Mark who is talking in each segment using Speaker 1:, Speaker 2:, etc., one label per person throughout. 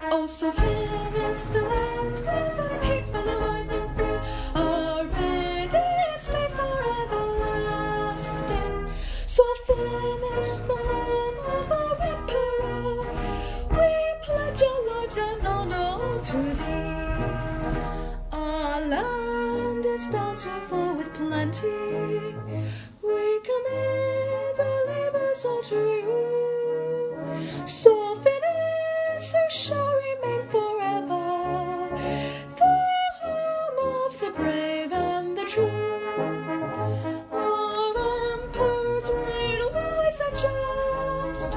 Speaker 1: Oh, Sophia is the land where the people are wise and free. Already it's made for everlasting. Sophia is the land of a reparo. We pledge our lives and honor to thee. Our land is bountiful with plenty. We commit our labors all to you. So finis, who shall remain forever, the home of the brave and the true. Our emperors reign wise and just.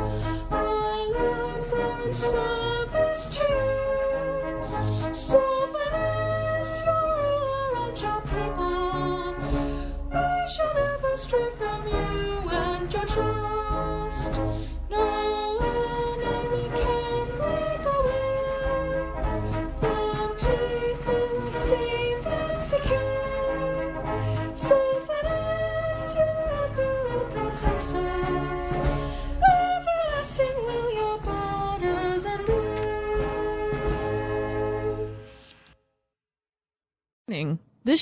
Speaker 1: Our lives are in service to you. Sovereignest ruler and your people, we shall never stray from you and your trust. No enemy can break away. The people are safe and secure. So us, your emperor protects us. Everlasting will your borders endure.
Speaker 2: Warning. This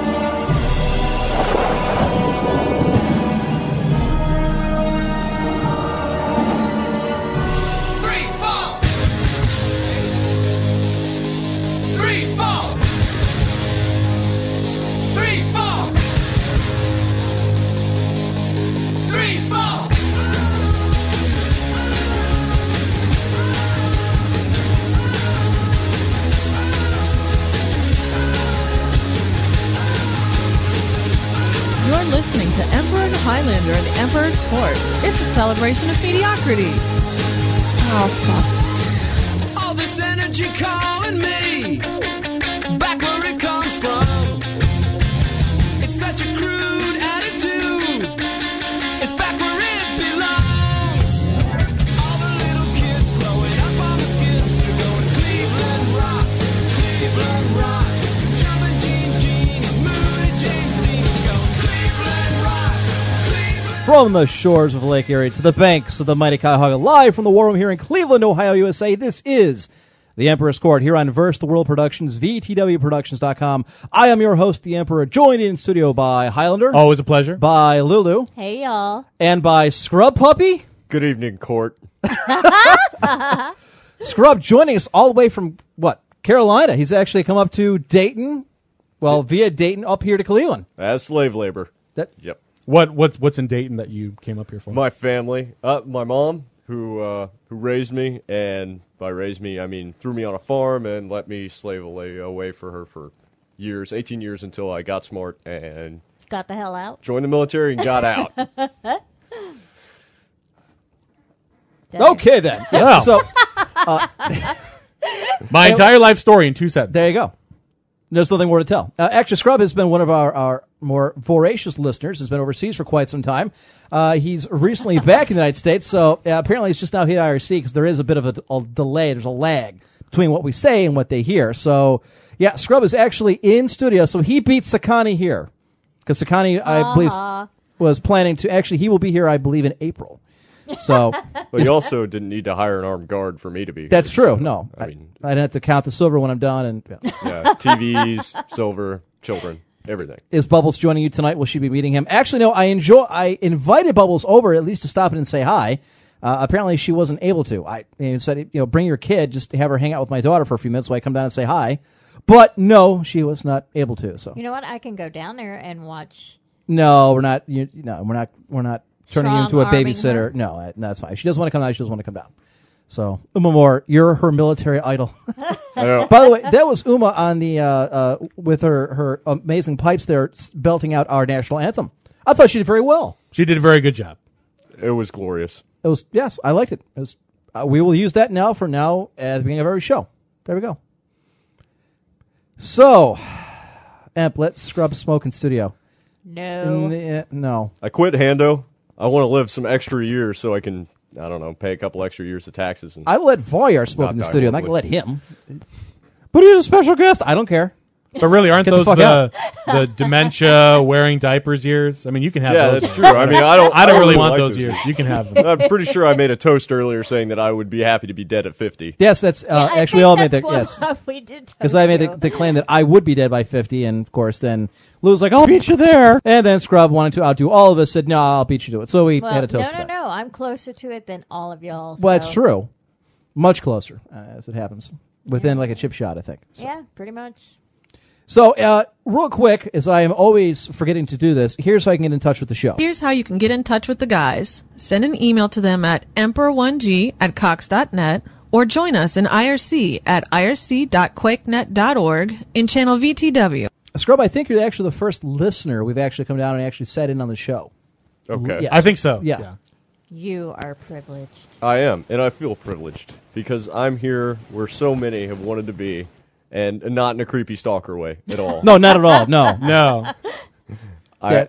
Speaker 3: Three, four. Three, four. Three, four. Three, four.
Speaker 2: You're listening to Emperor and Highlander and the Emperor's Court. It's a celebration of mediocrity. Oh,
Speaker 3: All this energy calling me back where it comes from. It's such a crude attitude. It's back where it belongs. All the little kids growing up on the skids are going Cleveland rocks, Cleveland rocks. Jumping Gene Gene and Moody James Dean going Cleveland rocks, Cleveland.
Speaker 4: From the shores of Lake Erie to the banks of the mighty Cuyahoga, live from the War Room here in Cleveland, Ohio, USA, this is The Emperor's Court here on Verse the World Productions, VTWProductions.com. I am your host, The Emperor, joined in studio by Highlander,
Speaker 5: Always Oh, a pleasure.
Speaker 4: by Lulu,
Speaker 6: Hey y'all.
Speaker 4: and by Scrub Puppy.
Speaker 5: Good evening, court.
Speaker 4: Scrub joining us all the way from, what, Carolina. He's actually come up to Dayton, well, via Dayton up here to Cleveland.
Speaker 7: That's slave labor.
Speaker 4: That-
Speaker 7: Yep.
Speaker 5: What what's what's in Dayton that you came up here for?
Speaker 7: My family, uh, my mom, who uh, who raised me, and by raised me, I mean threw me on a farm and let me slave away, away for her for years, 18 years, until I got smart and
Speaker 6: Got the hell out.
Speaker 7: joined the military and got out.
Speaker 4: Okay, then.
Speaker 5: Wow.
Speaker 4: So,
Speaker 5: My entire life story in two sentences.
Speaker 4: There you go. There's nothing more to tell. Uh, Extra Scrub has been one of our, our more voracious listeners. Has been overseas for quite some time. Uh, he's recently back in the United States, so uh, apparently it's just now hit IRC because there is a bit of a, a delay. There's a lag between what we say and what they hear. So yeah, Scrub is actually in studio, so he beat Sakani here because Sakani, I believe, was planning to actually. He will be here, I believe, in April. So
Speaker 7: but you also didn't need to hire an armed guard for me to be.
Speaker 4: that's
Speaker 7: here,
Speaker 4: true.
Speaker 7: so,
Speaker 4: No, I,
Speaker 7: I mean,
Speaker 4: I didn't have to count the silver when I'm done. And
Speaker 7: yeah, TVs, silver, children, everything.
Speaker 4: is Bubbles joining you tonight? Will she be meeting him? Actually, no. I enjoy. I invited Bubbles over at least to stop in and say hi. Uh, apparently, she wasn't able to. I and said, you know, bring your kid, just have her hang out with my daughter for a few minutes while I come down and say hi. But no, she was not able to. So
Speaker 6: You know what? I can go down there and watch.
Speaker 4: no, we're not. You, no, we're not. We're not turning you into a
Speaker 6: Strong-arming
Speaker 4: babysitter.
Speaker 6: her?
Speaker 4: No, uh, no, that's fine. She doesn't want to come down. She doesn't want to come down. So Uma Moore, you're her military idol.
Speaker 7: I know.
Speaker 4: By the way, that was Uma on the uh, uh, with her her amazing pipes there s- belting out our national anthem. I thought she did very well.
Speaker 5: She did a very good job.
Speaker 7: it was glorious.
Speaker 4: It was yes, I liked it. It was. Uh, we will use that now for now at the beginning of every show. There we go. So, Amp, let's scrub smoke in studio.
Speaker 6: No.
Speaker 4: N- eh, no,
Speaker 7: I quit Hando. I want to live some extra years so I can, I don't know, pay a couple extra years of taxes. And
Speaker 4: I let Voyeur smoke
Speaker 7: Not
Speaker 4: in the
Speaker 7: Doc
Speaker 4: studio. I'm not gonna let
Speaker 7: Woodley.
Speaker 4: him. But he's a special guest. I don't care.
Speaker 5: But really, aren't
Speaker 4: Get the
Speaker 5: those
Speaker 4: fuck
Speaker 5: the, the, dementia wearing diapers years? I mean, you can have
Speaker 7: yeah,
Speaker 5: those.
Speaker 7: that's true. I mean, I don't.
Speaker 5: I don't really want
Speaker 7: like
Speaker 5: those
Speaker 7: this.
Speaker 5: years. You can have them.
Speaker 7: I'm pretty sure I made a toast earlier saying that I would be happy to be dead at 50.
Speaker 4: Yes, that's uh,
Speaker 6: I
Speaker 4: actually we all
Speaker 6: think
Speaker 4: made
Speaker 6: that's
Speaker 4: that. Yes,
Speaker 6: what we did.
Speaker 4: because I made the, the claim that I would be dead by 50, and of course, then Lou was like, "I'll beat you there," and then Scrub wanted to outdo all of us. Said, "No, I'll beat you to it." So we
Speaker 6: well,
Speaker 4: had a toast.
Speaker 6: no,
Speaker 4: to
Speaker 6: no,
Speaker 4: that.
Speaker 6: no. I'm closer to it than all of y'all.
Speaker 4: Well,
Speaker 6: so-
Speaker 4: it's true. Much closer, uh, as it happens, within like a chip shot, I think. So,
Speaker 6: Yeah, pretty much.
Speaker 4: so uh, real quick, as I am always forgetting to do this, here's how I can get in touch with the show.
Speaker 2: Here's how you can get in touch with the guys. Send an email to them at emperor1g at cox.net or join us in IRC at irc.quakenet.org in channel VTW.
Speaker 4: Scrub, I think you're actually the first listener we've actually come down and actually sat in on the show.
Speaker 7: Okay.
Speaker 4: Yeah.
Speaker 5: I think so.
Speaker 4: Yeah.
Speaker 6: You are privileged.
Speaker 7: I am, and I feel privileged because I'm here where so many have wanted to be, and not in a creepy stalker way at all.
Speaker 4: No, not at all. No.
Speaker 5: No,
Speaker 7: I,
Speaker 4: Yeah.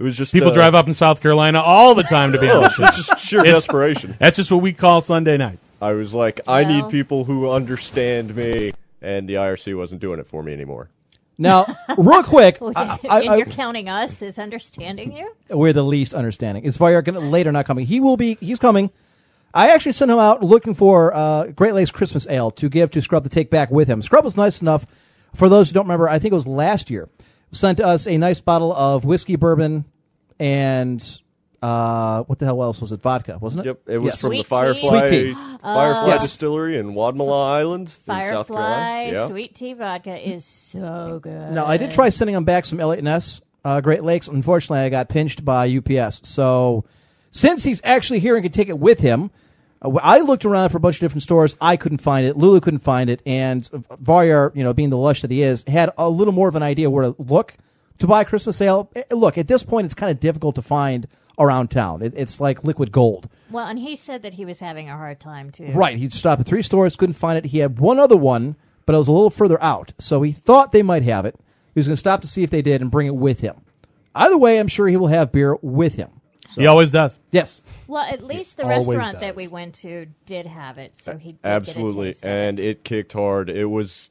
Speaker 7: it was just
Speaker 5: people
Speaker 7: uh,
Speaker 5: drive up in South Carolina all the time to
Speaker 7: Oh.
Speaker 5: be on the show.
Speaker 7: It's just sheer desperation.
Speaker 5: That's just what we call Sunday night.
Speaker 7: I was like, I
Speaker 6: Well.
Speaker 7: need people who understand me, and the IRC wasn't doing it for me anymore.
Speaker 4: Now, real quick, I, I,
Speaker 6: and
Speaker 4: I-
Speaker 6: you're counting us as understanding you?
Speaker 4: we're the least understanding. Is Varyak gonna later not coming? He will be. He's coming. I actually sent him out looking for uh, Great Lakes Christmas Ale to give to Scrub to take back with him. Scrub was nice enough. For those who don't remember, I think it was last year, sent us a nice bottle of whiskey bourbon and uh, what the hell else was it? Vodka, wasn't it?
Speaker 7: Yep, it was
Speaker 4: Yes.
Speaker 7: from
Speaker 6: Sweet
Speaker 7: the
Speaker 6: tea.
Speaker 7: Firefly
Speaker 4: Sweet tea.
Speaker 7: Firefly
Speaker 4: Yes.
Speaker 7: Distillery in Wadmala Island, in South
Speaker 6: Firefly
Speaker 7: Carolina. Yeah.
Speaker 6: sweet tea vodka is so good.
Speaker 4: Now I did try sending him back some LNS uh, Great Lakes. Unfortunately, I got pinched by UPS. So since he's actually here and can take it with him, uh, wh- I looked around for a bunch of different stores. I couldn't find it. Lulu couldn't find it, and Varyar, you know, being the lush that he is, had a little more of an idea where to look to buy Christmas ale. Eh, Look, at this point, it's kind of difficult to find around town. It, it's like liquid gold.
Speaker 6: Well, and he said that he was having a hard time too.
Speaker 4: Right. He stopped at three stores, couldn't find it. He had one other one, but it was a little further out. So he thought they might have it. He was going to stop to see if they did and bring it with him. Either way, I'm sure he will have beer with him.
Speaker 5: He always does.
Speaker 4: Yes.
Speaker 6: Well, at least the
Speaker 5: always
Speaker 6: restaurant that
Speaker 5: does.
Speaker 6: we went to did have it, so he did
Speaker 7: Absolutely,
Speaker 6: Get a taste of it.
Speaker 7: and it kicked hard. It was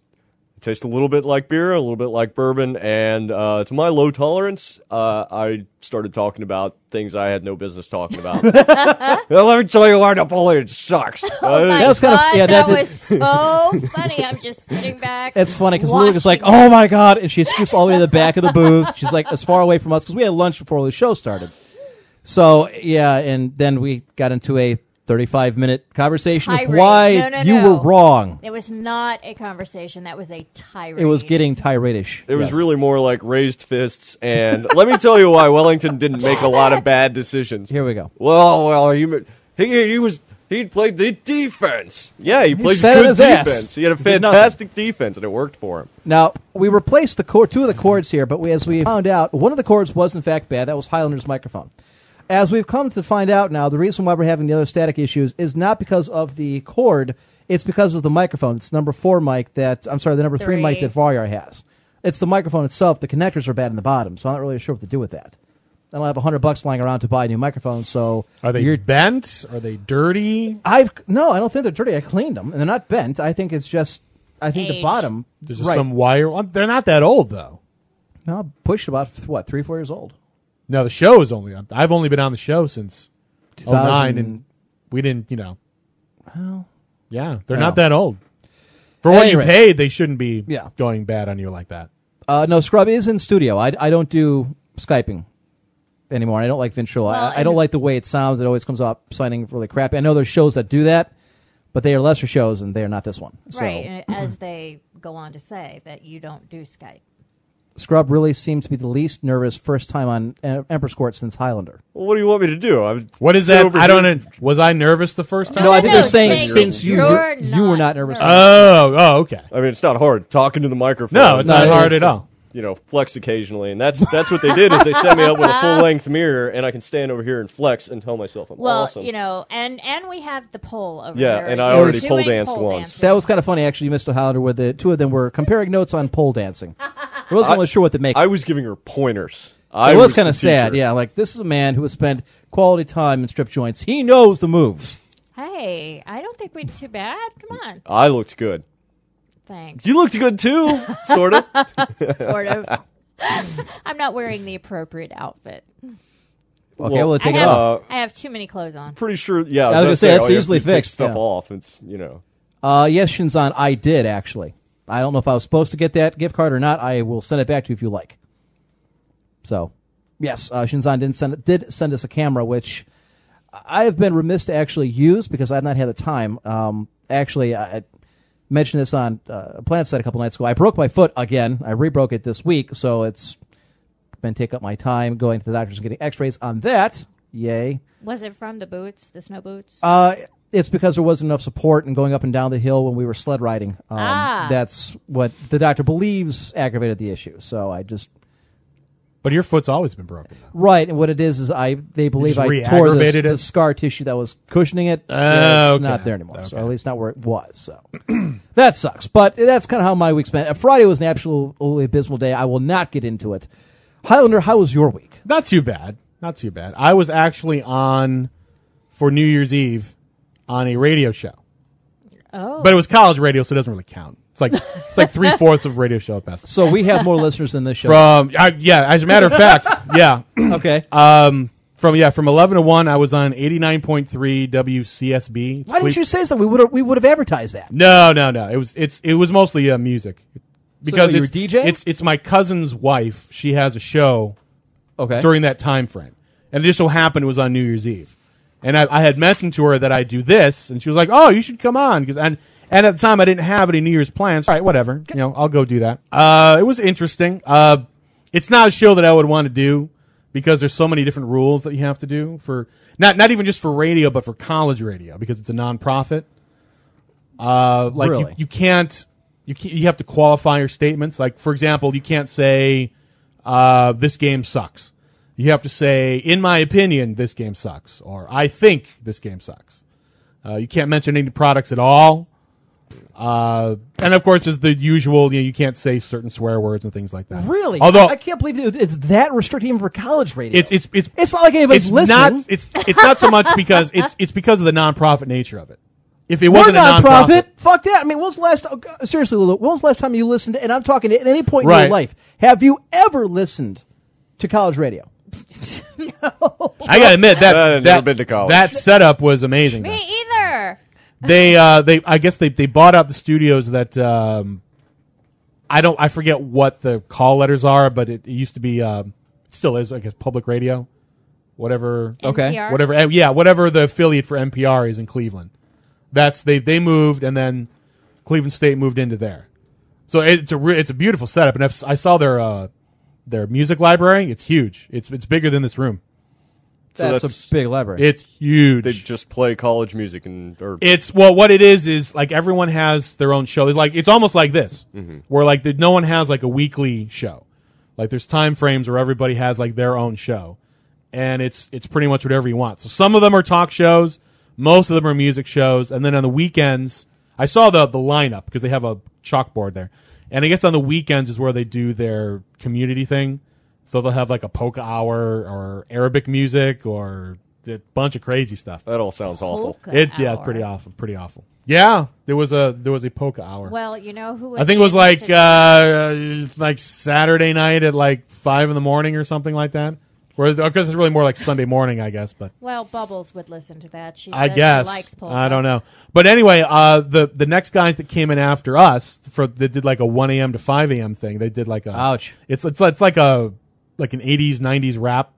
Speaker 7: it tastes a little bit like beer, a little bit like bourbon, and uh, to my low tolerance, uh, I started talking about things I had no business talking about. Now, let me tell you why Napoleon sucks. Uh,
Speaker 6: that
Speaker 4: was kind of- yeah, that
Speaker 6: that,
Speaker 4: did-
Speaker 6: was so funny. I'm just sitting back.
Speaker 4: It's funny because Lulu is like,
Speaker 6: watching
Speaker 4: oh my God. And she scoots all the way to the back of the booth. She's like as far away from us because we had lunch before the show started. So, yeah. And then we got into a 35 minute conversation of
Speaker 6: Tirade.
Speaker 4: why
Speaker 6: No, no,
Speaker 4: you
Speaker 6: no.
Speaker 4: were wrong.
Speaker 6: It was not a conversation. That was a tirade.
Speaker 4: It was getting tiradish.
Speaker 7: It was really more like raised fists, and let me tell you why Wellington didn't make a lot of bad decisions.
Speaker 4: Here we go.
Speaker 7: Well, well, you ma- he he was he played the defense. Yeah, he played
Speaker 4: sat on
Speaker 7: good
Speaker 4: his ass.
Speaker 7: defense. He had a
Speaker 4: He did nothing.
Speaker 7: fantastic defense, and it worked for him.
Speaker 4: Now we replaced the cord, two of the cords here, but we, as we found out, one of the cords was in fact bad. That was Highlander's microphone. As we've come to find out now, the reason why we're having the other static issues is not because of the cord; it's because of the microphone. It's number four mic that I'm sorry, the number three, mic
Speaker 6: Three.
Speaker 4: that Varyar has. It's the microphone itself. The connectors are bad in the bottom, so I'm not really sure what to do with that. I don't have a hundred bucks lying around to buy a new microphone, so
Speaker 5: Are they
Speaker 4: you're
Speaker 5: bent? Are they dirty?
Speaker 4: I've no, I don't think they're dirty. I cleaned them, and they're not bent. I think it's just, I think the
Speaker 6: Age.
Speaker 4: bottom.
Speaker 5: There's just
Speaker 4: right.
Speaker 5: some wire. well, They're not that old though.
Speaker 4: No, pushed about what three, four years old.
Speaker 5: No, the show is only. I've only been on the show since 09
Speaker 4: and-
Speaker 5: and we didn't. You know. Well. Yeah, they're
Speaker 4: No.
Speaker 5: not that old. For
Speaker 4: At
Speaker 5: what
Speaker 4: any
Speaker 5: you
Speaker 4: rate.
Speaker 5: paid, they shouldn't be
Speaker 4: Yeah.
Speaker 5: going bad on you like that.
Speaker 4: Uh, no, Scrub is in studio. I, I don't do skyping anymore. I don't like Ventrilo.
Speaker 6: Well,
Speaker 4: I, I don't
Speaker 6: and-
Speaker 4: like the way it sounds. It always comes up sounding really crappy. I know there's shows that do that, but they are lesser shows, and they are not this one. So
Speaker 6: right and as they go on to say that you don't do Skype.
Speaker 4: Scrub really seemed to be the least nervous first time on Em- Empress Court since Highlander.
Speaker 7: Well, what do you want me to do? I'm
Speaker 5: What is
Speaker 7: sit
Speaker 5: that?
Speaker 7: over
Speaker 5: I don't.
Speaker 7: here-
Speaker 5: know. Was I nervous the first time?
Speaker 4: No, I think they're
Speaker 6: no,
Speaker 4: saying
Speaker 6: saying
Speaker 4: since you
Speaker 6: you're
Speaker 4: you were not
Speaker 6: not
Speaker 4: nervous.
Speaker 6: nervous.
Speaker 5: Oh, oh, okay.
Speaker 7: I mean, it's not hard talking to the microphone.
Speaker 5: No, it's
Speaker 4: No,
Speaker 5: not
Speaker 4: it
Speaker 5: hard
Speaker 4: is.
Speaker 5: at all.
Speaker 7: you know, flex occasionally, and that's that's what they did is they set me up with a full length mirror, and I can stand over here and flex and tell myself I'm
Speaker 6: Well,
Speaker 7: awesome.
Speaker 6: you know, and and we have the pole over
Speaker 7: Yeah,
Speaker 6: there.
Speaker 7: and I
Speaker 6: You're
Speaker 7: already
Speaker 6: doing
Speaker 7: pole danced
Speaker 6: pole
Speaker 7: once.
Speaker 6: dancing.
Speaker 4: That was kind of funny, actually, Mr. Hollander, where the two of them were comparing notes on pole dancing. I wasn't really sure what to make.
Speaker 7: I was giving her pointers. I
Speaker 4: it was,
Speaker 7: the
Speaker 4: kind of sad,
Speaker 7: teacher.
Speaker 4: yeah. Like, this is a man who has spent quality time in strip joints. He knows the moves.
Speaker 6: Hey, I don't think we did too bad. Come on,
Speaker 7: I looked good.
Speaker 6: thanks.
Speaker 7: You looked good too, sort of.
Speaker 6: Sort of. I'm not wearing the appropriate outfit.
Speaker 4: Okay,
Speaker 7: Well,
Speaker 4: well, take
Speaker 6: I
Speaker 4: it
Speaker 6: have,
Speaker 4: off.
Speaker 6: I have too many clothes on.
Speaker 7: Pretty sure. Yeah,
Speaker 4: I was gonna say,
Speaker 7: all
Speaker 4: that's
Speaker 7: oh, you have to
Speaker 4: easily
Speaker 7: do is take
Speaker 4: fixed,
Speaker 7: Stuff
Speaker 4: yeah.
Speaker 7: off. It's you know.
Speaker 4: Uh, yes, Shinzan, I did, actually. I don't know if I was supposed to get that gift card or not. I will send it back to you if you like. So, yes, uh, Shinzan did send, it- did send us a camera, which I have been remiss to actually use because I've not had the time. Um, actually, I I mentioned this on uh, Planet Side a couple nights ago. I broke my foot again. I re-broke it this week, so it's been take up my time going to the doctors and getting x-rays on that. Yay.
Speaker 6: Was it from the boots, the snow boots?
Speaker 4: Uh, it's because there wasn't enough support and going up and down the hill when we were sled riding. Um,
Speaker 6: Ah.
Speaker 4: That's what the doctor believes aggravated the issue. So I just
Speaker 5: But your foot's always been broken. though.
Speaker 4: right, and what it is is I they believe
Speaker 5: just
Speaker 4: I tore this,
Speaker 5: re-aggravated it?
Speaker 4: the scar tissue that was cushioning it.
Speaker 5: Oh,
Speaker 4: Yeah, it's
Speaker 5: okay.
Speaker 4: not there anymore, so
Speaker 5: Okay.
Speaker 4: at least not where it was. So that sucks. But that's kind of how my week's been. Uh, Friday was an absolutely abysmal day. I will not get into it. Highlander, how was your week?
Speaker 5: Not too bad. Not too bad. I was actually on for New Year's Eve on a radio show.
Speaker 6: oh,
Speaker 5: But it was college radio, so it doesn't really count. It's like it's like three fourths of radio show at best.
Speaker 4: So we have more listeners than this show.
Speaker 5: From I, yeah, as a matter of fact, yeah.
Speaker 4: okay,
Speaker 5: Um, from yeah, from eleven to one, I was on eighty nine point three WCSB.
Speaker 4: why didn't you say that? We would have we would have advertised that.
Speaker 5: No, no, no. It was it's it was mostly uh, music because
Speaker 4: you were
Speaker 5: it's
Speaker 4: DJing?
Speaker 5: It's it's my cousin's wife. She has a show
Speaker 4: Okay,
Speaker 5: during that time frame, and it just so happened it was on New Year's Eve, and I, I had mentioned to her that I do this, and she was like, "Oh, you should come on," because and and at the time I didn't have any New Year's plans. All right, whatever, you know, I'll go do that. Uh, it was interesting. Uh, it's not a show that I would want to do because there's so many different rules that you have to do for not not even just for radio, but for college radio because it's a nonprofit. Uh, like you-
Speaker 4: Really?
Speaker 5: you, can't you can you have to qualify your statements. Like for example, you can't say uh, this game sucks. You have to say, in my opinion, this game sucks, or I think this game sucks. Uh, you can't mention any products at all. Uh, and of course, there's the usual, you, know, you can't say certain swear words and things like that.
Speaker 4: Really?
Speaker 5: Although,
Speaker 4: I can't believe it- it's that restricted even for college radio.
Speaker 5: it's, it's, it's,
Speaker 4: It's not like anybody's
Speaker 5: it's
Speaker 4: listening.
Speaker 5: Not, it's, it's not so much because it's, it's because of the nonprofit nature of it. If it
Speaker 4: we're
Speaker 5: wasn't a nonprofit,
Speaker 4: nonprofit. Fuck that. I mean, when was the last? oh, God, seriously, Lulu, when was the last time you listened? to- And I'm talking at any point in
Speaker 5: Right.
Speaker 4: your life, have you ever listened to college radio?
Speaker 5: I gotta admit that,
Speaker 7: I
Speaker 5: that,
Speaker 7: had never been to college.
Speaker 5: that setup was amazing. though.
Speaker 6: me either.
Speaker 5: they uh they I guess they they bought out the studios that um I don't I forget what the call letters are, but it, it used to be um it still is I guess public radio, whatever
Speaker 4: Okay.
Speaker 6: NPR.
Speaker 5: whatever eh, yeah whatever the affiliate for NPR is in Cleveland. That's they they moved and then Cleveland State moved into there. So it's a re- it's a beautiful setup, and I've, si saw their uh their music library. It's huge. It's it's bigger than this room.
Speaker 7: So
Speaker 4: that's,
Speaker 7: that's-
Speaker 4: a big library.
Speaker 5: It's huge.
Speaker 7: They just play college music and or
Speaker 5: It's well, what it is is like everyone has their own show. It's like it's almost like this, where like the, no one has like a weekly show. Like there's time frames where everybody has like their own show, and it's it's pretty much whatever you want. So some of them are talk shows, most of them are music shows, and then on the weekends, I saw the the lineup because they have a chalkboard there, and I guess on the weekends is where they do their community thing. So they'll have like a polka hour or Arabic music or a bunch of crazy stuff.
Speaker 7: that all sounds awful.
Speaker 6: Polka
Speaker 5: Oh, It yeah, it's
Speaker 6: hour.
Speaker 5: pretty awful, pretty awful. Yeah, there was a there was a polka hour.
Speaker 6: Well, you know who?
Speaker 5: I think it was like
Speaker 6: introduced
Speaker 5: uh like Saturday night at like five in the morning or something like that. Or I guess it's really more like Sunday morning, I guess. But
Speaker 6: Well, Bubbles would listen to that. She
Speaker 5: I
Speaker 6: says
Speaker 5: guess
Speaker 6: she likes polka.
Speaker 5: I don't know. But anyway, uh, the the next guys that came in after us for they did like a one a.m. to five a.m. thing. They did like a
Speaker 4: Ouch.
Speaker 5: It's it's it's like a like an eighties nineties rap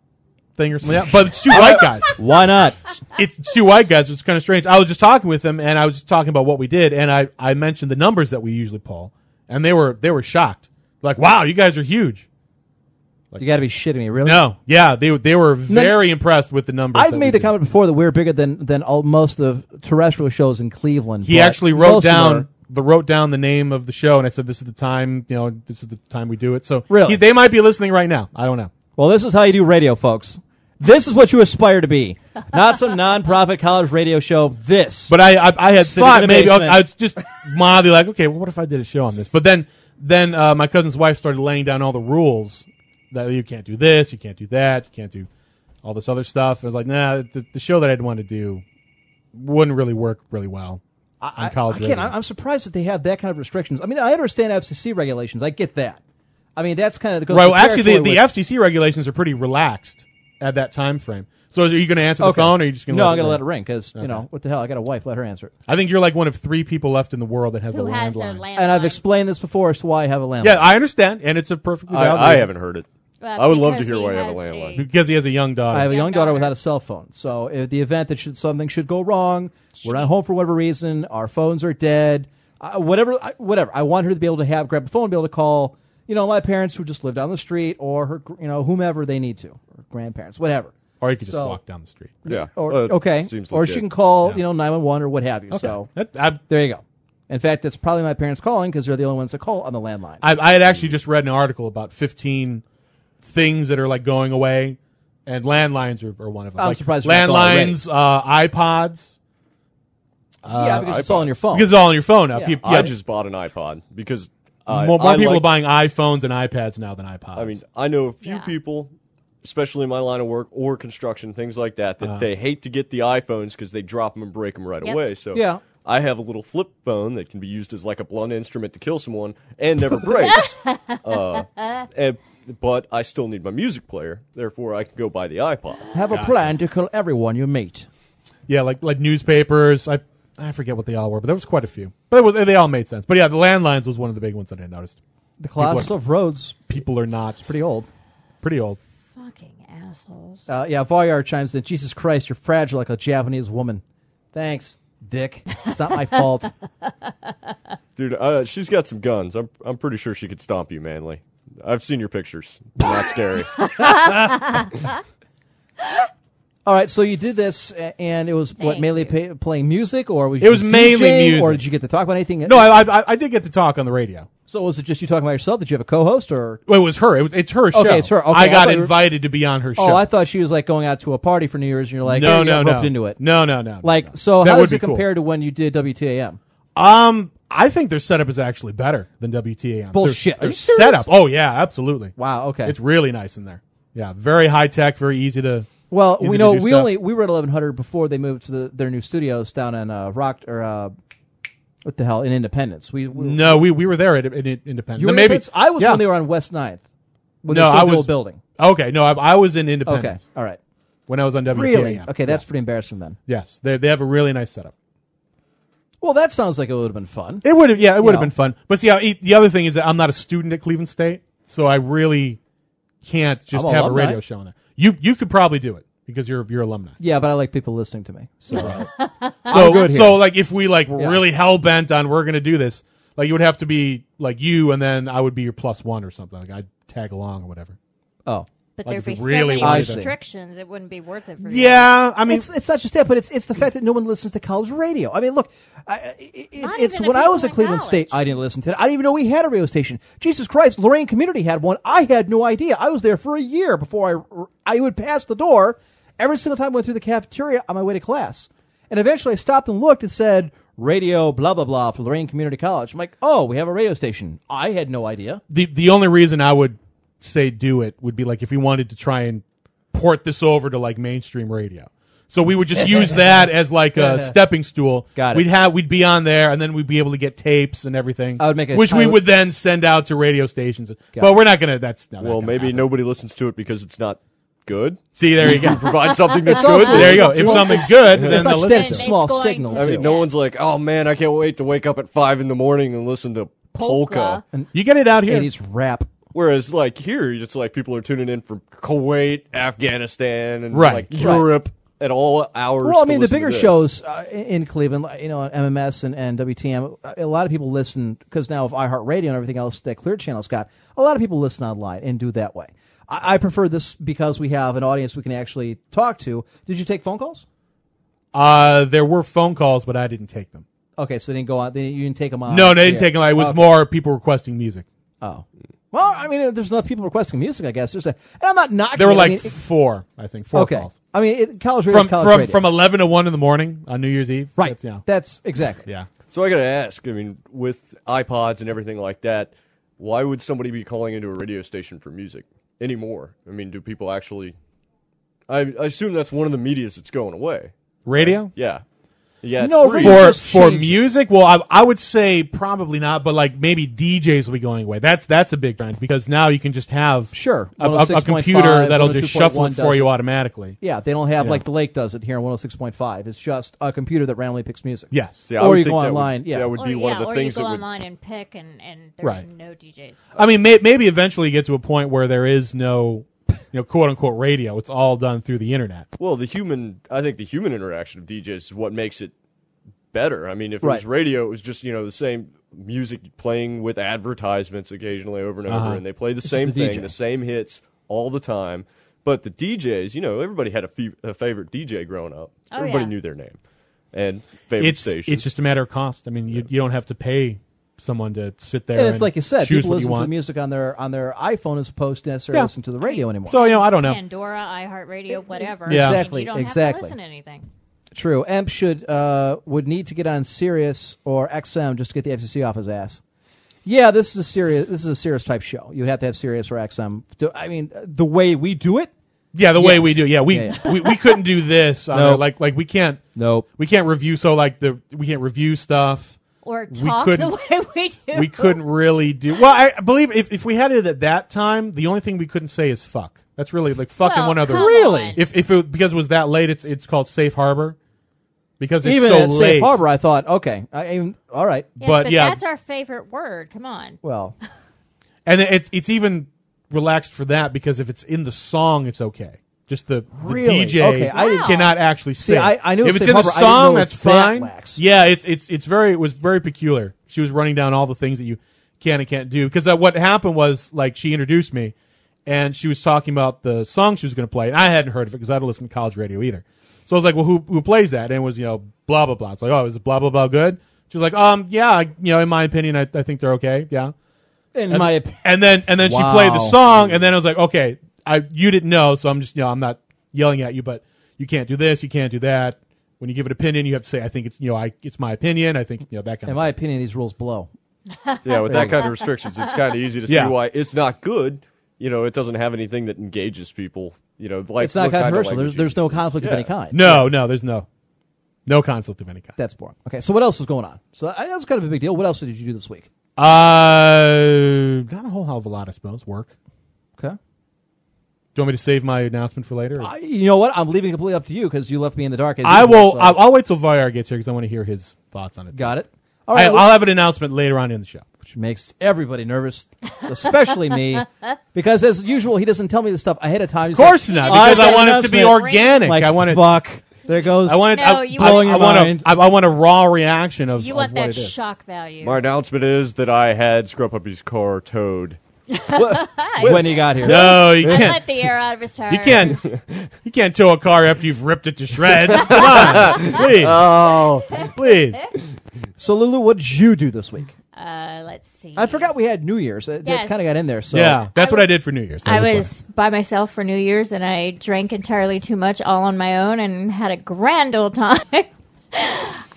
Speaker 5: thing or something. like that. But it's two white guys
Speaker 4: Why not?
Speaker 5: it's two white guys. It's kind of strange. I was just talking with them, and I was just talking about what we did, and I, I mentioned the numbers that we usually pull, and they were they were shocked. Like, wow, you guys are huge.
Speaker 4: you got to be shitting me, really?
Speaker 5: No, yeah, they they were very impressed with the numbers.
Speaker 4: I've
Speaker 5: that
Speaker 4: made
Speaker 5: we
Speaker 4: the
Speaker 5: did.
Speaker 4: comment before that we're bigger than than all, most of the terrestrial shows in Cleveland.
Speaker 5: He
Speaker 4: but
Speaker 5: actually wrote
Speaker 4: most of them
Speaker 5: down
Speaker 4: are-
Speaker 5: the wrote down the name of the show, and I said, "This is the time. You know, this is the time we do it." So
Speaker 4: Really?
Speaker 5: he- they might be listening right now. I don't know.
Speaker 4: Well, this is how you do radio, folks. This is what you aspire to be, not some nonprofit college radio show. This,
Speaker 5: But I, I, I had
Speaker 4: Sitting in
Speaker 5: thought
Speaker 4: the
Speaker 5: maybe I,
Speaker 4: basement.
Speaker 5: I was just mildly like, okay, well, what if I did a show on this? But then, then uh, my cousin's wife started laying down all the rules that you can't do this, you can't do that, you can't do all this other stuff. I was like, nah, the, the show that I'd want to do wouldn't really work really well on college
Speaker 4: Again,
Speaker 5: radio.
Speaker 4: I- I'm surprised that they have that kind of restrictions. I mean, I understand FCC regulations. I get that. I mean, that's kind of the
Speaker 5: right. Well, actually, the, the FCC regulations are pretty relaxed at that time frame. So, are you going to answer the phone, or are you just going
Speaker 4: no?
Speaker 5: to?
Speaker 4: I'm gonna let it ring because you know what the hell? I got a wife. Let her answer it.
Speaker 5: I think you're like one of three people left in the world that has
Speaker 6: Who
Speaker 5: a
Speaker 6: has their
Speaker 5: landline.
Speaker 6: landline?
Speaker 4: And I've explained this before as to why I have a landline.
Speaker 5: Yeah, I understand, and it's a perfectly valid.
Speaker 7: I, I
Speaker 5: reason.
Speaker 7: haven't heard it.
Speaker 6: Uh,
Speaker 7: I would love to
Speaker 6: because
Speaker 7: hear
Speaker 6: he
Speaker 7: why you have a
Speaker 6: has
Speaker 7: landline.
Speaker 5: because he has a young daughter.
Speaker 4: I have a
Speaker 6: Young
Speaker 4: young daughter
Speaker 6: daughter.
Speaker 4: without a cell phone. So, if the event that should something should go wrong, we're not home for whatever reason, our phones are dead, uh, whatever, I, whatever. I want her to be able to have grab the phone, be able to call, you know, my parents who just live down the street, or her, gr- you know, whomever they need to, or grandparents, whatever.
Speaker 5: or you could just
Speaker 4: So-
Speaker 5: walk down the street.
Speaker 7: Yeah.
Speaker 4: Or
Speaker 7: uh,
Speaker 4: okay,
Speaker 7: Seems
Speaker 4: or
Speaker 7: legit.
Speaker 4: she can call, you know, nine one one or what have you. So
Speaker 5: That- I,
Speaker 4: there you go. In fact, that's probably my parents calling because they're the only ones that call on the landline.
Speaker 5: I, I had actually just read an article about 15 things that are like going away, and landlines are, are one of them.
Speaker 4: I'm
Speaker 5: Like,
Speaker 4: surprised you're not
Speaker 5: landlines, uh, iPods,
Speaker 4: yeah, because it's all on your phone.
Speaker 5: Uh, because it's all on your phone now.
Speaker 4: Yeah.
Speaker 5: Peop-
Speaker 7: I
Speaker 5: yeah,
Speaker 7: just bought an iPod because I,
Speaker 5: more, more
Speaker 7: I
Speaker 5: people
Speaker 7: like-
Speaker 5: are buying iPhones and iPads now than iPods.
Speaker 7: I mean, I know a few
Speaker 6: Yeah.
Speaker 7: people, especially in my line of work or construction, things like that,
Speaker 5: Uh-huh.
Speaker 7: that they hate to get the iPhones because they drop them and break them right
Speaker 6: Yep.
Speaker 7: away. So
Speaker 4: Yeah.
Speaker 7: I have a little flip phone that can be used as like a blunt instrument to kill someone and never breaks. uh, and, but I still need my music player, therefore I can go buy the iPod.
Speaker 4: have a plan to kill everyone you meet.
Speaker 5: yeah, like like newspapers. I I forget what they all were, but there was quite a few. But it was, they all made sense. But yeah, the landlines was one of the big ones that I noticed.
Speaker 4: The Colossus
Speaker 5: People
Speaker 4: of Rhodes,
Speaker 5: People are not
Speaker 4: pretty old.
Speaker 5: pretty old.
Speaker 6: Fucking assholes.
Speaker 4: Uh, yeah, Voyar chimes in. Jesus Christ, you're fragile like a Japanese woman. Thanks, Dick. It's not my fault.
Speaker 7: Dude, uh, she's got some guns. I'm, I'm pretty sure she could stomp you, manly. I've seen your pictures. They're Not scary.
Speaker 4: All right, so you did this, a- and it was what
Speaker 6: Thank
Speaker 4: mainly pa- playing music, or was
Speaker 5: It was mainly
Speaker 4: or
Speaker 5: music.
Speaker 4: did you get to talk about anything?
Speaker 5: No, I, I I did get to talk on the radio.
Speaker 4: so was it just you talking about yourself? Did you have a co-host, or
Speaker 5: Well, it was her. It was, it's her show.
Speaker 4: it's her. Okay, I
Speaker 5: I got
Speaker 4: thought you were-
Speaker 5: invited to be on her show.
Speaker 4: oh, I thought she was like going out to a party for New Year's, and you're like,
Speaker 5: no,
Speaker 4: hey, you
Speaker 5: no,
Speaker 4: got
Speaker 5: no.
Speaker 4: roped into it.
Speaker 5: No, no, no. no, no.
Speaker 4: Like, so
Speaker 5: That
Speaker 4: how
Speaker 5: would
Speaker 4: does it
Speaker 5: be cool.
Speaker 4: compare to when you did WTAM?
Speaker 5: Um, I think their setup is actually better than WTAM.
Speaker 4: Bullshit.
Speaker 5: Their,
Speaker 4: Are
Speaker 5: their
Speaker 4: you serious?
Speaker 5: setup. Oh yeah, absolutely.
Speaker 4: Wow, okay.
Speaker 5: It's really nice in there. Yeah, very high tech, very easy to.
Speaker 4: well,
Speaker 5: easy
Speaker 4: we
Speaker 5: to
Speaker 4: know
Speaker 5: do
Speaker 4: we
Speaker 5: stuff.
Speaker 4: only we were at 1100 before they moved to the, their new studios down in uh, Rock or uh, what the hell in Independence. We, we
Speaker 5: No, we we were there at, at Independence.
Speaker 4: You
Speaker 5: Mm. No,
Speaker 4: were
Speaker 5: maybe
Speaker 4: Independence? I was
Speaker 5: yeah.
Speaker 4: when they were on West 9th. When
Speaker 5: No,
Speaker 4: they showed
Speaker 5: I
Speaker 4: the
Speaker 5: was-
Speaker 4: old building.
Speaker 5: Okay, no, I, I was in
Speaker 4: Okay,
Speaker 5: Independence
Speaker 4: all right.
Speaker 5: when I was on WTAM.
Speaker 4: Really? Okay, that's pretty embarrassing then.
Speaker 5: Yes, they they have a really nice setup.
Speaker 4: Well, that sounds like it would have been fun.
Speaker 5: It would have, yeah, it would have
Speaker 4: know.
Speaker 5: been fun. But see, I, e, the other thing is that I'm not a student at Cleveland State, so I really can't just
Speaker 4: I'm
Speaker 5: have
Speaker 4: alumni.
Speaker 5: a radio show on there. You you could probably do it because you're you're alumni.
Speaker 4: Yeah, but I like people listening to me. So uh,
Speaker 5: So
Speaker 4: good here.
Speaker 5: so like if we like were
Speaker 4: Yeah.
Speaker 5: really hell bent on we're gonna do this, like you would have to be like you, and then I would be your plus one or something. Like I'd tag along or whatever.
Speaker 4: oh.
Speaker 6: But
Speaker 5: Like,
Speaker 6: there'd
Speaker 5: if
Speaker 6: be
Speaker 5: you really
Speaker 6: so many
Speaker 4: wanted to-
Speaker 6: restrictions, it wouldn't be worth it for you.
Speaker 5: Yeah, I mean,
Speaker 4: It's, it's not just that, but it's it's the fact that no one listens to college radio. I mean, look, I, I- it,
Speaker 6: Not
Speaker 4: it's
Speaker 6: even the
Speaker 4: when I
Speaker 6: people
Speaker 4: was at
Speaker 6: in
Speaker 4: Cleveland
Speaker 6: college.
Speaker 4: State, I didn't listen to it. I didn't even know we had a radio station. Jesus Christ, Lorraine Community had one. I had no idea. I was there for a year before I I would pass the door every single time I went through the cafeteria on my way to class, and eventually I stopped and looked and said. Radio, blah blah blah, for Lorraine Community College. I'm like, oh, we have a radio station. I had no idea.
Speaker 5: the the only reason I would say do it would be like if we wanted to try and port this over to like mainstream radio. So we would just use that as like a stepping stool.
Speaker 4: Got it.
Speaker 5: We'd have we'd be on there, and then we'd be able to get tapes and everything.
Speaker 4: I would make a-
Speaker 5: which
Speaker 4: I
Speaker 5: we
Speaker 4: would-
Speaker 5: would then send out to radio stations. but we're not gonna. That's not
Speaker 7: well,
Speaker 5: gonna
Speaker 7: maybe
Speaker 5: happen.
Speaker 7: nobody listens to it because it's not good.
Speaker 5: See, there you go.
Speaker 7: Provide something that's
Speaker 4: also-
Speaker 7: good.
Speaker 5: There you go.
Speaker 4: It's
Speaker 5: If
Speaker 4: not-
Speaker 5: something's good, then
Speaker 4: It's
Speaker 5: they'll
Speaker 4: not
Speaker 5: listen
Speaker 4: that
Speaker 5: to
Speaker 6: It's
Speaker 5: it.
Speaker 6: Then
Speaker 4: small
Speaker 6: it's going
Speaker 4: signal.
Speaker 6: to-
Speaker 7: I
Speaker 4: too.
Speaker 7: mean, no one's like, oh man, I can't wait to wake up at five in the morning and listen to polka.
Speaker 6: Polka.
Speaker 5: You get it out here.
Speaker 4: 80s rap.
Speaker 7: Whereas, like here, it's like people are tuning in from Kuwait, Afghanistan, and
Speaker 5: Right.
Speaker 7: like
Speaker 5: Right.
Speaker 7: Europe at all hours.
Speaker 4: Well, I
Speaker 7: to
Speaker 4: mean, the
Speaker 7: listen to
Speaker 4: bigger
Speaker 7: this.
Speaker 4: shows uh, in Cleveland, like, you know, MMS and, and WTM, a lot of people listen because now of iHeartRadio and everything else that Clear Channel's got, a lot of people listen online and do that way. I, I prefer this because we have an audience we can actually talk to. Did you take phone calls?
Speaker 5: Uh, there were phone calls, but I didn't take them.
Speaker 4: Okay, so they didn't go on. They, you didn't take them on.
Speaker 5: No, they didn't
Speaker 4: Yeah.
Speaker 5: take it. Like, it was
Speaker 4: Okay.
Speaker 5: more people requesting music.
Speaker 4: Oh. Well, I mean, there's enough people requesting music, I guess. There's a, and I'm not knocking.
Speaker 5: There were
Speaker 4: it. I
Speaker 5: like
Speaker 4: mean, it-
Speaker 5: four, I think, four
Speaker 4: okay.
Speaker 5: calls
Speaker 4: I mean, it, college radio
Speaker 5: from
Speaker 4: is college
Speaker 5: from
Speaker 4: radio.
Speaker 5: from eleven to one in the morning on New Year's Eve.
Speaker 4: right.
Speaker 5: That's, yeah.
Speaker 4: That's exactly.
Speaker 5: yeah.
Speaker 7: So I gotta ask. I mean, with iPods and everything like that, why would somebody be calling into a radio station for music anymore? I mean, do people actually? I, I assume that's one of the medias that's going away.
Speaker 5: Radio.
Speaker 7: Yeah, yeah. It's
Speaker 4: No,
Speaker 7: free.
Speaker 4: radio-
Speaker 5: for
Speaker 4: just
Speaker 5: for
Speaker 4: change it.
Speaker 5: music well I, I would say probably not but like maybe djs will be going away that's that's a big trend because now you can just have
Speaker 4: Sure.
Speaker 5: a, a, a
Speaker 4: 106.5,
Speaker 5: computer that'll just shuffle it
Speaker 4: 102.1
Speaker 5: for
Speaker 4: does
Speaker 5: you
Speaker 4: it.
Speaker 5: automatically
Speaker 4: Yeah, they don't have
Speaker 5: Yeah.
Speaker 4: like the lake does it here oh on 106.5. It's just a computer that randomly picks music.
Speaker 5: yes
Speaker 7: See, I
Speaker 4: or
Speaker 7: would
Speaker 4: you
Speaker 7: think
Speaker 4: go
Speaker 7: that would-
Speaker 4: online, yeah.
Speaker 7: that would
Speaker 6: or,
Speaker 7: be one
Speaker 6: yeah,
Speaker 7: of the
Speaker 6: or
Speaker 7: things
Speaker 6: you
Speaker 7: that
Speaker 6: go
Speaker 7: would
Speaker 6: online and pick, and, and there's
Speaker 5: Right.
Speaker 6: no DJs.
Speaker 5: i mean may, maybe eventually it gets to a point where there is no you know quote unquote radio it's all done through the internet
Speaker 7: Well, the human, I think the human interaction of DJs is what makes it better. I mean, if it
Speaker 4: Right.
Speaker 7: was radio, it was just, you know, the same music playing with advertisements occasionally over and over, and they play the same
Speaker 4: Uh-huh. the
Speaker 7: thing,
Speaker 4: DJ.
Speaker 7: the same hits all the time. But the DJs, you know, everybody had a, fe- a favorite DJ growing up.
Speaker 6: Oh,
Speaker 7: everybody
Speaker 6: yeah.
Speaker 7: knew their name and favorite
Speaker 5: it's
Speaker 7: station.
Speaker 5: it's just a matter of cost i mean you, you don't have to pay someone to sit there
Speaker 4: And it's like you said,
Speaker 5: choose
Speaker 4: people
Speaker 5: what you
Speaker 4: listen to
Speaker 5: want
Speaker 4: the music on their on their iPhone as opposed to necessarily
Speaker 5: Yeah.
Speaker 4: listen to the radio anymore.
Speaker 5: so you know i don't know
Speaker 6: Pandora, iHeartRadio, whatever.
Speaker 5: Yeah.
Speaker 6: I mean,
Speaker 4: Exactly,
Speaker 6: You don't
Speaker 4: exactly.
Speaker 6: have to listen to anything.
Speaker 4: True. Emp should uh, would need to get on Sirius or XM just to get the FCC off his ass. Yeah, this is a serious this is a serious type show. You'd have to have Sirius or XM. Do- I mean, the way we do it.
Speaker 5: Yeah, the way
Speaker 4: Yes.
Speaker 5: we do. Yeah, we
Speaker 4: Yeah,
Speaker 5: We, we couldn't do this. on
Speaker 4: Nope.
Speaker 5: our- like like we can't.
Speaker 4: Nope.
Speaker 5: We can't review. So like the we can't review stuff.
Speaker 6: Or
Speaker 5: We
Speaker 6: talk
Speaker 5: couldn't-
Speaker 6: the way we do.
Speaker 5: We couldn't really do. Well, I believe if, if we had it at that time, the only thing we couldn't say is fuck. That's really like fuck and
Speaker 6: Well,
Speaker 5: one other.
Speaker 6: come Really? on.
Speaker 5: If if it, because it was that late, it's it's called safe harbor. Because it's
Speaker 4: Even
Speaker 5: so
Speaker 4: at
Speaker 5: late.
Speaker 4: Safe Harbor, I thought, okay, I even all right.
Speaker 6: Yes,
Speaker 5: but
Speaker 6: but,
Speaker 5: yeah.
Speaker 6: that's our favorite word. Come on.
Speaker 4: Well,
Speaker 5: and it's it's even relaxed for that because if it's in the song, it's okay. Just the, the
Speaker 4: Really?
Speaker 5: DJ
Speaker 4: Okay, I
Speaker 6: didn't-
Speaker 5: cannot actually sing.
Speaker 4: I- I knew
Speaker 5: if
Speaker 4: it
Speaker 5: it's
Speaker 4: said
Speaker 5: in the
Speaker 4: Hubbard, I didn't know
Speaker 5: song,
Speaker 4: it was
Speaker 5: that's
Speaker 4: that
Speaker 5: fine.
Speaker 4: lax.
Speaker 5: Yeah, it's it's it's very it was very peculiar. She was running down all the things that you can and can't do because uh, what happened was like she introduced me and she was talking about the song she was going to play and I hadn't heard of it because I don't listen to college radio either. So I was like, well, who who plays that? And it was you know blah blah blah. It's like oh, is blah blah blah good? She was like, um, yeah, I- you know, in my opinion, I, I think they're okay. Yeah.
Speaker 4: in
Speaker 5: And-
Speaker 4: my opinion,
Speaker 5: And then and then she
Speaker 4: Wow.
Speaker 5: played the song, and then I was like, okay, I you didn't know, so I'm just you know I'm not yelling at you, but you can't do this, you can't do that. When you give an opinion, you have to say, I think it's you know I it's my opinion. I think you know that
Speaker 4: in
Speaker 5: kind of.
Speaker 4: my opinion, these rules blow.
Speaker 7: yeah, with that kind of restrictions, it's kind of easy to
Speaker 5: Yeah.
Speaker 7: see why it's not good. You know, it doesn't have anything that engages people. You know, like
Speaker 4: It's not
Speaker 7: what kind of
Speaker 4: controversial.
Speaker 7: language
Speaker 4: There's
Speaker 7: you
Speaker 4: there's no
Speaker 7: use.
Speaker 4: conflict of
Speaker 7: Yeah.
Speaker 4: any kind.
Speaker 5: no, no, there's no no conflict of any kind.
Speaker 4: That's boring. Okay, so what else was going on? So I- that was kind of a big deal. What else did you do this week?
Speaker 5: Uh, not a whole hell of a lot, I suppose. Work.
Speaker 4: Okay.
Speaker 5: Do you want me to save my announcement for later? or-
Speaker 4: I, you know what? I'm leaving it completely up to you because you left me in the dark. as
Speaker 5: I
Speaker 4: usual,
Speaker 5: will.
Speaker 4: so-
Speaker 5: I'll, I'll wait till Vyar gets here because I want to hear his thoughts on it.
Speaker 4: Got it. All
Speaker 5: I,
Speaker 4: right.
Speaker 5: I'll have an announcement later on in the show.
Speaker 4: which makes everybody nervous, especially me, because as usual, he doesn't tell me the stuff ahead of time.
Speaker 5: Of course not, because I, want it to be organic.
Speaker 4: Like,
Speaker 5: I want it.
Speaker 4: fuck. There goes.
Speaker 5: I want it.
Speaker 6: No,
Speaker 5: I,
Speaker 6: you
Speaker 5: I,
Speaker 6: want-
Speaker 5: I
Speaker 4: Blowing your
Speaker 5: want
Speaker 4: mind.
Speaker 5: a, I, I want a raw reaction of,
Speaker 6: You
Speaker 5: of
Speaker 6: want
Speaker 5: what
Speaker 6: that
Speaker 5: it is.
Speaker 6: shock value.
Speaker 7: My announcement is that I had Scrub Puppy's car towed.
Speaker 4: when he got here.
Speaker 5: No, you
Speaker 6: I
Speaker 5: can't.
Speaker 6: let the air out of his tires.
Speaker 5: You can't. You can't tow a car after you've ripped it to shreds. Come on, please,
Speaker 4: Oh,
Speaker 5: please.
Speaker 4: so Lulu, what did you do this week?
Speaker 6: Uh, let's see.
Speaker 4: I forgot we had New Year's. That,
Speaker 6: Yes.
Speaker 4: kind of got in there. So
Speaker 5: yeah, that's
Speaker 6: I
Speaker 5: what
Speaker 6: was-
Speaker 5: I did for New Year's. That
Speaker 6: I
Speaker 5: why.
Speaker 6: was by myself for New Year's and I drank entirely too much all on my own and had a grand old time.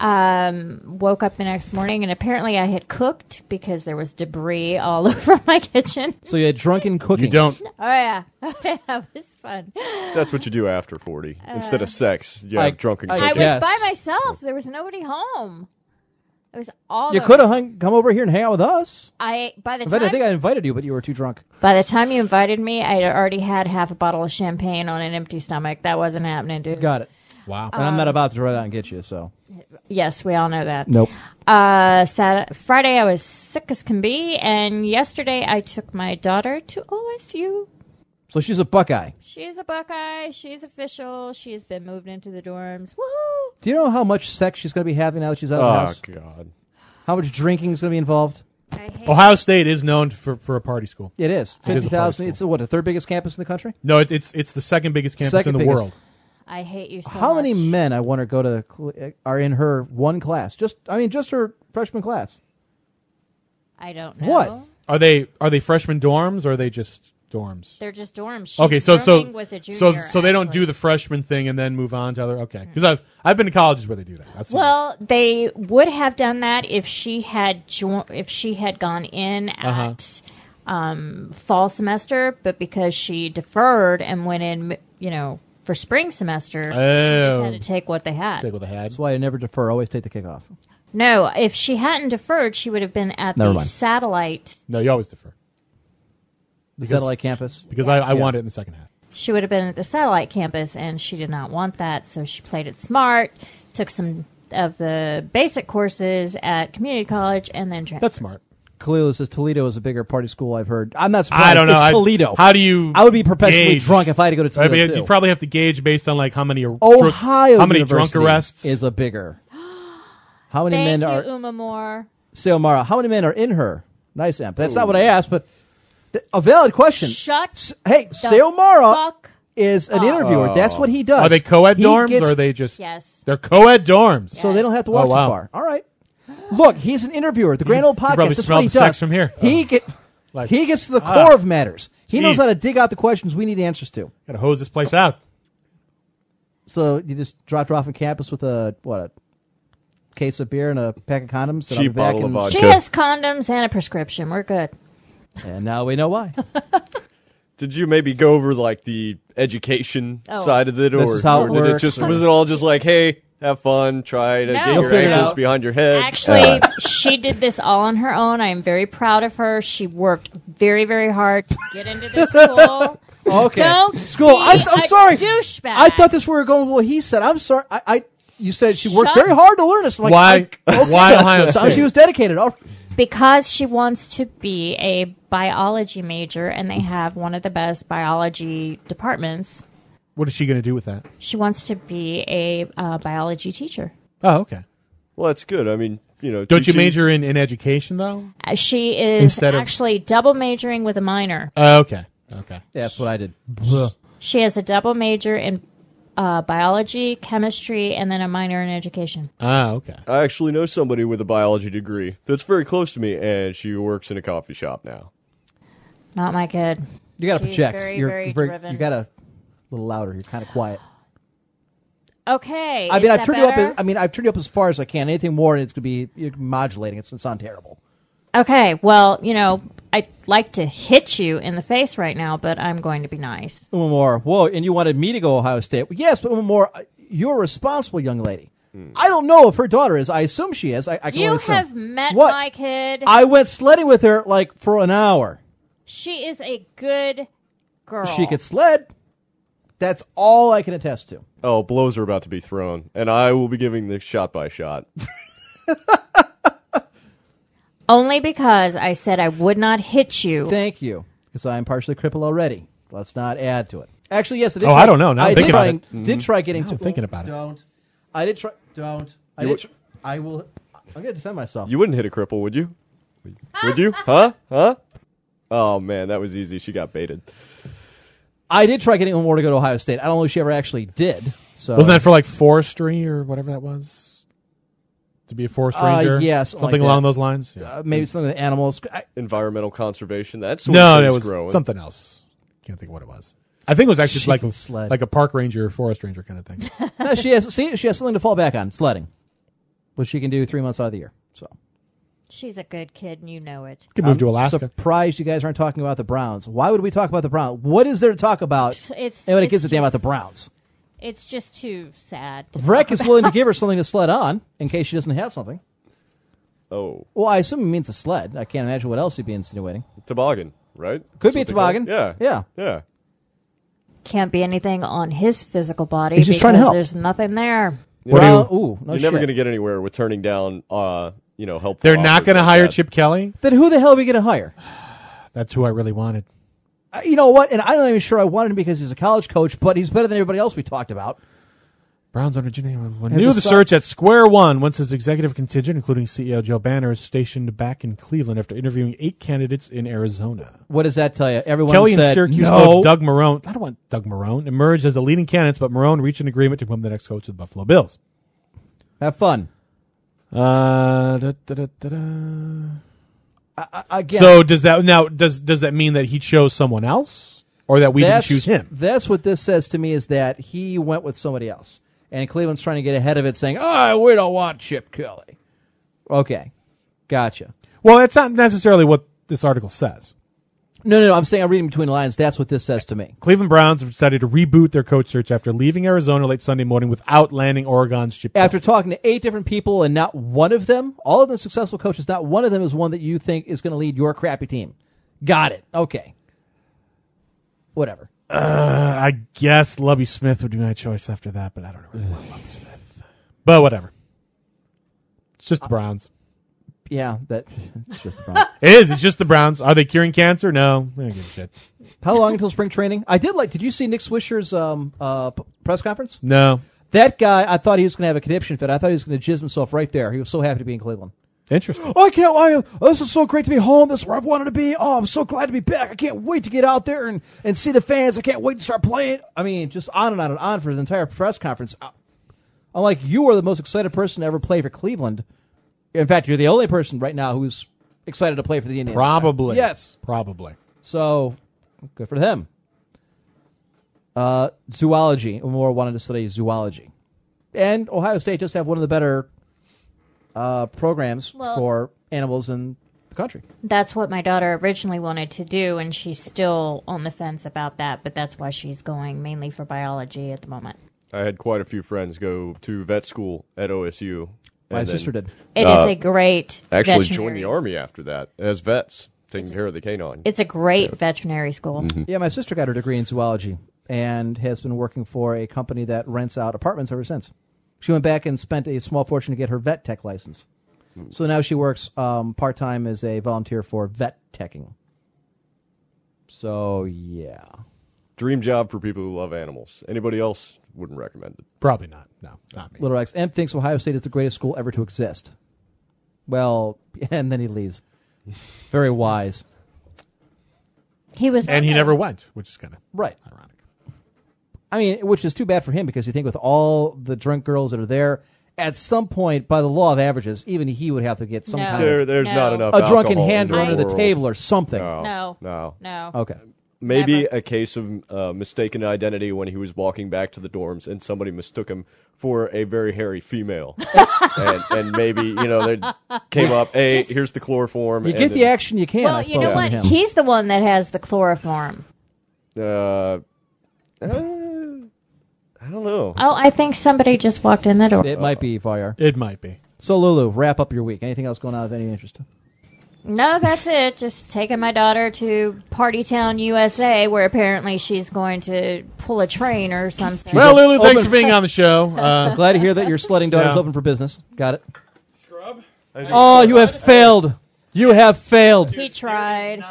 Speaker 6: um, woke up the next morning and apparently I had cooked because there was debris all over my kitchen.
Speaker 4: So you had drunken cooking.
Speaker 5: You don't.
Speaker 6: Oh yeah, that was fun.
Speaker 7: That's what you do after 40. Instead of sex, you
Speaker 4: I-
Speaker 7: have drunken
Speaker 4: I
Speaker 6: I
Speaker 7: cooking.
Speaker 6: was
Speaker 4: Yes.
Speaker 6: by myself. There was nobody home. It was all
Speaker 4: You
Speaker 6: of-
Speaker 4: could have hung, come over here and hang out with us.
Speaker 6: I by the
Speaker 4: In fact, I
Speaker 6: time
Speaker 4: think I invited you, but you were too drunk.
Speaker 6: by the time you invited me, I would already had half a bottle of champagne on an empty stomach. That wasn't happening, dude.
Speaker 4: Got it.
Speaker 5: Wow.
Speaker 4: And
Speaker 6: Um,
Speaker 4: I'm not about to run out and get you. So
Speaker 6: Yes, we all know that.
Speaker 4: nope.
Speaker 6: Uh, Sat- Friday I was sick as can be, and yesterday I took my daughter to OSU.
Speaker 4: So she's a Buckeye.
Speaker 6: She's a Buckeye. She's official. She's been moved into the dorms. Woohoo!
Speaker 4: Do you know how much sex she's going to be having now that she's out of the
Speaker 7: Oh,
Speaker 4: house?
Speaker 7: God.
Speaker 4: How much drinking is going to be involved?
Speaker 6: I hate
Speaker 5: Ohio State is known for for a party school.
Speaker 4: It is
Speaker 5: It is a
Speaker 4: fifty thousand.
Speaker 5: party
Speaker 4: It's what the third biggest campus in the country.
Speaker 5: No, it, it's it's the second biggest campus
Speaker 4: Second
Speaker 5: in the
Speaker 4: biggest.
Speaker 5: world.
Speaker 6: I hate you so
Speaker 4: How many
Speaker 6: much.
Speaker 4: men I wonder go to the cl- uh, are in her one class? Just I mean, just her freshman class.
Speaker 6: I don't know.
Speaker 4: What?
Speaker 5: Are they are they freshman dorms or are they just dorms?
Speaker 6: They're just dorms. She's
Speaker 5: Okay, so so
Speaker 6: rooming with a junior,
Speaker 5: so so they don't
Speaker 6: actually. Hmm.
Speaker 5: do the freshman thing and then move on to other. Okay, because I've I've been to colleges where they do that. I've seen it.
Speaker 6: Well, they would have done that if she had jo- if she had gone in
Speaker 5: Uh-huh.
Speaker 6: at um, fall semester, but because she deferred and went in, you know, for spring semester, she just
Speaker 5: Oh.
Speaker 6: had to take what they had.
Speaker 5: take what they had.
Speaker 4: That's why I never defer. Always take the kickoff.
Speaker 6: No, if she hadn't deferred, she would have been at
Speaker 4: Never
Speaker 6: the
Speaker 4: mind.
Speaker 6: satellite.
Speaker 5: No, you always defer
Speaker 4: The satellite campus.
Speaker 5: because I, I want it in the second half.
Speaker 6: She would have been at the satellite campus, and she did not want that, so she played it smart, took some of the basic courses at community college, and then transferred.
Speaker 5: That's smart.
Speaker 4: Kalila says Toledo is a bigger party school. I've heard. I'm not surprised.
Speaker 5: I don't know.
Speaker 4: It's
Speaker 5: I-
Speaker 4: Toledo.
Speaker 5: How do you?
Speaker 4: I would be perpetually
Speaker 5: gauge?
Speaker 4: drunk if I had to go to
Speaker 5: I
Speaker 4: Toledo.
Speaker 5: mean,
Speaker 4: too.
Speaker 5: you probably have to gauge based on like how many are drunk-
Speaker 4: Ohio.
Speaker 5: how many
Speaker 4: University
Speaker 5: drunk arrests
Speaker 4: is a bigger? How many men
Speaker 6: Thank you,
Speaker 4: are
Speaker 6: Uma Moore.
Speaker 4: say Omara? How many men are in her? Nice amp. That's not what I asked, but th- a valid question.
Speaker 6: Shut
Speaker 4: S- hey,
Speaker 6: the
Speaker 4: Sayomara
Speaker 6: fuck
Speaker 4: is an
Speaker 6: up.
Speaker 4: interviewer. That's what he does.
Speaker 5: Oh. Are they co-ed
Speaker 4: He
Speaker 5: dorms
Speaker 4: gets-
Speaker 5: or are they just?
Speaker 6: Yes.
Speaker 5: They're co-ed dorms.
Speaker 4: So they don't have to walk
Speaker 5: Oh, wow.
Speaker 4: too far. All right. Look, he's an interviewer. The Grand Old
Speaker 5: you probably
Speaker 4: Podcast. That's
Speaker 5: smell
Speaker 4: what he
Speaker 5: the sex
Speaker 4: does.
Speaker 5: from here. Oh.
Speaker 4: He get
Speaker 5: Like,
Speaker 4: he gets to the
Speaker 5: ah,
Speaker 4: core of matters. He knows
Speaker 5: jeez.
Speaker 4: how to dig out the questions we need answers to.
Speaker 5: Gotta hose this place out.
Speaker 4: So you just dropped her off on campus with a what a case of beer and a pack of condoms. and I'll be
Speaker 7: Cheap
Speaker 4: back
Speaker 7: bottle of
Speaker 4: in-
Speaker 7: vodka.
Speaker 6: She has condoms and a prescription. We're good.
Speaker 4: And now we know why.
Speaker 7: Did you maybe go over like the education
Speaker 6: Oh.
Speaker 7: side of it,
Speaker 4: This
Speaker 7: or,
Speaker 4: is how
Speaker 7: or
Speaker 4: it
Speaker 7: did
Speaker 4: works.
Speaker 7: it just was it all just like, hey, have fun, try to
Speaker 6: No.
Speaker 7: get
Speaker 6: You'll
Speaker 7: your
Speaker 4: figure it
Speaker 7: ankles
Speaker 4: out.
Speaker 7: behind your head?
Speaker 6: Actually, she did this all on her own. I am very proud of her. She worked very, very hard to get into this school.
Speaker 4: Okay.
Speaker 6: Don't
Speaker 4: School. I,
Speaker 6: be
Speaker 4: I'm
Speaker 6: a
Speaker 4: sorry.
Speaker 6: douchebag.
Speaker 4: I thought this were going. Well, he said. I'm sorry. I. I you said she worked
Speaker 6: Shut-
Speaker 4: very hard to learn this. I'm Like,
Speaker 5: Why? Why Ohio
Speaker 4: I, so
Speaker 5: State?
Speaker 4: she was dedicated. All,
Speaker 6: because she wants to be a biology major, and they have one of the best biology departments.
Speaker 5: what is she gonna do with that?
Speaker 6: She wants to be a uh, biology teacher.
Speaker 5: Oh, okay.
Speaker 7: well, that's good. I mean, you know,
Speaker 5: Don't you
Speaker 7: teaching-
Speaker 5: major in, in education though?
Speaker 6: Uh, She is
Speaker 5: Instead of-
Speaker 6: actually double majoring with a minor.
Speaker 5: Oh, okay. Okay.
Speaker 4: that's what I did.
Speaker 6: She has a double major in uh, biology, chemistry, and then a minor in education.
Speaker 5: Ah, okay.
Speaker 7: I actually know somebody with a biology degree that's very close to me, and she works in a coffee shop now.
Speaker 6: Not my kid.
Speaker 4: You got to
Speaker 6: She's
Speaker 4: project.
Speaker 6: very,
Speaker 4: you're
Speaker 6: very
Speaker 4: very-
Speaker 6: driven.
Speaker 4: You got to a little louder. You're kind of quiet.
Speaker 6: Okay.
Speaker 4: I
Speaker 6: is
Speaker 4: mean, I've
Speaker 6: that
Speaker 4: turned you
Speaker 6: better?
Speaker 4: up. As, I mean, I've turned you up as far as I can. Anything more, it's going to be you're modulating. It's going to sound terrible.
Speaker 6: okay. Well, you know, I'd like to hit you in the face right now, but I'm going to be nice.
Speaker 4: Uma Moore, whoa! And you wanted me to go Ohio State? Well, yes, but Uma Moore, uh, you're a responsible young lady. I don't know if her daughter is. I assume she is. I, I can
Speaker 6: You
Speaker 4: only assume.
Speaker 6: have met
Speaker 4: What?
Speaker 6: my kid.
Speaker 4: I went sledding with her like for an hour.
Speaker 6: she is a good girl.
Speaker 4: She could sled. That's all I can attest to.
Speaker 7: Oh, blows are about to be thrown, and I will be giving the shot by shot.
Speaker 6: Only because I said I would not hit you.
Speaker 4: Thank you, because I am partially crippled already. Let's not add to it. Actually, yes. I did
Speaker 5: Oh,
Speaker 4: try-
Speaker 5: I don't know. Now I'm
Speaker 4: I
Speaker 5: thinking
Speaker 4: did try,
Speaker 5: about
Speaker 4: did try getting to.
Speaker 5: thinking about it.
Speaker 4: Don't. I did try. Don't. I
Speaker 7: You
Speaker 4: did.
Speaker 7: would-
Speaker 4: Tr- I will. I'm gonna defend myself.
Speaker 7: You wouldn't hit a cripple, would you? Would you? Huh? Huh? Oh man, that was easy. She got baited.
Speaker 4: I did try getting Uma Moore to go to Ohio State. I don't know if she ever actually did. So
Speaker 5: Wasn't that for like forestry or whatever that was? To be a forest
Speaker 4: Uh,
Speaker 5: ranger?
Speaker 4: yes,
Speaker 5: Something
Speaker 4: like that.
Speaker 5: along those lines? Yeah.
Speaker 4: uh, maybe something with animals? I,
Speaker 7: Environmental conservation. That's
Speaker 5: no,
Speaker 7: that
Speaker 5: it was
Speaker 7: growing.
Speaker 5: something else. Can't think of what it was. I think it was actually
Speaker 4: She
Speaker 5: like
Speaker 4: can
Speaker 5: a,
Speaker 4: sled.
Speaker 5: like a park ranger or forest ranger kind of thing.
Speaker 4: no, she has. See, she has something to fall back on. Sledding, which she can do three months out of the year. So
Speaker 6: She's a good kid, and you know it.
Speaker 5: Could move to Alaska.
Speaker 4: surprised you guys aren't talking about the Browns. Why would we talk about the Browns? What is there to talk about?
Speaker 6: It's
Speaker 4: Anybody
Speaker 6: it's
Speaker 4: gives a damn
Speaker 6: just-
Speaker 4: about the Browns.
Speaker 6: It's just too sad. to
Speaker 4: Vreck is willing to give her something to sled on in case she doesn't have something.
Speaker 7: Oh,
Speaker 4: Well, I assume he means a sled. I can't imagine what else he'd be insinuating.
Speaker 7: toboggan, right?
Speaker 4: Could
Speaker 7: That's
Speaker 4: be a
Speaker 7: what they call it?
Speaker 4: toboggan.
Speaker 7: Yeah.
Speaker 4: Yeah.
Speaker 7: Yeah.
Speaker 6: can't be anything on his physical body
Speaker 4: He's
Speaker 6: because
Speaker 4: just trying to help.
Speaker 6: there's nothing there.
Speaker 5: What do you-
Speaker 4: Brown- ooh, no
Speaker 7: You're never
Speaker 4: Oh, shit.
Speaker 7: going to get anywhere with turning down, uh, you know, help.
Speaker 5: They're not going to hire
Speaker 7: Chip.
Speaker 5: Chip Kelly.
Speaker 4: Then who the hell are we going to hire?
Speaker 5: That's who I really wanted.
Speaker 4: Uh, You know what? And I'm not even sure I wanted him because he's a college coach, but he's better than everybody else we talked about.
Speaker 5: Brown's under New
Speaker 4: the
Speaker 5: the,
Speaker 4: si-
Speaker 5: search at Square One, once his executive contingent, including CEO Joe Banner, is stationed back in Cleveland after interviewing eight candidates in Arizona.
Speaker 4: What does that tell you? Everyone
Speaker 5: Kelly
Speaker 4: said
Speaker 5: and Syracuse
Speaker 4: no.
Speaker 5: coach Doug Marone. I don't want Doug Marone emerged as the leading candidates, but Marone reached an agreement to become the next coach of the Buffalo Bills.
Speaker 4: Have fun.
Speaker 5: Uh, da, da, da, da, da.
Speaker 4: Again,
Speaker 5: So does that now does does that mean that he chose someone else, or that we didn't
Speaker 4: that's,
Speaker 5: choose him?
Speaker 4: That's what this says to me is that he went with somebody else, and Cleveland's trying to get ahead of it, saying, "Oh, we don't want Chip Kelly." Okay, gotcha.
Speaker 5: Well, that's not necessarily what this article says.
Speaker 4: No, no, no. I'm saying I'm reading between the lines. That's what this says to me.
Speaker 5: Cleveland Browns have decided to reboot their coach search after leaving Arizona late Sunday morning without landing Oregon's Chip.
Speaker 4: After talking to eight different people, and not one of them, all of them successful coaches, not one of them is one that you think is going to lead your crappy team. Got it. Okay. Whatever.
Speaker 5: I guess Lubby Smith would be my choice after that, but I don't really want Lubby Smith. But whatever. It's just the Browns.
Speaker 4: Yeah, that it's just a problem.
Speaker 5: It is. It's just the Browns. Are they curing cancer? No. I don't give a shit.
Speaker 4: How long until spring training? I did like. Did you see Nick Swisher's um, uh, p- press conference?
Speaker 5: No.
Speaker 4: That guy, I thought he was going to have a conniption fit. I thought he was going to jizz himself right there. He was so happy to be in Cleveland.
Speaker 5: Interesting.
Speaker 4: Oh, I can't. I, oh, this is so great to be home. This is where I've wanted to be. Oh, I'm so glad to be back. I can't wait to get out there and, and see the fans. I can't wait to start playing. I mean, just on and on and on for his entire press conference. I- I'm like, you are the most excited person to ever play for Cleveland. In fact, you're the only person right now who's excited to play for the Indians.
Speaker 5: Probably.
Speaker 4: Yes.
Speaker 5: Probably.
Speaker 4: So good for them. Uh, zoology. Umar wanted to study zoology, and Ohio State just have one of the better uh, programs
Speaker 6: Well-
Speaker 4: for animals in the country.
Speaker 6: That's what my daughter originally wanted to do, and she's still on the fence about that, but that's why she's going mainly for biology at the moment.
Speaker 7: I had quite a few friends go to vet school at OSU.
Speaker 4: My
Speaker 7: and then
Speaker 4: sister did.
Speaker 6: It is a great
Speaker 7: Uh, Actually
Speaker 6: veterinary-
Speaker 7: joined the army after that as vets, taking care of the canine.
Speaker 6: It's a great veterinary school.
Speaker 7: Mm-hmm. Hmm.
Speaker 4: Yeah, my sister got her degree in zoology and has been working for a company that rents out apartments ever since. She went back and spent a small fortune to get her vet tech license.
Speaker 7: Hmm.
Speaker 4: So now she works um, part time as a volunteer for vet teching. So yeah.
Speaker 7: Dream job for people who love animals. Anybody else wouldn't recommend it.
Speaker 5: Probably not. No. Not me.
Speaker 4: Little Rex. M thinks Ohio State is the greatest school ever to exist. Well, and then he leaves. Very wise.
Speaker 6: He was
Speaker 5: And he never went, which is kind of
Speaker 4: Right.
Speaker 5: ironic.
Speaker 4: I mean, which is too bad for him because you think with all the drunk girls that are there, at some point, by the law of averages, even he would have to get some
Speaker 6: No.
Speaker 4: kind
Speaker 7: There,
Speaker 4: of
Speaker 7: there's
Speaker 6: No.
Speaker 7: not enough.
Speaker 4: a drunken
Speaker 7: alcohol in
Speaker 4: hand
Speaker 7: the
Speaker 4: under the
Speaker 7: world.
Speaker 4: table or something.
Speaker 7: Oh,
Speaker 6: No.
Speaker 7: No.
Speaker 6: No.
Speaker 4: Okay.
Speaker 7: Maybe
Speaker 6: Never.
Speaker 7: a case of uh, mistaken identity when he was walking back to the dorms and somebody mistook him for a very hairy female. and, and maybe, you know, they came up, hey,
Speaker 6: Just-
Speaker 7: here's the chloroform.
Speaker 4: You
Speaker 7: and
Speaker 4: get the
Speaker 7: then,
Speaker 4: action you can.
Speaker 6: Well,
Speaker 4: I
Speaker 6: you know
Speaker 4: suppose,
Speaker 6: what?
Speaker 4: from him.
Speaker 6: He's the one that has the chloroform.
Speaker 7: Uh, uh, I don't know.
Speaker 6: Oh, I think somebody just walked in the door.
Speaker 4: it might be Voyeur.
Speaker 5: It might be.
Speaker 4: So Lulu, wrap up your week. Anything else going on of any interest?
Speaker 6: No, that's it. Just taking my daughter to Party Town, USA, where apparently she's going to pull a train or something.
Speaker 5: Well, Lulu,
Speaker 4: open-
Speaker 5: thanks for being on the show. Uh,
Speaker 4: Glad to hear that your sledding daughter's
Speaker 5: Yeah.
Speaker 4: open for business. Got it. Oh, you have failed. You have failed.
Speaker 6: he tried.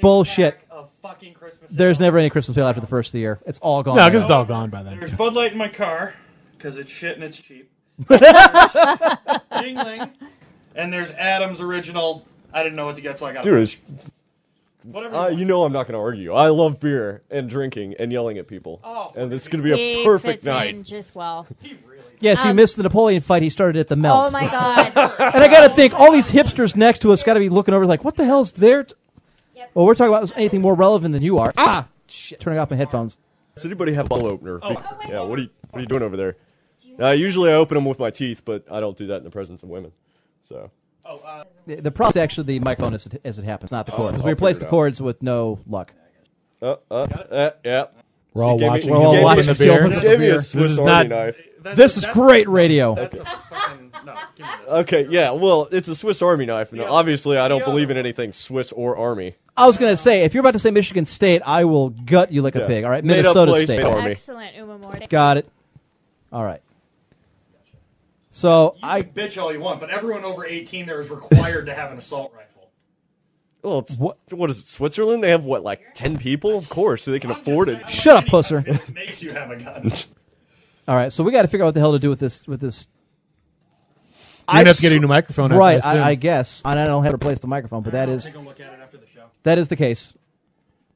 Speaker 4: Bullshit.
Speaker 8: Of fucking Christmas
Speaker 4: There's
Speaker 8: ale.
Speaker 4: never any Christmas sale after the first of the year. It's all gone.
Speaker 5: no,
Speaker 4: now.
Speaker 5: because it's all gone by then.
Speaker 8: There's Bud Light in my car because it's shit and it's cheap. There's Yingling, and there's Adam's original. I didn't know what to get, so I got
Speaker 7: Dude, it's,
Speaker 8: whatever.
Speaker 7: uh, you know I'm not going to argue. I love beer and drinking and yelling at people.
Speaker 8: Oh,
Speaker 7: and this is going to be
Speaker 6: He
Speaker 7: a perfect
Speaker 6: fits
Speaker 7: night.
Speaker 6: in just well.
Speaker 4: yes, you
Speaker 6: um,
Speaker 4: missed the Napoleon fight. He started at the melt.
Speaker 6: Oh my god.
Speaker 4: and I got to think, all these hipsters next to us got to be looking over like, what the hell's there? T-? Well, we're talking about anything more relevant than you are. Ah, shit. Turning off my headphones.
Speaker 7: Does anybody have a bottle opener?
Speaker 8: Oh,
Speaker 7: Be-
Speaker 6: wait,
Speaker 7: yeah,
Speaker 6: wait,
Speaker 7: what are you what are you doing over there? Uh, usually I open them with my teeth, but I don't do that in the presence of women. So
Speaker 4: The, the problem is actually the microphone as it, as it happens, not the cord. 'Cause
Speaker 7: I'll
Speaker 4: we replaced
Speaker 7: figure
Speaker 4: the
Speaker 7: it out.
Speaker 4: cords with no luck.
Speaker 7: Uh, uh, uh, yeah.
Speaker 5: We're all
Speaker 7: He gave me-
Speaker 5: watching.
Speaker 7: he gave
Speaker 5: We're all
Speaker 7: me-
Speaker 5: watching the
Speaker 4: he
Speaker 5: beer.
Speaker 4: opens
Speaker 7: He
Speaker 4: up the
Speaker 7: gave me
Speaker 4: beer.
Speaker 7: a Swiss
Speaker 5: is
Speaker 7: Army
Speaker 5: not-
Speaker 7: knife.
Speaker 8: That's
Speaker 4: This
Speaker 8: a-
Speaker 4: is
Speaker 8: that's-
Speaker 4: great radio.
Speaker 8: That's a fucking no. Give me this.
Speaker 7: Okay, yeah. Well, it's a Swiss Army knife, and
Speaker 8: Yeah.
Speaker 7: obviously I don't
Speaker 8: Yeah.
Speaker 7: believe in anything Swiss or Army.
Speaker 4: I was going to say, if you're about to say Michigan State, I will gut you like a
Speaker 7: Yeah.
Speaker 4: pig. All right,
Speaker 7: Made up
Speaker 4: Minnesota
Speaker 7: place,
Speaker 4: State.
Speaker 7: made up- Army.
Speaker 6: Excellent, Uma Morty.
Speaker 4: Got it. All right. So
Speaker 8: I
Speaker 4: I
Speaker 8: bitch all you want, but everyone over 18 there is required to have an assault rifle.
Speaker 7: Well, it's,
Speaker 4: What-
Speaker 7: what? what is it? Switzerland? They have what, like ten people? Of course, so they can
Speaker 8: I'm just
Speaker 7: afford
Speaker 8: saying,
Speaker 7: it.
Speaker 4: Shut up,
Speaker 8: anybody
Speaker 4: pusser.
Speaker 8: that makes you have a gun.
Speaker 4: All right, so we got to figure out what the hell to do with this with this
Speaker 5: You're gonna have to
Speaker 4: I've
Speaker 5: get a
Speaker 4: s-
Speaker 5: new microphone. after
Speaker 4: Right,
Speaker 5: this, too.
Speaker 4: I, I guess. And I don't have to replace the microphone, but that is
Speaker 8: Take a look at it after the show.
Speaker 4: that is the case.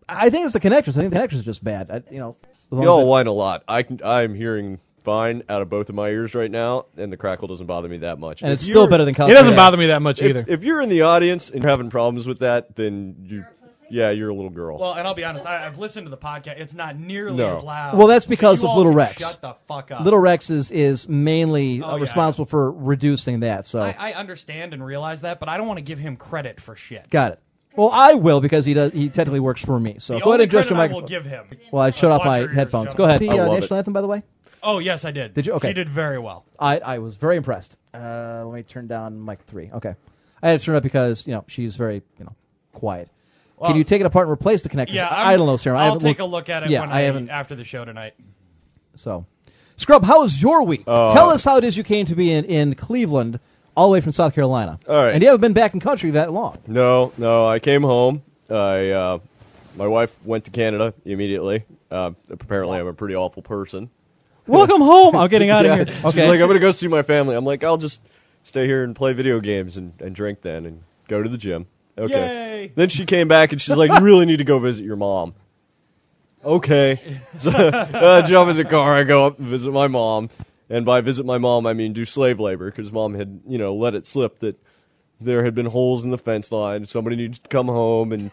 Speaker 4: I think it's the connections. I think the connections are just bad. I, you know, as long as
Speaker 7: Y'all
Speaker 4: it-
Speaker 7: whine a lot. I can, I'm hearing fine out of both of my ears right now, and the crackle doesn't bother me that much.
Speaker 4: and
Speaker 7: If
Speaker 4: it's still
Speaker 7: you're-
Speaker 4: better than
Speaker 5: it
Speaker 4: California.
Speaker 5: doesn't bother me that much either.
Speaker 7: If, if you're in the audience and you're having problems with that, then you, yeah, you're a little girl.
Speaker 8: Well, and I'll be honest, I, I've listened to the podcast. It's not nearly
Speaker 7: No.
Speaker 8: as loud.
Speaker 4: Well, that's
Speaker 8: So
Speaker 4: because
Speaker 8: you
Speaker 4: of
Speaker 8: all
Speaker 4: Little
Speaker 8: can
Speaker 4: Rex.
Speaker 8: Shut the fuck up.
Speaker 4: Little Rex is, is mainly uh,
Speaker 8: yeah.
Speaker 4: responsible for reducing that. So
Speaker 8: I, I understand and realize that, but I don't want to give him credit for shit.
Speaker 4: got it. Well, I will because he does. He technically works for me. So
Speaker 8: The
Speaker 4: go ahead
Speaker 8: only
Speaker 4: and adjust
Speaker 8: credit
Speaker 4: your
Speaker 8: I
Speaker 4: microphone.
Speaker 8: will give him.
Speaker 4: well, I shut
Speaker 8: Uh,
Speaker 4: off
Speaker 8: watch
Speaker 4: my
Speaker 8: your ears,
Speaker 4: headphones.
Speaker 8: shut
Speaker 4: Go
Speaker 8: up.
Speaker 4: ahead. The
Speaker 7: I
Speaker 4: uh,
Speaker 7: love it.
Speaker 4: national anthem, by the way.
Speaker 8: Oh yes, I did.
Speaker 4: Did you? Okay.
Speaker 8: She did very well.
Speaker 4: I, I was very impressed. Uh, let me turn down mic three. Okay. I had to turn it up because, you know, she's very, you know, quiet. Can you take it apart and replace the connectors?
Speaker 8: Yeah,
Speaker 4: I, I
Speaker 8: I'm-
Speaker 4: don't know, Sarah. I
Speaker 8: I'll
Speaker 4: haven't
Speaker 8: take a look
Speaker 4: looked-
Speaker 8: at it
Speaker 4: Yeah,
Speaker 8: when
Speaker 4: I
Speaker 8: I,
Speaker 4: haven't-
Speaker 8: after the show tonight.
Speaker 4: So, Scrub, how was your week? Tell us how it is you came to be in, in Cleveland, all the way from South Carolina.
Speaker 7: All right.
Speaker 4: And you haven't been back in country that long.
Speaker 7: No, no. I came home. I uh, my wife went to Canada immediately. Uh, apparently, I'm a pretty awful person.
Speaker 4: Welcome home. I'm getting out of
Speaker 7: Yeah.
Speaker 4: here.
Speaker 7: She's
Speaker 4: Okay.
Speaker 7: like, I'm gonna go see my family. I'm like, I'll just stay here and play video games and, and drink then and go to the gym. Okay.
Speaker 8: Yay.
Speaker 7: Then she came back and she's like, You really need to go visit your mom. Okay. So I jump in the car, I go up and visit my mom. And by visit my mom I mean do slave labor, because mom had, you know, let it slip that there had been holes in the fence line. Somebody needs to come home and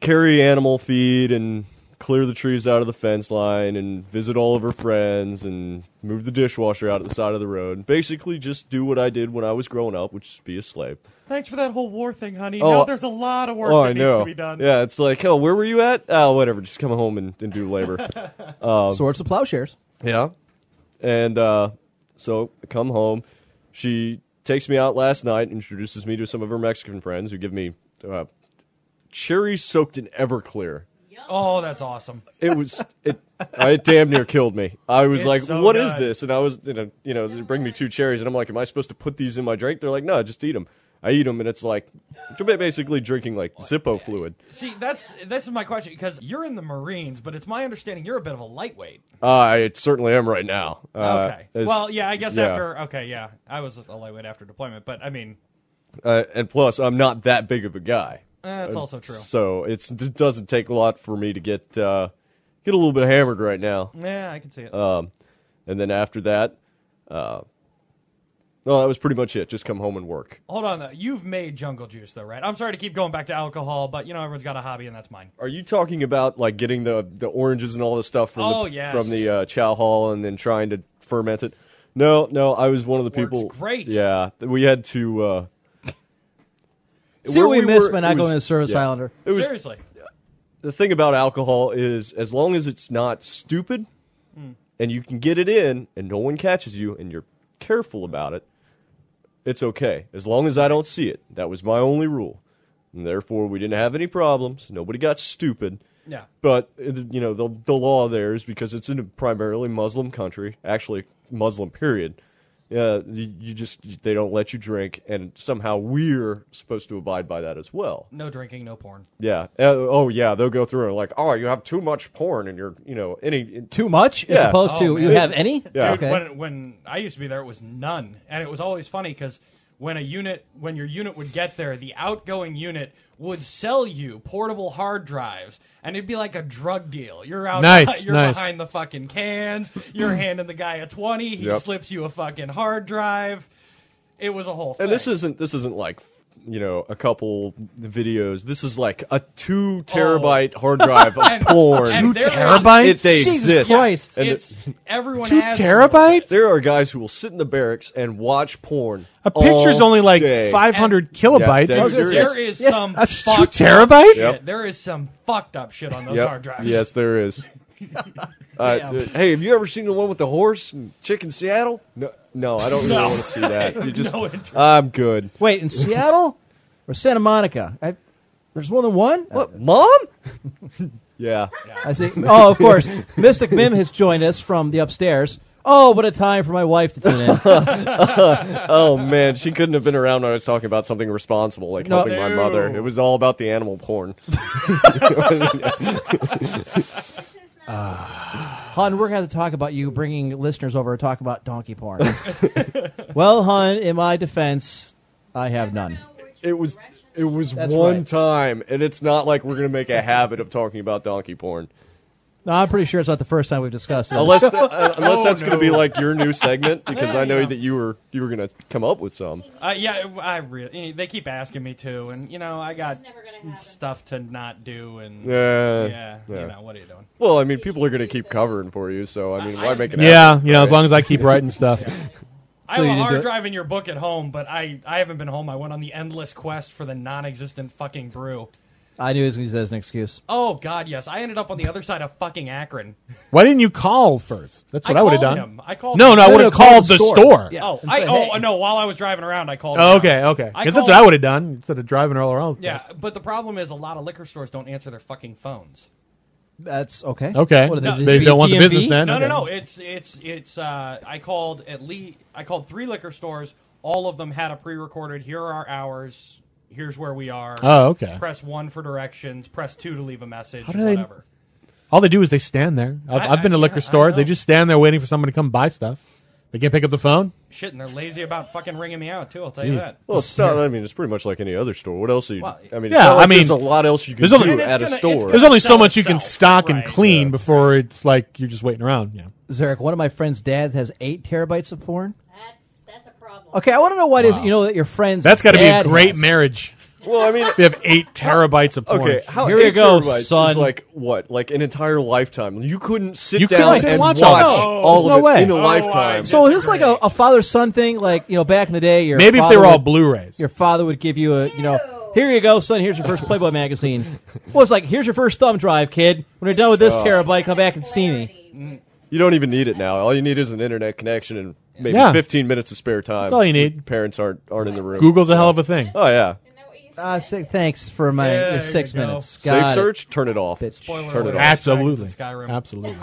Speaker 7: carry animal feed and clear the trees out of the fence line and visit all of her friends and move the dishwasher out at the side of the road. Basically, just do what I did when I was growing up, which is be a slave.
Speaker 8: Thanks for that whole war thing, honey.
Speaker 7: Oh,
Speaker 8: now
Speaker 7: I-
Speaker 8: there's a lot of work
Speaker 7: oh,
Speaker 8: that
Speaker 7: I know.
Speaker 8: needs to be done.
Speaker 7: Yeah, it's like, hell, where were you at? Oh, whatever. Just come home and, and do labor.
Speaker 4: Swords to plowshares.
Speaker 7: Yeah. And uh, so I come home. She takes me out last night, introduces me to some of her Mexican friends who give me uh, cherry soaked in Everclear.
Speaker 8: Oh, that's awesome.
Speaker 7: It was it. It damn near killed me. I was
Speaker 8: It's
Speaker 7: like,
Speaker 8: so
Speaker 7: "What is
Speaker 8: good.
Speaker 7: this?" And I was, you know, you know, they bring me two cherries, and I'm like, "Am I supposed to put these in my drink?" They're like, "No, just eat them." I eat them, and it's like, you're basically drinking like Zippo fluid.
Speaker 8: See, that's this is my question because you're in the Marines, but it's my understanding you're a bit of a lightweight.
Speaker 7: I certainly am right now. Uh,
Speaker 8: Okay.
Speaker 7: it's-
Speaker 8: well, yeah, I guess
Speaker 7: yeah.
Speaker 8: after. Okay, yeah, I was a lightweight after deployment, but I mean,
Speaker 7: Uh, and plus, I'm not that big of a guy.
Speaker 8: eh,
Speaker 4: Uh,
Speaker 8: that's also true.
Speaker 7: So it's, it doesn't take a lot for me to get uh, get a little bit hammered right now.
Speaker 8: Yeah, I can see it.
Speaker 7: Um, and then after that, uh, no, that was pretty much it. Just come home and work.
Speaker 8: Hold on, though. You've made jungle juice, though, right? I'm sorry to keep going back to alcohol, but you know everyone's got a hobby, and that's mine.
Speaker 7: Are you talking about like getting the the oranges and all this stuff from
Speaker 8: Oh,
Speaker 7: the
Speaker 8: yes.
Speaker 7: from the uh, chow hall and then trying to ferment it? No, no, I was one of the
Speaker 8: Works
Speaker 7: people.
Speaker 8: great.
Speaker 7: Yeah, that we had to. Uh,
Speaker 4: See
Speaker 7: where
Speaker 4: what we,
Speaker 7: we
Speaker 4: missed
Speaker 7: were-
Speaker 4: when
Speaker 7: it
Speaker 4: I go
Speaker 7: was-
Speaker 4: in the service
Speaker 7: yeah.
Speaker 4: islander.
Speaker 7: it was
Speaker 8: Seriously,
Speaker 7: the thing about alcohol is as long as it's not stupid and you can get it in and no one catches you and you're careful about it, it's okay. As long as I don't see it. That was my only rule. And therefore, we didn't have any problems. Nobody got stupid.
Speaker 8: yeah.
Speaker 7: But, uh, you know, the, the law there is because it's in a primarily Muslim country, actually, Muslim period. Uh, you, you just, they don't let you drink, and somehow we're supposed to abide by that as well.
Speaker 8: No drinking, no porn.
Speaker 7: Yeah. Uh, oh, yeah. They'll go through and like, oh, you have too much porn, and you're, you know, any.
Speaker 4: Too much as
Speaker 7: Yeah.
Speaker 4: opposed to
Speaker 8: Oh,
Speaker 4: you
Speaker 8: man.
Speaker 4: have any?
Speaker 7: Yeah.
Speaker 4: Okay.
Speaker 8: When when I used to be there, it was none, and it was always funny because when a unit when your unit would get there, the outgoing unit would sell you portable hard drives, and it'd be like a drug deal. You're out,
Speaker 5: Nice,
Speaker 8: you're
Speaker 5: nice.
Speaker 8: behind the fucking cans. You're handing the guy a twenty. He
Speaker 7: Yep.
Speaker 8: slips you a fucking hard drive. It was a whole. thing.
Speaker 7: and this isn't this isn't like you know a couple videos. This is like a two terabyte hard drive of
Speaker 8: Oh. And-
Speaker 7: porn.
Speaker 8: and there are-
Speaker 5: terabytes?
Speaker 7: It, they
Speaker 4: Jesus
Speaker 7: exist.
Speaker 4: Christ.
Speaker 7: And
Speaker 8: it's everyone
Speaker 5: Two
Speaker 8: has
Speaker 5: terabytes?
Speaker 7: there are guys who will sit in the barracks and watch porn.
Speaker 5: A picture's
Speaker 7: all
Speaker 5: only like
Speaker 7: day.
Speaker 5: 500 kilobytes.
Speaker 7: Yeah, that's-
Speaker 8: Oh, There
Speaker 7: Serious?
Speaker 8: is
Speaker 4: Yeah,
Speaker 8: some
Speaker 5: that's two
Speaker 8: fucked up
Speaker 5: terabytes.
Speaker 7: Yep.
Speaker 8: shit. There is some fucked up shit on those
Speaker 7: Yep.
Speaker 8: hard drives.
Speaker 7: Yes, there is. Uh,
Speaker 8: Damn.
Speaker 7: uh, hey, have you ever seen the one with the horse and chick in Seattle? No, no, I don't really
Speaker 8: No.
Speaker 7: want to see that. You just,
Speaker 8: No interest.
Speaker 7: I'm good.
Speaker 4: Wait, in Seattle or Santa Monica? I, there's more than one?
Speaker 7: What, mom? yeah.
Speaker 4: I see. Oh, of course. Mystic Mim has joined us from the upstairs. Oh, what a time for my wife to tune in.
Speaker 7: Oh man, she couldn't have been around when I was talking about something responsible, like
Speaker 4: No.
Speaker 7: helping my
Speaker 8: No.
Speaker 7: mother. It was all about the
Speaker 8: Uh,
Speaker 7: animal porn.
Speaker 4: Hun, we're going to have to talk about you bringing listeners over to talk about donkey porn. well, Hun, in my defense, I have none.
Speaker 7: It was it was
Speaker 4: That's
Speaker 7: one
Speaker 4: right.
Speaker 7: time, and it's not like we're gonna make a habit of talking about donkey porn,
Speaker 4: No, I'm pretty sure it's not the first time we've discussed it.
Speaker 7: unless uh, unless that's gonna be like your new segment because I know that you were you were gonna come up with some.
Speaker 8: Uh, yeah, I really. eh, They keep asking me to, and you know, I got stuff to not do, and
Speaker 7: Yeah,
Speaker 8: yeah, you know, what are you doing?
Speaker 7: Well, I mean, people are gonna keep covering for you, so I mean, why make it?
Speaker 5: Yeah, you know, as long as I keep writing stuff.
Speaker 8: I have
Speaker 4: you
Speaker 8: a
Speaker 4: didn't do it?
Speaker 8: hard drive in your book at home, but I I haven't been home. I went on the endless quest for the non-existent fucking brew.
Speaker 4: I knew he was going to use that as an excuse.
Speaker 8: Oh God, yes, I ended up on the other side of fucking Akron.
Speaker 5: Why didn't you call first? That's what I,
Speaker 8: I
Speaker 5: would have done.
Speaker 8: called him. I called
Speaker 5: No,
Speaker 8: him.
Speaker 5: no, I
Speaker 8: No,
Speaker 5: would have
Speaker 4: no, call
Speaker 5: called
Speaker 4: the
Speaker 5: the
Speaker 4: stores.
Speaker 5: store.
Speaker 4: Yeah.
Speaker 8: Oh,
Speaker 4: and
Speaker 8: I
Speaker 4: say,
Speaker 8: oh
Speaker 4: "Hey."
Speaker 8: no! While I was driving around, I called.
Speaker 5: Oh,
Speaker 8: him.
Speaker 5: okay, okay.
Speaker 8: I
Speaker 5: Because that's
Speaker 8: called-
Speaker 5: what I would have done instead of driving all around.
Speaker 8: Yeah, but the problem is a lot of liquor stores don't answer their fucking phones.
Speaker 4: That's okay.
Speaker 5: Okay.
Speaker 4: What,
Speaker 5: No,
Speaker 4: did
Speaker 5: they
Speaker 4: be
Speaker 5: don't want the
Speaker 4: DMV?
Speaker 5: business then.
Speaker 8: No,
Speaker 5: Okay.
Speaker 8: no, no. It's it's it's. Uh, I called at least. I called three liquor stores. All of them had a pre-recorded. Here are our hours. Here's where we are.
Speaker 5: Oh, okay.
Speaker 8: Press one for directions. Press two to leave a message.
Speaker 5: do they-
Speaker 8: whatever.
Speaker 5: All they do is they stand there. I've,
Speaker 8: I-
Speaker 5: I, have been to
Speaker 8: I-
Speaker 5: liquor
Speaker 8: yeah, I
Speaker 5: stores. They
Speaker 8: know.
Speaker 5: just stand there waiting for someone to come buy stuff. They can't pick up the phone.
Speaker 8: Shit, and they're lazy about fucking ringing me out too. I'll tell you
Speaker 5: Jeez.
Speaker 8: that.
Speaker 7: Well, it's not, I mean, it's pretty much like any other store. What else? Are you?
Speaker 8: Well,
Speaker 7: I mean, it's
Speaker 5: Yeah,
Speaker 7: not like
Speaker 5: I mean,
Speaker 7: there's a lot else you can
Speaker 5: there's
Speaker 7: do
Speaker 5: only-
Speaker 8: And it's
Speaker 7: at a
Speaker 8: gonna- it's
Speaker 7: store.
Speaker 8: gonna-
Speaker 5: There's only so
Speaker 8: Sell
Speaker 5: much you can
Speaker 8: itself,
Speaker 5: stock and
Speaker 8: right.
Speaker 5: clean
Speaker 7: Yeah.
Speaker 5: before it's like you're just waiting around. Yeah.
Speaker 4: Zarek, one of my friend's dads has eight terabytes of porn.
Speaker 6: That's that's a problem.
Speaker 4: Okay, I want to know why it is
Speaker 5: Wow.
Speaker 4: you know that your friends.
Speaker 5: That's got to be a
Speaker 4: dad
Speaker 5: great
Speaker 4: has.
Speaker 5: marriage.
Speaker 7: well, I mean,
Speaker 5: They have eight terabytes of porn.
Speaker 7: Okay, how
Speaker 4: Here you
Speaker 7: eight
Speaker 4: go,
Speaker 7: terabytes is
Speaker 4: son.
Speaker 7: like what? Like an entire lifetime. You couldn't sit
Speaker 5: You couldn't
Speaker 7: down
Speaker 5: sit
Speaker 7: and
Speaker 5: and
Speaker 7: watch,
Speaker 5: watch all that.
Speaker 4: No,
Speaker 7: all
Speaker 4: there's
Speaker 7: of
Speaker 4: no
Speaker 7: it
Speaker 4: way.
Speaker 7: in a
Speaker 4: Oh,
Speaker 8: I
Speaker 7: lifetime.
Speaker 8: just-
Speaker 4: So is this like a, a father son thing? Like you know, back in the day, your
Speaker 5: Maybe if they
Speaker 4: father
Speaker 5: were all
Speaker 4: would-
Speaker 5: Blu-rays.
Speaker 4: your father would give you a you know here you go son here's your first playboy magazine well it's like here's your first thumb drive kid when you're done with
Speaker 5: Oh.
Speaker 4: this terabyte come back and see me
Speaker 8: Mm.
Speaker 7: you don't even need it now. All you need is an internet connection and maybe
Speaker 5: Yeah.
Speaker 7: 15 minutes of spare time. That's
Speaker 5: all you need.
Speaker 7: Parents aren't aren't in the room.
Speaker 5: Google's a hell of a thing.
Speaker 7: Oh yeah.
Speaker 4: uh, six, thanks for my
Speaker 8: Yeah,
Speaker 4: uh,
Speaker 8: there
Speaker 4: six
Speaker 8: you go.
Speaker 4: minutes
Speaker 7: Save
Speaker 4: Got it.
Speaker 7: search. Turn it off.
Speaker 4: Bitch.
Speaker 8: Spoiler
Speaker 7: Turn it
Speaker 5: Oh,
Speaker 8: alert.
Speaker 7: off.
Speaker 5: Absolutely.
Speaker 8: Skyrim.
Speaker 5: Absolutely.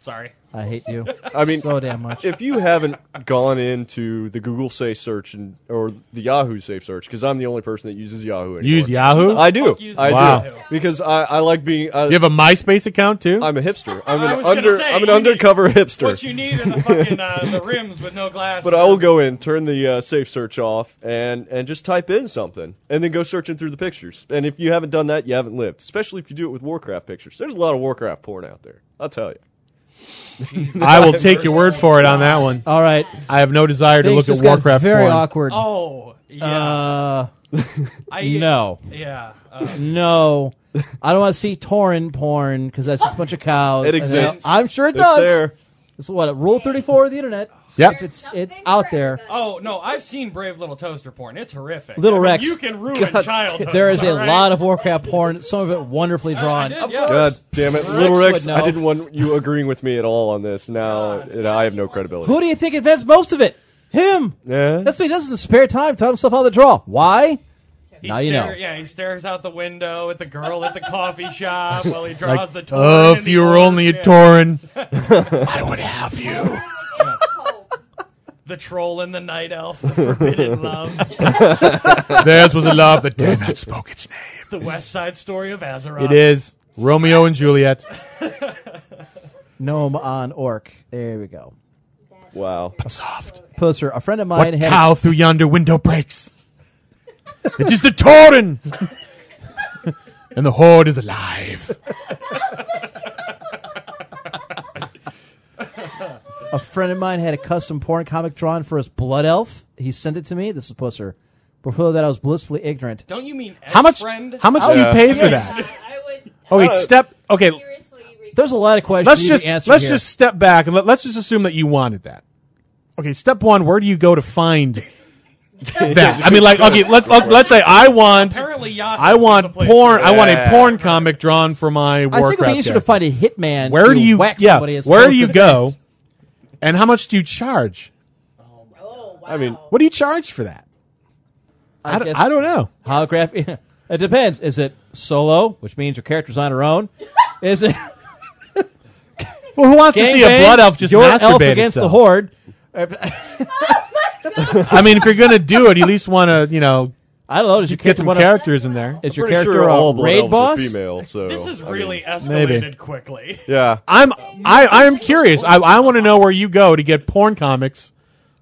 Speaker 8: Sorry.
Speaker 4: I hate you
Speaker 7: I mean,
Speaker 4: so damn much
Speaker 7: if you haven't gone into the Google Safe Search and or the Yahoo Safe Search, because I'm the only person that uses Yahoo.
Speaker 5: You
Speaker 7: Anymore.
Speaker 5: use Yahoo?
Speaker 7: I do.
Speaker 8: Fuck you,
Speaker 7: I
Speaker 5: Wow.
Speaker 7: do because I, I like being. I,
Speaker 5: you have a MySpace account too?
Speaker 7: I'm a hipster. I'm
Speaker 8: I
Speaker 7: an
Speaker 8: was gonna
Speaker 7: under.
Speaker 8: say,
Speaker 7: I'm
Speaker 8: you
Speaker 7: an
Speaker 8: need-
Speaker 7: undercover hipster.
Speaker 8: What you need in the fucking uh, the rims with no glass.
Speaker 7: But I will go in, turn the uh, safe search off, and and just type in something, and then go searching through the pictures. And if you haven't done that, you haven't lived. Especially if you do it with Warcraft pictures. There's a lot of Warcraft porn out there. I'll tell you.
Speaker 5: I will take your word for it on that one.
Speaker 4: all right
Speaker 5: I have no desire to
Speaker 4: Things
Speaker 5: look at
Speaker 4: just got
Speaker 5: Warcraft
Speaker 4: very
Speaker 5: porn.
Speaker 4: awkward
Speaker 8: Oh yeah.
Speaker 4: uh
Speaker 8: I,
Speaker 4: no
Speaker 8: Yeah. Uh,
Speaker 4: no I don't want to see Torin porn because that's just a bunch of cows
Speaker 7: It
Speaker 4: And, uh,
Speaker 7: exists.
Speaker 4: I'm sure it
Speaker 7: It's
Speaker 4: does
Speaker 7: there.
Speaker 4: it's what rule 34 of the internet
Speaker 5: Yep.
Speaker 4: If it's it's out there
Speaker 8: Oh no, I've seen Brave Little Toaster porn. It's horrific. I
Speaker 4: Little
Speaker 8: mean,
Speaker 4: Rex.
Speaker 8: you can ruin childhood.
Speaker 4: There is a
Speaker 8: all right?
Speaker 4: lot of Warcraft porn, some of it wonderfully drawn.
Speaker 8: I did, yeah.
Speaker 7: God damn it, Little
Speaker 4: would
Speaker 7: Rex! I
Speaker 4: know.
Speaker 7: didn't want you agreeing with me at all on this. Now it, I have no credibility.
Speaker 4: Who do you think invents most of it? Him.
Speaker 7: Yeah.
Speaker 4: That's what he does in his spare time, taught himself how to draw. Why?
Speaker 8: He
Speaker 4: Now you
Speaker 8: stare-
Speaker 4: know.
Speaker 8: Yeah, he stares out the window at the girl at the coffee shop while he draws the. Torin
Speaker 5: Oh,
Speaker 8: in
Speaker 5: if
Speaker 8: the
Speaker 5: you were
Speaker 8: orange.
Speaker 5: only a
Speaker 8: Yeah.
Speaker 5: Torin, I would have you.
Speaker 8: The troll and the night elf, the forbidden love,
Speaker 5: Theirs was a love that dare not spoke its name.
Speaker 8: the West Side Story of Azeroth.
Speaker 5: It is Romeo and Juliet.
Speaker 4: Gnome on orc. There we go.
Speaker 7: Wow.
Speaker 5: Soft.
Speaker 4: Poster. A friend of mine
Speaker 5: What
Speaker 4: had.
Speaker 5: cow through yonder window breaks? It is the Torin, and the horde is alive.
Speaker 4: A friend of mine had a custom porn comic drawn for his blood elf. He sent it to me. This is poster. Before that, I was blissfully ignorant.
Speaker 8: Don't you mean ex
Speaker 5: How much?
Speaker 8: Friend?
Speaker 5: How much do you
Speaker 7: Yeah.
Speaker 5: pay for that?
Speaker 6: I would
Speaker 5: Okay, step. Okay,
Speaker 6: seriously.
Speaker 4: There's a lot of questions.
Speaker 5: let's
Speaker 4: you can
Speaker 5: just
Speaker 4: answer
Speaker 5: let's
Speaker 4: here.
Speaker 5: just step back and let, let's just assume that you wanted that. Okay, step one. Where do you go to find that? I mean, like, okay, let's let's, let's say I want
Speaker 8: Apparently, Yahoo
Speaker 5: I
Speaker 8: is
Speaker 5: want
Speaker 8: the place
Speaker 5: porn.
Speaker 8: to
Speaker 5: I want a
Speaker 7: Yeah.
Speaker 5: porn comic drawn for my
Speaker 4: I think
Speaker 5: Warcraft.
Speaker 4: it'd be easier
Speaker 5: character.
Speaker 4: to find a hitman.
Speaker 5: Where
Speaker 4: to
Speaker 5: do you?
Speaker 4: whack
Speaker 5: Yeah.
Speaker 4: somebody as
Speaker 5: Where do
Speaker 4: opposed
Speaker 5: you
Speaker 4: to
Speaker 5: go? And how much do you charge?
Speaker 7: I mean,
Speaker 5: What do you charge for that? I, d-
Speaker 4: guess-
Speaker 5: I don't know.
Speaker 4: Holographic. It depends. Is it solo, which means your character's on her own? Is it
Speaker 5: Well, who wants to see a
Speaker 4: gangbang?
Speaker 5: blood elf just
Speaker 4: your
Speaker 5: masturbate
Speaker 4: elf against the
Speaker 5: itself?
Speaker 4: horde?
Speaker 5: I mean, if you're gonna do it, you at least want to, you know,
Speaker 4: I don't know. Does your
Speaker 5: Get
Speaker 4: character
Speaker 5: some
Speaker 4: want
Speaker 5: characters in there.
Speaker 4: Is your
Speaker 7: Pretty
Speaker 4: character
Speaker 7: sure
Speaker 4: a
Speaker 7: all blood
Speaker 4: raid
Speaker 7: elves are
Speaker 4: boss?
Speaker 7: female, so
Speaker 8: This is
Speaker 7: I mean,
Speaker 8: really escalated
Speaker 5: maybe.
Speaker 8: quickly.
Speaker 7: yeah.
Speaker 5: I'm I I am curious. I I want to know where you go to get porn comics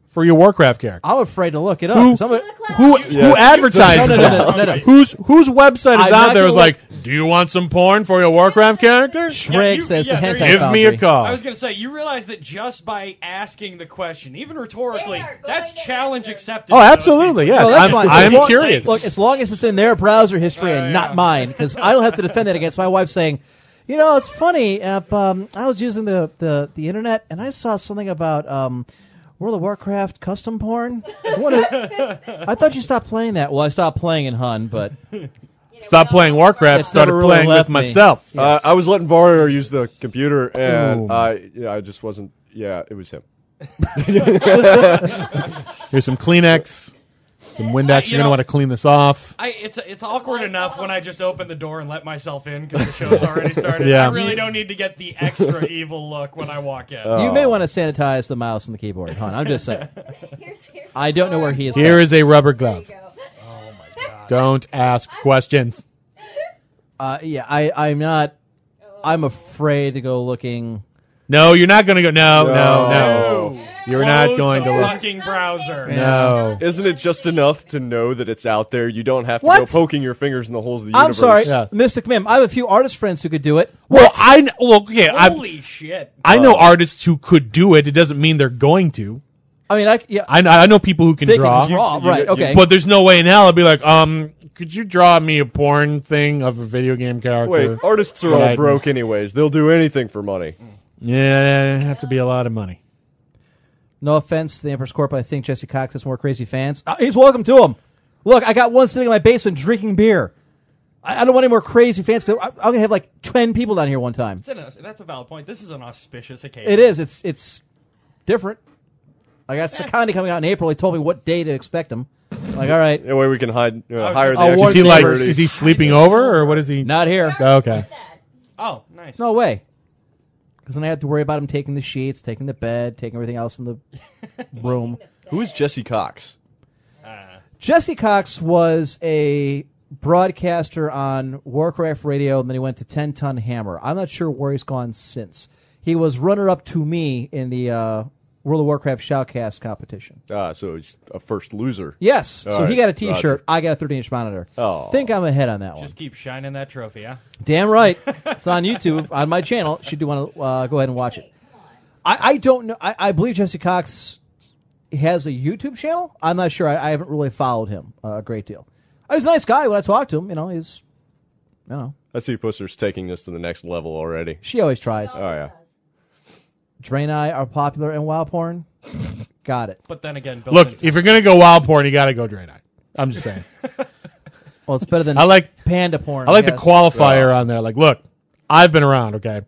Speaker 5: for your Warcraft character.
Speaker 4: I'm afraid to look it up.
Speaker 5: Who-
Speaker 4: Somebody-
Speaker 5: Who who advertises
Speaker 4: No, no, no,
Speaker 5: that?
Speaker 4: no, no, no, no.
Speaker 5: Whose whose website
Speaker 4: I'm
Speaker 5: is
Speaker 4: not
Speaker 5: out there
Speaker 4: gonna
Speaker 5: is
Speaker 4: look-
Speaker 5: like, do you want some porn for your Warcraft character?
Speaker 4: Shrek
Speaker 8: you-
Speaker 4: says
Speaker 8: yeah,
Speaker 4: the
Speaker 8: there
Speaker 4: hentai
Speaker 8: you go.
Speaker 5: Give me a
Speaker 4: foundry.
Speaker 5: call.
Speaker 8: I was going to say, you realize that just by asking the question, even rhetorically,
Speaker 1: They are going
Speaker 8: that's
Speaker 1: to
Speaker 8: challenge
Speaker 1: answer.
Speaker 8: accepted.
Speaker 5: Oh,
Speaker 8: to those
Speaker 5: absolutely,
Speaker 8: people.
Speaker 5: yes.
Speaker 4: No, that's fine.
Speaker 5: I'm, I'm
Speaker 4: As long-
Speaker 5: curious.
Speaker 4: Look, as long as it's in their browser history and
Speaker 8: Yeah,
Speaker 4: not
Speaker 8: yeah.
Speaker 4: mine, because I don't have to defend that against my wife saying, you know, it's funny. uh, um, I was using the, the, the internet and I saw something about um, World of Warcraft custom porn. What a- I thought you stopped playing that. Well, I stopped playing in Hun, but
Speaker 5: Stop playing Warcraft.
Speaker 4: It's never
Speaker 5: Started
Speaker 4: really
Speaker 5: playing
Speaker 4: left
Speaker 5: with
Speaker 4: me.
Speaker 5: myself.
Speaker 7: Uh, I was letting Varner use the computer, and
Speaker 5: Ooh.
Speaker 7: I, yeah, I just wasn't. Yeah, it was him.
Speaker 5: Here's some Kleenex, some
Speaker 8: You
Speaker 5: Windex. You're gonna
Speaker 8: know-
Speaker 5: want to clean this off.
Speaker 8: I, it's it's awkward enough when I just open the door and let myself in because the show's already started.
Speaker 5: Yeah.
Speaker 8: I really don't need to get the extra evil look when I walk in.
Speaker 5: Oh.
Speaker 4: you may want to sanitize the mouse and the keyboard, Hun. I'm just saying.
Speaker 1: Here's, here's
Speaker 4: I don't know where he is.
Speaker 5: Here is a rubber glove.
Speaker 1: Go.
Speaker 5: Don't ask questions.
Speaker 4: Uh, yeah, I, I'm not. I'm afraid to go looking.
Speaker 5: No, you're not gonna go. No, no, no.
Speaker 8: No.
Speaker 5: You're not
Speaker 8: Close
Speaker 5: going
Speaker 8: the
Speaker 5: to look.
Speaker 8: fucking browser.
Speaker 5: No.
Speaker 7: Isn't it just enough to know that it's out there? You don't have to go
Speaker 4: What?
Speaker 7: poking your fingers in the holes of the
Speaker 4: I'm
Speaker 7: universe.
Speaker 4: sorry,
Speaker 5: Yeah.
Speaker 4: Mystic Mim. I have a few artist friends who could do it.
Speaker 5: Well, I kn- well, okay. I
Speaker 8: Holy shit!
Speaker 5: I know artists who could do it. It doesn't mean they're going to.
Speaker 4: I mean, I yeah,
Speaker 5: I know, I know people who can
Speaker 4: they
Speaker 5: draw.
Speaker 4: can draw,
Speaker 7: You-
Speaker 4: right?
Speaker 7: you-
Speaker 4: okay,
Speaker 5: But there's no way in hell I'd be like, um, could you draw me a porn thing of a video game
Speaker 7: Wait,
Speaker 5: character?
Speaker 7: artists are
Speaker 5: But
Speaker 7: all
Speaker 5: I-
Speaker 7: broke anyways. They'll do anything for money.
Speaker 5: Yeah, it'd have to be a lot of money.
Speaker 4: no offense to the Empress Corp, but I think Jesse Cox has more crazy fans. Uh, he's welcome to them. Look, I got one sitting in my basement drinking beer. I, I don't want any more crazy fans. 'cause I, I'm gonna have like ten people down here one time.
Speaker 8: That's, an, that's a valid point. This is an auspicious occasion.
Speaker 4: It is. It's it's different. I got Sakani coming out in April. He told me what day to expect him. Like, all right,
Speaker 7: That way we can hide, uh,
Speaker 8: was
Speaker 7: hire
Speaker 8: gonna
Speaker 7: the
Speaker 4: say-
Speaker 7: extra
Speaker 5: Is he like?
Speaker 7: security.
Speaker 5: Is he sleeping over or what is he?
Speaker 4: not here.
Speaker 5: Okay.
Speaker 8: Oh, nice.
Speaker 4: No way. Because then I have to worry about him taking the sheets, taking the bed, taking everything else in the room.
Speaker 7: Who is Jesse Cox?
Speaker 4: Jesse Cox was a broadcaster on Warcraft Radio, and then he went to Ten Ton Hammer. I'm not sure where he's gone since. He was runner-up to me in the uh, World of Warcraft shoutcast competition.
Speaker 7: Ah, so he's a first loser.
Speaker 4: Yes,
Speaker 7: All
Speaker 4: so he
Speaker 7: right,
Speaker 4: got a T-shirt.
Speaker 7: Roger.
Speaker 4: I got a 13-inch monitor.
Speaker 7: Oh.
Speaker 4: think I'm ahead on that one.
Speaker 8: Just keep shining that trophy, huh?
Speaker 4: Damn right. It's on YouTube on my channel. Should you want to uh, go ahead and watch it? I, I don't know. I, I believe Jesse Cox has a YouTube channel. I'm not sure. I, I haven't really followed him uh, a great deal. He's a nice guy when I talk to him. You know, he's, you know,
Speaker 7: I see Puster's taking this to the next level already.
Speaker 4: she always tries.
Speaker 7: Oh, yeah.
Speaker 4: Drain I are popular in WoW porn. Got it.
Speaker 8: But then again, built
Speaker 5: Look,
Speaker 8: into-
Speaker 5: if you're gonna go wild porn, you gotta go Draenei. I'm just saying.
Speaker 4: Well, it's better than
Speaker 5: I like
Speaker 4: panda porn.
Speaker 5: I like the
Speaker 4: guess.
Speaker 5: qualifier on there. Like, look, I've been around, okay,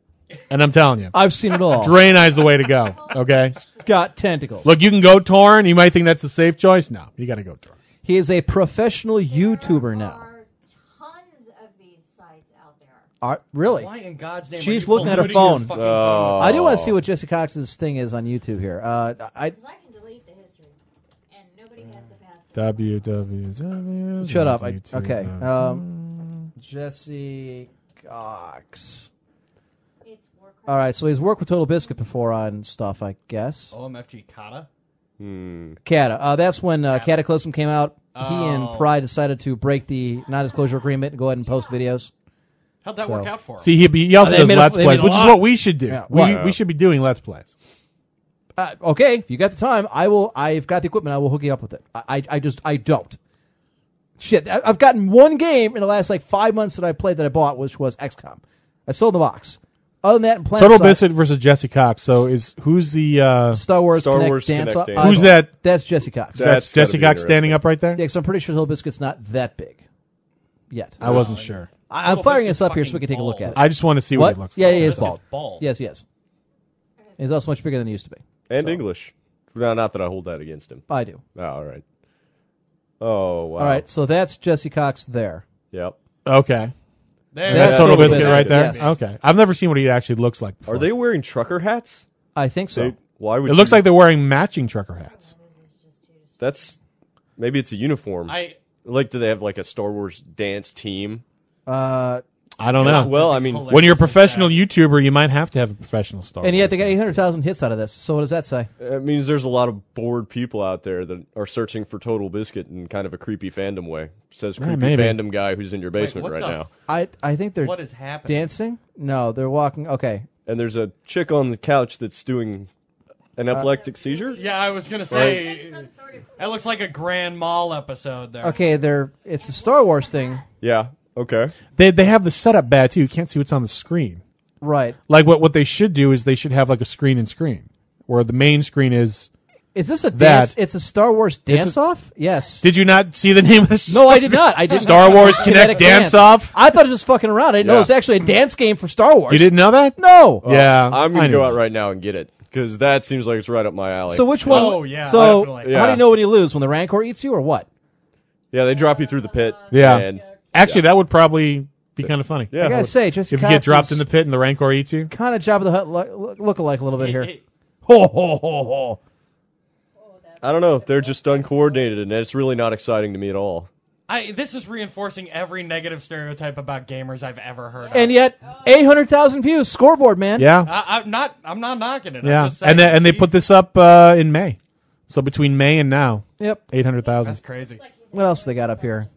Speaker 5: and I'm telling you,
Speaker 4: I've seen it all.
Speaker 5: Draenei's the way to go. Okay,
Speaker 4: Got tentacles.
Speaker 5: look, you can go Torn. You might think that's a safe choice. No, you gotta go Torn.
Speaker 4: he is a professional YouTuber now.
Speaker 1: There are tons of these sites out there.
Speaker 4: Are, really?
Speaker 8: why in God's name?
Speaker 4: She's
Speaker 8: are you
Speaker 4: looking at her
Speaker 8: polluting your
Speaker 4: phone.
Speaker 7: Uh,
Speaker 8: fucking phone?
Speaker 4: I do want to see what Jesse Cox's thing is on YouTube here. Uh, I
Speaker 1: 'Cause I can delete the history, and nobody has the password.
Speaker 5: www.
Speaker 4: shut up. I, okay, um, Jesse Cox.
Speaker 1: It's Warcraft.
Speaker 4: All right, so he's worked with Total Biscuit before on stuff, I guess.
Speaker 9: Oh.
Speaker 8: OMFG Kata.
Speaker 4: Cata. Uh, that's when uh, Cataclysm came out. He and Pride decided to break the non-disclosure agreement and go ahead and post videos.
Speaker 8: How'd that
Speaker 4: So-
Speaker 8: work out for him?
Speaker 5: See, he, he also
Speaker 4: They
Speaker 5: does
Speaker 4: made a-
Speaker 5: let's
Speaker 4: they
Speaker 5: plays,
Speaker 4: made a
Speaker 5: which is
Speaker 4: lot.
Speaker 5: what we should do.
Speaker 4: Yeah,
Speaker 5: we
Speaker 4: what?
Speaker 5: we should be doing let's plays.
Speaker 4: Uh, okay, if you got the time, I will. I've got the equipment. I will hook you up with it. I, I, I just I don't. Shit, I- I've gotten one game in the last like five months that I played that I bought, which was XCOM. I sold the box. Other than that, and Planet
Speaker 5: Total
Speaker 4: Side-
Speaker 5: Biscuit versus Jesse Cox. So is who's the uh,
Speaker 4: Star Wars,
Speaker 7: Star
Speaker 4: Connect
Speaker 7: Wars
Speaker 4: dance.
Speaker 7: Connect
Speaker 4: Up-
Speaker 7: Dance.
Speaker 5: Who's that?
Speaker 4: That's Jesse Cox.
Speaker 7: That-
Speaker 5: that's
Speaker 7: That's gotta
Speaker 5: Jesse
Speaker 7: be
Speaker 5: Cox standing
Speaker 7: interesting.
Speaker 5: up right there?
Speaker 4: yeah, so I'm pretty sure Total Biscuit's not that big yet.
Speaker 5: I wasn't sure.
Speaker 4: I, am
Speaker 8: Total
Speaker 4: firing
Speaker 8: Biscuit's
Speaker 4: this up here so we can
Speaker 8: fucking
Speaker 4: take a look
Speaker 8: bald.
Speaker 4: at it.
Speaker 5: I just want to see
Speaker 4: what?
Speaker 5: what, it looks
Speaker 4: yeah,
Speaker 5: like.
Speaker 4: yeah, it's
Speaker 8: Biscuit's
Speaker 4: bald.
Speaker 8: bald.
Speaker 4: Yes, yes. He's also much bigger than he used to be.
Speaker 7: And English. No, not that I hold that against him.
Speaker 4: I do.
Speaker 7: Oh, all right. Oh, wow.
Speaker 4: All right, so that's Jesse Cox there.
Speaker 7: Yep.
Speaker 5: Okay.
Speaker 8: There
Speaker 4: That's
Speaker 5: That's
Speaker 8: it
Speaker 5: Total
Speaker 4: Total
Speaker 5: Biscuit
Speaker 4: Biscuit,
Speaker 5: right there?
Speaker 4: yes.
Speaker 5: Okay. I've never seen what he actually looks like before.
Speaker 7: Are they wearing trucker hats?
Speaker 4: I think so.
Speaker 7: They, why would
Speaker 5: It looks
Speaker 7: you-
Speaker 5: like they're wearing matching trucker hats.
Speaker 7: that's maybe it's a uniform.
Speaker 8: I
Speaker 7: Like, do they have like a Star Wars dance team?
Speaker 5: I don't know.
Speaker 7: Well, I mean,
Speaker 8: Hilarious.
Speaker 5: when you're a professional YouTuber, you might have to have a professional star.
Speaker 4: And yet they got
Speaker 5: Wars.
Speaker 4: 800,000 hits out of this. So what does that say?
Speaker 7: it means there's a lot of bored people out there that are searching for Total Biscuit in kind of a creepy fandom way. Says creepy
Speaker 5: maybe.
Speaker 7: fandom guy who's in your basement
Speaker 8: what
Speaker 7: right
Speaker 8: the-
Speaker 7: now.
Speaker 4: I I think they're
Speaker 8: What is happening?
Speaker 4: dancing. No, they're walking. Okay,
Speaker 7: And there's a chick on the couch that's doing an epileptic seizure.
Speaker 8: Uh, Yeah, I was gonna say that looks like a Grand Mall episode there.
Speaker 4: okay, they're it's a Star Wars thing,
Speaker 7: Yeah. Okay.
Speaker 5: They they have the setup bad too. You can't see what's on the screen.
Speaker 4: right?
Speaker 5: Like what what they should do is they should have like a screen and screen where the main screen is.
Speaker 4: Is this a dance? It's a Star Wars
Speaker 5: It's a-
Speaker 4: dance off. Yes.
Speaker 5: Did you not see the name of this?
Speaker 4: no, I did not. I did
Speaker 5: Star
Speaker 4: not-
Speaker 5: Wars
Speaker 4: Kinetic
Speaker 5: Connect Dance Off.
Speaker 4: I thought it was fucking around. I didn't know it was
Speaker 7: Yeah.
Speaker 4: actually a dance game for Star Wars.
Speaker 5: You didn't Oh, know that?
Speaker 4: No.
Speaker 5: yeah,
Speaker 7: Uh, I'm
Speaker 5: Uh, I
Speaker 7: gonna
Speaker 5: knew
Speaker 7: go
Speaker 5: that.
Speaker 7: out right now and get it because that seems like it's right up my alley.
Speaker 4: So which one?
Speaker 8: Oh, yeah,
Speaker 4: So
Speaker 8: definitely.
Speaker 4: how do
Speaker 7: Yeah.
Speaker 4: you know when you lose? When the Rancor eats you, or what?
Speaker 7: Yeah, they drop you through the pit.
Speaker 5: Yeah.
Speaker 7: And
Speaker 5: Actually, that would probably be kind of funny.
Speaker 7: yeah.
Speaker 4: I gotta say, just
Speaker 5: If you get dropped in the pit and the Rancor E eats you.
Speaker 4: kind of Job of the Hut look, look alike a little bit here.
Speaker 5: Ho, ho, ho, ho.
Speaker 7: I don't know. They're just uncoordinated, and it's really not exciting to me at all.
Speaker 8: I this is reinforcing every negative stereotype about gamers I've ever heard.
Speaker 4: And
Speaker 8: of.
Speaker 4: yet, eight hundred thousand views, scoreboard man.
Speaker 5: Yeah.
Speaker 8: I, I'm not. I'm not knocking it.
Speaker 5: Yeah.
Speaker 8: I'm just saying,
Speaker 5: And, they and they put
Speaker 8: Jesus,
Speaker 5: this up uh, in May. So between May and now,
Speaker 4: Yep.
Speaker 5: 800,000.
Speaker 8: That's crazy.
Speaker 4: What else they got up here?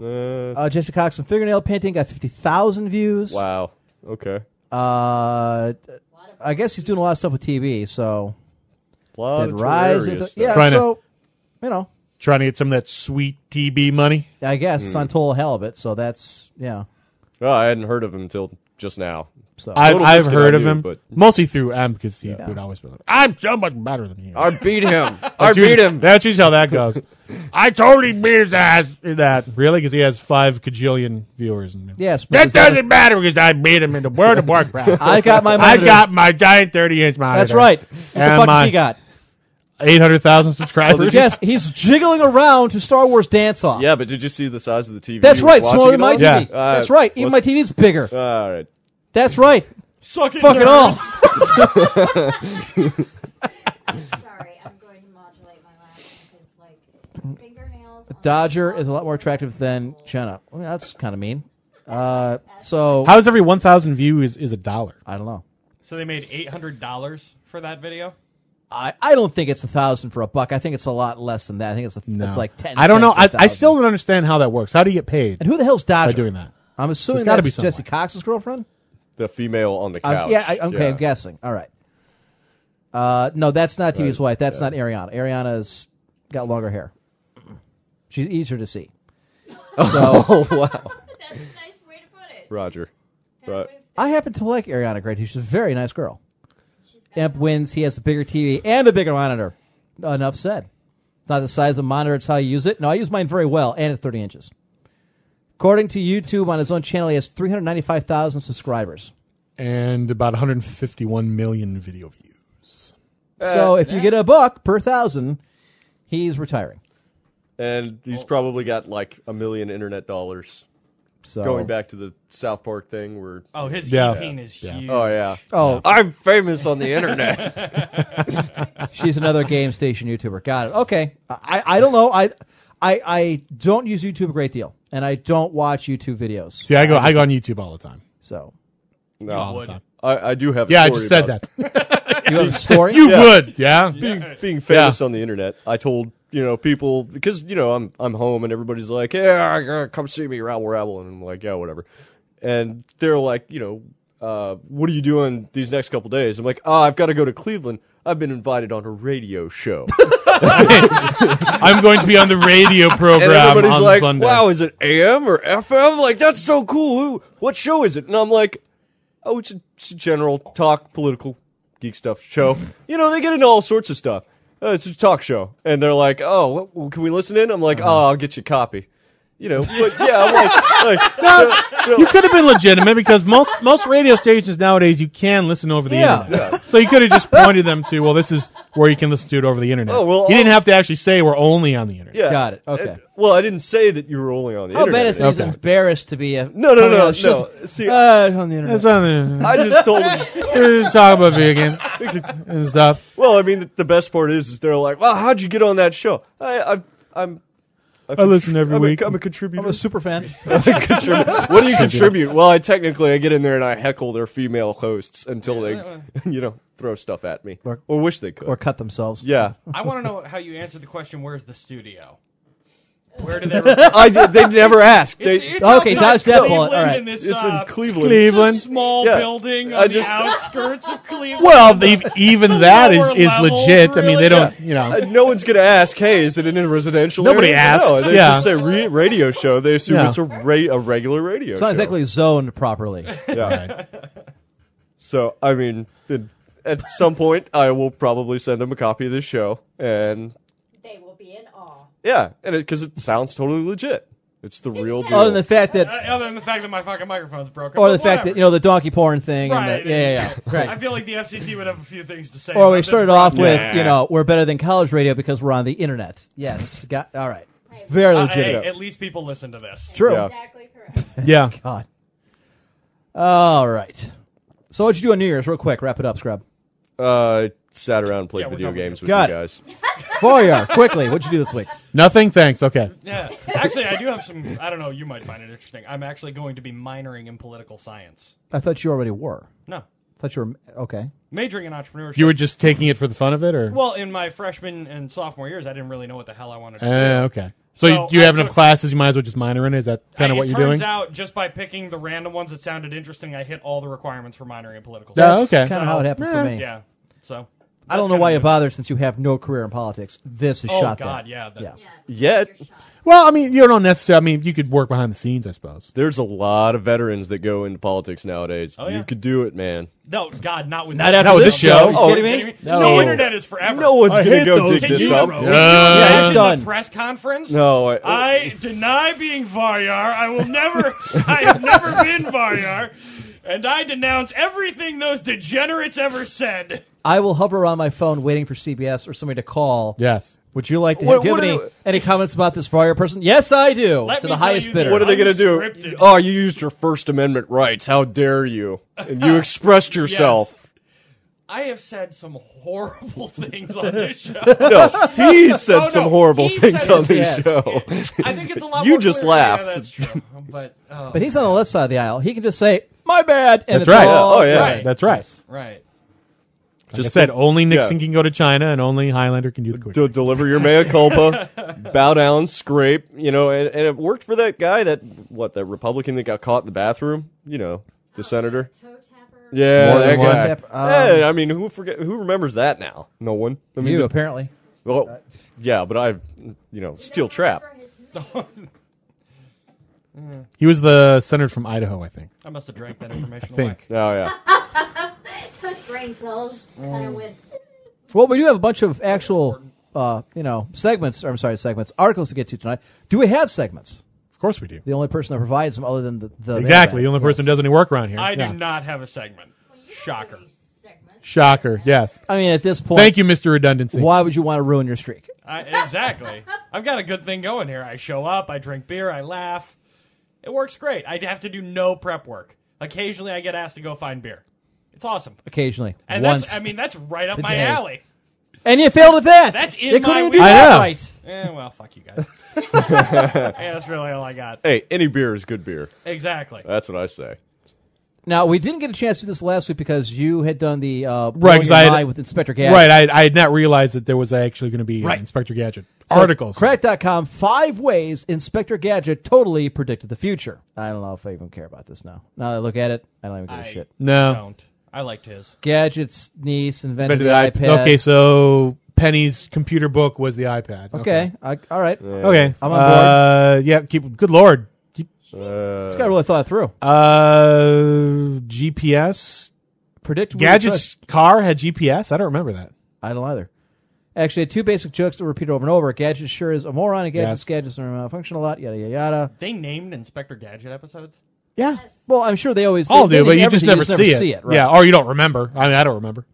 Speaker 7: Uh,
Speaker 4: Uh, Jason Cox and fingernail painting got fifty thousand views.
Speaker 7: wow. Okay.
Speaker 4: Uh, I guess he's doing a lot of stuff with TV. So
Speaker 7: Lot
Speaker 4: did
Speaker 7: of
Speaker 4: Rise,
Speaker 7: Terraria
Speaker 4: into,
Speaker 7: stuff.
Speaker 4: yeah.
Speaker 5: Trying to-
Speaker 4: so you know,
Speaker 5: Trying to get some of that sweet TB money.
Speaker 4: I guess it's
Speaker 7: Hmm.
Speaker 4: on total hell of it. So that's yeah.
Speaker 7: Oh, I hadn't heard of him until just now.
Speaker 4: So
Speaker 5: I've,
Speaker 7: Little
Speaker 5: I've
Speaker 7: Biscuit
Speaker 5: heard
Speaker 7: I
Speaker 5: of
Speaker 7: knew,
Speaker 5: him,
Speaker 7: but-
Speaker 5: mostly through Am because he would always be like, I'm so much better than you.
Speaker 7: I beat him. I beat him.
Speaker 5: That's usually how that goes. I totally beat his ass in that. Really? Because he has five cajillion viewers. In
Speaker 4: Yes, but
Speaker 5: That
Speaker 4: is that-
Speaker 5: doesn't matter because I beat him in the World of Warcraft.
Speaker 4: I got my
Speaker 5: I
Speaker 4: monitor.
Speaker 5: got my giant 30 inch monitor.
Speaker 4: That's right. What the
Speaker 5: And
Speaker 4: fuck
Speaker 5: my-
Speaker 4: does he got?
Speaker 5: 800,000 subscribers.
Speaker 4: Yes, he's jiggling around to Star Wars Dance Off.
Speaker 7: Yeah, but did you see the size of the TV?
Speaker 4: That's
Speaker 7: you were
Speaker 4: right,
Speaker 7: watching
Speaker 4: smaller than
Speaker 7: it
Speaker 4: my
Speaker 7: on?
Speaker 4: TV.
Speaker 5: Yeah.
Speaker 7: Uh,
Speaker 4: That's right. Even my
Speaker 7: let's-
Speaker 4: TV's bigger.
Speaker 7: All right.
Speaker 4: That's right.
Speaker 8: Suck it,
Speaker 4: Fuck it
Speaker 8: nerd.
Speaker 4: all.
Speaker 1: Sorry, I'm going to modulate my laugh because, like, fingernails. on
Speaker 4: Dodger
Speaker 1: the
Speaker 4: is a lot more attractive than Jenna. Well, that's kind of mean. Uh, so
Speaker 5: How is every 1,000 view is, is a dollar?
Speaker 4: I don't know.
Speaker 8: So they made eight hundred dollars for that video.
Speaker 4: I, I don't think it's a thousand for a buck. I think it's a lot less than that. I think it's a, it's like ten.
Speaker 5: I don't know.
Speaker 4: cents
Speaker 5: I,
Speaker 4: per
Speaker 5: I
Speaker 4: thousand.
Speaker 5: still don't understand how that works. How do you get paid
Speaker 4: And who the hell's
Speaker 5: by
Speaker 4: Dodger?
Speaker 5: doing that?
Speaker 4: I'm assuming
Speaker 5: There's gotta
Speaker 4: that's
Speaker 5: be
Speaker 4: Jesse
Speaker 5: someone.
Speaker 4: Cox's girlfriend.
Speaker 7: The female on the
Speaker 4: I'm-
Speaker 7: couch.
Speaker 4: Um, yeah. I, okay. I'm guessing. All right. Uh, no, that's not TV's wife. That's not Ariana. Ariana's got longer hair. She's easier to see. So
Speaker 1: That's a nice way to put it.
Speaker 7: Roger. Right.
Speaker 4: I happen to like Ariana Grande. She's a very nice girl. Amp wins. He has a bigger TV and a bigger monitor. Enough said. It's not the size of the monitor; it's how you use it. No, I use mine very well, and it's 30 inches. According to YouTube, on his own channel, he has 395,000 subscribers.
Speaker 5: And about 151 million video views.
Speaker 7: Uh,
Speaker 4: so if you get a buck per thousand, he's retiring.
Speaker 7: And he's probably got like a million internet dollars.
Speaker 4: So
Speaker 7: Going back to the South Park thing where.
Speaker 8: Oh, his
Speaker 5: Yeah.
Speaker 8: EP is huge.
Speaker 7: Oh, yeah.
Speaker 4: Oh,
Speaker 7: I'm famous on the internet.
Speaker 4: she's another game station YouTuber. Got it. Okay. I, I don't know. I, I I don't use YouTube a great deal, and I don't watch YouTube videos.
Speaker 5: See, I go, I go on YouTube all the time.
Speaker 4: So
Speaker 7: no,
Speaker 5: all the time.
Speaker 7: I, I do have. a
Speaker 5: Yeah, I
Speaker 7: story
Speaker 5: just said
Speaker 7: about
Speaker 5: that.
Speaker 4: you have a story.
Speaker 5: You would, yeah?
Speaker 7: Being, being famous on the internet, I told you know people because you know I'm I'm home and everybody's like, yeah, come see me, rabble rabble, and I'm like, yeah, whatever. And they're like, you know, uh, what are you doing these next couple days? I'm like, oh, I've got to go to Cleveland. I've been invited on a radio show.
Speaker 5: I'm going to be on the radio
Speaker 7: And
Speaker 5: program
Speaker 7: everybody's
Speaker 5: on
Speaker 7: like,
Speaker 5: Sunday.
Speaker 7: wow, is it AM or FM? Like, that's so cool. Who, what show is it? And I'm like, oh, it's a, it's a general talk, political, geek stuff show. you know, they get into all sorts of stuff. Uh, it's a talk show. And they're like, oh, well, well, can we listen in? I'm like,
Speaker 5: Uh-huh.
Speaker 7: oh, I'll get you a copy. You know, but yeah, I'm like, like
Speaker 5: You could have been legitimate because most most radio stations nowadays you can listen over the
Speaker 4: Yeah.
Speaker 5: internet. So you could have just pointed them to, well, this is where you can listen to it over the internet.
Speaker 7: Oh, well,
Speaker 5: you didn't
Speaker 7: I'll-
Speaker 5: have to actually say we're only on the internet.
Speaker 7: yeah.
Speaker 4: Got it. Okay.
Speaker 7: And- well, I didn't say that you were only on the
Speaker 4: I'll bet
Speaker 7: internet.
Speaker 4: it's that he's
Speaker 5: Okay.
Speaker 4: Oh, embarrassed to be a
Speaker 7: no,
Speaker 4: coming
Speaker 7: no,
Speaker 4: out
Speaker 7: no,
Speaker 4: of the show.
Speaker 7: no. See,
Speaker 4: Oh, Uh, it's on the internet.
Speaker 5: It's on the-
Speaker 7: I just told him.
Speaker 5: we're just talking about vegan and stuff.
Speaker 7: Well, I mean, the best part is, is they're like, "Well, how'd you get on that show?" I, I'm, I'm
Speaker 5: I listen every
Speaker 7: I'm
Speaker 5: week.
Speaker 7: A, I'm a contributor.
Speaker 4: I'm a super fan.
Speaker 7: Contrib- what do you contribute? Well, I technically I get in there and I heckle their female hosts until they, you know, throw stuff at me
Speaker 4: Or-
Speaker 7: or, wish they could.
Speaker 4: or cut themselves.
Speaker 7: yeah,
Speaker 8: I want to know how you answered the question. Where's the studio? Where do they? record?
Speaker 7: I did, they never asked. They,
Speaker 8: It's, it's
Speaker 4: Okay,
Speaker 8: outside
Speaker 4: dodge that bullet.
Speaker 8: Cleveland
Speaker 4: All right.
Speaker 8: in this,
Speaker 7: it's
Speaker 8: uh,
Speaker 7: in Cleveland.
Speaker 5: Cleveland.
Speaker 8: It's a small
Speaker 7: Yeah.
Speaker 8: building on
Speaker 7: I just-
Speaker 8: the outskirts of Cleveland.
Speaker 5: Well, they've, even that is,
Speaker 8: lower
Speaker 5: is
Speaker 8: level,
Speaker 5: legit. I mean, they
Speaker 8: really?
Speaker 5: don't, you
Speaker 7: Uh,
Speaker 5: know.
Speaker 7: no one's gonna ask. Hey, is it in a residential?
Speaker 5: Nobody
Speaker 7: area?
Speaker 5: asks,
Speaker 7: No, they
Speaker 5: yeah.
Speaker 7: just say re- radio show. They assume
Speaker 5: Yeah.
Speaker 7: it's a ra- a regular radio.
Speaker 4: It's not
Speaker 7: show.
Speaker 4: exactly zoned properly.
Speaker 7: Yeah. So I mean, it, at some point, I will probably send them a copy of this show, and
Speaker 6: They will be in awe.
Speaker 7: yeah, and because it, sounds totally legit, it's the real deal.
Speaker 4: Other than Oh, the fact that,
Speaker 8: other than the fact that my fucking microphone's broken.
Speaker 4: or
Speaker 8: but
Speaker 4: the fact that
Speaker 8: whatever.
Speaker 4: you know the donkey porn thing,
Speaker 8: Right.
Speaker 4: and the, yeah, yeah, yeah,
Speaker 8: I
Speaker 4: right.
Speaker 8: feel like the FCC would have a few things to say.
Speaker 4: Or
Speaker 8: about
Speaker 4: we
Speaker 8: this
Speaker 4: started off
Speaker 8: broadcast.
Speaker 4: with, you know, we're better than college radio because we're on the internet. Yes, got all right. It's very
Speaker 8: Uh, hey,
Speaker 4: legitimate.
Speaker 8: at least people listen to this.
Speaker 4: True.
Speaker 7: Yeah.
Speaker 6: Exactly correct.
Speaker 5: Yeah.
Speaker 4: God. All right. So what'd you do on New Year's? Real quick, wrap it up, Scrub.
Speaker 7: uh, sat around and played
Speaker 8: Yeah, we're
Speaker 7: video
Speaker 8: done with
Speaker 7: games
Speaker 8: this.
Speaker 7: with
Speaker 4: Got
Speaker 7: you
Speaker 4: it.
Speaker 7: guys.
Speaker 4: Boyar, quickly, what'd you do this week?
Speaker 5: Nothing. Thanks. Okay.
Speaker 8: Yeah. Actually, I do have some. I don't know. You might find it interesting. I'm actually going to be minoring in political science.
Speaker 4: I thought you already were.
Speaker 8: No,
Speaker 4: I thought you were okay.
Speaker 8: majoring in entrepreneurship.
Speaker 5: You were just taking it for the fun of it, or?
Speaker 8: well, in my freshman and sophomore years, I didn't really know what the hell I wanted to do.
Speaker 5: Uh, okay.
Speaker 8: So,
Speaker 5: So, you, you have
Speaker 8: I
Speaker 5: enough
Speaker 8: took-
Speaker 5: classes, you might as well just minor in it? Is that kind of
Speaker 8: I-
Speaker 5: what
Speaker 8: it
Speaker 5: you're
Speaker 8: turns
Speaker 5: doing?
Speaker 8: out just by picking the random ones that sounded interesting, I hit all the requirements for minoring in political
Speaker 5: Oh,
Speaker 8: science.
Speaker 5: okay.
Speaker 4: Kind of how it happened for me.
Speaker 8: Yeah. So
Speaker 4: I don't
Speaker 8: that's
Speaker 4: know
Speaker 8: kinda
Speaker 4: why you
Speaker 8: what-
Speaker 4: bothered since you have no career in politics. This is
Speaker 8: Oh
Speaker 4: shot
Speaker 8: God,
Speaker 4: that.
Speaker 8: yeah. that-
Speaker 4: Yeah.
Speaker 7: Yet
Speaker 5: Well, I mean, you don't necessarily. I mean, you could work behind the scenes, I suppose.
Speaker 7: there's a lot of veterans that go into politics nowadays.
Speaker 8: Oh, yeah.
Speaker 7: You could do it, man.
Speaker 8: No, God, not with
Speaker 4: Not
Speaker 8: this.
Speaker 4: after
Speaker 5: Not with
Speaker 4: this
Speaker 5: this show.
Speaker 4: show. You
Speaker 7: Oh,
Speaker 4: kidding
Speaker 8: Kidding
Speaker 4: me?
Speaker 8: me? No internet is forever.
Speaker 7: No one's
Speaker 5: I
Speaker 7: gonna
Speaker 5: hate
Speaker 7: go
Speaker 5: those
Speaker 7: dig
Speaker 8: Can
Speaker 7: this
Speaker 8: you
Speaker 7: up.
Speaker 8: roast
Speaker 4: Yeah,
Speaker 8: Imagine
Speaker 4: it's done.
Speaker 8: the press conference.
Speaker 7: No, I,
Speaker 8: I deny being Varyar. I will never. I have never been Varyar, and I denounce everything those degenerates ever said.
Speaker 4: I will hover around my phone waiting for CBS or somebody to call.
Speaker 5: Yes.
Speaker 4: Would you like to
Speaker 7: What-
Speaker 4: do you have
Speaker 7: what
Speaker 4: any,
Speaker 7: do-
Speaker 4: any comments about this Varya person? Yes, I do.
Speaker 8: Let
Speaker 4: to
Speaker 8: me
Speaker 4: the
Speaker 8: tell
Speaker 4: highest
Speaker 8: you
Speaker 4: bidder.
Speaker 7: What are they going to
Speaker 8: Unscripted.
Speaker 7: do? Oh, you used your First Amendment rights. How dare you? And you expressed yourself.
Speaker 8: I have said some horrible things on this show.
Speaker 7: No, he said
Speaker 8: Oh, no,
Speaker 7: some horrible
Speaker 8: he
Speaker 7: things
Speaker 8: said
Speaker 7: on
Speaker 8: it,
Speaker 7: this
Speaker 4: yes.
Speaker 7: show.
Speaker 8: I think it's a lot.
Speaker 7: You
Speaker 8: more
Speaker 7: just
Speaker 8: clear. Yeah,
Speaker 7: laughed.
Speaker 8: that's true. But oh,
Speaker 4: but he's on the left side of the aisle. He can just say, "My bad," and it's
Speaker 5: That's right.
Speaker 4: all
Speaker 7: Oh, yeah.
Speaker 4: right.
Speaker 5: That's right.
Speaker 8: right.
Speaker 5: Just said only Nixon
Speaker 7: yeah.
Speaker 5: can go to China and only Highlander can do the quick.
Speaker 7: D- deliver your mea culpa, bow down, scrape. You know, and, and it worked for that guy. That what that Republican that got caught in the bathroom. You know, the senator.
Speaker 6: Toe tapper.
Speaker 7: Yeah,
Speaker 4: More
Speaker 7: that
Speaker 4: than one
Speaker 7: guy.
Speaker 4: tap- um,
Speaker 7: Hey, I mean, who forget? Who remembers that now? No one. I mean,
Speaker 4: You
Speaker 7: the-
Speaker 4: apparently.
Speaker 7: well, yeah, but I, you know, steel trap.
Speaker 5: He was the senator from Idaho, I think.
Speaker 8: I must have drank that information
Speaker 5: I think.
Speaker 8: away.
Speaker 7: Oh yeah.
Speaker 6: Those brain cells
Speaker 8: Oh.
Speaker 6: kind of went.
Speaker 4: Well, we do have a bunch of actual, uh, you know, segments. Or, I'm sorry, segments, articles to get to tonight. Do we have segments?
Speaker 5: Of course we do.
Speaker 4: The only person that provides them, other than the, the
Speaker 5: Exactly. The
Speaker 4: mailbag.
Speaker 5: only person who does any work around here.
Speaker 8: I
Speaker 5: Yeah.
Speaker 8: do not have a segment. Shocker.
Speaker 5: Shocker. Yes.
Speaker 4: I mean, at this point,
Speaker 5: Thank you, Mr. Redundancy.
Speaker 4: Why would you want to ruin your streak?
Speaker 8: I, exactly. I've got a good thing going here. I show up, I drink beer, I laugh. It works great. I have to do no prep work. Occasionally, I get asked to go find beer. It's awesome.
Speaker 4: Occasionally,
Speaker 8: And
Speaker 4: once,
Speaker 8: that's, I mean, that's right up my
Speaker 4: today.
Speaker 8: alley.
Speaker 4: and you failed at that.
Speaker 8: That's in
Speaker 4: you couldn't
Speaker 8: my
Speaker 4: even do
Speaker 8: wheelhouse.
Speaker 4: that
Speaker 5: I
Speaker 7: Oh.
Speaker 5: know.
Speaker 4: right.
Speaker 8: Eh, well, fuck you guys. yeah, that's really all I got.
Speaker 7: Hey, any beer is good beer.
Speaker 8: Exactly.
Speaker 7: That's what I say.
Speaker 4: Now we didn't get a chance to do this last week because you had done the uh,
Speaker 5: Right,
Speaker 4: blowing
Speaker 5: 'cause
Speaker 4: your
Speaker 5: I had-
Speaker 4: mind with Inspector Gadget.
Speaker 5: Right. I, I had not realized that there was actually going to be an
Speaker 4: Right.
Speaker 5: Inspector Gadget
Speaker 4: So,
Speaker 5: articles.
Speaker 4: Crack.com, five ways Inspector Gadget totally predicted the future. I don't know if I even care about this now. Now that I look at it, I don't even give a
Speaker 8: I
Speaker 4: shit.
Speaker 5: No.
Speaker 8: don't. I liked his.
Speaker 4: Gadget's niece invented
Speaker 5: Better
Speaker 4: the
Speaker 5: than I-
Speaker 4: iPad.
Speaker 5: Okay, so Penny's computer book was the iPad.
Speaker 4: Okay, I, all right.
Speaker 5: Okay.
Speaker 4: I'm on board.
Speaker 5: Uh, yeah. Keep. Good lord. Keep-
Speaker 4: this guy really thought it through.
Speaker 5: Uh, GPS.
Speaker 4: Predict what you
Speaker 5: Gadget's car had GPS. I don't remember that.
Speaker 4: trust. I don't either. Actually, I had two basic jokes that were repeated over and over. Gadget sure is a moron. And gadgets,
Speaker 5: Yes.
Speaker 4: gadgets are malfunction a lot. Yada yada yada.
Speaker 8: They named Inspector Gadget episodes?
Speaker 5: Yeah.
Speaker 4: Well, I'm sure they always
Speaker 5: All
Speaker 4: they,
Speaker 5: do,
Speaker 4: they
Speaker 5: but
Speaker 4: name
Speaker 5: you just
Speaker 4: everything,
Speaker 5: never, see, it.
Speaker 4: right.
Speaker 5: Yeah, or you don't remember. I mean, I don't remember.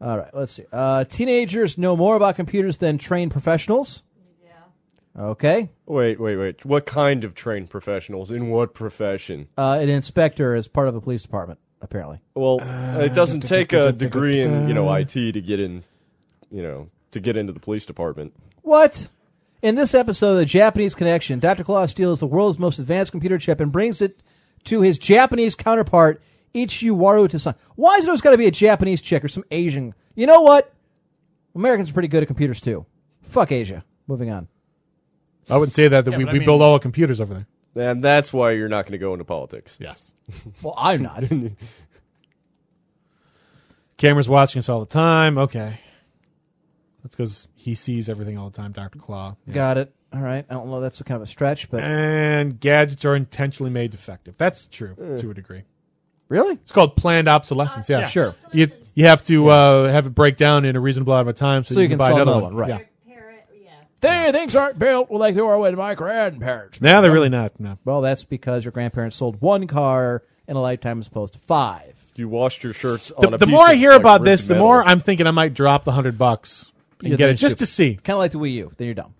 Speaker 4: All right, let's see. Uh, teenagers know more about computers than trained professionals. Yeah. Okay.
Speaker 7: Wait, wait, wait. What kind of trained professionals? In what profession?
Speaker 4: Uh, an inspector is part of the police department, apparently.
Speaker 7: Well,
Speaker 5: Uh,
Speaker 7: it doesn't take a degree in you know IT to get in, you know, to get into the police department.
Speaker 4: What? In this episode of The Japanese Connection, Dr. Claw steals the world's most advanced computer chip and brings it to his Japanese counterpart, Ichiwaru Tasan. Why is it always got to be a Japanese chick or some Asian? You know what? Americans are pretty good at computers, too. Fuck Asia. Moving on.
Speaker 5: I wouldn't say that. That
Speaker 8: Yeah,
Speaker 5: we,
Speaker 8: but I
Speaker 5: we
Speaker 8: mean-
Speaker 5: build all our computers over there.
Speaker 7: And that's why you're not going to go into politics.
Speaker 5: Yes.
Speaker 4: Well, I'm not.
Speaker 5: Cameras watching us all the time. Okay. That's because he sees everything all the time, Dr. Claw. Yeah.
Speaker 4: Got it. All right. I don't know. That's kind of a stretch, but
Speaker 5: And gadgets are intentionally made defective. That's true to a degree.
Speaker 4: really?
Speaker 5: It's called planned obsolescence. Yeah,
Speaker 4: Sure.
Speaker 5: You, you have to uh, have it break down in a reasonable amount of time so,
Speaker 4: So you can
Speaker 5: buy
Speaker 4: solve
Speaker 5: another
Speaker 4: another
Speaker 5: one.
Speaker 4: one, right.
Speaker 5: Yeah.
Speaker 4: Their things aren't built well, like they were when my grandparents.
Speaker 5: Now they're really not. No.
Speaker 4: Well, that's because your grandparents sold one car in a lifetime as opposed to five.
Speaker 7: You washed your shirts on
Speaker 5: The,
Speaker 7: Oh, a
Speaker 5: the
Speaker 7: piece
Speaker 5: more I
Speaker 7: of,
Speaker 5: hear
Speaker 7: like,
Speaker 5: about
Speaker 7: ribbed
Speaker 5: this, the
Speaker 7: metal.
Speaker 5: more I'm thinking I might drop the hundred bucks and
Speaker 4: Yeah,
Speaker 5: get it
Speaker 4: that's
Speaker 5: just
Speaker 4: true.
Speaker 5: to see.
Speaker 4: Kind of like the Wii U. Then you're dumb.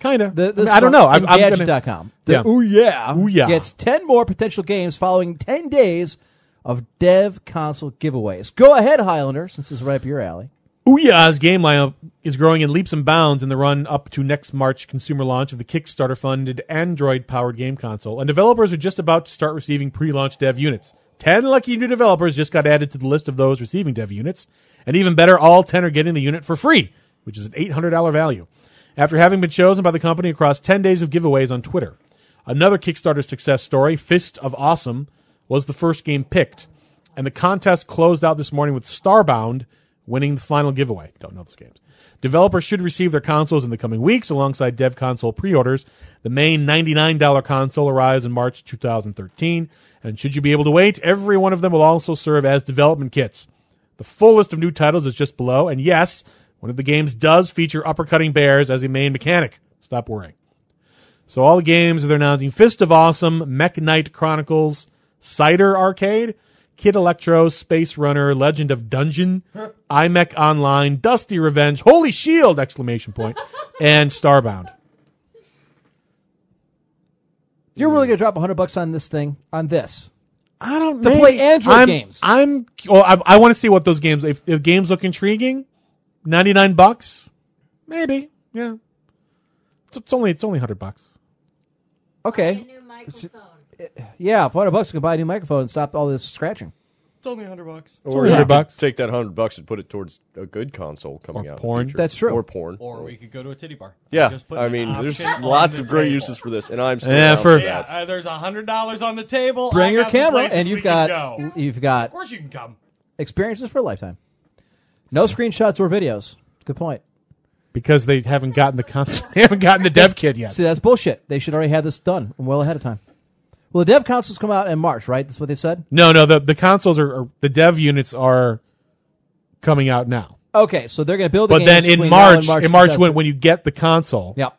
Speaker 5: Kind of.
Speaker 4: The, the
Speaker 5: I, mean, I don't know. I'm, I'm gonna,
Speaker 4: Engadget.com. The
Speaker 5: Yeah.
Speaker 4: Ooh Yeah
Speaker 5: Ooh Yeah.
Speaker 4: gets 10 more potential games following 10 days of dev console giveaways. Go ahead, Highlander, since this is right up your alley.
Speaker 5: Ouya's game lineup is growing in leaps and bounds in the run up to next March consumer launch of the Kickstarter funded Android powered game console, and developers are just about to start receiving pre launch dev units. 10 lucky new developers just got added to the list of those receiving dev units, and even better, all 10 are getting the unit for free, which is an $800 value, after having been chosen by the company across 10 days of giveaways on Twitter. Another Kickstarter success story, Fist of Awesome, was the first game picked and the contest closed out this morning with Starbound winning the final giveaway. Don't know those games. Developers should receive their consoles in the coming weeks alongside dev console pre-orders. The main $99 console arrives in March 2013, and should you be able to wait, every one of them will also serve as development kits. The full list of new titles is just below, and yes, one of the games does feature uppercutting bears as a main mechanic. Stop worrying. So all the games that they're announcing: Fist of Awesome, Mech Knight Chronicles, Cider Arcade, Kid Electro, Space Runner, Legend of Dungeon, iMech Online, Dusty Revenge, Holy Shield! Exclamation point, and Starbound.
Speaker 4: You're really going to drop 100 bucks on this thing, on this.
Speaker 5: I don't
Speaker 4: To play Android
Speaker 5: I'm,
Speaker 4: games.
Speaker 5: I'm. Well, I, I want to see what those games. If, if games look intriguing, ninety nine bucks, maybe. Yeah, it's, it's only it's only hundred bucks.
Speaker 4: Okay. Yeah, for 100 bucks, you can buy a new microphone and stop all this scratching.
Speaker 8: It's only hundred bucks.
Speaker 7: Or
Speaker 5: Yeah.
Speaker 7: you
Speaker 5: 100
Speaker 7: could
Speaker 5: bucks.
Speaker 7: Take that hundred bucks and put it towards a good console coming
Speaker 5: Or
Speaker 7: out. in the
Speaker 5: porn.
Speaker 7: future.
Speaker 4: That's true.
Speaker 7: Or porn.
Speaker 8: Or we could go to a titty bar.
Speaker 7: yeah,
Speaker 8: Just put
Speaker 7: I
Speaker 8: an
Speaker 7: mean, there's
Speaker 8: option on
Speaker 7: lots
Speaker 8: the
Speaker 7: of great
Speaker 8: table.
Speaker 7: uses for this, and I'm still
Speaker 5: Yeah,
Speaker 7: down
Speaker 5: for-
Speaker 8: Yeah,
Speaker 7: that.
Speaker 8: uh, there's hundred dollars on the table. I
Speaker 4: Bring your
Speaker 8: got some
Speaker 4: camera,
Speaker 8: places
Speaker 4: and
Speaker 8: we
Speaker 4: you've
Speaker 8: can
Speaker 4: got
Speaker 8: go.
Speaker 4: you've
Speaker 8: Of
Speaker 4: got
Speaker 8: course, you can come.
Speaker 4: experiences for a lifetime. No screenshots or videos. Good point.
Speaker 5: Because they haven't gotten the console, they haven't gotten the dev kit yet.
Speaker 4: See, that's bullshit. They should already have this done well ahead of time. Well, the dev consoles come out in March, right? That's what they said.
Speaker 5: No, no, the the consoles are, are the dev units are coming out now.
Speaker 4: Okay, so they're going to build. The
Speaker 5: But then
Speaker 4: games
Speaker 5: in
Speaker 4: between now and
Speaker 5: March, in March
Speaker 4: 2000.
Speaker 5: when, when you get the console,
Speaker 4: yep.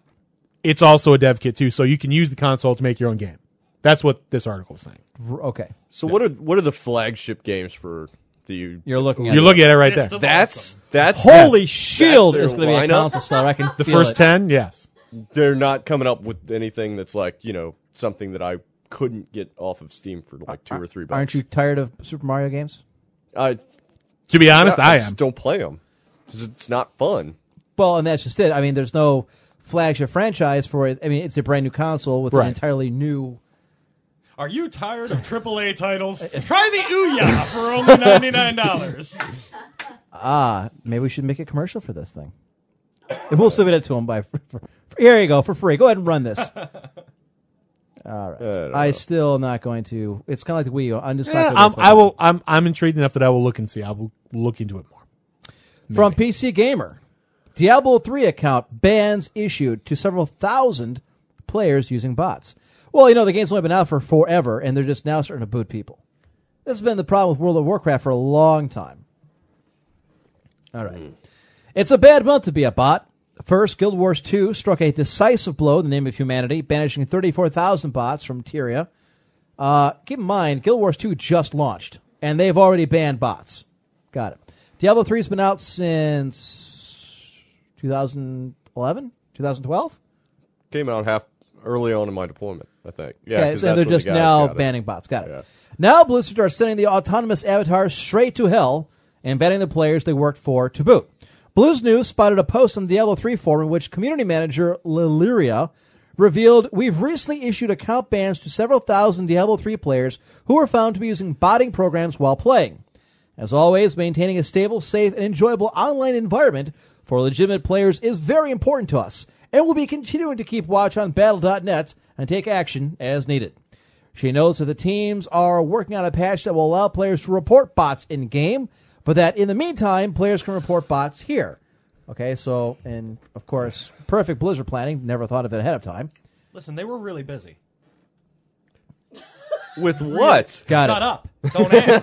Speaker 5: it's also a dev kit too, so you can use the console to make your own game. That's what this article is saying.
Speaker 4: R- Okay,
Speaker 7: So what are what are the flagship games for the?
Speaker 4: you're looking at
Speaker 5: You're
Speaker 4: it.
Speaker 5: looking at it right
Speaker 8: It's
Speaker 5: there.
Speaker 8: the-
Speaker 7: That's that's
Speaker 4: Holy
Speaker 7: that's
Speaker 4: shield
Speaker 7: their
Speaker 4: is going to be a
Speaker 7: lineup.
Speaker 4: console seller. I can
Speaker 5: the
Speaker 4: feel
Speaker 5: first
Speaker 4: it.
Speaker 5: ten, yes.
Speaker 7: They're not coming up with anything that's like you know something that I couldn't get off of Steam for like two or three bucks.
Speaker 4: Uh, Aren't you tired of Super Mario games?
Speaker 7: I
Speaker 5: To be honest,
Speaker 7: I,
Speaker 5: I
Speaker 7: just
Speaker 5: am.
Speaker 7: don't play them because it's not fun.
Speaker 4: Well, and that's just it. I mean, there's no flagship franchise for it. I mean, it's a brand new console with
Speaker 5: Right.
Speaker 4: an entirely new.
Speaker 8: Are you tired of AAA titles? Try the Ouya for only ninety nine dollars.
Speaker 4: Maybe we should make a commercial for this thing. And we'll submit it to them by. For, for, here you go for free. Go ahead and run this.
Speaker 7: I don't
Speaker 4: I
Speaker 7: know.
Speaker 4: still not going to. It's kind of like the Wii U. I'm just
Speaker 5: Yeah,
Speaker 4: not.
Speaker 5: Eh, I'm,
Speaker 4: Gonna
Speaker 5: Um, I will. I'm. I'm intrigued enough that I will look and see. I will look into it more.
Speaker 4: From PC Gamer, Diablo 3 account bans issued to several thousand players using bots. Well, you know the game's only been out for forever, and they're just now starting to boot people. This has been the problem with World of Warcraft for a long time. All right. It's a bad month to be a bot. First, Guild Wars 2 struck a decisive blow in the name of humanity, banishing 34,000 bots from Tyria. Uh, keep in mind, Guild Wars 2 just launched, and they've already banned bots. Got it. Diablo 3 has been out since 2011, 2012?
Speaker 7: Came out half early on in my deployment. I think. Yeah,
Speaker 4: Okay,
Speaker 7: 'cause
Speaker 4: so
Speaker 7: that's
Speaker 4: they're
Speaker 7: when the
Speaker 4: just
Speaker 7: guys
Speaker 4: now
Speaker 7: got it.
Speaker 4: banning bots. Got it.
Speaker 7: Yeah.
Speaker 4: Now Blizzard are sending the autonomous avatars straight to hell and banning the players they worked for to boot. Blues News spotted a post on the Diablo 3 forum in which community manager Liliria revealed we've recently issued account bans to several thousand Diablo 3 players who were found to be using botting programs while playing. As always, maintaining a stable, safe, and enjoyable online environment for legitimate players is very important to us, and we'll be continuing to keep watch on Battle.net and take action as needed. She notes that the teams are working on a patch that will allow players to report bots in game, but that in the meantime, players can report bots here. Okay, so, and of course, perfect Blizzard planning. Never thought of it ahead of time.
Speaker 8: Listen, they were really busy.
Speaker 7: With what?
Speaker 4: Got
Speaker 8: Shut
Speaker 4: it.
Speaker 8: up. Don't ask.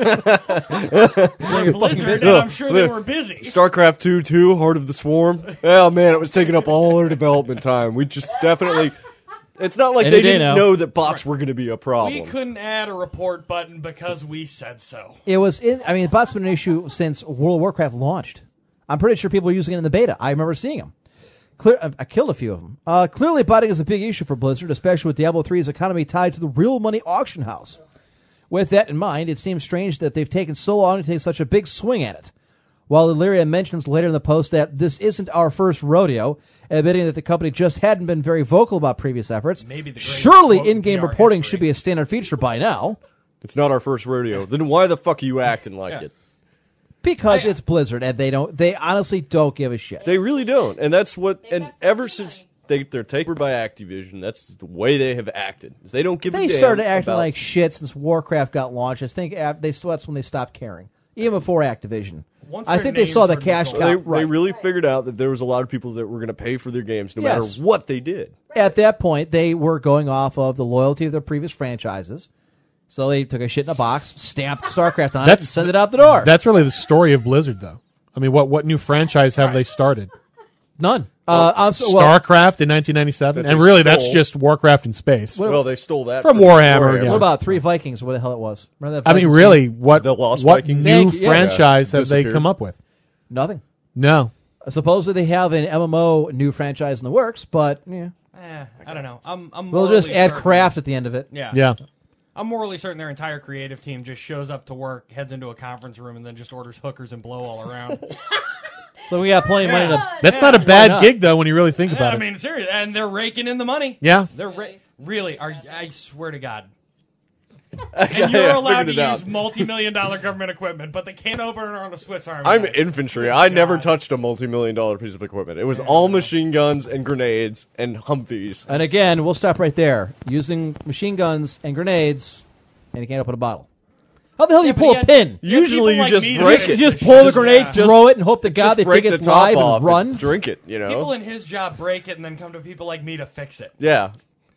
Speaker 8: They're Blizzard, and I'm sure they were busy.
Speaker 7: StarCraft 2 2, Heart of the Swarm. Oh man, it was taking up all our development time. We just definitely It's not like
Speaker 4: Any
Speaker 7: they
Speaker 4: day
Speaker 7: didn't
Speaker 4: now.
Speaker 7: know that bots were going to be a problem.
Speaker 8: We couldn't add a report button because we said so.
Speaker 4: It was in. I mean, bots been an issue since World of Warcraft launched. I'm pretty sure people were using it in the beta. I remember seeing them. Clear, I- I killed a few of them. Uh, clearly, botting is a big issue for Blizzard, especially with Diablo 3's economy tied to the real money auction house. With that in mind, it seems strange that they've taken so long to take such a big swing at it. While Illyria mentions later in the post that this isn't our first rodeo, admitting that the company just hadn't been very vocal about previous efforts,
Speaker 8: Maybe the greatest
Speaker 4: surely
Speaker 8: quote in
Speaker 4: in-game
Speaker 8: PR
Speaker 4: reporting
Speaker 8: history.
Speaker 4: should be a standard feature by now.
Speaker 7: It's not our first rodeo. Then why the fuck are you acting like it?
Speaker 4: Because it's Blizzard and they don't they honestly don't give a shit.
Speaker 7: They really don't. And that's what and ever since they, they're taken over by Activision, that's the way they have acted. is They don't give a
Speaker 4: They
Speaker 7: damn
Speaker 4: started acting
Speaker 7: about-
Speaker 4: like shit since Warcraft got launched. I think af- they that's when they stopped caring. Even before Activision.
Speaker 8: Once
Speaker 4: I
Speaker 8: their
Speaker 4: think they
Speaker 8: names
Speaker 4: saw the
Speaker 8: were
Speaker 4: cash
Speaker 8: They-
Speaker 4: cow.
Speaker 7: they,
Speaker 4: right.
Speaker 7: they really figured out that there was a lot of people that were going to pay for their games no
Speaker 4: Yes.
Speaker 7: matter what they did.
Speaker 4: At that point, they were going off of the loyalty of their previous franchises. So they took a shit in a box, stamped StarCraft on it, and
Speaker 5: That's-
Speaker 4: sent it out the door.
Speaker 5: That's really the story of Blizzard, though. I mean, what what new franchise have they started?
Speaker 4: None. Uh, I'm so, well,
Speaker 5: Starcraft in 1997,
Speaker 7: That
Speaker 5: and
Speaker 7: they
Speaker 5: really that's
Speaker 7: stole.
Speaker 5: just Warcraft in space.
Speaker 7: well, they stole that
Speaker 5: From Warhammer, yeah.
Speaker 4: what about Three Vikings? What the hell it was? Remember that
Speaker 5: I mean,
Speaker 4: Vikings
Speaker 5: really,
Speaker 4: game?
Speaker 5: what
Speaker 7: The Lost
Speaker 5: what
Speaker 7: Vikings.
Speaker 5: new
Speaker 4: Thank- yes.
Speaker 5: franchise
Speaker 7: Yeah,
Speaker 5: have they
Speaker 7: disappeared.
Speaker 5: come up with?
Speaker 4: nothing.
Speaker 5: No,
Speaker 4: Supposedly they have an MMO new franchise in the works, but yeah.
Speaker 8: Eh, I don't know. I'm, I'm
Speaker 4: we'll
Speaker 8: morally
Speaker 4: just add
Speaker 8: certain-
Speaker 4: craft at the end of it.
Speaker 8: Yeah.
Speaker 5: yeah,
Speaker 8: I'm morally certain their entire creative team just shows up to work, heads into a conference room, and then just orders hookers and blow all around.
Speaker 4: So we got plenty of money to
Speaker 5: that's not a
Speaker 4: not?
Speaker 5: bad gig though when you really think
Speaker 8: yeah,
Speaker 5: about
Speaker 8: I
Speaker 5: it.
Speaker 8: mean, seriously, and they're raking in the money.
Speaker 5: Yeah.
Speaker 8: they're ra- really. Are I swear to God. And you're
Speaker 7: I
Speaker 8: allowed to
Speaker 7: figured
Speaker 8: use
Speaker 7: it out.
Speaker 8: multi-million dollar government equipment, but they can't open it on a Swiss Army.
Speaker 7: I'm
Speaker 8: knife.
Speaker 7: infantry. I never
Speaker 8: God.
Speaker 7: touched a multi-million dollar piece of equipment. It was all machine guns and grenades and Humvees.
Speaker 4: And again, we'll stop right there. Using machine guns and grenades, and you can't open a bottle. How the hell do you
Speaker 8: but
Speaker 4: pull
Speaker 8: you
Speaker 4: a
Speaker 8: had-
Speaker 4: pin?
Speaker 8: you people
Speaker 7: Usually you
Speaker 8: like
Speaker 7: just
Speaker 8: me to
Speaker 7: break
Speaker 8: do
Speaker 7: it.
Speaker 8: this.
Speaker 4: You just pull the grenade,
Speaker 8: Yeah.
Speaker 4: throw it, and hope to God
Speaker 7: Just
Speaker 4: they
Speaker 7: break
Speaker 4: think it's
Speaker 7: the top
Speaker 4: live
Speaker 7: off
Speaker 4: and run.
Speaker 7: drink it. You know.
Speaker 8: People in his job break it and then come to people like me to fix it.
Speaker 7: yeah.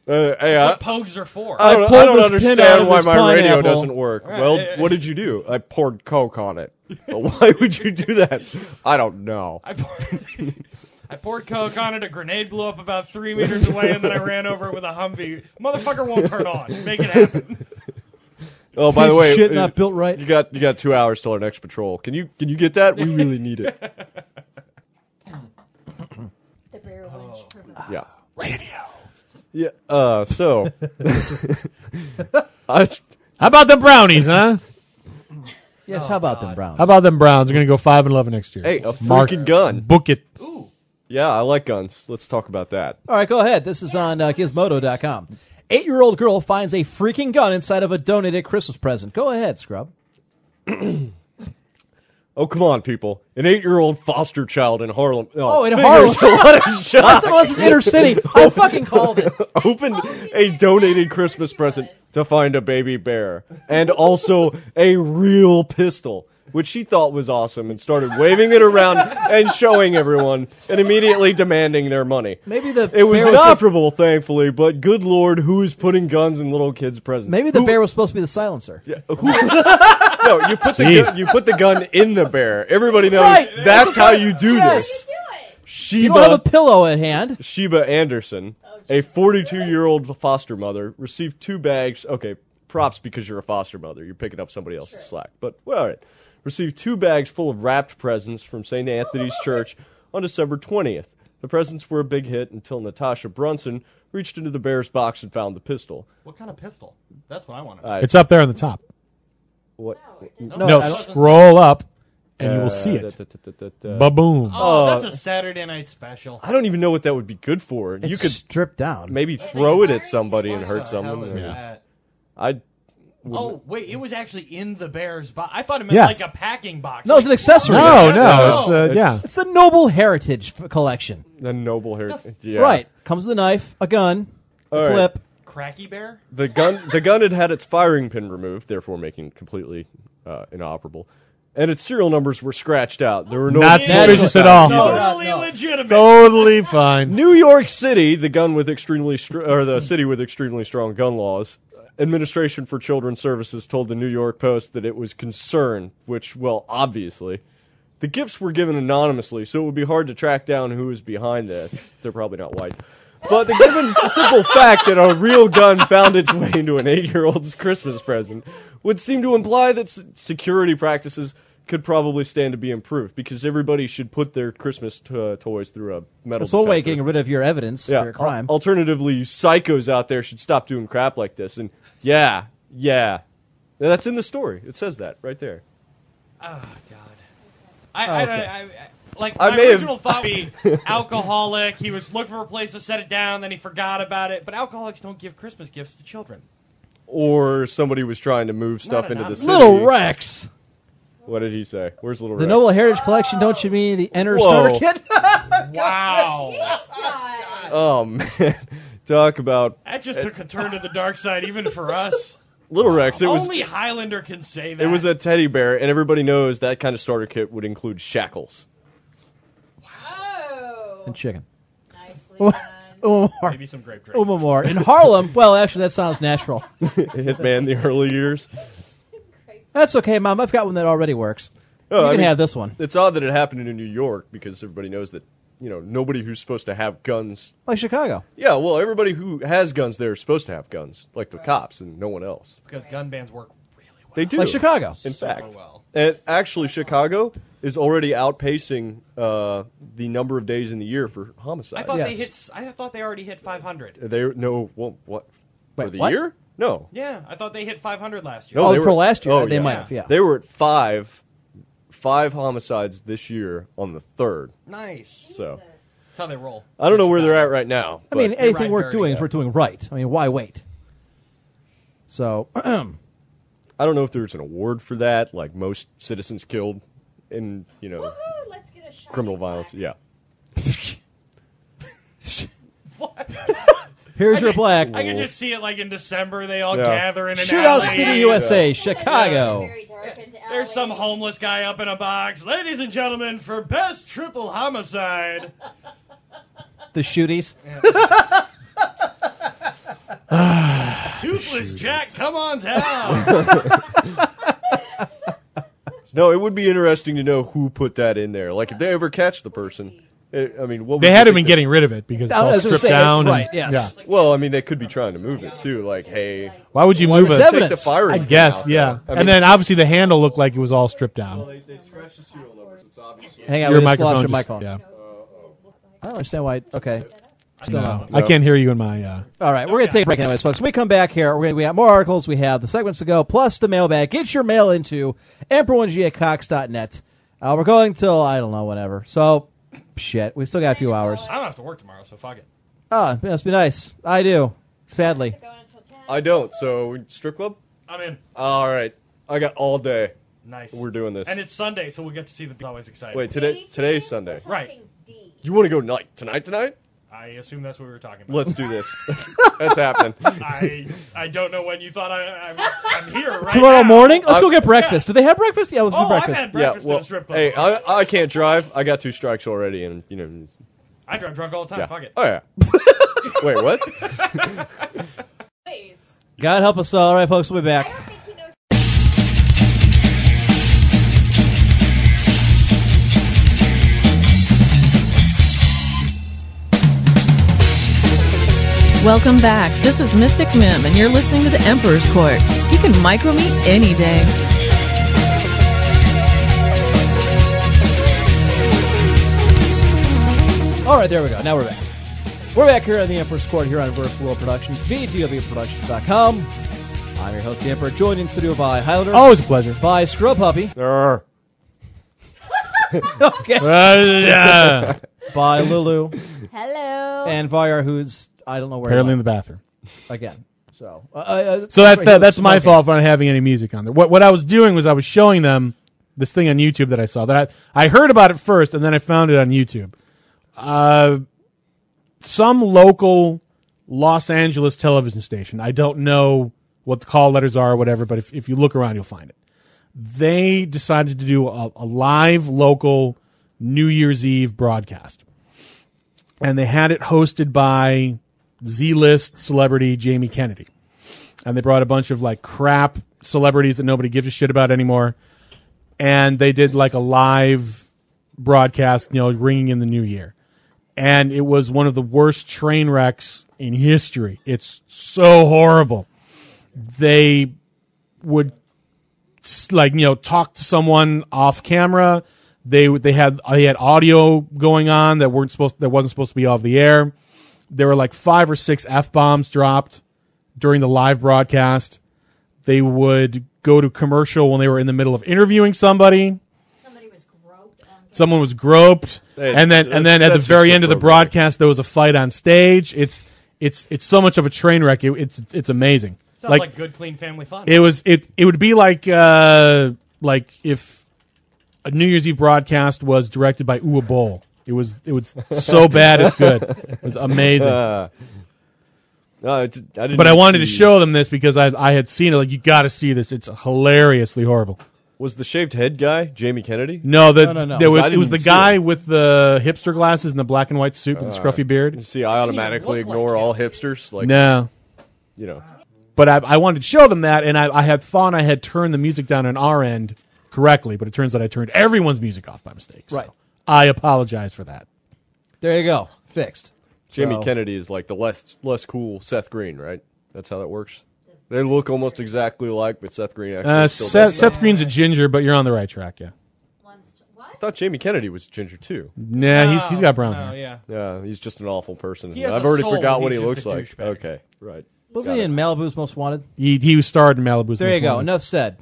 Speaker 7: Uh, hey, I,
Speaker 8: What pogues are for?
Speaker 7: I don't,
Speaker 4: pulled
Speaker 7: I don't
Speaker 4: this pin out of
Speaker 7: understand why
Speaker 4: this
Speaker 7: my radio
Speaker 4: pineapple.
Speaker 7: doesn't work.
Speaker 8: Right.
Speaker 7: Well, what did you do? I poured Coke on it. But why would you do that? I don't know.
Speaker 8: I poured, I poured coke on it. A grenade blew up about three meters away, and then I ran over it with a Humvee. Motherfucker won't turn on. Make it happen.
Speaker 7: Oh, by the
Speaker 4: Piece of
Speaker 7: way,
Speaker 4: shit
Speaker 7: uh,
Speaker 4: not built right.
Speaker 7: You got you got two hours till our next patrol. Can you can you get that? We really need it.
Speaker 1: The Blair Witch Project.
Speaker 7: Yeah. Radio. Yeah. Uh. So. I,
Speaker 5: How about the brownies, huh?
Speaker 4: Yes, how about them Browns?
Speaker 5: How about them Browns? They're going to go five and eleven next year.
Speaker 7: hey, a freaking
Speaker 5: Mark-
Speaker 7: gun.
Speaker 5: book it.
Speaker 7: Yeah, I like guns. Let's talk about that.
Speaker 4: All right, go ahead. This is on uh, Gizmodo.com. Eight-year-old girl finds a freaking gun inside of a donated Christmas present. Go ahead, Scrub.
Speaker 7: Oh, come on, people! An eight-year-old foster child in Harlem.
Speaker 4: Oh, in
Speaker 7: fingers,
Speaker 4: Harlem.
Speaker 7: what a
Speaker 4: I
Speaker 7: shock!
Speaker 4: said it was inner city. I fucking called it.
Speaker 7: opened
Speaker 1: you
Speaker 7: a
Speaker 1: that
Speaker 7: donated
Speaker 1: was
Speaker 7: Christmas present
Speaker 1: ridiculous.
Speaker 7: to find a baby bear and also a real pistol, which she thought was awesome and started waving it around and showing everyone and immediately demanding their money.
Speaker 4: Maybe the
Speaker 7: It
Speaker 4: bear was
Speaker 7: was
Speaker 4: just-
Speaker 7: inoperable, thankfully, but good lord, who is putting guns in little kids' presents?
Speaker 4: Maybe the
Speaker 7: Who-
Speaker 4: bear was supposed to be the silencer.
Speaker 7: Who, no, you put the gun, you put the gun in the bear. Everybody knows
Speaker 4: Right,
Speaker 7: that's
Speaker 4: that's what
Speaker 7: how
Speaker 4: I-
Speaker 7: you do
Speaker 4: yes.
Speaker 7: this.
Speaker 1: Do it.
Speaker 7: Sheba,
Speaker 4: You don't have a pillow at hand.
Speaker 7: Sheba Anderson,
Speaker 8: Oh,
Speaker 7: a 42 year old foster mother, received two bags. Okay, props because you're a foster mother. You're picking up somebody else's slack. But, well, all right. Received two bags full of wrapped presents from St. Anthony's Church on December 20th. The presents were a big hit until Natasha Brunson reached into the bear's box and found the pistol.
Speaker 8: What kind of pistol? That's what I want to know.
Speaker 7: Uh,
Speaker 5: It's up there on the top.
Speaker 7: What?
Speaker 4: No,
Speaker 5: No,
Speaker 4: I don't-
Speaker 5: scroll up and you will see
Speaker 7: Uh,
Speaker 5: it.
Speaker 7: da- da- da- da- da.
Speaker 5: Ba-boom.
Speaker 8: Oh,
Speaker 7: Uh,
Speaker 8: that's a Saturday night special.
Speaker 7: I don't even know what that would be good for.
Speaker 4: It's
Speaker 7: you could
Speaker 4: strip down.
Speaker 7: maybe throw it
Speaker 8: Why
Speaker 7: at
Speaker 8: is-
Speaker 7: somebody and
Speaker 8: why
Speaker 7: hurt
Speaker 8: the hell
Speaker 7: someone.
Speaker 8: is
Speaker 7: Yeah.
Speaker 8: that?
Speaker 7: I
Speaker 8: Oh wait, it was actually in the bear's box. I thought it meant
Speaker 4: Yes.
Speaker 8: like a packing box.
Speaker 4: No, it's an
Speaker 8: Like,
Speaker 4: accessory.
Speaker 5: No,
Speaker 8: No,
Speaker 5: no, it's uh,
Speaker 7: it's-
Speaker 5: yeah.
Speaker 4: It's the Noble Heritage f- Collection.
Speaker 7: the noble hair. yeah.
Speaker 4: Right. Comes with a knife, a gun, a
Speaker 7: All right.
Speaker 4: clip.
Speaker 8: Cracky bear.
Speaker 7: The gun the gun had had its firing pin removed, therefore making it completely uh, inoperable. And its serial numbers were scratched out. There were no
Speaker 5: Not suspicious at all.
Speaker 4: No, no.
Speaker 8: Totally legitimate.
Speaker 5: Totally fine.
Speaker 7: New York City, the gun with extremely str- or the city with extremely strong gun laws. Administration for Children's Services told the New York Post that it was concerned, which well, obviously. The gifts were given anonymously, so it would be hard to track down who was behind this. They're probably not white. But the given s- simple fact that a real gun found its way into an 8-year-old's Christmas present would seem to imply that s- security practices could probably stand to be improved because everybody should put their Christmas t- uh, toys through a metal
Speaker 4: It's all way
Speaker 7: detector.
Speaker 4: getting rid of your evidence for your
Speaker 7: al-
Speaker 4: crime.
Speaker 7: alternatively, you psychos out there should stop doing crap like this. And yeah, yeah, that's in the story. It says that right there.
Speaker 8: God. I,
Speaker 7: oh,
Speaker 8: I, I, I, I- like
Speaker 7: I
Speaker 8: my
Speaker 7: may have-
Speaker 8: original thought would be alcoholic. He was looking for a place to set it down, then he forgot about it. But alcoholics don't give Christmas gifts to children.
Speaker 7: Or somebody was trying to move stuff
Speaker 8: Not
Speaker 7: into the
Speaker 8: anonymous.
Speaker 7: city.
Speaker 4: Little Rex.
Speaker 7: What did he say? Where's Little
Speaker 4: The
Speaker 7: Rex?
Speaker 4: Noble Heritage Collection, don't you mean the Enter
Speaker 7: Whoa.
Speaker 4: Starter Kit?
Speaker 8: Wow.
Speaker 7: Oh man, talk about
Speaker 8: That just took a turn to the dark side, even for us.
Speaker 7: Little Rex. It was
Speaker 8: Only Highlander can say that.
Speaker 7: it was a teddy bear, and everybody knows that kind of starter kit would include shackles.
Speaker 4: and chicken.
Speaker 6: Nicely
Speaker 4: What?
Speaker 6: done.
Speaker 4: Omar.
Speaker 8: maybe some grape drink.
Speaker 7: Oh
Speaker 4: Omar. In Harlem, well, actually, that sounds natural.
Speaker 7: Hitman, the early years.
Speaker 4: That's okay, Mom. I've got one that already works.
Speaker 7: Oh,
Speaker 4: you
Speaker 7: I
Speaker 4: can
Speaker 7: mean-
Speaker 4: have this one.
Speaker 7: It's odd that it happened in New York because everybody knows that you know nobody who's supposed to have guns
Speaker 4: Like Chicago.
Speaker 7: Yeah, well, everybody who has guns there is supposed to have guns, like the cops and no one else.
Speaker 8: because gun bans work really well.
Speaker 7: They do.
Speaker 4: Like Chicago.
Speaker 7: In fact.
Speaker 8: well.
Speaker 7: And actually, Chicago is already outpacing uh, the number of days in the year for homicides.
Speaker 8: I thought Oh, they
Speaker 4: Yes.
Speaker 8: hit. s- I thought they already hit 500.
Speaker 7: They no well, what for
Speaker 4: Wait,
Speaker 7: the
Speaker 4: what?
Speaker 7: year? No.
Speaker 8: Yeah, I thought they hit 500 last year.
Speaker 7: No,
Speaker 4: Oh,
Speaker 7: they
Speaker 4: for last year, they might
Speaker 8: have,
Speaker 4: yeah.
Speaker 7: They were at five, five homicides this year on the third.
Speaker 8: Nice.
Speaker 7: So
Speaker 8: That's how they roll.
Speaker 7: I don't know where they're at right now.
Speaker 4: I mean,
Speaker 7: but-
Speaker 4: anything
Speaker 8: right,
Speaker 4: worth
Speaker 8: very
Speaker 4: doing
Speaker 8: good.
Speaker 4: is worth doing right. I mean, why wait? So,
Speaker 7: I don't know if there's an award for that, like most citizens killed in you know
Speaker 6: Woohoo, let's get a shot.
Speaker 7: criminal violence. Yeah.
Speaker 4: here's your black.
Speaker 8: I can just see it like in December. They all
Speaker 7: Yeah.
Speaker 8: gather in an
Speaker 4: Shootout
Speaker 8: alley.
Speaker 4: City, USA, Chicago.
Speaker 8: There's some homeless guy up in a box. Ladies and gentlemen, for best triple homicide.
Speaker 4: The shooties.
Speaker 8: Toothless Jack, come on down.
Speaker 7: No, it would be interesting to know who put that in there. Like, if they ever catch the person, eh, I mean, what would
Speaker 5: They
Speaker 7: you
Speaker 5: had
Speaker 7: think
Speaker 5: him in
Speaker 7: they-
Speaker 5: getting rid of it because it's
Speaker 4: I
Speaker 5: all
Speaker 4: was gonna
Speaker 5: stripped
Speaker 4: say,
Speaker 5: down.
Speaker 4: Right,
Speaker 5: and-
Speaker 4: yes.
Speaker 5: Yeah.
Speaker 7: Well, I mean, they could be trying to move it too. Like, hey,
Speaker 5: Why would you move
Speaker 4: it's
Speaker 5: it?
Speaker 4: evidence.
Speaker 7: take the firing.
Speaker 5: I
Speaker 7: pin
Speaker 5: guess,
Speaker 7: out.
Speaker 5: yeah.
Speaker 7: I mean-
Speaker 5: and then obviously the handle looked like it was all stripped down.
Speaker 7: they scratched the serial numbers. It's obviously
Speaker 4: Hang on,
Speaker 5: Your
Speaker 4: we just
Speaker 5: microphone,
Speaker 4: lost your
Speaker 5: just-
Speaker 4: microphone.
Speaker 5: yeah.
Speaker 4: I don't understand why. Okay.
Speaker 5: No, I can't hear you in my. Uh,
Speaker 4: All right, we're going to take a break anyways, folks. When we come back here, we're gonna, we got more articles. We have the segments to go, plus the mailbag. Get your mail into emperor1g at cox.net. Uh, we're going till, I don't know, whatever. So, shit, we still got a few hours.
Speaker 8: I don't have to work tomorrow, so fuck it.
Speaker 4: Ah, it must be nice. I do, sadly.
Speaker 7: I don't. So, we- strip club.
Speaker 8: I'm in.
Speaker 7: All right, I got all day.
Speaker 8: Nice.
Speaker 7: We're doing this.
Speaker 8: And it's Sunday, so we'll get to see the. I'm Always excited.
Speaker 7: Wait, today today's Sunday.
Speaker 8: Right.
Speaker 7: You want to go night tonight? Tonight?
Speaker 8: I assume that's what we were talking about.
Speaker 7: Let's do this. That's happening.
Speaker 8: I I don't know when you thought I, I I'm here right
Speaker 4: Tomorrow
Speaker 8: now.
Speaker 4: morning? Let's
Speaker 7: I-
Speaker 5: Uh,
Speaker 4: go get breakfast. Do they have breakfast? Yeah, let's
Speaker 8: Oh,
Speaker 4: do
Speaker 8: I've
Speaker 4: breakfast.
Speaker 8: had
Speaker 7: Yeah.
Speaker 8: breakfast at
Speaker 7: Well,
Speaker 8: a strip club.
Speaker 7: hey, uh, I I can't drive. I got two strikes already, and you know.
Speaker 8: I drive drunk all the time.
Speaker 7: Yeah.
Speaker 8: Fuck it.
Speaker 7: Oh yeah. Wait, what?
Speaker 6: Please.
Speaker 4: God help us all. All right, folks, we'll be
Speaker 6: I
Speaker 4: back.
Speaker 6: don't think he knows.
Speaker 2: Welcome back. This is Mystic Mim, and you're listening to The Emperor's Court. You can micro me any day.
Speaker 4: All right, there we go. Now we're back. We're back here on the Emperor's Court here on Verse World Productions, VTWProductions.com.
Speaker 5: Oh.
Speaker 4: I'm your host, the Emperor, joined in studio by Highlander,
Speaker 5: always a pleasure.
Speaker 4: by Scrub Puppy,
Speaker 7: Arr.
Speaker 5: yeah.
Speaker 4: by Lulu
Speaker 6: Hello.
Speaker 4: and Vyar, who's I don't know where he
Speaker 5: Apparently in the
Speaker 4: went
Speaker 5: bathroom.
Speaker 4: again. So, uh, uh,
Speaker 5: So that's
Speaker 4: right,
Speaker 5: that,
Speaker 4: he was
Speaker 5: that's my
Speaker 4: smoking.
Speaker 5: fault for not having any music on there. What what I was doing was I was showing them this thing on YouTube that I saw that I, I heard about it first and then I found it on YouTube. Uh, some local Los Angeles television station. I don't know what the call letters are or whatever, but if if you look around, you'll find it. They decided to do a, a live local New Year's Eve broadcast, and they had it hosted by Z-list celebrity Jamie Kennedy and they brought a bunch of like crap celebrities that nobody gives a shit about anymore. And they did like a live broadcast, you know, ringing in the new year. And it was one of the worst train wrecks in history. It's so horrible. They would s- like, you know, talk to someone off camera. They, would- they had, they had audio going on that weren't supposed, that wasn't supposed to be off the air. There were like five or six F bombs dropped during the live broadcast. They would go to commercial when they were in the middle of interviewing somebody.
Speaker 6: Somebody was groped.
Speaker 5: Someone was groped,
Speaker 7: Hey,
Speaker 5: and then and
Speaker 7: that's-
Speaker 5: then at the
Speaker 7: that's
Speaker 5: very
Speaker 7: just
Speaker 5: end of the
Speaker 7: programming.
Speaker 5: broadcast, there was a fight on stage. It's it's it's so much of a train wreck. It, it's it's amazing.
Speaker 8: Sounds like, good, clean family fun.
Speaker 5: It was it it would be like uh like if a New Year's Eve broadcast was directed by Uwe Boll. It was it was so bad it's good. It was amazing.
Speaker 7: No, I, d- I didn't
Speaker 5: but I
Speaker 7: even
Speaker 5: wanted to
Speaker 7: see-
Speaker 5: show them this because I I had seen it. Like you got to see this. It's hilariously horrible.
Speaker 7: Was the shaved head guy Jamie Kennedy?
Speaker 5: No, the,
Speaker 4: No, no, no.
Speaker 5: there was-
Speaker 7: I
Speaker 5: it was the
Speaker 7: didn't see
Speaker 5: guy
Speaker 7: it.
Speaker 5: with the hipster glasses and the black and white suit and the scruffy beard.
Speaker 7: See, I automatically
Speaker 8: look like
Speaker 7: ignore
Speaker 8: him.
Speaker 7: all hipsters. Like,
Speaker 5: No.
Speaker 7: you know,
Speaker 5: But I, I wanted to show them that, and I, I had thought I had turned the music down on our end correctly, but it turns out I turned everyone's music off by mistake. So
Speaker 4: Right.
Speaker 5: I apologize for that.
Speaker 4: There you go, fixed.
Speaker 7: Jamie
Speaker 4: So-
Speaker 7: Kennedy is like the less less cool Seth Green, right? That's how that works. They look almost exactly alike, but Seth Green actually
Speaker 5: Uh,
Speaker 7: still
Speaker 5: Seth,
Speaker 7: does stuff.
Speaker 5: Seth Green's a ginger, but you're on the right track, yeah.
Speaker 7: I thought Jamie Kennedy was ginger too.
Speaker 5: Nah, he's, he's got brown
Speaker 8: Oh,
Speaker 5: hair.
Speaker 8: yeah.
Speaker 7: Yeah, he's just an awful person.
Speaker 8: He has
Speaker 7: I've
Speaker 8: a
Speaker 7: already
Speaker 8: soul,
Speaker 7: forgot what he
Speaker 8: he's
Speaker 7: looks
Speaker 8: just a
Speaker 7: like.
Speaker 8: douchebag.
Speaker 7: Okay, right.
Speaker 4: Wasn't
Speaker 7: Got
Speaker 4: he
Speaker 7: it.
Speaker 4: in Malibu's Most Wanted?
Speaker 5: He, he was starred in Malibu's.
Speaker 4: There
Speaker 5: Most
Speaker 4: you go.
Speaker 5: Wanted.
Speaker 4: Enough said.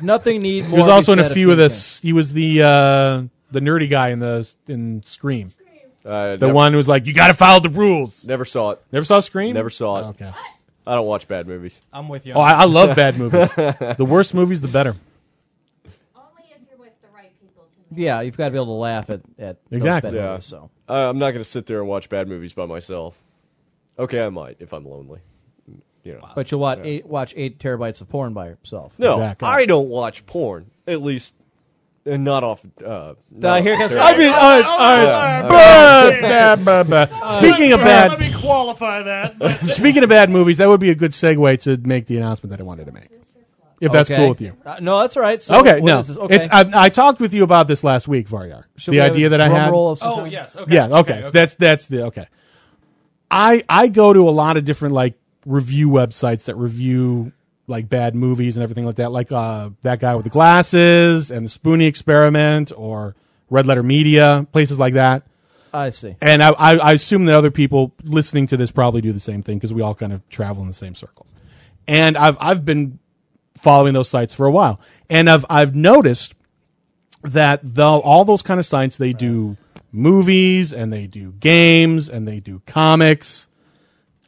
Speaker 4: Nothing need more.
Speaker 5: He was
Speaker 4: to be
Speaker 5: also in a
Speaker 4: said
Speaker 5: few of
Speaker 4: these
Speaker 5: this. He was the uh, the nerdy guy in the in Scream.
Speaker 7: I
Speaker 5: The
Speaker 7: Uh, never,
Speaker 5: one who was like, "You got to follow the rules."
Speaker 7: Never saw it.
Speaker 5: Never saw Scream.
Speaker 7: Never saw it.
Speaker 5: Okay.
Speaker 7: I don't watch bad movies.
Speaker 8: I'm with you.
Speaker 5: Oh, I, I love bad movies. the worse movies, the better.
Speaker 6: Only if you're with the right people to
Speaker 4: things. Yeah, you've got to be able to laugh at at those
Speaker 5: Exactly.
Speaker 4: bad
Speaker 7: Yeah.
Speaker 4: movies, so
Speaker 7: I, I'm not going to sit there and watch bad movies by myself. Okay, I might if I'm lonely. You know.
Speaker 4: but you'll watch eight, watch eight terabytes of porn by yourself.
Speaker 7: no,
Speaker 5: Exactly.
Speaker 7: I don't watch porn. At least, and not off. Uh, not
Speaker 4: Uh,
Speaker 7: off
Speaker 4: here
Speaker 7: the
Speaker 4: comes-
Speaker 7: terrible-
Speaker 5: I mean, uh, uh, bah, bah, bah, bah. speaking of
Speaker 8: Let
Speaker 5: bad,
Speaker 8: me qualify that. but-
Speaker 5: speaking of bad movies, that would be a good segue to make the announcement that I wanted to make, if that's
Speaker 4: Okay.
Speaker 5: cool with you.
Speaker 4: Uh, no, that's all right. So
Speaker 5: Okay,
Speaker 4: what
Speaker 5: no,
Speaker 4: is this? okay.
Speaker 5: it's I, I talked with you about this last week, Varyar.
Speaker 4: Should
Speaker 5: the
Speaker 4: we have a
Speaker 5: idea that I
Speaker 4: drum
Speaker 5: had.
Speaker 4: roll of some
Speaker 8: oh,
Speaker 4: kind?
Speaker 8: yes. Okay.
Speaker 5: Yeah, okay, so that's that's the okay. I I go to a lot of different like review websites that review like bad movies and everything like that, like uh that guy with the glasses and the Spoonie Experiment or Red Letter Media, places like that.
Speaker 4: I see.
Speaker 5: And I, I, I assume that other people listening to this probably do the same thing because we all kind of travel in the same circles. And I've I've been following those sites for a while, and I've I've noticed that the, all those kind of sites they do movies and they do games and they do comics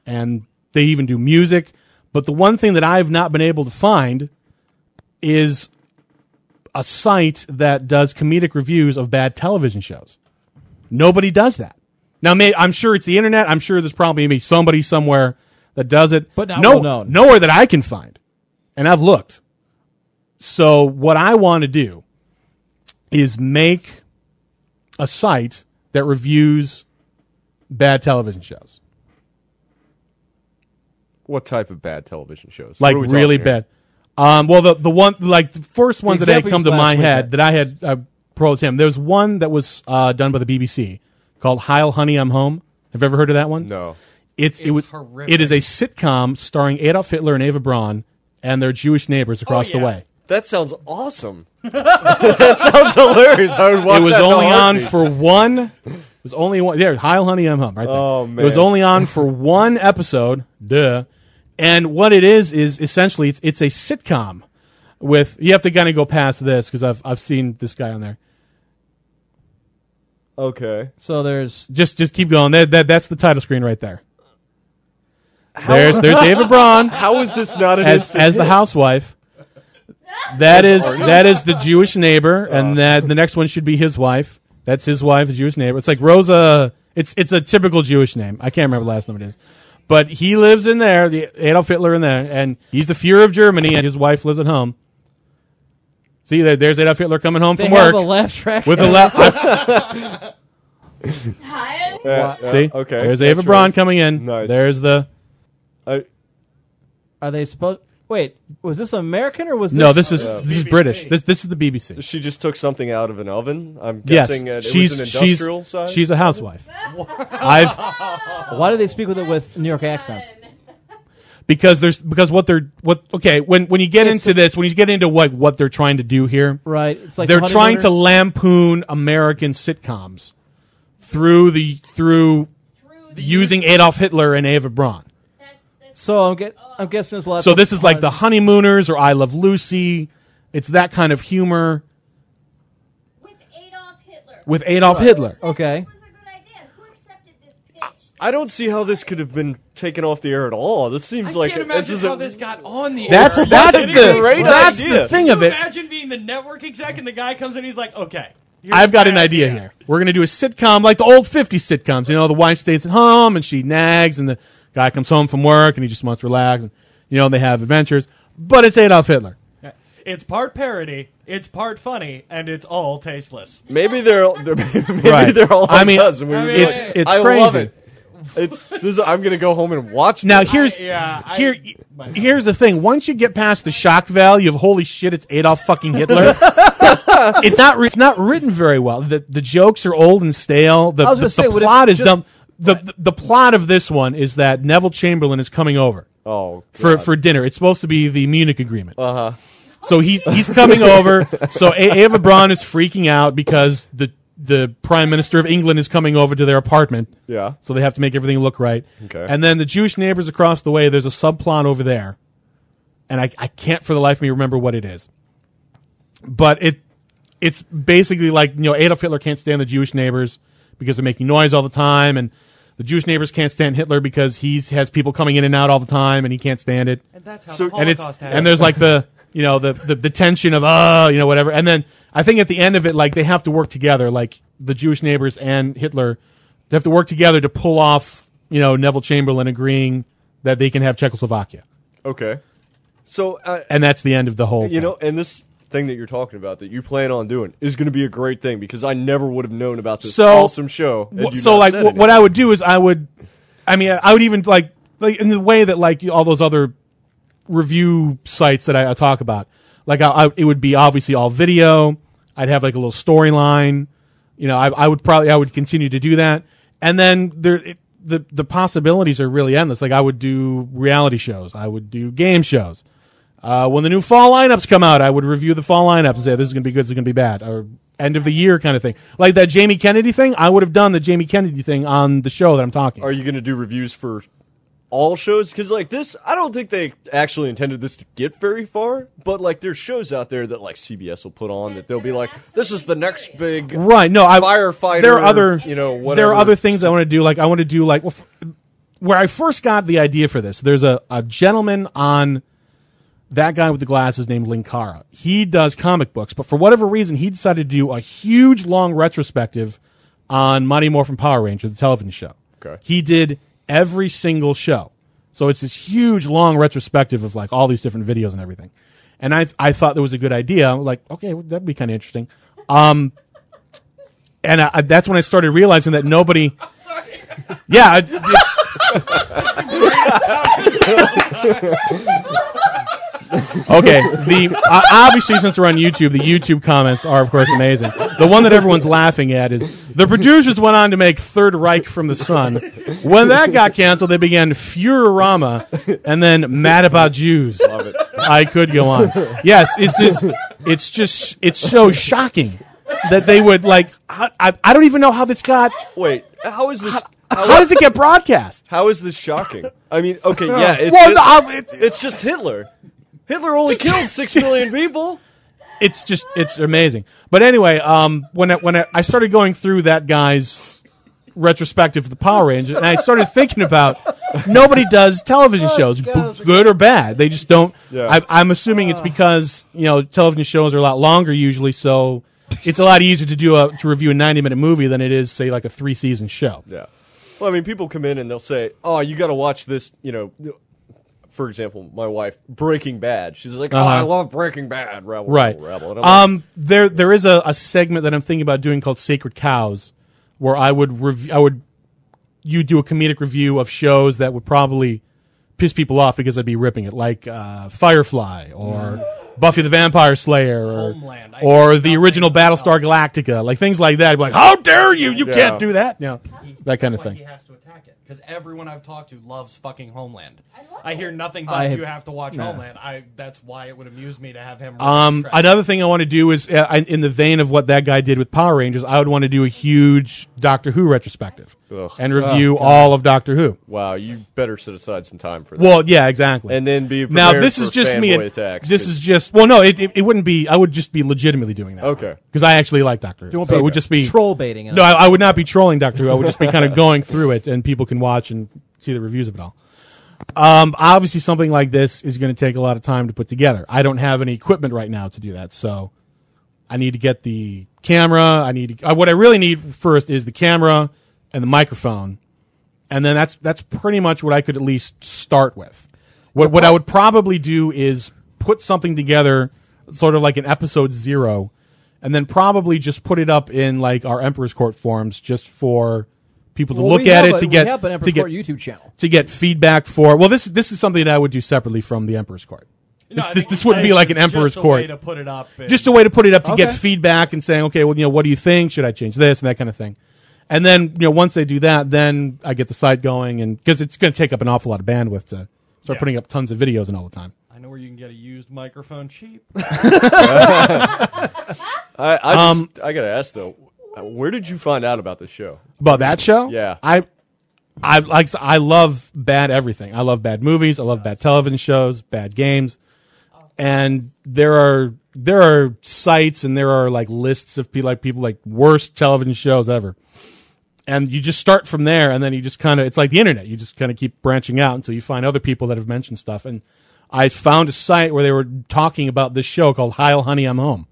Speaker 5: and they even do music. But the one thing that I've not been able to find is a site that does comedic reviews of bad television shows. Nobody does that. Now, may, I'm sure it's the internet. I'm sure there's probably maybe somebody somewhere that does it.
Speaker 4: But not
Speaker 5: no,
Speaker 4: well known.
Speaker 5: nowhere that I can find, and I've looked. So what I want to do is make a site that reviews bad television shows,
Speaker 7: What type of bad television shows?
Speaker 5: like
Speaker 7: What are we
Speaker 5: really
Speaker 7: talking here?
Speaker 5: bad. Um, well, the the one like the first ones that had
Speaker 4: example you
Speaker 5: come to
Speaker 4: used
Speaker 5: my
Speaker 4: last week,
Speaker 5: head
Speaker 4: I-
Speaker 5: that I had uh, pros him. There's one that was uh, done by the BBC called "Heil Honey, I'm Home." Have you ever heard of that one?
Speaker 7: No.
Speaker 5: It's, it
Speaker 8: It's
Speaker 5: was
Speaker 8: horrific.
Speaker 5: it is a sitcom starring Adolf Hitler and Eva Braun and their Jewish neighbors across
Speaker 7: Oh,
Speaker 5: the
Speaker 8: yeah.
Speaker 5: way.
Speaker 7: That sounds awesome. that sounds hilarious. I would watch
Speaker 5: it was
Speaker 7: that in a
Speaker 5: only on
Speaker 7: heartbeat.
Speaker 5: for one. It was only one. There, Heil Honey, I'm home. Right there.
Speaker 7: Oh,
Speaker 5: It was
Speaker 7: man.
Speaker 5: only on for one episode. Duh. And what it is is essentially it's it's a sitcom with you have to kind of go past this because I've I've seen this guy on there.
Speaker 7: Okay.
Speaker 4: So there's
Speaker 5: Just just keep going. That, that that's the title screen right there. There's there's Ava Braun
Speaker 7: How is this not an
Speaker 5: as
Speaker 7: instant
Speaker 5: as the
Speaker 7: hit?
Speaker 5: housewife. That is that is the Jewish neighbor,
Speaker 7: Uh.
Speaker 5: and that the next one should be his wife. That's his wife, the Jewish neighbor. It's like Rosa. It's it's a typical Jewish name. I can't remember the last name it is, but he lives in there, the Adolf Hitler in there, and he's the Fuhrer of Germany, and his wife lives at home. See, there, there's Adolf Hitler coming home
Speaker 4: they
Speaker 5: from
Speaker 4: have
Speaker 5: work
Speaker 4: a laugh track.
Speaker 5: with a lap.
Speaker 6: Hi.
Speaker 7: Uh, uh,
Speaker 5: See,
Speaker 7: okay.
Speaker 5: There's
Speaker 7: that's
Speaker 5: Ava Braun
Speaker 7: right.
Speaker 5: coming in.
Speaker 7: Nice.
Speaker 5: There's the
Speaker 7: I,
Speaker 4: Are they supposed? Wait, was this American or was this
Speaker 5: no. This is
Speaker 7: Yeah.
Speaker 5: this is British. This this is the BBC.
Speaker 7: she just took something out of an oven. I'm
Speaker 5: yes,
Speaker 7: guessing it,
Speaker 5: she's
Speaker 7: it was an
Speaker 5: she's
Speaker 7: industrial size.
Speaker 5: she's a housewife. I've
Speaker 4: Why do they speak with it with New York accents?
Speaker 5: because there's because what they're what okay when when you get
Speaker 4: It's-
Speaker 5: into this when you get into what what they're trying to do here
Speaker 4: Right, it's like
Speaker 5: they're
Speaker 4: the
Speaker 5: trying to
Speaker 4: Honeymooners.
Speaker 5: lampoon American sitcoms through the through using Adolf Hitler and Ava Braun.
Speaker 4: So I'm get, I'm guessing there's a lot.
Speaker 5: So
Speaker 4: of-
Speaker 5: this is like the Honeymooners or I Love Lucy. It's that kind of humor
Speaker 10: With Adolf Hitler.
Speaker 5: with Adolf Hitler.
Speaker 4: Okay.
Speaker 10: was a good idea. Who accepted this pitch?
Speaker 7: I don't see how this could have been taken off the air at all. This
Speaker 8: I
Speaker 7: seems
Speaker 8: can't
Speaker 7: like
Speaker 8: imagine
Speaker 7: this is
Speaker 8: how
Speaker 7: a,
Speaker 8: this got on the
Speaker 5: That's
Speaker 8: air.
Speaker 5: that's the
Speaker 7: Great
Speaker 5: that's
Speaker 7: idea.
Speaker 5: the thing
Speaker 8: Can
Speaker 5: of
Speaker 8: you
Speaker 5: it.
Speaker 8: imagine being the network exec and the guy comes in he's like, okay. here's
Speaker 5: I've got
Speaker 8: my
Speaker 5: an idea here. We're gonna do a sitcom like the old '50s sitcoms. You know, the wife stays at home and she nags, and the guy comes home from work and he just wants to relax. And, you know, they have adventures, but it's Adolf Hitler.
Speaker 8: It's part parody, it's part funny, and it's all tasteless.
Speaker 7: Maybe they're all- they're maybe
Speaker 5: Right.
Speaker 7: they're all.
Speaker 5: I
Speaker 7: on
Speaker 5: mean,
Speaker 7: us and we
Speaker 8: I mean,
Speaker 7: realize-
Speaker 8: it's-
Speaker 5: it's
Speaker 7: I love
Speaker 5: crazy.
Speaker 7: it. It's this, I'm gonna go home and watch.
Speaker 5: Now
Speaker 7: this.
Speaker 5: here's
Speaker 8: yeah, I-
Speaker 5: here
Speaker 8: my-
Speaker 5: here's the thing. Once you get past the shock value of holy shit, it's Adolf fucking Hitler. it's not it's not written very well. The the jokes are old and stale. The,
Speaker 4: I was
Speaker 5: the,
Speaker 4: gonna say,
Speaker 5: the
Speaker 4: would it
Speaker 5: plot is
Speaker 4: just-
Speaker 5: dumb. The, the the plot of this one is that Neville Chamberlain is coming over.
Speaker 7: oh
Speaker 5: for,
Speaker 7: God.
Speaker 5: for dinner. It's supposed to be the Munich Agreement. Uh huh. So he's he's coming over. So A- Ava Braun is freaking out because the the Prime Minister of England is coming over to their apartment.
Speaker 7: Yeah.
Speaker 5: So they have to make everything look right.
Speaker 7: Okay.
Speaker 5: And then the Jewish neighbors across the way. There's a subplot over there, and I I can't for the life of me remember what it is. But it it's basically like you know Adolf Hitler can't stand the Jewish neighbors because they're making noise all the time, and the Jewish neighbors can't stand Hitler because he's has people coming in and out all the time, and he can't stand it.
Speaker 8: And that's how
Speaker 7: So-
Speaker 8: the
Speaker 7: and
Speaker 5: and it's
Speaker 8: Holocaust happened.
Speaker 5: and there's like the you know the, the the tension of oh you know whatever, and then I think at the end of it like they have to work together, like the Jewish neighbors and Hitler, they have to work together to pull off you know Neville Chamberlain agreeing that they can have Czechoslovakia,
Speaker 7: okay. So uh,
Speaker 5: and that's the end of the whole.
Speaker 7: you know, and this thing that you're talking about that you plan on doing is going to be a great thing because I never would have known about this
Speaker 5: So-
Speaker 7: awesome show. had
Speaker 5: Wh-
Speaker 7: you
Speaker 5: so
Speaker 7: not
Speaker 5: like
Speaker 7: said
Speaker 5: wh-
Speaker 7: it.
Speaker 5: what I would do is I would, I mean I would even like like in the way that like you- all those other review sites that I, I talk about, like I, I it would be obviously all video. I'd have like a little storyline. You know, I, I would probably I would continue to do that, and then there it, the the possibilities are really endless. Like I would do reality shows, I would do game shows. Uh, when the new fall lineups come out, I would review the fall lineups and say this is going to be good, this is going to be bad, or end of the year kind of thing. Like that Jamie Kennedy thing, I would have done the Jamie Kennedy thing on the show that I'm talking.
Speaker 7: are you going to do reviews for all shows because like this i don't think they actually intended this to get very far but like there's shows out there that like cbs will put on that they'll be like this is the next big
Speaker 5: right? No, I,
Speaker 7: Firefighter,
Speaker 5: There are other
Speaker 7: you know,
Speaker 5: There
Speaker 7: whatever.
Speaker 5: are other things I want to do. Like I want to do like well, f- where I first got the idea for this. There's a a gentleman on that guy with the glasses named Linkara. He does comic books, but for whatever reason, he decided to do a huge long retrospective on Mighty Morphin Power Ranger, the television show.
Speaker 7: Okay.
Speaker 5: He did every single show. So it's this huge long retrospective of like all these different videos and everything. And I I thought that was a good idea. I'm like, okay, well, that'd be kind of interesting. Um and I, I- that's when I started realizing that nobody Yeah, I- Okay. The uh, obviously since we're on YouTube, the YouTube comments are of course amazing. The one that everyone's laughing at is the producers went on to make Third Reich from the Sun. When that got canceled, they began Futurama and then Mad About Jews. Love it. I could go on. Yes, it's just it's just it's so shocking that they would like. I, I, I don't even know how this got.
Speaker 7: wait how is this
Speaker 5: How
Speaker 7: how,
Speaker 5: does it get broadcast?
Speaker 7: how is this shocking i mean okay yeah it's,
Speaker 5: well,
Speaker 7: just,
Speaker 5: no, I- it-
Speaker 7: it's just hitler hitler only killed six million people
Speaker 5: it's just it's amazing. But anyway, um, when I, when I, I started going through that guy's retrospective of the Power Rangers, and I started thinking about nobody does television shows, b- good or bad. They just don't.
Speaker 7: Yeah.
Speaker 5: I, I'm assuming it's because you know television shows are a lot longer usually, so it's a lot easier to do a to review a 90 minute movie than it is say like a three season show.
Speaker 7: Yeah. Well, I mean, people come in and they'll say, "Oh, you got to watch this." You know, for example, my wife, Breaking Bad. She's like, "Oh, I
Speaker 5: Uh-huh.
Speaker 7: love Breaking Bad." Rabble,
Speaker 5: right.
Speaker 7: rabble, rabble. And I'm like,
Speaker 5: um, there there is a, a segment that I'm thinking about doing called Sacred Cows, where I would rev- I would you do a comedic review of shows that would probably piss people off because I'd be ripping it, like uh, Firefly or Buffy the Vampire Slayer or,
Speaker 8: Mm-hmm. Homeland. I
Speaker 5: or
Speaker 8: hate
Speaker 5: the
Speaker 8: nothing
Speaker 5: original
Speaker 8: else.
Speaker 5: Battlestar Galactica, like things like that. I'd be like, how dare you? You
Speaker 7: Yeah.
Speaker 5: can't do that. Yeah, that kind of
Speaker 8: That's why
Speaker 5: thing.
Speaker 8: He has to attack it because everyone I've talked to loves fucking Homeland. I, hear nothing but
Speaker 4: I-
Speaker 8: you have to watch
Speaker 4: nah.
Speaker 8: Homeland. I that's why it would amuse me to have him.
Speaker 5: Um, another thing I want to do is, uh, I- in the vein of what that guy did with Power Rangers, I would want to do a huge Doctor Who retrospective
Speaker 7: Ugh.
Speaker 5: and
Speaker 4: Oh,
Speaker 5: review all of Doctor Who.
Speaker 7: wow, you better set aside some time for that.
Speaker 5: Well, yeah, exactly.
Speaker 7: And then be
Speaker 5: now
Speaker 7: prepared
Speaker 5: this is
Speaker 7: for
Speaker 5: just me.
Speaker 7: fanboy attacks,
Speaker 5: this
Speaker 7: 'cause-
Speaker 5: is just well, no, it, it, it wouldn't be. I would just be legitimately doing that.
Speaker 7: Okay.
Speaker 5: because I actually like Doctor
Speaker 4: You
Speaker 5: Who,
Speaker 4: won't
Speaker 5: so
Speaker 4: be
Speaker 5: it would just be
Speaker 4: troll baiting. and
Speaker 5: No, I, I would not be trolling Doctor Who. I would just be kind of going through it, and people can watch and see the reviews of it all. Um, obviously, something like this is going to take a lot of time to put together. I don't have any equipment right now to do that, so I need to get the camera. I need to, uh, what I really need first is the camera and the microphone, and then that's that's pretty much what I could at least start with. What what I would probably do is put something together, sort of like an episode zero, and then probably just put it up in like our Emperor's Court forums just for people to
Speaker 4: Well,
Speaker 5: look
Speaker 4: we have
Speaker 5: at it
Speaker 4: a-
Speaker 5: to
Speaker 4: we
Speaker 5: get
Speaker 4: have an Emperor's
Speaker 5: to get
Speaker 4: Court YouTube channel.
Speaker 5: to get feedback for. Well, this this is something that I would do separately from the Emperor's Court. This, this, this wouldn't be like an Emperor's
Speaker 8: just A way
Speaker 5: Court.
Speaker 8: to put it up. and-
Speaker 5: Just a way to put it up to get
Speaker 4: Okay.
Speaker 5: feedback and saying, okay, well, you know, what do you think? Should I change this and that kind of thing? And then you know, once they do that, then I get the site going, and because it's going to take up an awful lot of bandwidth to start
Speaker 8: Yeah.
Speaker 5: putting up tons of videos and all the time.
Speaker 8: I know where you can get a used microphone cheap.
Speaker 7: I, I,
Speaker 5: um,
Speaker 7: just, I gotta ask though, where did you find out about this show?
Speaker 5: About that show,
Speaker 7: Yeah.
Speaker 5: I, I like, I love bad everything. I love bad movies. I love bad television shows, bad games, and there are there are sites and there are like lists of people like people like worst television shows ever, and you just start from there, and then you just kind of it's like the internet. You just kind of keep branching out until you find other people that have mentioned stuff. And I found a site where they were talking about this show called "Heil Honey, I'm Home."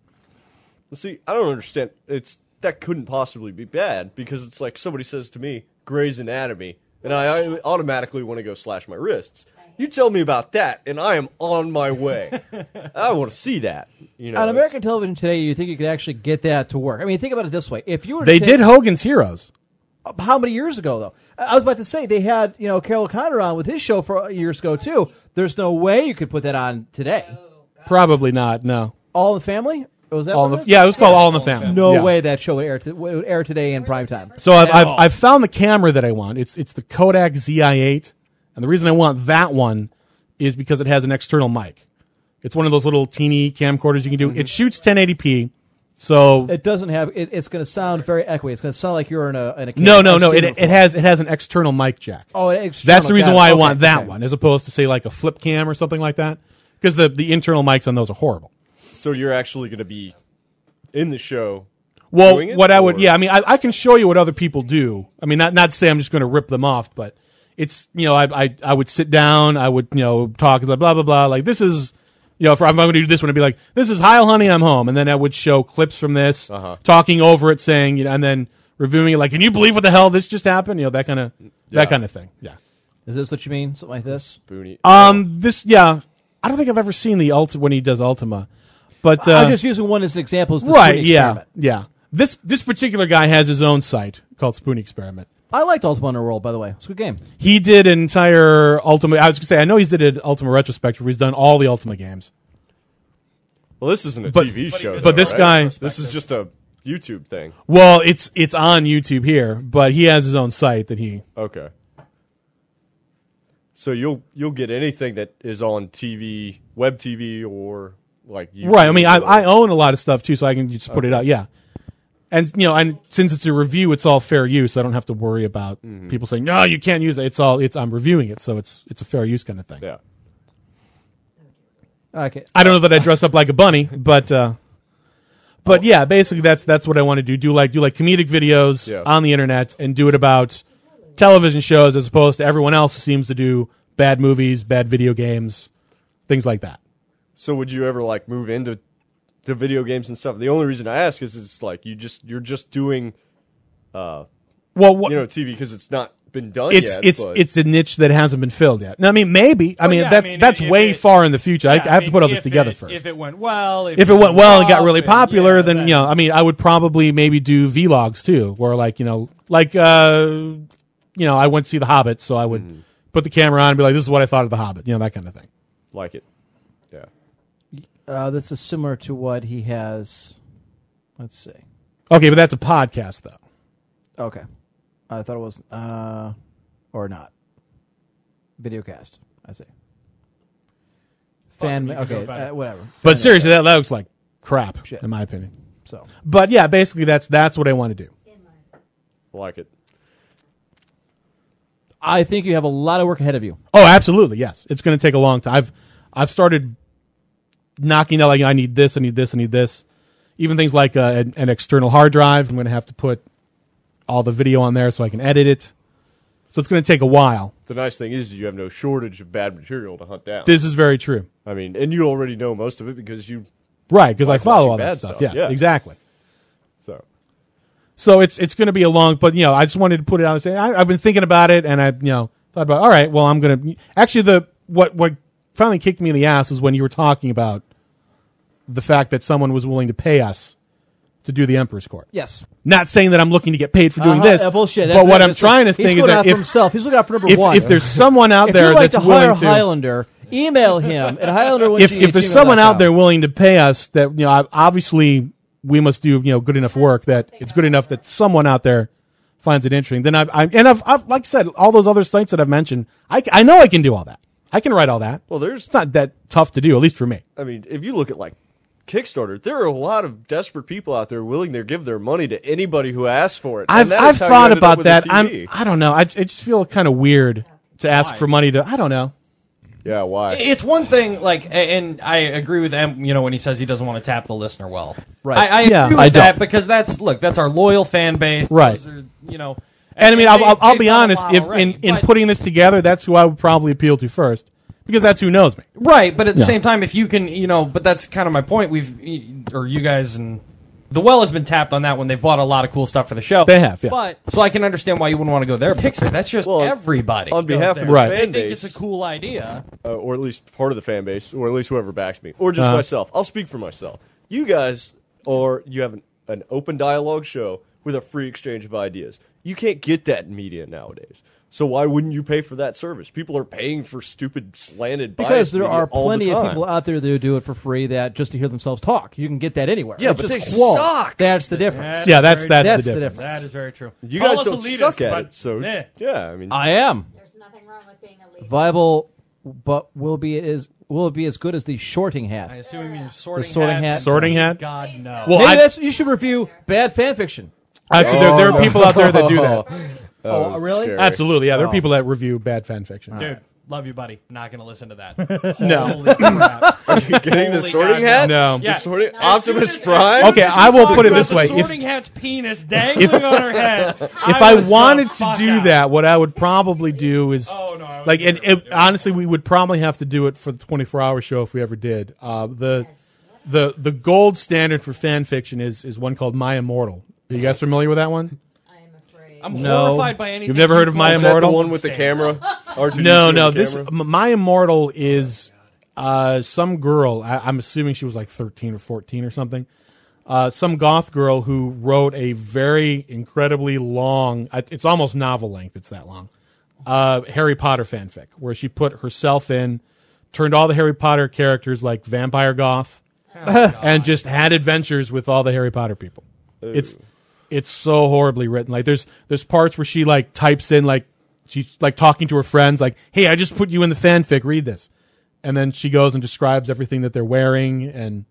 Speaker 7: See, I don't understand. It's that couldn't possibly be bad because it's like somebody says to me, "Grey's Anatomy," and I, I automatically want to go slash my wrists. You tell me about that, and I am on my way. I want to see that. You know,
Speaker 4: on
Speaker 7: it's-
Speaker 4: American television today, you think you could actually get that to work? I mean, think about it this way: if you were, to
Speaker 5: They
Speaker 4: take-
Speaker 5: did Hogan's Heroes.
Speaker 4: how many years ago though? I I was about to say they had you know Carol O'Connor on with his show for years ago too. There's no way you could put that on today.
Speaker 5: Probably not. No.
Speaker 4: All in the Family was that?
Speaker 5: All in
Speaker 4: what
Speaker 5: the,
Speaker 4: it was?
Speaker 5: yeah, it was called All in the Family.
Speaker 4: No
Speaker 5: Yeah.
Speaker 4: way that show would air, to, would air today in prime time.
Speaker 5: So I've,
Speaker 4: At
Speaker 5: I've,
Speaker 4: all.
Speaker 5: I've found the camera that I want. It's it's the Kodak ZI8, and the reason I want that one is because it has an external mic. It's one of those little teeny camcorders you can do. It shoots 1080p. So
Speaker 4: Mm-hmm. It doesn't have. It, it's going to sound very echoey. It's going to sound like you're in a. In a
Speaker 5: no,
Speaker 4: cave.
Speaker 5: no,
Speaker 4: I've
Speaker 5: no.
Speaker 4: seen
Speaker 5: It,
Speaker 4: before.
Speaker 5: it has it has an external mic jack.
Speaker 4: Oh, an external,
Speaker 5: That's the reason
Speaker 4: got it.
Speaker 5: why I
Speaker 4: Okay,
Speaker 5: want that
Speaker 4: okay.
Speaker 5: one as opposed to say like a flip cam or something like that, because the the internal mics on those are horrible.
Speaker 7: So you're actually going to be in the show.
Speaker 5: Well,
Speaker 7: doing it,
Speaker 5: what I would,
Speaker 7: or-
Speaker 5: yeah, I mean, I, I can show you what other people do. I mean, not not say I'm just going to rip them off, but it's you know, I, I I would sit down, I would you know talk blah blah blah, blah. like this is. You know, if I'm going to do this one, I'd be like, "This is Heil Honey, I'm home," and then I would show clips from this,
Speaker 7: Uh-huh.
Speaker 5: talking over it, saying, you know, and then reviewing it, like, "Can you believe what the hell this just happened?" You know, that kind of that kind of thing. Yeah.
Speaker 4: Is this what you mean? Something like this?
Speaker 7: Booney.
Speaker 5: Um. This. Yeah. I don't think I've ever seen the Ultima when he does Ultima, but uh,
Speaker 4: I'm just using one as an example. As the
Speaker 5: right
Speaker 4: Spoon
Speaker 5: yeah
Speaker 4: experiment.
Speaker 5: yeah this this particular guy has his own site called spoon experiment
Speaker 4: I liked Ultima Underworld, by the way. It's a good game.
Speaker 5: he did an entire ultima i was gonna say i know he's did an ultima retrospective where he's done all the ultima games
Speaker 7: Well, this isn't a
Speaker 5: But-
Speaker 7: TV
Speaker 5: but
Speaker 7: show.
Speaker 5: but
Speaker 7: though,
Speaker 5: this
Speaker 7: right?
Speaker 5: guy-
Speaker 7: this is just a YouTube thing.
Speaker 5: well it's it's on youtube here but he has his own site that he
Speaker 7: Okay. So you'll you'll get anything that is on TV, web TV, or like YouTube
Speaker 5: right i mean i
Speaker 7: or-
Speaker 5: i own a lot of stuff too so i can just put it out yeah and you know and since it's a review it's all fair use i don't have to worry about people saying no you can't use it it's all it's i'm reviewing it so it's it's a fair use kind of thing
Speaker 7: yeah.
Speaker 4: Okay.
Speaker 5: i don't know that i dress up like a bunny but uh
Speaker 8: Oh.
Speaker 5: But yeah, basically that's that's what I want to do. Do like do like comedic videos
Speaker 7: Yeah.
Speaker 5: on the internet and do it about television shows as opposed to everyone else seems to do bad movies, bad video games, things like that.
Speaker 7: So would you ever like move into to video games and stuff? The only reason I ask is it's like you just you're just doing
Speaker 5: Well, what,
Speaker 7: you know TV because it's not been done
Speaker 5: it's
Speaker 7: yet.
Speaker 5: it's
Speaker 7: but-
Speaker 5: it's a niche that hasn't been filled yet. Now, I mean, maybe. I mean,
Speaker 8: yeah, I
Speaker 5: that's
Speaker 8: mean,
Speaker 5: that's
Speaker 8: if
Speaker 5: way
Speaker 8: it-
Speaker 5: far in the future. I, I
Speaker 8: Yeah,
Speaker 5: have to put all
Speaker 8: mean,
Speaker 5: this
Speaker 8: if
Speaker 5: together
Speaker 8: it-
Speaker 5: first.
Speaker 8: If it went well, if,
Speaker 5: if it went well and got really
Speaker 8: went up,
Speaker 5: popular,
Speaker 8: yeah,
Speaker 5: then
Speaker 8: that-
Speaker 5: you know, I mean, I would probably maybe do vlogs too, where like you know, like uh, you know, I went to see The Hobbit, so I would put the camera on and be like, "This is what I thought of The Hobbit," you know, that kind of thing.
Speaker 7: like it. Yeah.
Speaker 4: Uh, this is similar to what he has. Let's see.
Speaker 5: Okay, but that's a podcast though.
Speaker 4: Okay, I thought it was uh, or not. Videocast. I see. Fan.
Speaker 8: you could do
Speaker 4: Okay,
Speaker 8: it better.
Speaker 4: uh, whatever.
Speaker 5: But seriously, that looks like crap
Speaker 4: Shit.
Speaker 5: in my opinion.
Speaker 4: So
Speaker 5: But yeah, basically, that's that's what I want to do.
Speaker 7: Like it.
Speaker 4: I think you have a lot of work ahead of you.
Speaker 5: Oh, absolutely. Yes. It's going to take a long time. I've, I've started knocking out like, I need this, I need this, I need this. Even things like uh, an, an external hard drive. I'm going to have to put all the video on there so I can edit it. So it's going to take a while.
Speaker 7: The nice thing is you have no shortage of bad material to hunt down.
Speaker 5: This is very true.
Speaker 7: I mean, and you already know most of it because you
Speaker 5: Right. Cause
Speaker 7: Like
Speaker 5: I follow
Speaker 7: watching
Speaker 5: all that
Speaker 7: bad
Speaker 5: stuff.
Speaker 7: stuff.
Speaker 5: Yes,
Speaker 7: Yeah.
Speaker 5: exactly.
Speaker 7: so
Speaker 5: So it's, it's going to be a long, but you know, I just wanted to put it out and say, I, I've been thinking about it and I, you know, thought about, all right, well, I'm going to actually the, what, what finally kicked me in the ass is when you were talking about the fact that someone was willing to pay us to do the Emperor's Court.
Speaker 4: Yes.
Speaker 5: Not saying that I'm looking to get paid for doing
Speaker 4: Uh-huh,
Speaker 5: this.
Speaker 4: uh, bullshit.
Speaker 5: But
Speaker 4: That's
Speaker 5: what
Speaker 4: not
Speaker 5: I'm
Speaker 4: just-
Speaker 5: trying to
Speaker 4: he's
Speaker 5: think is
Speaker 4: looking
Speaker 5: that
Speaker 4: out for
Speaker 5: if,
Speaker 4: himself, he's looking out for number
Speaker 5: if,
Speaker 4: one.
Speaker 5: if there's someone out
Speaker 4: if
Speaker 5: there
Speaker 4: you'd like
Speaker 5: that's
Speaker 4: to hire
Speaker 5: willing to,
Speaker 4: Highlander, email him at Highlander.
Speaker 5: if, if there's someone out there willing to pay us that, you know, I- obviously we must do, you know, good enough work that it's good enough that someone out there finds it interesting. Then I, I and I've, I've, like I said, all those other sites that I've mentioned, I, c- I know I can do all that. I can write all that.
Speaker 7: well there's
Speaker 5: It's not that tough to do, at least for me.
Speaker 7: I mean, if you look at like Kickstarter, there are a lot of desperate people out there willing to give their money to anybody who asks for it.
Speaker 5: I've
Speaker 7: and that
Speaker 5: I've
Speaker 7: is how you
Speaker 5: thought
Speaker 7: ended up
Speaker 5: about
Speaker 7: with a
Speaker 5: that.
Speaker 7: TV.
Speaker 5: I'm I don't know. I, j- I just feel kind of weird to ask for money to. I don't know.
Speaker 7: yeah, why?
Speaker 8: It's one thing, like, a- and I agree with him. You know, when he says he doesn't want to tap the listener well,
Speaker 4: Right.
Speaker 8: I, I
Speaker 5: Yeah,
Speaker 8: agree with
Speaker 5: I don't.
Speaker 8: that because that's look, that's our loyal fan base,
Speaker 5: Right.
Speaker 8: Those are, you know,
Speaker 5: And I mean, I'll,
Speaker 8: they-
Speaker 5: I'll, I'll
Speaker 8: they've
Speaker 5: be
Speaker 8: done a
Speaker 5: honest.
Speaker 8: lot
Speaker 5: If in
Speaker 8: already,
Speaker 5: in
Speaker 8: but-
Speaker 5: putting this together, that's who I would probably appeal to first, because that's who knows me.
Speaker 8: Right, but at the
Speaker 5: Yeah.
Speaker 8: same time, if you can, you know, but that's kind of my point. We've, or you guys and the well has been tapped on that one. They've bought a lot of cool stuff for the show.
Speaker 5: They have, yeah.
Speaker 8: But so I can understand why you wouldn't want to go there. Pixar, oh, that's just
Speaker 7: Well,
Speaker 8: everybody.
Speaker 7: on
Speaker 8: goes
Speaker 7: behalf of
Speaker 8: there.
Speaker 7: the
Speaker 5: Right.
Speaker 8: They
Speaker 7: fan
Speaker 8: think
Speaker 7: base,
Speaker 8: it's a cool idea.
Speaker 7: uh, or at least part of the fan base, or at least whoever backs me, or just myself. I'll speak for myself. You guys, or you have an, an open dialogue show with a free exchange of ideas. You can't get that in media nowadays. So why wouldn't you pay for that service? People are paying for stupid slanted
Speaker 4: because
Speaker 7: biased
Speaker 4: there
Speaker 7: media
Speaker 4: are
Speaker 7: all the
Speaker 4: plenty of
Speaker 7: time.
Speaker 4: people out there that do it for free that just to hear themselves talk. You can get that anywhere.
Speaker 7: Yeah,
Speaker 4: It's
Speaker 7: but
Speaker 4: just
Speaker 7: they
Speaker 4: qual-
Speaker 7: suck.
Speaker 4: That's the difference.
Speaker 5: Yeah, that's
Speaker 8: very
Speaker 5: that's,
Speaker 4: That's
Speaker 5: the
Speaker 4: the
Speaker 5: difference.
Speaker 8: That is very true.
Speaker 7: You
Speaker 8: Call
Speaker 7: guys
Speaker 8: us
Speaker 7: don't
Speaker 8: elitist,
Speaker 7: suck at
Speaker 8: but-
Speaker 7: it. So
Speaker 8: Yeah.
Speaker 7: yeah, I mean,
Speaker 4: I am
Speaker 10: There's nothing wrong with being a leader.
Speaker 4: viable, but will be as will it be as good as the shorting hat?
Speaker 8: I assume you mean sorting,
Speaker 4: sorting
Speaker 8: hat.
Speaker 4: hat.
Speaker 5: Sorting hat?
Speaker 8: God no.
Speaker 5: Well,
Speaker 4: Maybe
Speaker 5: I,
Speaker 4: that's you should review bad fan fiction.
Speaker 5: actually, there, there are people out there that Oh. do that.
Speaker 7: oh,
Speaker 4: Oh, really?
Speaker 7: scary.
Speaker 5: Absolutely, yeah. There are people that review bad fan fiction.
Speaker 8: dude, love you, buddy. Not gonna listen to that.
Speaker 5: No,
Speaker 8: Holy crap.
Speaker 7: Getting the
Speaker 8: Holy
Speaker 7: sorting
Speaker 8: God,
Speaker 7: hat.
Speaker 5: no.
Speaker 8: Yeah.
Speaker 7: The sorting
Speaker 8: As soon
Speaker 7: Optimus
Speaker 8: as- as
Speaker 7: Prime.
Speaker 8: soon
Speaker 5: Okay,
Speaker 8: as
Speaker 5: I
Speaker 8: you
Speaker 5: will
Speaker 8: talked
Speaker 5: put it
Speaker 8: about
Speaker 5: this
Speaker 8: the
Speaker 5: way. If-
Speaker 8: Sorting hat's penis dangling on her head. If
Speaker 5: if I wanted to do that, what I would probably do is
Speaker 8: Oh, no, I would
Speaker 5: like, and
Speaker 8: never
Speaker 5: it,
Speaker 8: do it.
Speaker 5: honestly, we would probably have to do it for the twenty four hour show if we ever did. Uh, the the the gold standard for fan fiction is is one called My Immortal. Are you guys familiar with that one?
Speaker 6: I'm afraid.
Speaker 8: I'm
Speaker 5: No.
Speaker 8: horrified by anything.
Speaker 5: You've never heard of
Speaker 8: you
Speaker 5: My
Speaker 8: call-
Speaker 7: Is that the
Speaker 5: Immortal?
Speaker 7: one with the camera? R2D2
Speaker 5: No,
Speaker 7: with
Speaker 5: no.
Speaker 7: the
Speaker 5: This
Speaker 7: camera?
Speaker 5: M- My Immortal is uh, some girl. I, I'm assuming she was like 13 or 14 or something. Uh, some goth girl who wrote a very incredibly long. I- It's almost novel length. It's that long. Uh, Harry Potter fanfic where she put herself in, turned all the Harry Potter characters like vampire goth, and just had adventures with all the Harry Potter people. It's it's so horribly written. Like there's there's parts where she like types in like she's like talking to her friends like, "Hey, I just put you in the fanfic. Read this." And then she goes and describes everything that they're wearing and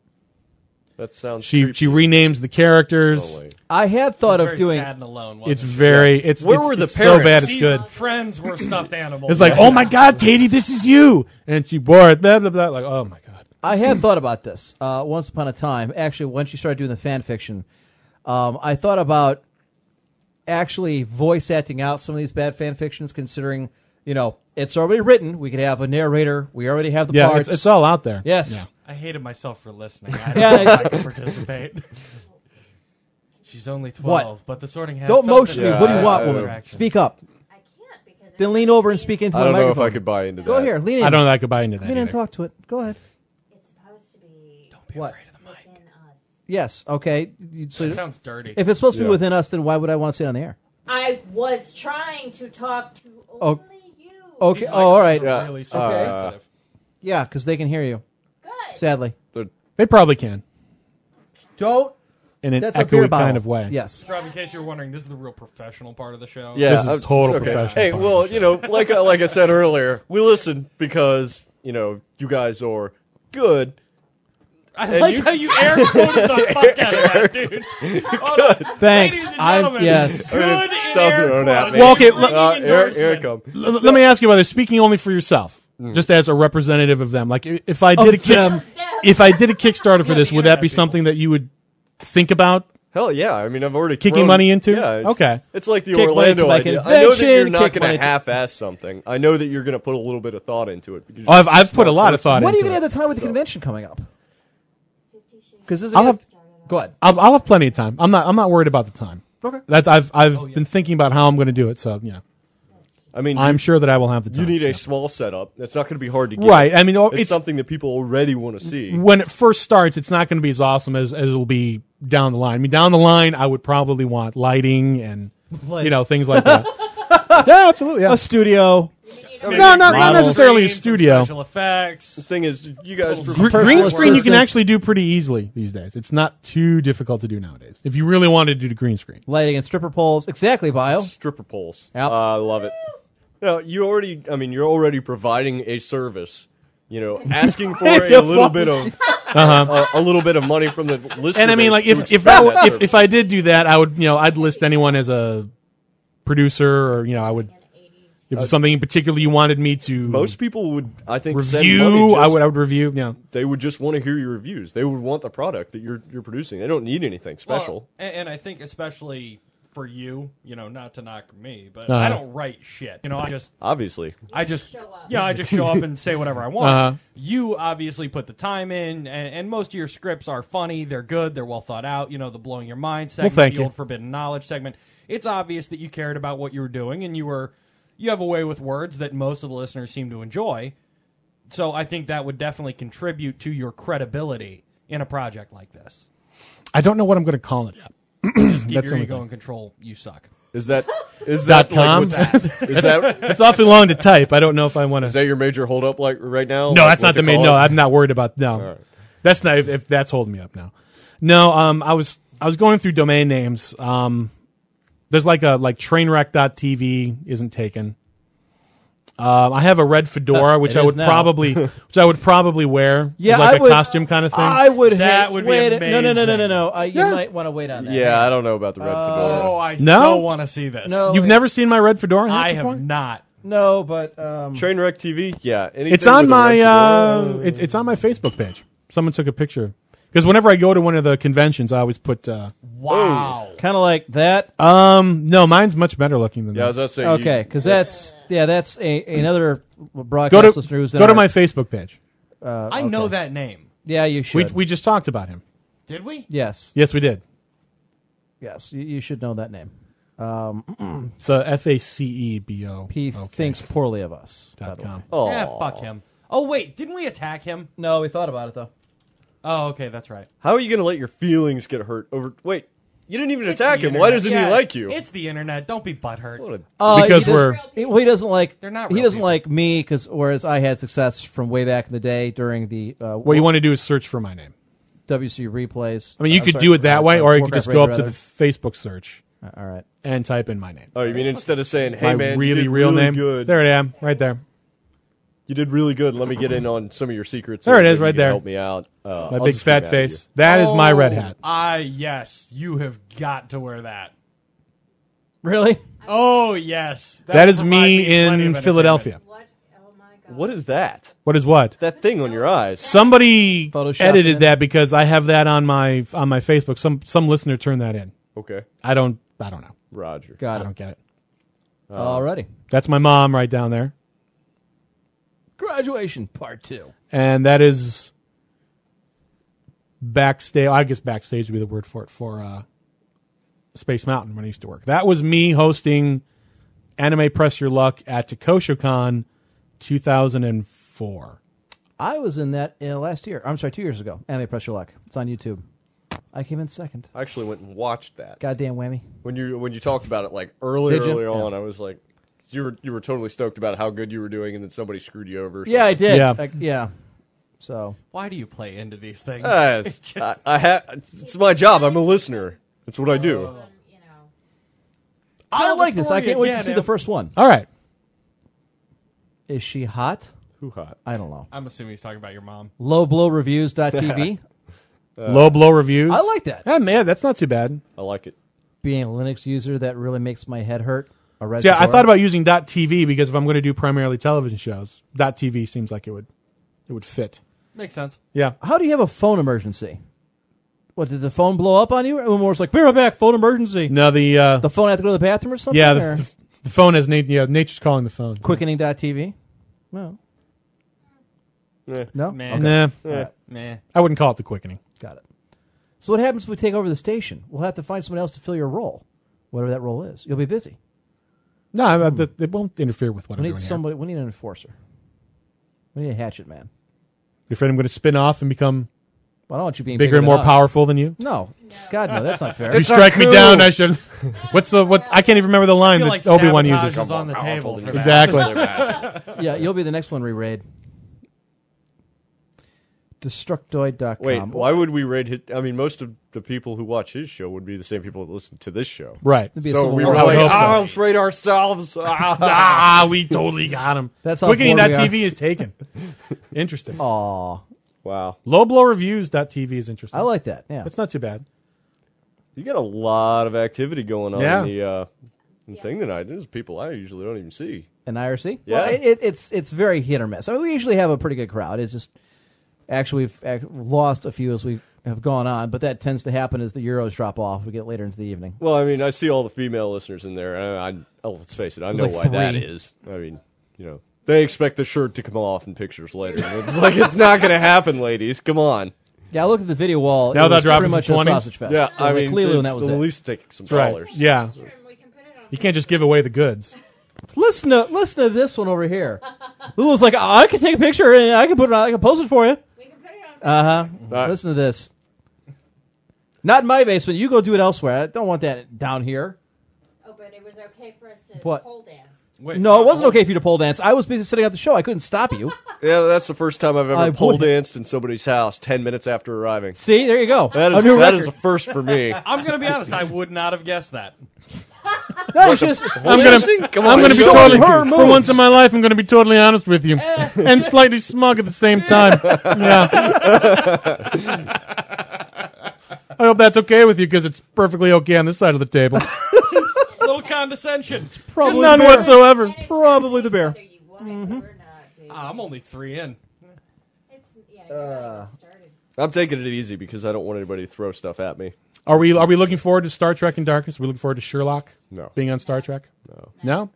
Speaker 7: That sounds.
Speaker 5: she
Speaker 7: creepy.
Speaker 5: she renames the characters.
Speaker 7: Oh, wait.
Speaker 4: I had thought
Speaker 8: It's
Speaker 4: of
Speaker 8: very
Speaker 4: doing.
Speaker 8: sad and alone. wasn't
Speaker 5: it's
Speaker 8: it?
Speaker 5: very it's
Speaker 7: Where
Speaker 5: it's-
Speaker 7: were the
Speaker 5: it's so bad
Speaker 7: parents?
Speaker 5: it's
Speaker 8: These
Speaker 5: good.
Speaker 8: friends were stuffed animals.
Speaker 5: It's like, "Oh my god, Katie, this is you." And she wore it blah blah blah like, "Oh my god."
Speaker 4: I had thought about this uh, once upon a time. Actually, once you started doing the fan fiction, um, I thought about actually voice acting out some of these bad fan fictions. Considering you know it's already written, we could have a narrator. We already have the
Speaker 5: Yeah,
Speaker 4: parts.
Speaker 5: it's, it's all out there.
Speaker 4: yes.
Speaker 8: I hated myself for listening. I don't
Speaker 4: Yeah,
Speaker 8: know if I
Speaker 4: it's-
Speaker 8: could participate. She's only
Speaker 4: What?
Speaker 8: twelve, but the sorting hat.
Speaker 4: Don't motion me.
Speaker 7: Yeah,
Speaker 4: what do you
Speaker 7: I-
Speaker 4: want,
Speaker 7: I-
Speaker 4: woman?
Speaker 8: Attraction.
Speaker 4: Speak up.
Speaker 10: I can't because
Speaker 4: Then
Speaker 10: it's
Speaker 4: lean over and speak into
Speaker 7: I
Speaker 4: the
Speaker 7: don't know if
Speaker 4: microphone.
Speaker 7: I could buy into
Speaker 4: Go
Speaker 7: that.
Speaker 4: here. Lean in.
Speaker 5: I don't know. If I could buy into that.
Speaker 4: Lean in and
Speaker 5: either.
Speaker 4: talk to it. Go ahead.
Speaker 10: It's supposed to be
Speaker 4: What?
Speaker 10: within us.
Speaker 4: Yes. Okay. You- so-
Speaker 8: That sounds dirty.
Speaker 4: if it's supposed to be
Speaker 7: Yeah.
Speaker 4: within us, then why would I want to sit on the air?
Speaker 6: I was trying to talk to
Speaker 4: Oh,
Speaker 10: Only you.
Speaker 4: okay.
Speaker 8: These
Speaker 4: Oh, all right.
Speaker 8: microphones are
Speaker 7: Yeah.
Speaker 8: Really super
Speaker 7: Uh,
Speaker 8: sensitive.
Speaker 4: Yeah, because they can hear you.
Speaker 10: Good.
Speaker 4: Sadly,
Speaker 7: The-
Speaker 5: They probably can
Speaker 4: don't.
Speaker 5: in an
Speaker 4: That's a beer
Speaker 5: echoey
Speaker 4: bottle.
Speaker 5: kind of way.
Speaker 4: Yes.
Speaker 8: Rob, in case you're wondering, this is the real professional part of the show.
Speaker 7: Yeah,
Speaker 5: This is
Speaker 7: I'm-
Speaker 5: total
Speaker 7: it's
Speaker 5: professional
Speaker 7: Hey, well, you know, like I- like I said earlier, we listen because you know you guys are good.
Speaker 8: I like
Speaker 7: you-
Speaker 8: how you air quoted the fuck out of that, dude. Hold on.
Speaker 4: Thanks.
Speaker 8: Ladies and
Speaker 4: I'm
Speaker 8: gentlemen,
Speaker 4: yes.
Speaker 8: Good
Speaker 7: Stop
Speaker 8: air
Speaker 7: throwing at
Speaker 8: quality.
Speaker 7: me.
Speaker 5: Well, okay,
Speaker 8: Ringing
Speaker 7: Uh, air, air
Speaker 8: endorsement.
Speaker 7: come.
Speaker 5: L- let me ask you about this. Speaking only for yourself, just as a representative of them. Like i- if I did a kick,
Speaker 4: them.
Speaker 5: if I did a Kickstarter for
Speaker 8: Yeah,
Speaker 5: this,
Speaker 8: the
Speaker 5: would that be
Speaker 8: internet people.
Speaker 5: something that you would think about?
Speaker 7: Hell yeah! I mean, I've already
Speaker 5: Kicking
Speaker 7: thrown-
Speaker 5: money into?
Speaker 7: Yeah, it's,
Speaker 5: Okay.
Speaker 7: It's like the
Speaker 4: Kick money to
Speaker 7: Orlando
Speaker 4: my
Speaker 7: idea. I know that you're
Speaker 4: convention,
Speaker 7: not
Speaker 4: kick
Speaker 7: going
Speaker 4: money
Speaker 7: to
Speaker 4: to-
Speaker 7: half-ass something. I know that you're going to put a little bit of thought into it. because
Speaker 5: Oh, I've,
Speaker 7: you're
Speaker 5: I've put a lot of thought
Speaker 4: When are you
Speaker 5: into
Speaker 4: gonna have
Speaker 5: it.
Speaker 4: the time with the convention coming up? Because
Speaker 5: I'll have-
Speaker 4: Go ahead.
Speaker 5: I'll, I'll have plenty of time. I'm not. I'm not worried about the time.
Speaker 4: Okay.
Speaker 5: That's I've I've been thinking about how I'm going to do it. So you know,
Speaker 7: I mean,
Speaker 5: I'm sure that I will have the time.
Speaker 7: you need a
Speaker 5: Yeah.
Speaker 7: small setup. That's not going to be hard to get.
Speaker 5: right. I mean, oh,
Speaker 7: It's,
Speaker 5: it's,
Speaker 7: something that people already want to see.
Speaker 5: when it first starts, it's not going to be as awesome as, as it'll be down the line. I mean, down the line, I would probably want lighting and you know things like that. yeah, absolutely. Yeah.
Speaker 4: A studio.
Speaker 5: No, not, not
Speaker 8: Models.
Speaker 5: necessarily a
Speaker 8: Screens and
Speaker 5: studio.
Speaker 8: Special effects.
Speaker 7: The thing is, you guys.
Speaker 8: Little
Speaker 5: Gr-
Speaker 8: Perfect
Speaker 5: green
Speaker 8: work.
Speaker 5: screen you can
Speaker 4: Assistance.
Speaker 5: actually do pretty easily these days. It's not too difficult to do nowadays. If you really wanted to do the green screen,
Speaker 4: Lighting and stripper poles. Exactly, bio.
Speaker 7: stripper poles. Uh,
Speaker 4: Yep.
Speaker 7: I love it. No, you already. I mean, you're already providing a service. You know, asking for a little bit of a, a little bit of money from the listener.
Speaker 5: Uh-huh. and I mean,
Speaker 7: base
Speaker 5: like
Speaker 7: to
Speaker 5: if if
Speaker 7: expand
Speaker 5: I,
Speaker 7: that
Speaker 5: if if
Speaker 7: service.
Speaker 5: I did do that, I would you know I'd list anyone as a producer or you know I would if there's something in particular you wanted me to
Speaker 7: most people would, I think, send money
Speaker 5: review,
Speaker 7: just-
Speaker 5: I would I would review. Yeah,
Speaker 7: They would just want to hear your reviews. They would want the product that you're you're producing. They don't need anything special.
Speaker 8: Well, and, and I think especially for you, you know, not to knock me, but
Speaker 5: Uh-huh.
Speaker 8: I don't write shit. You know, I just,
Speaker 7: obviously,
Speaker 8: I just,
Speaker 10: show up.
Speaker 8: yeah, I just show up and say whatever I want.
Speaker 5: Uh-huh.
Speaker 8: You obviously put the time in, and, and most of your scripts are funny. They're good. They're well thought out. You know, the blowing your mind segment,
Speaker 5: thank
Speaker 8: the
Speaker 5: you.
Speaker 8: old forbidden knowledge segment. It's obvious that you cared about what you were doing, and you were, you have a way with words that most of the listeners seem to enjoy. So I think that would definitely contribute to your credibility in a project like this.
Speaker 5: I don't know what I'm going to call it yet.
Speaker 8: Keep
Speaker 5: That's the
Speaker 8: your
Speaker 5: only
Speaker 8: ego
Speaker 5: thing.
Speaker 8: in control. You suck.
Speaker 7: is that is
Speaker 5: Dot
Speaker 7: that like,
Speaker 5: coms?
Speaker 7: what's- is that
Speaker 5: It's awfully long to type. I don't know if I want
Speaker 7: is
Speaker 5: to.
Speaker 7: that your major holdup like right now?
Speaker 5: No,
Speaker 7: Oh, Like,
Speaker 5: that's
Speaker 7: what
Speaker 5: not
Speaker 7: to
Speaker 5: the main.
Speaker 7: call
Speaker 5: No,
Speaker 7: it?
Speaker 5: I'm not worried about no.
Speaker 7: right.
Speaker 5: That's not if, if that's holding me up now. No, um, I was I was going through domain names. Um, there's like a like trainwreck.tv isn't taken. Um, I have a red fedora,
Speaker 4: Huh,
Speaker 5: which
Speaker 4: it
Speaker 5: I
Speaker 4: is
Speaker 5: would
Speaker 4: now.
Speaker 5: probably which I would probably wear.
Speaker 4: Yeah,
Speaker 5: as like
Speaker 4: I
Speaker 5: a
Speaker 4: would-
Speaker 5: costume kind of thing.
Speaker 4: I would.
Speaker 8: That
Speaker 4: ha-
Speaker 8: would be
Speaker 4: wait, No, no, no, no, no,
Speaker 8: amazing.
Speaker 4: no. Uh, you might want to wait on that.
Speaker 7: Yeah, I don't know about the red fedora.
Speaker 8: Oh, I
Speaker 5: No?
Speaker 8: so want to see this.
Speaker 4: No,
Speaker 5: You've
Speaker 4: it-
Speaker 5: never seen my red fedora? hat
Speaker 8: I
Speaker 5: before?
Speaker 8: have not.
Speaker 4: No, but um,
Speaker 7: Trainwreck TV, yeah. anything
Speaker 5: It's on
Speaker 7: with a red
Speaker 5: my uh,
Speaker 7: fedora.
Speaker 5: it's it's on my Facebook page. Someone took a picture because whenever I go to one of the conventions, I always put. Uh,
Speaker 8: Wow.
Speaker 4: kind of like that.
Speaker 5: um, no, mine's much better looking than
Speaker 7: yeah, I
Speaker 5: that.
Speaker 7: was about to say. you-
Speaker 4: Okay, because that's yeah, that's a, another
Speaker 5: go
Speaker 4: broadcast
Speaker 5: to
Speaker 4: listener who's in
Speaker 5: go to
Speaker 4: our-
Speaker 5: my Facebook page.
Speaker 8: I know that name.
Speaker 4: Yeah, you
Speaker 5: We
Speaker 4: should.
Speaker 5: we just talked about him.
Speaker 8: Did we?
Speaker 4: yes,
Speaker 5: Yes, we did.
Speaker 4: yes, you, you should know that name.
Speaker 5: It's F A C E B O.
Speaker 4: He thinks poorly of us. by
Speaker 5: dot
Speaker 4: the way.
Speaker 5: com.
Speaker 7: Aw.
Speaker 8: Yeah, fuck him. Oh wait, didn't we attack him?
Speaker 4: No, we thought about it though.
Speaker 8: Oh, okay, that's right.
Speaker 7: How are you going to let your feelings get hurt over? Wait, you didn't even attack him. Why doesn't he like you?
Speaker 8: It's the internet. Don't be butthurt.
Speaker 7: What a-
Speaker 4: Uh,
Speaker 5: Because
Speaker 4: he doesn't-
Speaker 5: we're-
Speaker 4: he- well, he doesn't like
Speaker 8: They're not
Speaker 4: he
Speaker 8: real
Speaker 4: doesn't
Speaker 8: people.
Speaker 4: like me because whereas I had success from way back in the day during the uh,
Speaker 5: What you want to do is search for my name.
Speaker 4: WC replays.
Speaker 5: I mean, you
Speaker 4: uh,
Speaker 5: could
Speaker 4: sorry,
Speaker 5: do it that
Speaker 4: Warcraft-
Speaker 5: way, or you could
Speaker 4: Warcraft
Speaker 5: just go up
Speaker 4: Raid,
Speaker 5: to the Facebook search
Speaker 4: rather. All right,
Speaker 5: and type in my name.
Speaker 7: oh, you mean instead of saying, "Hey
Speaker 5: my
Speaker 7: man, you
Speaker 5: really
Speaker 7: did
Speaker 5: real
Speaker 7: really
Speaker 5: name.
Speaker 7: good.
Speaker 5: There it am, right there.
Speaker 7: you did really good. Let me get in on some of your secrets.
Speaker 5: There it
Speaker 7: and
Speaker 5: is,
Speaker 7: you
Speaker 5: right
Speaker 7: can
Speaker 5: there.
Speaker 7: Help me out. Uh,
Speaker 5: My
Speaker 7: I'll
Speaker 5: big
Speaker 7: just be
Speaker 5: fat
Speaker 7: mad at
Speaker 5: face.
Speaker 7: you. Oh,
Speaker 5: That is my red hat.
Speaker 8: I Ah, yes, you have got to wear that.
Speaker 4: really?
Speaker 8: Oh yes,
Speaker 5: That is
Speaker 8: will provide
Speaker 5: me
Speaker 8: plenty of
Speaker 5: in
Speaker 8: entertainment.
Speaker 5: Philadelphia.
Speaker 10: What? Oh my god.
Speaker 7: What is that?
Speaker 5: What is what?
Speaker 7: That thing on your eyes?
Speaker 5: Somebody
Speaker 4: Photoshop
Speaker 5: edited
Speaker 4: it.
Speaker 5: that because I have that on my on my Facebook. Some some listener turned that in.
Speaker 7: Okay,
Speaker 5: I don't I don't know.
Speaker 7: Roger.
Speaker 5: I
Speaker 4: Got it.
Speaker 5: don't get it. Uh,
Speaker 4: Alrighty.
Speaker 5: That's my mom right down there.
Speaker 4: Graduation part two.
Speaker 5: and that is backstage. I guess backstage would be the word for it for uh, Space Mountain when I used to work. That was me hosting Anime Press Your Luck at TakoshoCon 2004.
Speaker 4: I was in that uh, last year. I'm sorry, two years ago. Anime Press Your Luck. It's on YouTube. I came in second.
Speaker 7: I actually went and watched that
Speaker 4: Goddamn whammy.
Speaker 7: when you when you talked about it like early
Speaker 4: Did you?
Speaker 7: early
Speaker 4: Yeah.
Speaker 7: on. I was like, you were you were totally stoked about how good you were doing, and then somebody screwed you over. or
Speaker 4: Yeah, I
Speaker 7: something.
Speaker 4: did.
Speaker 5: Yeah.
Speaker 4: Like, yeah. So
Speaker 8: Why do you play into these things?
Speaker 7: Ah, it's- I, I ha- it's my job. I'm a listener. That's what I do.
Speaker 5: Oh.
Speaker 10: Um, you know,
Speaker 4: I
Speaker 8: Tell the
Speaker 4: like this. I
Speaker 8: story
Speaker 4: can't wait to
Speaker 8: again,
Speaker 4: see
Speaker 8: Em.
Speaker 4: the first one.
Speaker 5: All right.
Speaker 4: Is she hot?
Speaker 7: Who hot?
Speaker 4: I don't know.
Speaker 8: I'm assuming he's talking about your mom.
Speaker 4: Lowblowreviews.tv.
Speaker 5: Low blow reviews.
Speaker 4: Uh, I like that.
Speaker 5: Yeah, man, that's not too bad.
Speaker 7: I like it.
Speaker 4: Being a Linux user, that really makes my head hurt. A
Speaker 5: So, yeah, I
Speaker 4: reservoir.
Speaker 5: thought about using .tv because if I'm going to do primarily television shows, .tv seems like it would it would fit.
Speaker 8: Makes sense.
Speaker 5: Yeah.
Speaker 4: How do you have a phone emergency? What did the phone blow up on you? Or was like, be right back, phone emergency.
Speaker 5: No, the uh,
Speaker 4: The phone had to go to the bathroom or something.
Speaker 5: yeah,
Speaker 4: or?
Speaker 5: the, the phone has na- yeah, nature's calling the phone.
Speaker 4: quickening.tv. No,
Speaker 7: Eh,
Speaker 4: no,
Speaker 8: Meh.
Speaker 4: Okay.
Speaker 5: Nah,
Speaker 8: Meh.
Speaker 5: I wouldn't call it the quickening.
Speaker 4: got it. So what happens if we take over the station? We'll have to find someone else to fill your role, whatever that role is. You'll be busy.
Speaker 5: No, I- I- th- it won't interfere with what
Speaker 4: We
Speaker 5: I'm
Speaker 4: need
Speaker 5: doing.
Speaker 4: somebody. We need an enforcer. We need a hatchet man.
Speaker 5: here. You're afraid I'm going to spin off and become
Speaker 4: Well, I don't want you being
Speaker 5: bigger and
Speaker 4: than
Speaker 5: more
Speaker 4: us.
Speaker 5: powerful than you?
Speaker 4: No, God, no, that's not fair.
Speaker 5: you strike me down. I should. What's the what? I can't even remember the
Speaker 8: I
Speaker 5: line
Speaker 8: feel
Speaker 5: that
Speaker 8: like
Speaker 5: Obi Wan
Speaker 8: sabotage
Speaker 5: uses.
Speaker 8: is on the table. for that.
Speaker 5: Exactly.
Speaker 4: yeah, you'll be the next one. Re-raid. Destructoid.com.
Speaker 7: Wait, why would we rate hit? I mean, most of the people who watch his show would be the same people that listen to this show.
Speaker 5: right.
Speaker 4: It'd be a
Speaker 7: So
Speaker 4: civil
Speaker 7: we
Speaker 4: war.
Speaker 7: were
Speaker 5: I would
Speaker 7: like,
Speaker 5: hope so.
Speaker 7: ah, let's rate ourselves. Ah.
Speaker 5: Ah, we totally got him.
Speaker 4: That's how bored we are.
Speaker 5: Quickening.tv is taken. Interesting.
Speaker 4: Aw,
Speaker 7: wow,
Speaker 5: Lowblowreviews.tv is interesting.
Speaker 4: I like that. Yeah,
Speaker 5: That's not too bad.
Speaker 7: you got a lot of activity going on
Speaker 5: Yeah.
Speaker 7: in the uh, in thing tonight. There's people I usually don't even see.
Speaker 4: an IRC.
Speaker 7: Yeah.
Speaker 4: well, it, it, it's it's very hit or miss. I mean, we usually have a pretty good crowd. It's just actually we've ac- lost a few as we have gone on, but that tends to happen as the euros drop off. We get later into the evening.
Speaker 7: Well, I mean, I see all the female listeners in there. And I, I, oh, let's face it, I know
Speaker 4: like
Speaker 7: why that
Speaker 4: three.
Speaker 7: is. I mean, you know, they expect the shirt to come off in pictures later. And it's like it's not going to happen, ladies. Come on.
Speaker 4: Yeah, I looked at the video wall.
Speaker 5: Now
Speaker 4: it
Speaker 5: that
Speaker 4: was
Speaker 5: drops
Speaker 4: pretty
Speaker 5: to
Speaker 4: much a
Speaker 5: 20s?
Speaker 4: sausage fest.
Speaker 7: Yeah,
Speaker 4: It was
Speaker 7: I
Speaker 4: like
Speaker 7: mean,
Speaker 4: Cleveland,
Speaker 7: it's
Speaker 4: that was
Speaker 7: the
Speaker 4: it.
Speaker 7: least take some
Speaker 5: Right.
Speaker 7: dollars.
Speaker 5: Yeah.
Speaker 10: and we can put it on.
Speaker 5: You can't just give away the goods.
Speaker 4: Listen to listen to this one over here. Lulu's like, I can take a picture and I can put it on. I can post it for you.
Speaker 10: We can put it on.
Speaker 4: Uh huh.
Speaker 7: Uh,
Speaker 4: Listen to this. Not in my basement. You go do it elsewhere. I don't want that down here.
Speaker 10: oh, but it was okay for us to
Speaker 4: What?
Speaker 10: pole dance.
Speaker 8: Wait,
Speaker 4: No, it
Speaker 8: hold
Speaker 4: wasn't
Speaker 8: on.
Speaker 4: okay for you to pole dance. I was busy setting up the show. I couldn't stop you.
Speaker 7: Yeah, that's the first time I've ever
Speaker 4: I
Speaker 7: pole
Speaker 4: would-
Speaker 7: danced in somebody's house 10 minutes after arriving.
Speaker 4: See, there you go.
Speaker 7: That
Speaker 4: a
Speaker 7: is,
Speaker 4: new
Speaker 7: that
Speaker 4: record.
Speaker 7: is a first for me.
Speaker 8: I'm gonna be honest. I would not have guessed that.
Speaker 4: No, you should've-
Speaker 5: I'm
Speaker 7: Well,
Speaker 5: gonna,
Speaker 7: Jesse, come
Speaker 5: I'm
Speaker 7: on,
Speaker 5: gonna be
Speaker 7: show
Speaker 5: totally,
Speaker 7: me
Speaker 5: for
Speaker 7: her moves.
Speaker 5: once in my life, I'm gonna be totally honest with you, and slightly smug at the same time. Yeah. I hope that's okay with you because it's perfectly okay on this side of the table.
Speaker 8: A little condescension.
Speaker 4: probably
Speaker 5: None
Speaker 4: the bear.
Speaker 5: whatsoever.
Speaker 4: Probably the bear.
Speaker 10: Whether you want it
Speaker 4: Mm-hmm.
Speaker 10: or not, dude.
Speaker 8: Ah, I'm only three in.
Speaker 10: It's yeah. You're
Speaker 4: Uh,
Speaker 10: not even started.
Speaker 7: I'm taking it easy because I don't want anybody to throw stuff at me.
Speaker 5: Are we are we looking forward to Star Trek and Darkness? Are we looking forward to Sherlock?
Speaker 7: No.
Speaker 5: Being on Star Trek?
Speaker 7: No.
Speaker 5: No.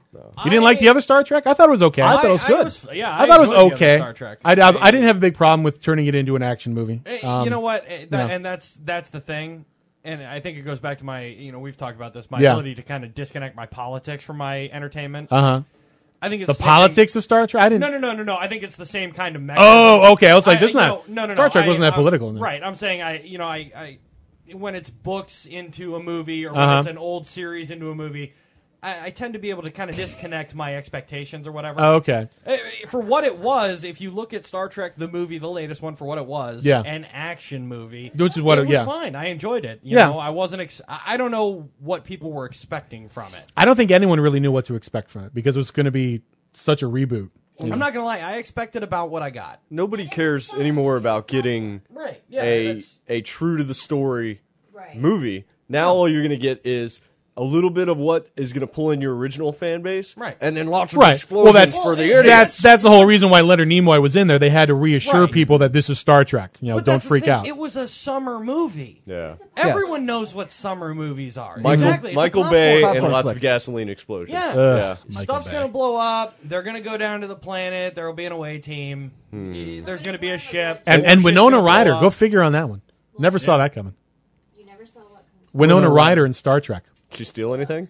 Speaker 5: You didn't like the other Star Trek? I thought it was okay.
Speaker 4: I thought it was good.
Speaker 8: yeah,
Speaker 5: I thought it was
Speaker 8: enjoyed the other
Speaker 5: okay.
Speaker 8: Star Trek.
Speaker 5: I, I, I didn't have a big problem with turning it into an action movie.
Speaker 8: Eh,
Speaker 5: Um,
Speaker 8: you know what? Eh, that-
Speaker 5: no.
Speaker 8: And that's that's the thing. And I think it goes back to my, you know, we've talked about this, my
Speaker 5: Yeah.
Speaker 8: ability to kind of disconnect my politics from my entertainment.
Speaker 5: Uh-huh.
Speaker 8: I think it's
Speaker 5: The
Speaker 8: same-
Speaker 5: politics of Star Trek? I didn't.
Speaker 8: No, no, no, no, no. I think it's the same kind of. Mechanism.
Speaker 5: Oh, okay. I was like,
Speaker 8: I-
Speaker 5: this
Speaker 8: you
Speaker 5: not
Speaker 8: know, no, no,
Speaker 5: Star
Speaker 8: no,
Speaker 5: Trek
Speaker 8: I-
Speaker 5: wasn't that
Speaker 8: I'm-
Speaker 5: political. no.
Speaker 8: Right. I'm saying I, you know, I, I when it's books into a movie or when
Speaker 5: Uh-huh.
Speaker 8: it's an old series into a movie, I, I tend to be able to kind of disconnect my expectations or whatever.
Speaker 5: Oh, okay.
Speaker 8: Uh, For what it was, if you look at Star Trek the movie, the latest one, for what it was,
Speaker 5: Yeah.
Speaker 8: an action movie,
Speaker 5: Which is what
Speaker 8: it
Speaker 5: it-
Speaker 8: was
Speaker 5: yeah.
Speaker 8: fine. I enjoyed it. You
Speaker 5: Yeah.
Speaker 8: know, I wasn't. Ex- I I don't know what people were expecting from it.
Speaker 5: I don't think anyone really knew what to expect from it because it was going to be such a reboot.
Speaker 8: I'm not gonna lie. I expected about what I got.
Speaker 7: Nobody cares anymore about getting
Speaker 8: Right. Yeah.
Speaker 7: a a true to the story
Speaker 10: Right.
Speaker 7: movie. Now all you're going to get is a little bit of what is going to pull in your original fan base,
Speaker 8: Right.
Speaker 7: And then lots of
Speaker 5: Right.
Speaker 7: explosions
Speaker 5: Well, that's
Speaker 7: for the
Speaker 5: that's
Speaker 7: idiots.
Speaker 5: that's the whole reason why Leonard Nimoy was in there. They had to reassure
Speaker 8: Right.
Speaker 5: people that this is Star Trek. You know,
Speaker 8: But
Speaker 5: don't
Speaker 8: that's the
Speaker 5: freak
Speaker 8: thing,
Speaker 5: out.
Speaker 8: It was a summer movie.
Speaker 7: yeah.
Speaker 8: Everyone knows what summer movies are.
Speaker 7: Michael
Speaker 8: exactly. It's a
Speaker 7: Michael
Speaker 8: popcorn
Speaker 7: Bay
Speaker 4: Popcorn
Speaker 7: and lots
Speaker 4: flick.
Speaker 7: of gasoline explosions.
Speaker 8: Yeah.
Speaker 7: yeah.
Speaker 8: Stuff's gonna blow up. They're gonna go down to the planet. There will be an away team. There's gonna be a ship.
Speaker 5: and
Speaker 8: More
Speaker 5: and
Speaker 8: shit's
Speaker 5: Winona
Speaker 8: gonna blow
Speaker 5: Ryder,
Speaker 8: up.
Speaker 5: go figure on that one. Never saw that coming.
Speaker 10: You never saw what comes.
Speaker 5: Winona Ryder in Star Trek.
Speaker 7: Did she steal anything?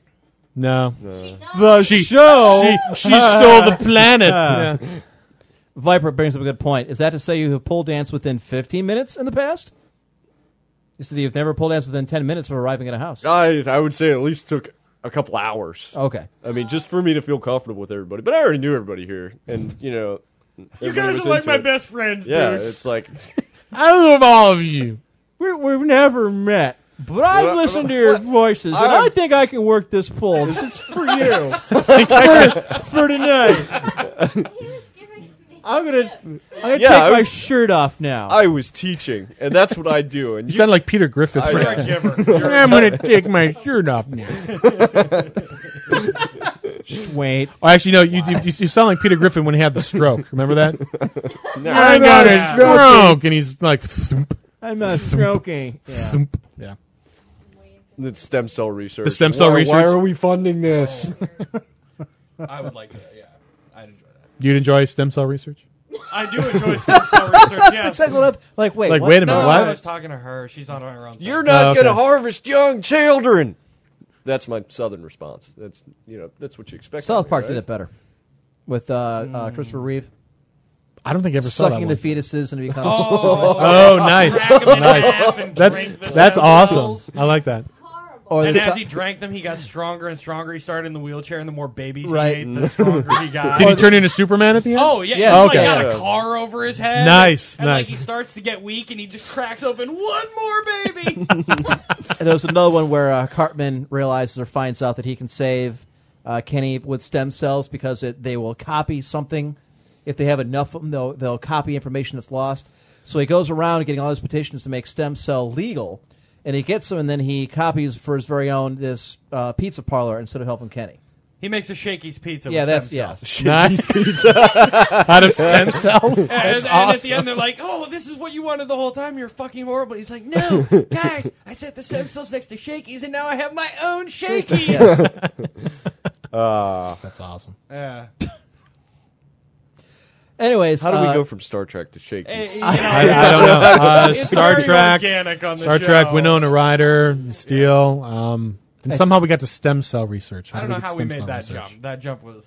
Speaker 5: No,
Speaker 10: The
Speaker 5: she show she, she stole the planet. Oh. Yeah.
Speaker 4: Viper brings up a good point. Is that to say you have pole danced within 15 minutes in the past? You said you've never pole danced within 10 minutes of arriving at a house.
Speaker 7: I I would say it at least took a couple hours.
Speaker 4: Okay.
Speaker 7: I mean, just for me to feel comfortable with everybody. But I already knew everybody here, and you know, you
Speaker 8: best friends,
Speaker 7: Yeah, it's like
Speaker 5: I love all of you.
Speaker 4: we we've never met, but I've
Speaker 7: Well,
Speaker 4: listened to your voices, and
Speaker 7: I-
Speaker 4: I think I can work this pole. This is for you. for, for tonight.
Speaker 10: He was giving me
Speaker 4: I'm going to I'm gonna
Speaker 7: Yeah,
Speaker 4: take
Speaker 7: I
Speaker 4: my
Speaker 7: was-
Speaker 4: shirt off now.
Speaker 7: I was teaching, and that's what I do. And
Speaker 5: You
Speaker 7: you,
Speaker 5: sound like Peter Griffith.
Speaker 7: I-
Speaker 5: right
Speaker 7: I
Speaker 5: now. I'm gonna take my shirt off now.
Speaker 4: Wait.
Speaker 5: Oh, actually, no. You, you you sound like Peter Griffin when he had the stroke. Remember that?
Speaker 7: No.
Speaker 5: I got a stroke, and he's like, thump,
Speaker 4: I'm not stroking. Yeah.
Speaker 5: thump. yeah.
Speaker 7: the stem cell research.
Speaker 5: The stem cell
Speaker 7: why, Why
Speaker 5: research?
Speaker 7: are we funding this?
Speaker 8: I would like to. Yeah, I'd enjoy that.
Speaker 5: You'd enjoy stem cell research?
Speaker 8: I do enjoy stem cell research. Yes.
Speaker 4: Exactly what I- like, wait.
Speaker 5: Like,
Speaker 4: what?
Speaker 5: wait a minute,
Speaker 8: No,
Speaker 5: what?
Speaker 8: I was talking to her. She's on her own. thing.
Speaker 7: You're not
Speaker 5: Oh, okay.
Speaker 7: going to harvest young children. That's my southern response. That's you know that's what you expect.
Speaker 4: South
Speaker 7: from me,
Speaker 4: Park
Speaker 7: right?
Speaker 4: did it better with uh, uh, Christopher Reeve
Speaker 5: I don't think I ever saw that
Speaker 4: sucking
Speaker 5: one.
Speaker 4: the fetuses and it becomes.
Speaker 8: Oh,
Speaker 5: oh, nice.
Speaker 8: crack him in half
Speaker 5: nice.
Speaker 8: and
Speaker 5: That's,
Speaker 8: drink the
Speaker 5: that's
Speaker 8: stem cells.
Speaker 5: awesome. I like that.
Speaker 10: horrible.
Speaker 4: Or
Speaker 8: And
Speaker 4: the-
Speaker 8: as he drank them, he got stronger and stronger. He started in the wheelchair, and the more babies
Speaker 4: Right.
Speaker 8: he ate, the stronger he got.
Speaker 5: Did he turn into Superman at the end?
Speaker 8: Oh yeah,
Speaker 4: Yeah,
Speaker 8: he's
Speaker 5: okay.
Speaker 8: like got
Speaker 7: Yeah.
Speaker 8: a car over his head.
Speaker 5: Nice,
Speaker 8: and
Speaker 5: nice.
Speaker 8: like he starts to get weak, and he just cracks open one more baby.
Speaker 4: And there was another one where uh, Cartman realizes or finds out that he can save uh, Kenny with stem cells because it, they will copy something. If they have enough of them, they'll, they'll copy information that's lost. So he goes around getting all these petitions to make stem cell legal, and he gets them, and then he copies for his very own this uh, pizza parlor instead of helping Kenny.
Speaker 8: he makes a Shakey's pizza.
Speaker 4: Yeah,
Speaker 8: with
Speaker 4: that's
Speaker 8: stem
Speaker 4: yeah.
Speaker 8: cells.
Speaker 5: Nice out of stem cells.
Speaker 8: And,
Speaker 5: That's
Speaker 8: and at the end, they're like, "Oh, this is what you wanted the whole time. You're fucking horrible." He's like, "No, guys, I set the stem cells next to Shakey's, and now I have my own Shakey's."
Speaker 5: That's awesome.
Speaker 8: Yeah.
Speaker 4: Anyways,
Speaker 7: How do we
Speaker 4: uh,
Speaker 7: go from Star Trek to Shakey's?
Speaker 8: Hey, you
Speaker 5: I,
Speaker 8: know,
Speaker 5: I don't know. Uh,
Speaker 8: it's
Speaker 5: Star
Speaker 8: very
Speaker 5: Trek,
Speaker 8: organic on the
Speaker 5: Star
Speaker 8: show.
Speaker 5: Trek, Winona Ryder, Steel. Um, and somehow we got to stem cell research.
Speaker 8: I don't
Speaker 5: did
Speaker 8: know
Speaker 5: get
Speaker 8: how we
Speaker 5: stem
Speaker 8: made
Speaker 5: cell
Speaker 8: that
Speaker 5: research?
Speaker 8: jump. That jump was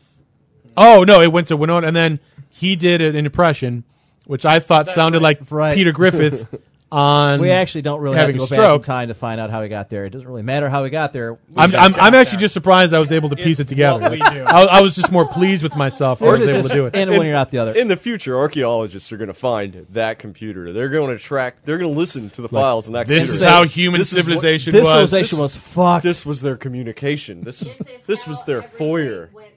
Speaker 5: Oh no, it went to Winona, and then he did an impression, which I thought sounded like
Speaker 4: Right.
Speaker 5: Peter Griffith on.
Speaker 4: We actually don't really
Speaker 5: having
Speaker 4: have
Speaker 5: a
Speaker 4: to go
Speaker 5: stroke.
Speaker 4: back in time to find out how he got there. It doesn't really matter how he got there.
Speaker 5: I'm,
Speaker 8: just
Speaker 5: I'm,
Speaker 8: got
Speaker 5: I'm actually
Speaker 8: there.
Speaker 5: just surprised I was able to piece it
Speaker 8: It's
Speaker 5: together.
Speaker 8: what we do.
Speaker 5: I, I was just more pleased with myself. I was able to do it.
Speaker 4: And one year out the other.
Speaker 7: In the future, archaeologists are going to find that computer. They're going to track. They're going to listen to the files in that.
Speaker 5: This is
Speaker 7: computer.
Speaker 5: how human
Speaker 7: This is what-
Speaker 5: civilization
Speaker 4: this
Speaker 5: was.
Speaker 4: civilization was
Speaker 7: This-
Speaker 4: fucked.
Speaker 7: This was their communication. This was
Speaker 10: This, is
Speaker 7: this
Speaker 10: how
Speaker 7: was their
Speaker 10: everything
Speaker 7: foyer.
Speaker 10: Went wrong.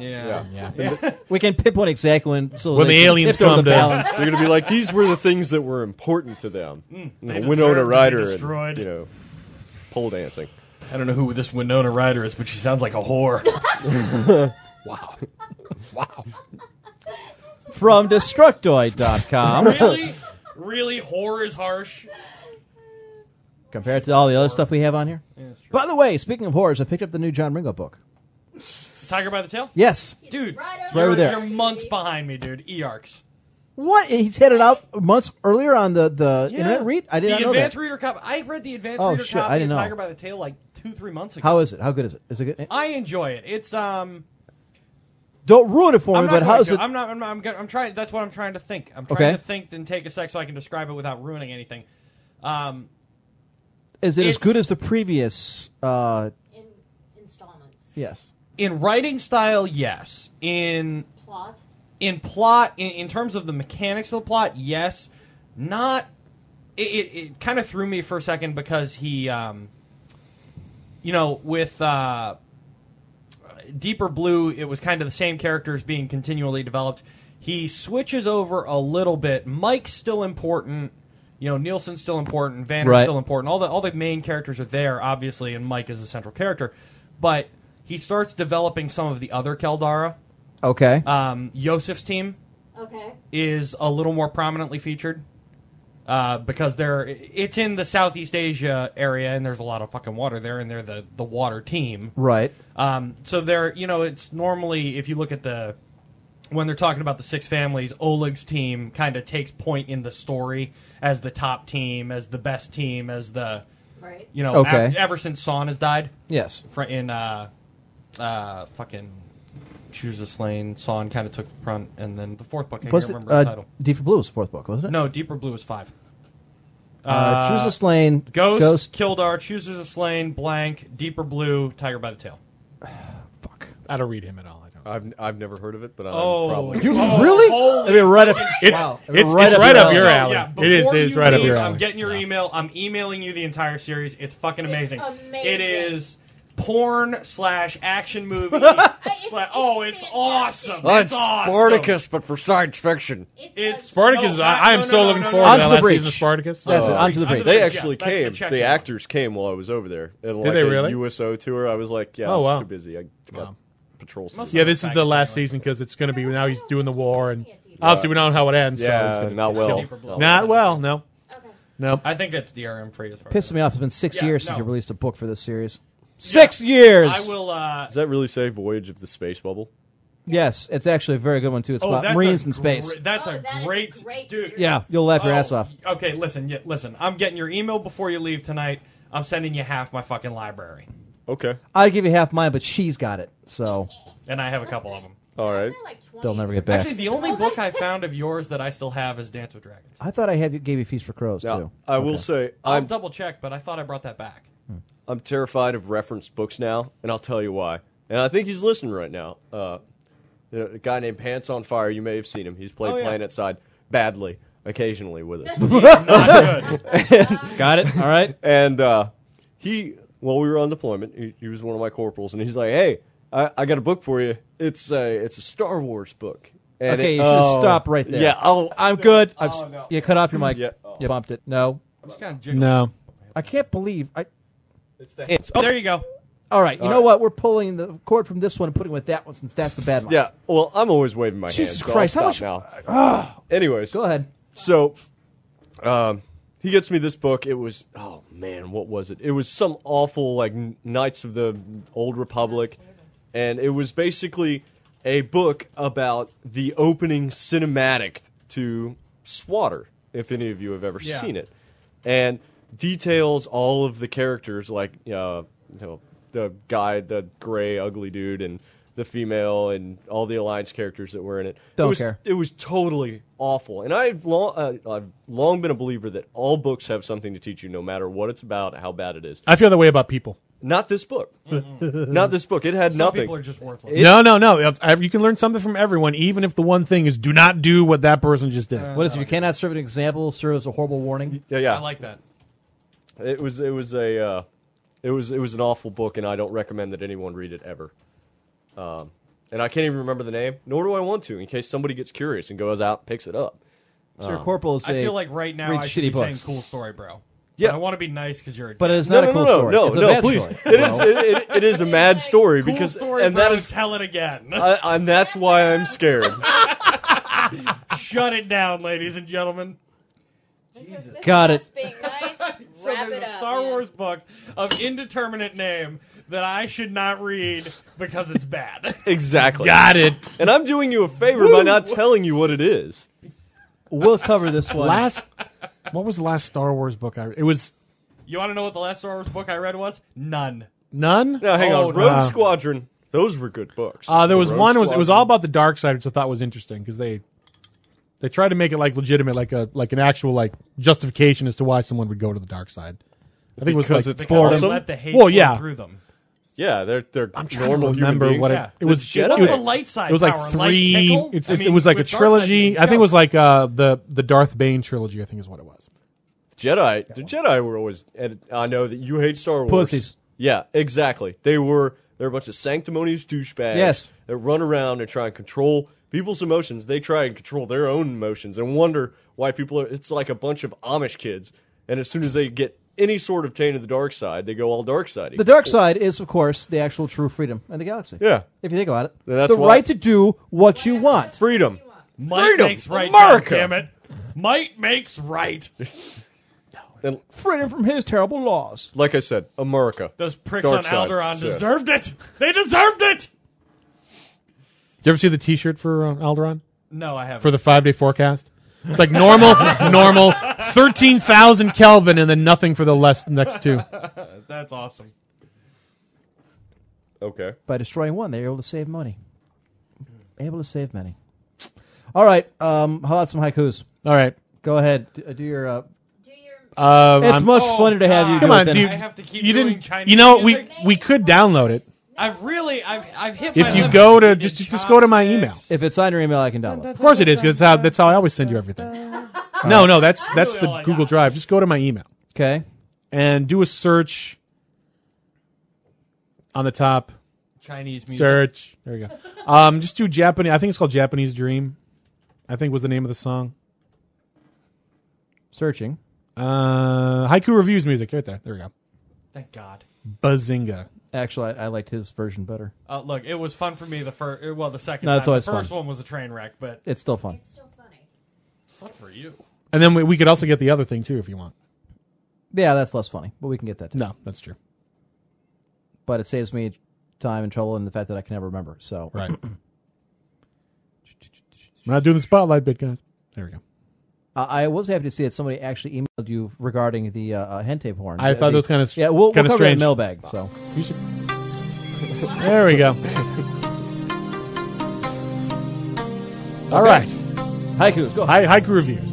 Speaker 7: Yeah.
Speaker 4: we can pinpoint exactly when
Speaker 5: when the aliens come to
Speaker 7: They're going to be like, these were the things that were important to them. You know,
Speaker 8: deserve to
Speaker 7: Winona
Speaker 8: be
Speaker 7: Ryder,
Speaker 8: destroyed.
Speaker 7: and, you know, pole dancing.
Speaker 8: I don't know who this Winona Ryder is, but she sounds like a whore.
Speaker 5: wow. Wow.
Speaker 4: from destructoid.com
Speaker 8: really? Really? Whore is harsh?
Speaker 4: compared to all the other stuff we have on here. By the way, speaking of horrors, I picked up the new John Ringo book.
Speaker 8: Tiger by the tail?
Speaker 4: Yes.
Speaker 8: Dude,
Speaker 10: Right
Speaker 4: right
Speaker 10: over
Speaker 4: over there.
Speaker 8: you're months behind me, dude. EARCs.
Speaker 4: What? He's had it out months earlier on the, the internet read? I did
Speaker 8: the
Speaker 4: not know
Speaker 8: advanced
Speaker 4: that.
Speaker 8: reader copy. I read the advanced
Speaker 4: Oh,
Speaker 8: reader
Speaker 4: shit,
Speaker 8: copy
Speaker 4: I didn't
Speaker 8: of
Speaker 4: know.
Speaker 8: Tiger by the Tail like two, three months ago.
Speaker 4: How is it? How good is it? Is it good?
Speaker 8: I enjoy it. It's um.
Speaker 4: Don't ruin it for
Speaker 8: I'm
Speaker 4: me,
Speaker 8: not
Speaker 4: but
Speaker 8: going
Speaker 4: how's
Speaker 8: to.
Speaker 4: it?
Speaker 8: I'm not. I'm not. I'm, go- I'm trying. That's what I'm trying to think. I'm trying
Speaker 4: Oh, Okay.
Speaker 8: to think and take a sec so I can describe it without ruining anything. Um,
Speaker 4: Is it as
Speaker 8: it's-
Speaker 4: good as the previous? Uh,
Speaker 10: In installments.
Speaker 4: yes.
Speaker 8: in writing style, yes. In
Speaker 10: Plot.
Speaker 8: in plot in, in terms of the mechanics of the plot yes not it, it, it kind of threw me for a second because he um you know with uh deeper blue it was kind of the same characters being continually developed he switches over a little bit mike's still important you know Nielsen's still important, Vander's
Speaker 4: Right.
Speaker 8: still important. All the all the main characters are there, obviously, and Mike is the central character. But he starts developing some of the other Keldara.
Speaker 4: Okay.
Speaker 8: Um, Yosef's team
Speaker 10: Okay.
Speaker 8: is a little more prominently featured uh, because they're it's in the Southeast Asia area, and there's a lot of fucking water there, and they're the the water team.
Speaker 4: right.
Speaker 8: Um, so they're you know it's normally if you look at the when they're talking about the six families, Oleg's team kind of takes point in the story as the top team, as the best team, as the
Speaker 10: Right.
Speaker 8: you know
Speaker 4: Okay.
Speaker 8: ev- ever since Son has died
Speaker 4: Yes.
Speaker 8: fr- in uh uh fucking choose a slain Son kind of took front, and then the fourth book I
Speaker 4: Was
Speaker 8: can't
Speaker 4: it
Speaker 8: remember the
Speaker 4: uh,
Speaker 8: title.
Speaker 4: Deep Blue was the fourth book, wasn't it?
Speaker 8: No, Deeper Blue is five.
Speaker 4: Uh, Choose a Slain.
Speaker 8: Ghost, Kildar, Choosers of Slain, Blank, Deeper Blue, Tiger by the Tail.
Speaker 5: I don't read him at all. I don't.
Speaker 7: I've, I've never heard of it, but I'm
Speaker 8: Oh.
Speaker 7: probably.
Speaker 4: You
Speaker 8: Oh,
Speaker 4: really?
Speaker 8: holy
Speaker 4: right up.
Speaker 5: It's
Speaker 4: Wow.
Speaker 5: it's, it's
Speaker 4: Right
Speaker 5: right,
Speaker 4: up
Speaker 5: up,
Speaker 4: your
Speaker 5: your
Speaker 8: No, Oh,
Speaker 5: alley.
Speaker 8: yeah,
Speaker 5: it is.
Speaker 8: before
Speaker 5: It's
Speaker 8: you
Speaker 5: right up
Speaker 8: leave,
Speaker 5: your
Speaker 8: I'm
Speaker 5: alley.
Speaker 8: getting your email. I'm emailing you the entire series. It's fucking amazing. It
Speaker 10: amazing.
Speaker 8: is porn slash action movie. slash,
Speaker 10: it's
Speaker 8: oh, it's
Speaker 10: fantastic.
Speaker 8: awesome.
Speaker 7: Oh,
Speaker 8: it's awesome.
Speaker 7: Spartacus, but for science fiction.
Speaker 10: It's,
Speaker 8: It's
Speaker 10: a-
Speaker 5: Spartacus.
Speaker 8: No,
Speaker 5: I, I am
Speaker 8: no, no,
Speaker 5: so
Speaker 8: no,
Speaker 5: looking
Speaker 8: no,
Speaker 5: forward
Speaker 8: no,
Speaker 4: no. Onto
Speaker 5: to that
Speaker 4: the
Speaker 5: last
Speaker 4: breach.
Speaker 5: season of Spartacus.
Speaker 4: That's it.
Speaker 5: Oh.
Speaker 4: Onto the
Speaker 8: Under
Speaker 4: breach.
Speaker 8: the
Speaker 7: They
Speaker 8: Yes,
Speaker 7: actually
Speaker 8: that's the
Speaker 7: came.
Speaker 8: check
Speaker 7: The
Speaker 8: mark.
Speaker 7: actors came while I was over there. And like
Speaker 5: they
Speaker 7: a
Speaker 5: really?
Speaker 7: USO tour. I was like, yeah,
Speaker 5: Oh, wow.
Speaker 7: I'm too busy. I got
Speaker 5: Wow.
Speaker 7: patrol stuff.
Speaker 5: Yeah, this is the
Speaker 8: Back
Speaker 5: last
Speaker 8: anyway.
Speaker 5: season because it's going to be now he's doing the war and obviously we don't know how it ends. so it's
Speaker 7: Yeah,
Speaker 5: gonna
Speaker 7: not
Speaker 5: be
Speaker 7: well.
Speaker 8: Deeper Blue.
Speaker 5: killed. Not well. No.
Speaker 10: Okay.
Speaker 5: No.
Speaker 8: I think it's DRM free as far
Speaker 4: Pissing
Speaker 8: as
Speaker 4: me off. It's been six
Speaker 8: Yeah,
Speaker 4: years
Speaker 8: no.
Speaker 4: since you released a book for this series. Six years.
Speaker 8: I will. Uh,
Speaker 7: Does that really say Voyage of the Space Bubble?
Speaker 4: Yes, it's actually a very good one too. It's
Speaker 8: oh,
Speaker 4: about
Speaker 8: that's
Speaker 4: Marines
Speaker 8: a
Speaker 4: in space.
Speaker 8: gre- that's
Speaker 10: Oh,
Speaker 8: a
Speaker 10: that is a
Speaker 8: great,
Speaker 10: great
Speaker 8: dude.
Speaker 10: series.
Speaker 4: yeah, you'll laugh your
Speaker 8: Oh,
Speaker 4: ass off.
Speaker 8: Okay, listen, yeah, listen. I'm getting your email before you leave tonight. I'm sending you half my fucking library,
Speaker 7: Okay.
Speaker 4: I'd give you half mine, but she's got it, so
Speaker 8: and I have a couple of them.
Speaker 7: All right.
Speaker 10: They're like 20.
Speaker 4: they'll never get back.
Speaker 8: Actually, the only book I found of yours that I still have is Dance with Dragons.
Speaker 4: I thought I had gave you Feast for Crows too.
Speaker 7: Now, I will say,
Speaker 5: Um,
Speaker 8: I'll
Speaker 7: I'm,
Speaker 8: double check, but I thought I brought that back.
Speaker 7: I'm terrified of reference books now, and I'll tell you why. And I think he's listening right now. Uh, a guy named Pants on Fire, you may have seen him. He's played
Speaker 8: Oh, yeah.
Speaker 7: Planet Side badly, occasionally with us.
Speaker 4: Got it. All right.
Speaker 7: and uh, he, while we were on deployment, he, he was one of my corporals, and he's like, "Hey, I, I got a book for you. It's a it's a Star Wars book." And
Speaker 4: Okay,
Speaker 7: it-
Speaker 4: you should
Speaker 7: Oh.
Speaker 4: stop right there.
Speaker 7: Yeah, I'll,
Speaker 4: I'm good. I've,
Speaker 8: Oh, no.
Speaker 4: You cut off your mic.
Speaker 7: Yeah. Oh.
Speaker 4: You bumped it. No,
Speaker 8: I'm just kind of jiggling.
Speaker 5: No.
Speaker 4: I can't believe. I.
Speaker 7: it's the
Speaker 8: There you go.
Speaker 4: All right. You
Speaker 7: All
Speaker 4: know
Speaker 7: right.
Speaker 4: what? We're pulling the cord from this one and putting it with that one since that's the bad one.
Speaker 7: Yeah, well, I'm always waving my
Speaker 4: Jesus
Speaker 7: hand. so
Speaker 4: Christ, how
Speaker 7: I'll
Speaker 4: much- Ah.
Speaker 7: stop Now. Anyways,
Speaker 4: Go ahead.
Speaker 7: so um, he gets me this book. It was oh man, what was it? It was some awful like N- Knights of the Old Republic, and it was basically a book about the opening cinematic to Swatter. If any of you have ever
Speaker 8: Yeah.
Speaker 7: seen it, and details all of the characters like uh, you know the guy, the gray ugly dude, and the female, and all the alliance characters that were in it.
Speaker 4: Don't
Speaker 7: it was,
Speaker 4: care.
Speaker 7: it was totally awful. And I've long, uh, I've long been a believer that all books have something to teach you, no matter what it's about, how bad it is.
Speaker 5: I feel that way about people.
Speaker 7: Not this book.
Speaker 4: Mm-hmm.
Speaker 7: Not this book. It had
Speaker 8: Some
Speaker 7: nothing.
Speaker 8: people are just worthless.
Speaker 5: no, no, no. If- if You can learn something from everyone, even if the one thing is do not do what that person just
Speaker 8: Uh,
Speaker 5: did.
Speaker 4: What is it? You cannot serve an example. Serve as a horrible warning.
Speaker 7: yeah, yeah.
Speaker 8: I like that.
Speaker 7: it was. It was a. Uh, it was. It was an awful book, and I don't recommend that anyone read it ever. Um, and I can't even remember the name, nor do I want to, in case somebody gets curious and goes out and picks it up.
Speaker 4: So
Speaker 7: Oh.
Speaker 4: your corporal is.
Speaker 8: I feel like right now
Speaker 4: read
Speaker 8: I should
Speaker 4: shitty
Speaker 8: be saying
Speaker 4: books.
Speaker 8: cool story, bro.
Speaker 7: Yeah.
Speaker 8: But I want to be nice because you're a
Speaker 4: But
Speaker 8: dick.
Speaker 4: it is not
Speaker 7: no,
Speaker 4: a cool
Speaker 7: no,
Speaker 4: story.
Speaker 7: no,
Speaker 4: it's a
Speaker 7: no,
Speaker 4: bad
Speaker 7: please.
Speaker 4: Story.
Speaker 7: It is. It, it, it is a mad story Uh,
Speaker 8: cool
Speaker 7: because,
Speaker 8: story,
Speaker 7: and
Speaker 8: bro,
Speaker 7: that is,
Speaker 8: tell it again.
Speaker 7: I, and that's why I'm scared.
Speaker 8: Shut it down, ladies and gentlemen.
Speaker 4: Got it.
Speaker 10: Just being nice.
Speaker 8: So
Speaker 10: wrap it
Speaker 8: there's a
Speaker 10: up,
Speaker 8: Star
Speaker 10: man.
Speaker 8: Wars book of indeterminate name that I should not read because it's bad.
Speaker 7: Exactly.
Speaker 5: Got it.
Speaker 7: And I'm doing you a favor by not telling you what it is.
Speaker 4: We'll cover this one.
Speaker 5: Last. What was the last Star Wars book I? It was
Speaker 8: you want to know what the last Star Wars book I read was? None.
Speaker 5: none.
Speaker 7: Now, hang
Speaker 8: Oh,
Speaker 7: on. Rogue
Speaker 5: no.
Speaker 7: Squadron. Those were good books.
Speaker 5: Uh, there
Speaker 7: The
Speaker 5: was
Speaker 7: Rogue
Speaker 5: one. Was it was
Speaker 7: Squadron.
Speaker 5: all about the dark side, which I thought was interesting because they they tried to make it like legitimate, like a like an actual like justification as to why someone would go to the dark side. I think
Speaker 7: Because
Speaker 5: it was like
Speaker 7: it's
Speaker 8: Because
Speaker 7: Boredom?
Speaker 8: they let the hate
Speaker 5: Well,
Speaker 8: flow
Speaker 5: yeah.
Speaker 8: through them.
Speaker 7: Yeah, they're they're
Speaker 5: I'm trying to
Speaker 7: normal
Speaker 5: remember
Speaker 7: human
Speaker 5: what it,
Speaker 7: beings.
Speaker 8: yeah.
Speaker 5: it was.
Speaker 7: The
Speaker 5: it
Speaker 7: Jedi.
Speaker 5: was-
Speaker 8: The light side
Speaker 5: It was like
Speaker 8: power, light
Speaker 5: three.
Speaker 8: tickle?
Speaker 5: it's,
Speaker 8: I
Speaker 5: it's, it
Speaker 8: mean,
Speaker 5: was like a
Speaker 8: with dark side, you
Speaker 5: trilogy.
Speaker 8: can
Speaker 5: I think it
Speaker 8: tell.
Speaker 5: was like uh, the the Darth Bane trilogy. I think is what it was.
Speaker 7: Jedi. The Jedi were always. And I know that you hate Star Wars.
Speaker 4: Pussies.
Speaker 7: Yeah, exactly. They were They're a bunch of sanctimonious douchebags
Speaker 4: Yes.
Speaker 7: that run around and try and control people's emotions. They try and control their own emotions and wonder why people are. It's like a bunch of Amish kids. And as soon as they get any sort of taint of the dark side, they go all dark side.
Speaker 4: The dark side is, of course, the actual true freedom in the galaxy.
Speaker 7: Yeah.
Speaker 4: If you think about it,
Speaker 7: Then that's
Speaker 4: the
Speaker 7: why-
Speaker 4: right to do what you want.
Speaker 7: Freedom.
Speaker 8: Might
Speaker 7: Freedom,
Speaker 8: makes right.
Speaker 7: America.
Speaker 8: Damn it. Might makes right.
Speaker 7: And
Speaker 4: Freedom from his terrible laws.
Speaker 7: like I said, America.
Speaker 8: Those pricks
Speaker 7: Dark
Speaker 8: on
Speaker 7: side,
Speaker 8: Alderaan
Speaker 7: so.
Speaker 8: deserved it. They deserved it.
Speaker 5: you ever see the T-shirt for uh, Alderon
Speaker 8: No, I haven't.
Speaker 5: for the five day forecast? It's like normal, normal, thirteen thousand Kelvin, and then nothing for the less next two.
Speaker 8: That's awesome.
Speaker 7: Okay.
Speaker 4: By destroying one, they're able to save money. Able to save many. All right. Um, how about some haikus?
Speaker 5: All right,
Speaker 4: Go ahead. Do, uh, do your. Uh,
Speaker 5: uh,
Speaker 4: it's
Speaker 5: I'm-
Speaker 4: much
Speaker 8: Oh,
Speaker 4: funner to have you.
Speaker 8: God.
Speaker 4: do
Speaker 5: Come
Speaker 4: it
Speaker 5: on,
Speaker 4: than-
Speaker 5: dude.
Speaker 8: I have to keep
Speaker 5: you
Speaker 8: doing
Speaker 5: didn't.
Speaker 8: Chinese
Speaker 5: you know,
Speaker 8: music?
Speaker 5: we we could download it.
Speaker 8: I've really, I've, I've hit.
Speaker 5: If
Speaker 8: my
Speaker 5: you
Speaker 8: limit.
Speaker 5: go to-
Speaker 8: I did
Speaker 5: just- just go to my
Speaker 8: chopsticks.
Speaker 5: email.
Speaker 4: If it's on your email, I can download.
Speaker 5: Of course it is. 'cause that's how that's how I always send you everything. No, no, that's that's the Google Drive. Just go to my email
Speaker 4: Okay.
Speaker 5: and do a search on the top.
Speaker 8: Chinese music.
Speaker 5: Search. There you go. Um, just do Japanese. I think it's called Japanese Dream. I think was the name of the song.
Speaker 4: Searching.
Speaker 5: Uh, haiku reviews music right there. There we go.
Speaker 8: Thank God.
Speaker 5: Bazinga.
Speaker 4: Actually, I, I liked his version better.
Speaker 8: Uh, look, it was fun for me the first. Well, the second.
Speaker 4: No,
Speaker 8: time.
Speaker 4: it's always
Speaker 8: the first
Speaker 4: fun.
Speaker 8: one was a train wreck, but
Speaker 4: It's still fun.
Speaker 10: It's still funny.
Speaker 8: it's fun for you.
Speaker 5: And then we, we could also get the other thing too if you want.
Speaker 4: Yeah, that's less funny, but we can get that. Too.
Speaker 5: No, that's true.
Speaker 4: But it saves me time and trouble and the fact that I can never remember. So
Speaker 5: Right. We're not doing the spotlight bit, guys. There we go.
Speaker 4: Uh, I was happy to see that somebody actually emailed you regarding the uh, uh, hentai porn.
Speaker 5: I
Speaker 4: Uh,
Speaker 5: thought
Speaker 4: the-
Speaker 5: that was kinda s-
Speaker 4: yeah. We'll,
Speaker 5: kinda
Speaker 4: we'll cover that in
Speaker 5: strange.
Speaker 4: mailbag. So
Speaker 5: You should. there we go. All right.
Speaker 4: haikus, go.
Speaker 5: Hi, haiku reviews.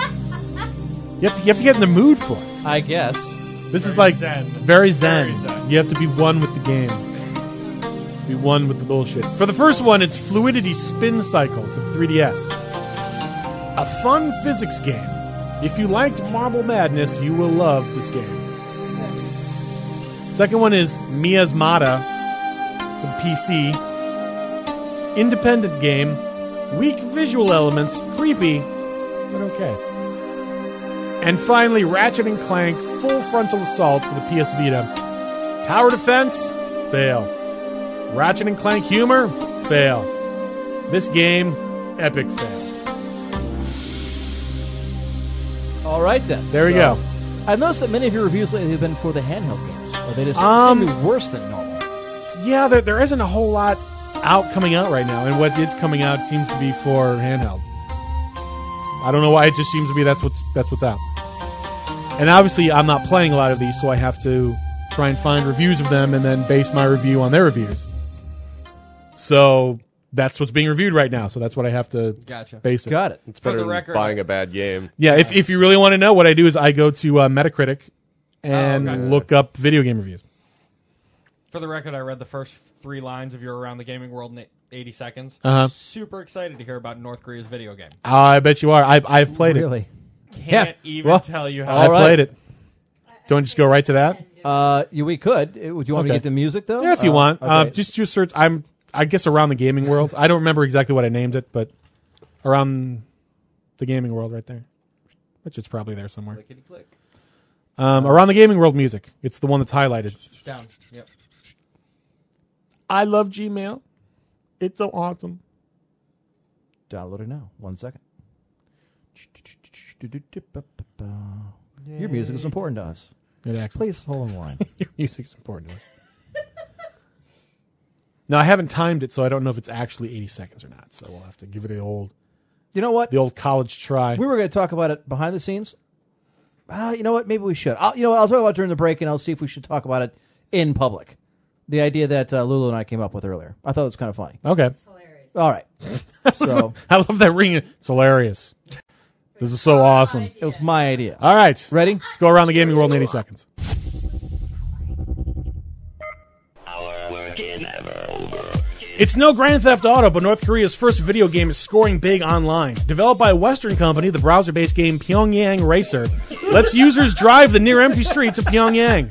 Speaker 5: you, have to, you have to get in the mood for it.
Speaker 4: I guess.
Speaker 5: This is like
Speaker 8: zen.
Speaker 5: very zen.
Speaker 8: Very zen.
Speaker 5: You have to be one with the game. Be one with the bullshit. For the first one, it's Fluidity Spin Cycle for 3DS. A fun physics game. If you liked Marble Madness, you will love this game. Second one is Miasmata from PC. Independent game. Weak visual elements, creepy, but okay. And finally, Ratchet and Clank Full Frontal Assault for the PS Vita. Tower Defense? Fail. Ratchet and Clank Humor? Fail. This game? Epic fail.
Speaker 4: All right then.
Speaker 5: There we
Speaker 4: So,
Speaker 5: go.
Speaker 4: I've noticed that many of your reviews lately have been for the handheld games. Or they just
Speaker 5: Um,
Speaker 4: seem to be worse than normal.
Speaker 5: Yeah, there, there isn't a whole lot out coming out right now, and what is coming out seems to be for handheld. I don't know why it just seems to be that's what's that's what's out. And obviously, I'm not playing a lot of these, so I have to try and find reviews of them and then base my review on their reviews. So that's what's being reviewed right now. So that's what I have to
Speaker 8: Gotcha.
Speaker 5: base it.
Speaker 4: Got it.
Speaker 7: It's
Speaker 8: For
Speaker 7: better
Speaker 8: the
Speaker 7: than
Speaker 8: record-
Speaker 7: buying a bad game.
Speaker 5: Yeah, if, if you really want to know, what I do is I go to uh, Metacritic and
Speaker 8: Oh, okay.
Speaker 5: look up video game reviews.
Speaker 8: For the record, I read the first three lines of your Around the Gaming World in 80 seconds.
Speaker 5: Uh-huh.
Speaker 8: Super excited to hear about North Korea's video game.
Speaker 5: I bet you are. I, I've played it.
Speaker 4: Really.
Speaker 8: Can't
Speaker 4: Yeah,
Speaker 8: even
Speaker 4: well,
Speaker 8: tell you
Speaker 5: I
Speaker 8: how.
Speaker 4: all right.
Speaker 5: played it. Don't just go right to that.
Speaker 4: Uh, yeah, we could. Uh, Do you want me to
Speaker 5: Okay.
Speaker 4: get the music though?
Speaker 5: Yeah, if you
Speaker 4: Uh,
Speaker 5: want. Uh,
Speaker 4: okay.
Speaker 5: just just search. I'm I guess around the gaming world. I don't remember exactly what I named it, but around the gaming world, right there, which is probably there somewhere.
Speaker 8: Clickety click.
Speaker 5: Um, around the gaming world music. It's the one that's highlighted.
Speaker 8: Down. Yep.
Speaker 5: I love Gmail. It's so awesome.
Speaker 4: download it now. One second. Your music is important to us.
Speaker 5: It actually.
Speaker 4: Please hold on the line.
Speaker 5: Your music's important to us. now I haven't timed it, so I don't know if it's actually 80 seconds or not. So we'll have to give it the old
Speaker 4: You know what?
Speaker 5: the old college try.
Speaker 4: We were going to talk about it behind the scenes. Uh, you know what? Maybe we should. I'll, you know what? I'll talk about it during the break, and I'll see if we should talk about it in public. The idea that uh, Lulu and I came up with earlier. I thought it was kind of funny.
Speaker 5: okay.
Speaker 10: Hilarious.
Speaker 4: All right. so
Speaker 5: I love that ring. It's hilarious. This is so awesome.
Speaker 4: it was my idea.
Speaker 5: All right.
Speaker 4: Ready?
Speaker 5: Let's go around the gaming world in 80 seconds.
Speaker 11: Our work
Speaker 5: It's no Grand Theft Auto, but North Korea's first video game is scoring big online. Developed by a Western company, the browser based game Pyongyang Racer lets users drive the near empty streets of Pyongyang.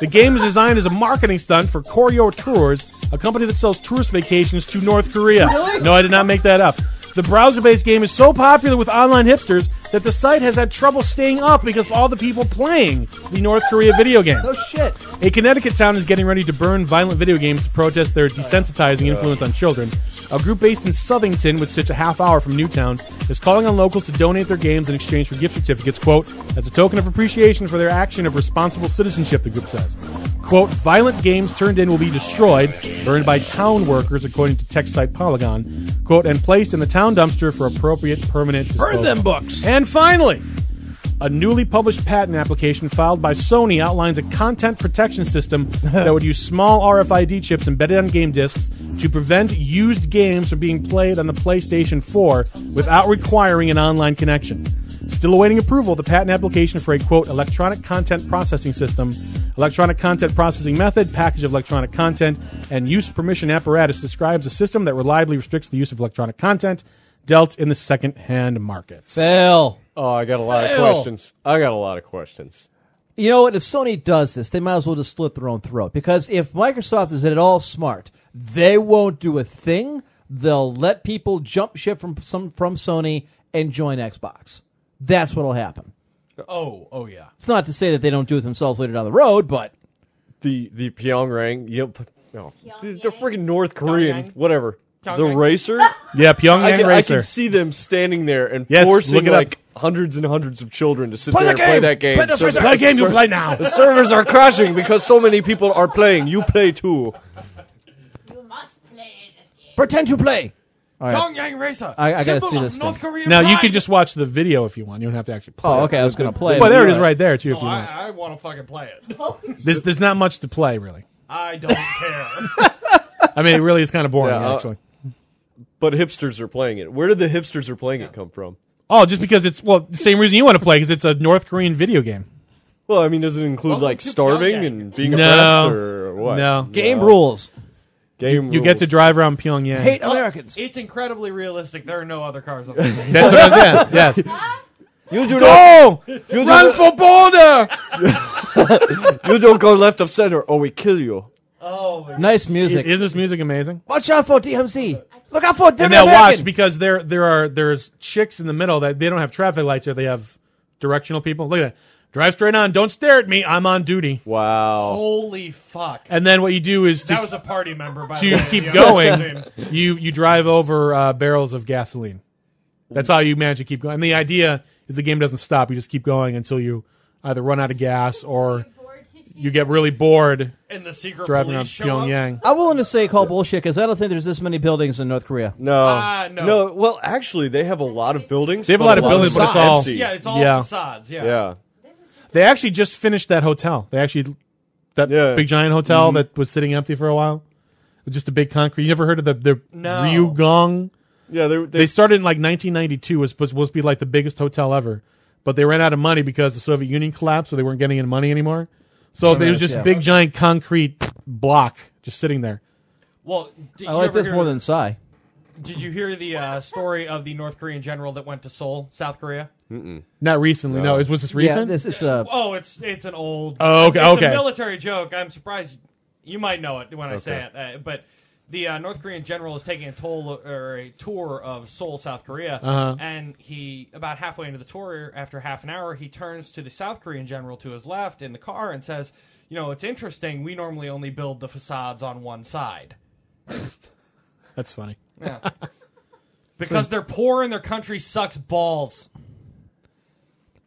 Speaker 5: The game is designed as a marketing stunt for Koryo Tours, a company that sells tourist vacations to North Korea. No, I did not make that up. The browser based game is so popular with online hipsters that the site has had trouble staying up because of all the people playing the North Korea video game.
Speaker 4: Oh shit!
Speaker 5: A Connecticut town is getting ready to burn violent video games to protest their desensitizing influence on children. A group based in Southington, which sits a half hour from Newtown, is calling on locals to donate their games in exchange for gift certificates, quote, as a token of appreciation for their action of responsible citizenship, the group says. Quote, violent games turned in will be destroyed, burned by town workers, according to tech site Polygon, quote, and placed in the town dumpster for appropriate permanent disposal.
Speaker 4: Burn them books.
Speaker 5: And finally, a newly published patent application filed by Sony outlines a content protection system that would use small RFID chips embedded on game discs to prevent used games from being played on the PlayStation 4 without requiring an online connection. Still awaiting approval, the patent application for a quote electronic content processing system, electronic content processing method, package of electronic content, and use permission apparatus describes a system that reliably restricts the use of electronic content dealt in the second-hand markets.
Speaker 4: Fail.
Speaker 7: Oh, I got a lot of
Speaker 4: Hell.
Speaker 7: questions. I got a lot of questions.
Speaker 4: You know what? If Sony does this, they might as well just slit their own throat. Because if Microsoft is at all smart, they won't do a thing. They'll let people jump ship from some from Sony and join Xbox. That's what'll happen.
Speaker 8: Oh, oh yeah.
Speaker 4: It's not to say that they don't do it themselves later down the road, but
Speaker 7: The the Pyongyang, you know, p- no, the, the
Speaker 10: Pyongyang.
Speaker 7: freaking North Korean,
Speaker 8: Pyongyang.
Speaker 7: whatever. The
Speaker 8: Pyongyang.
Speaker 7: racer.
Speaker 5: Yeah, Pyongyang
Speaker 7: I can, I
Speaker 5: Racer.
Speaker 7: can see them standing there and
Speaker 5: Yes, look
Speaker 7: forcing
Speaker 5: it up.
Speaker 7: like hundreds and hundreds of children to sit
Speaker 4: Play
Speaker 7: there
Speaker 4: the
Speaker 7: and play
Speaker 4: game!
Speaker 7: that game.
Speaker 4: Play this
Speaker 7: So
Speaker 4: racer!
Speaker 7: the
Speaker 5: Play a game you
Speaker 7: ser-
Speaker 5: play now.
Speaker 7: The servers are crashing because so many people are playing. You play too.
Speaker 10: You must play this game.
Speaker 4: pretend you play.
Speaker 8: Pyongyang Racer.
Speaker 4: I- I gotta
Speaker 8: symbol
Speaker 4: see
Speaker 8: of
Speaker 4: this
Speaker 8: North
Speaker 4: thing.
Speaker 8: Korean
Speaker 5: Now you
Speaker 8: pride.
Speaker 5: can just watch the video if you want. You don't have to actually play.
Speaker 4: Oh,
Speaker 5: it.
Speaker 4: okay. I was gonna play.
Speaker 5: Well, there it is, right there too. If you
Speaker 8: I,
Speaker 5: want,
Speaker 8: I want to fucking play it.
Speaker 5: there's there's not much to play really.
Speaker 8: I don't care.
Speaker 5: I mean, it really is kind of boring
Speaker 7: Yeah, uh,
Speaker 5: actually.
Speaker 7: But hipsters are playing it. Where did the hipsters are playing it come from?
Speaker 5: Oh, just because it's well, the same reason you want to play because it's a North Korean video game.
Speaker 7: Well, I mean, does it include
Speaker 8: Welcome
Speaker 7: like
Speaker 8: to
Speaker 7: starving
Speaker 8: Pyongyang.
Speaker 7: and being
Speaker 5: No.
Speaker 7: oppressed or what?
Speaker 5: No.
Speaker 4: Game
Speaker 7: No.
Speaker 4: rules.
Speaker 7: Game
Speaker 5: You get to
Speaker 7: rules.
Speaker 5: drive around Pyongyang.
Speaker 4: Hate Americans.
Speaker 8: it's incredibly realistic. There are no other cars on the game.
Speaker 5: That's what I'm saying. Yes.
Speaker 7: You do not.
Speaker 5: Go,
Speaker 7: You do,
Speaker 5: run
Speaker 7: not-
Speaker 5: for border.
Speaker 7: you don't go left of center, or we kill you.
Speaker 8: Oh, my
Speaker 4: Nice music.
Speaker 5: Is this music amazing?
Speaker 4: Watch out for DMC. Look out for
Speaker 5: And
Speaker 4: Different
Speaker 5: now watch
Speaker 4: American.
Speaker 5: because there there are there's chicks in the middle that they don't have traffic lights there. They have directional people. Look at that. Drive straight on. Don't stare at me. I'm on duty.
Speaker 7: Wow.
Speaker 8: holy fuck.
Speaker 5: And then what you do is to
Speaker 8: that was a party member, by the
Speaker 5: to
Speaker 8: way.
Speaker 5: keep
Speaker 8: Yeah.
Speaker 5: going, you you drive over uh, barrels of gasoline. That's how you manage to keep going. And the idea is the game doesn't stop. You just keep going until you either run out of gas or you get really bored
Speaker 8: And the secret
Speaker 5: driving around
Speaker 8: police show up.
Speaker 5: Pyongyang.
Speaker 4: I'm willing to say call bullshit because I don't think there's this many buildings in North Korea.
Speaker 7: No.
Speaker 8: Ah, no.
Speaker 7: Well, actually, they have a lot of buildings.
Speaker 5: They have a
Speaker 7: but
Speaker 5: lot of buildings, but it's
Speaker 7: sides.
Speaker 5: all-
Speaker 8: Yeah, it's all
Speaker 5: Yeah.
Speaker 8: facades. Yeah.
Speaker 7: Yeah.
Speaker 5: They actually just finished that hotel. They actually that
Speaker 7: Yeah.
Speaker 5: big giant hotel
Speaker 4: Mm-hmm.
Speaker 5: that was sitting empty for a while. It was Just a big concrete. You ever heard of the the
Speaker 8: No.
Speaker 5: Ryugong?
Speaker 7: Yeah. They,
Speaker 5: They started in like 1992. Was supposed supposed to be like the biggest hotel ever, but they ran out of money because the Soviet Union collapsed, so they weren't getting any money anymore. So it was just
Speaker 4: yeah.
Speaker 5: big giant concrete block just sitting there.
Speaker 8: Well, did
Speaker 4: I
Speaker 8: you
Speaker 4: like
Speaker 8: ever
Speaker 4: this
Speaker 8: hear,
Speaker 4: more than Psy.
Speaker 8: Did you hear the uh, story of the North Korean general that went to Seoul, South Korea?
Speaker 5: Not recently, no. Is was this
Speaker 4: Yeah,
Speaker 5: recent?
Speaker 4: this it's uh, a
Speaker 8: Oh, it's it's an old.
Speaker 5: Oh, okay,
Speaker 8: it's
Speaker 5: okay.
Speaker 8: A military joke. I'm surprised you might know it when I say it, uh, but the uh, North Korean general is taking a toll or a tour of Seoul, South Korea,
Speaker 5: Uh-huh.
Speaker 8: and he about halfway into the tour, after half an hour, he turns to the South Korean general to his left in the car and says, "You know, it's interesting. We normally only build the facades on one side."
Speaker 5: That's funny.
Speaker 8: Yeah. because they're poor and their country sucks balls.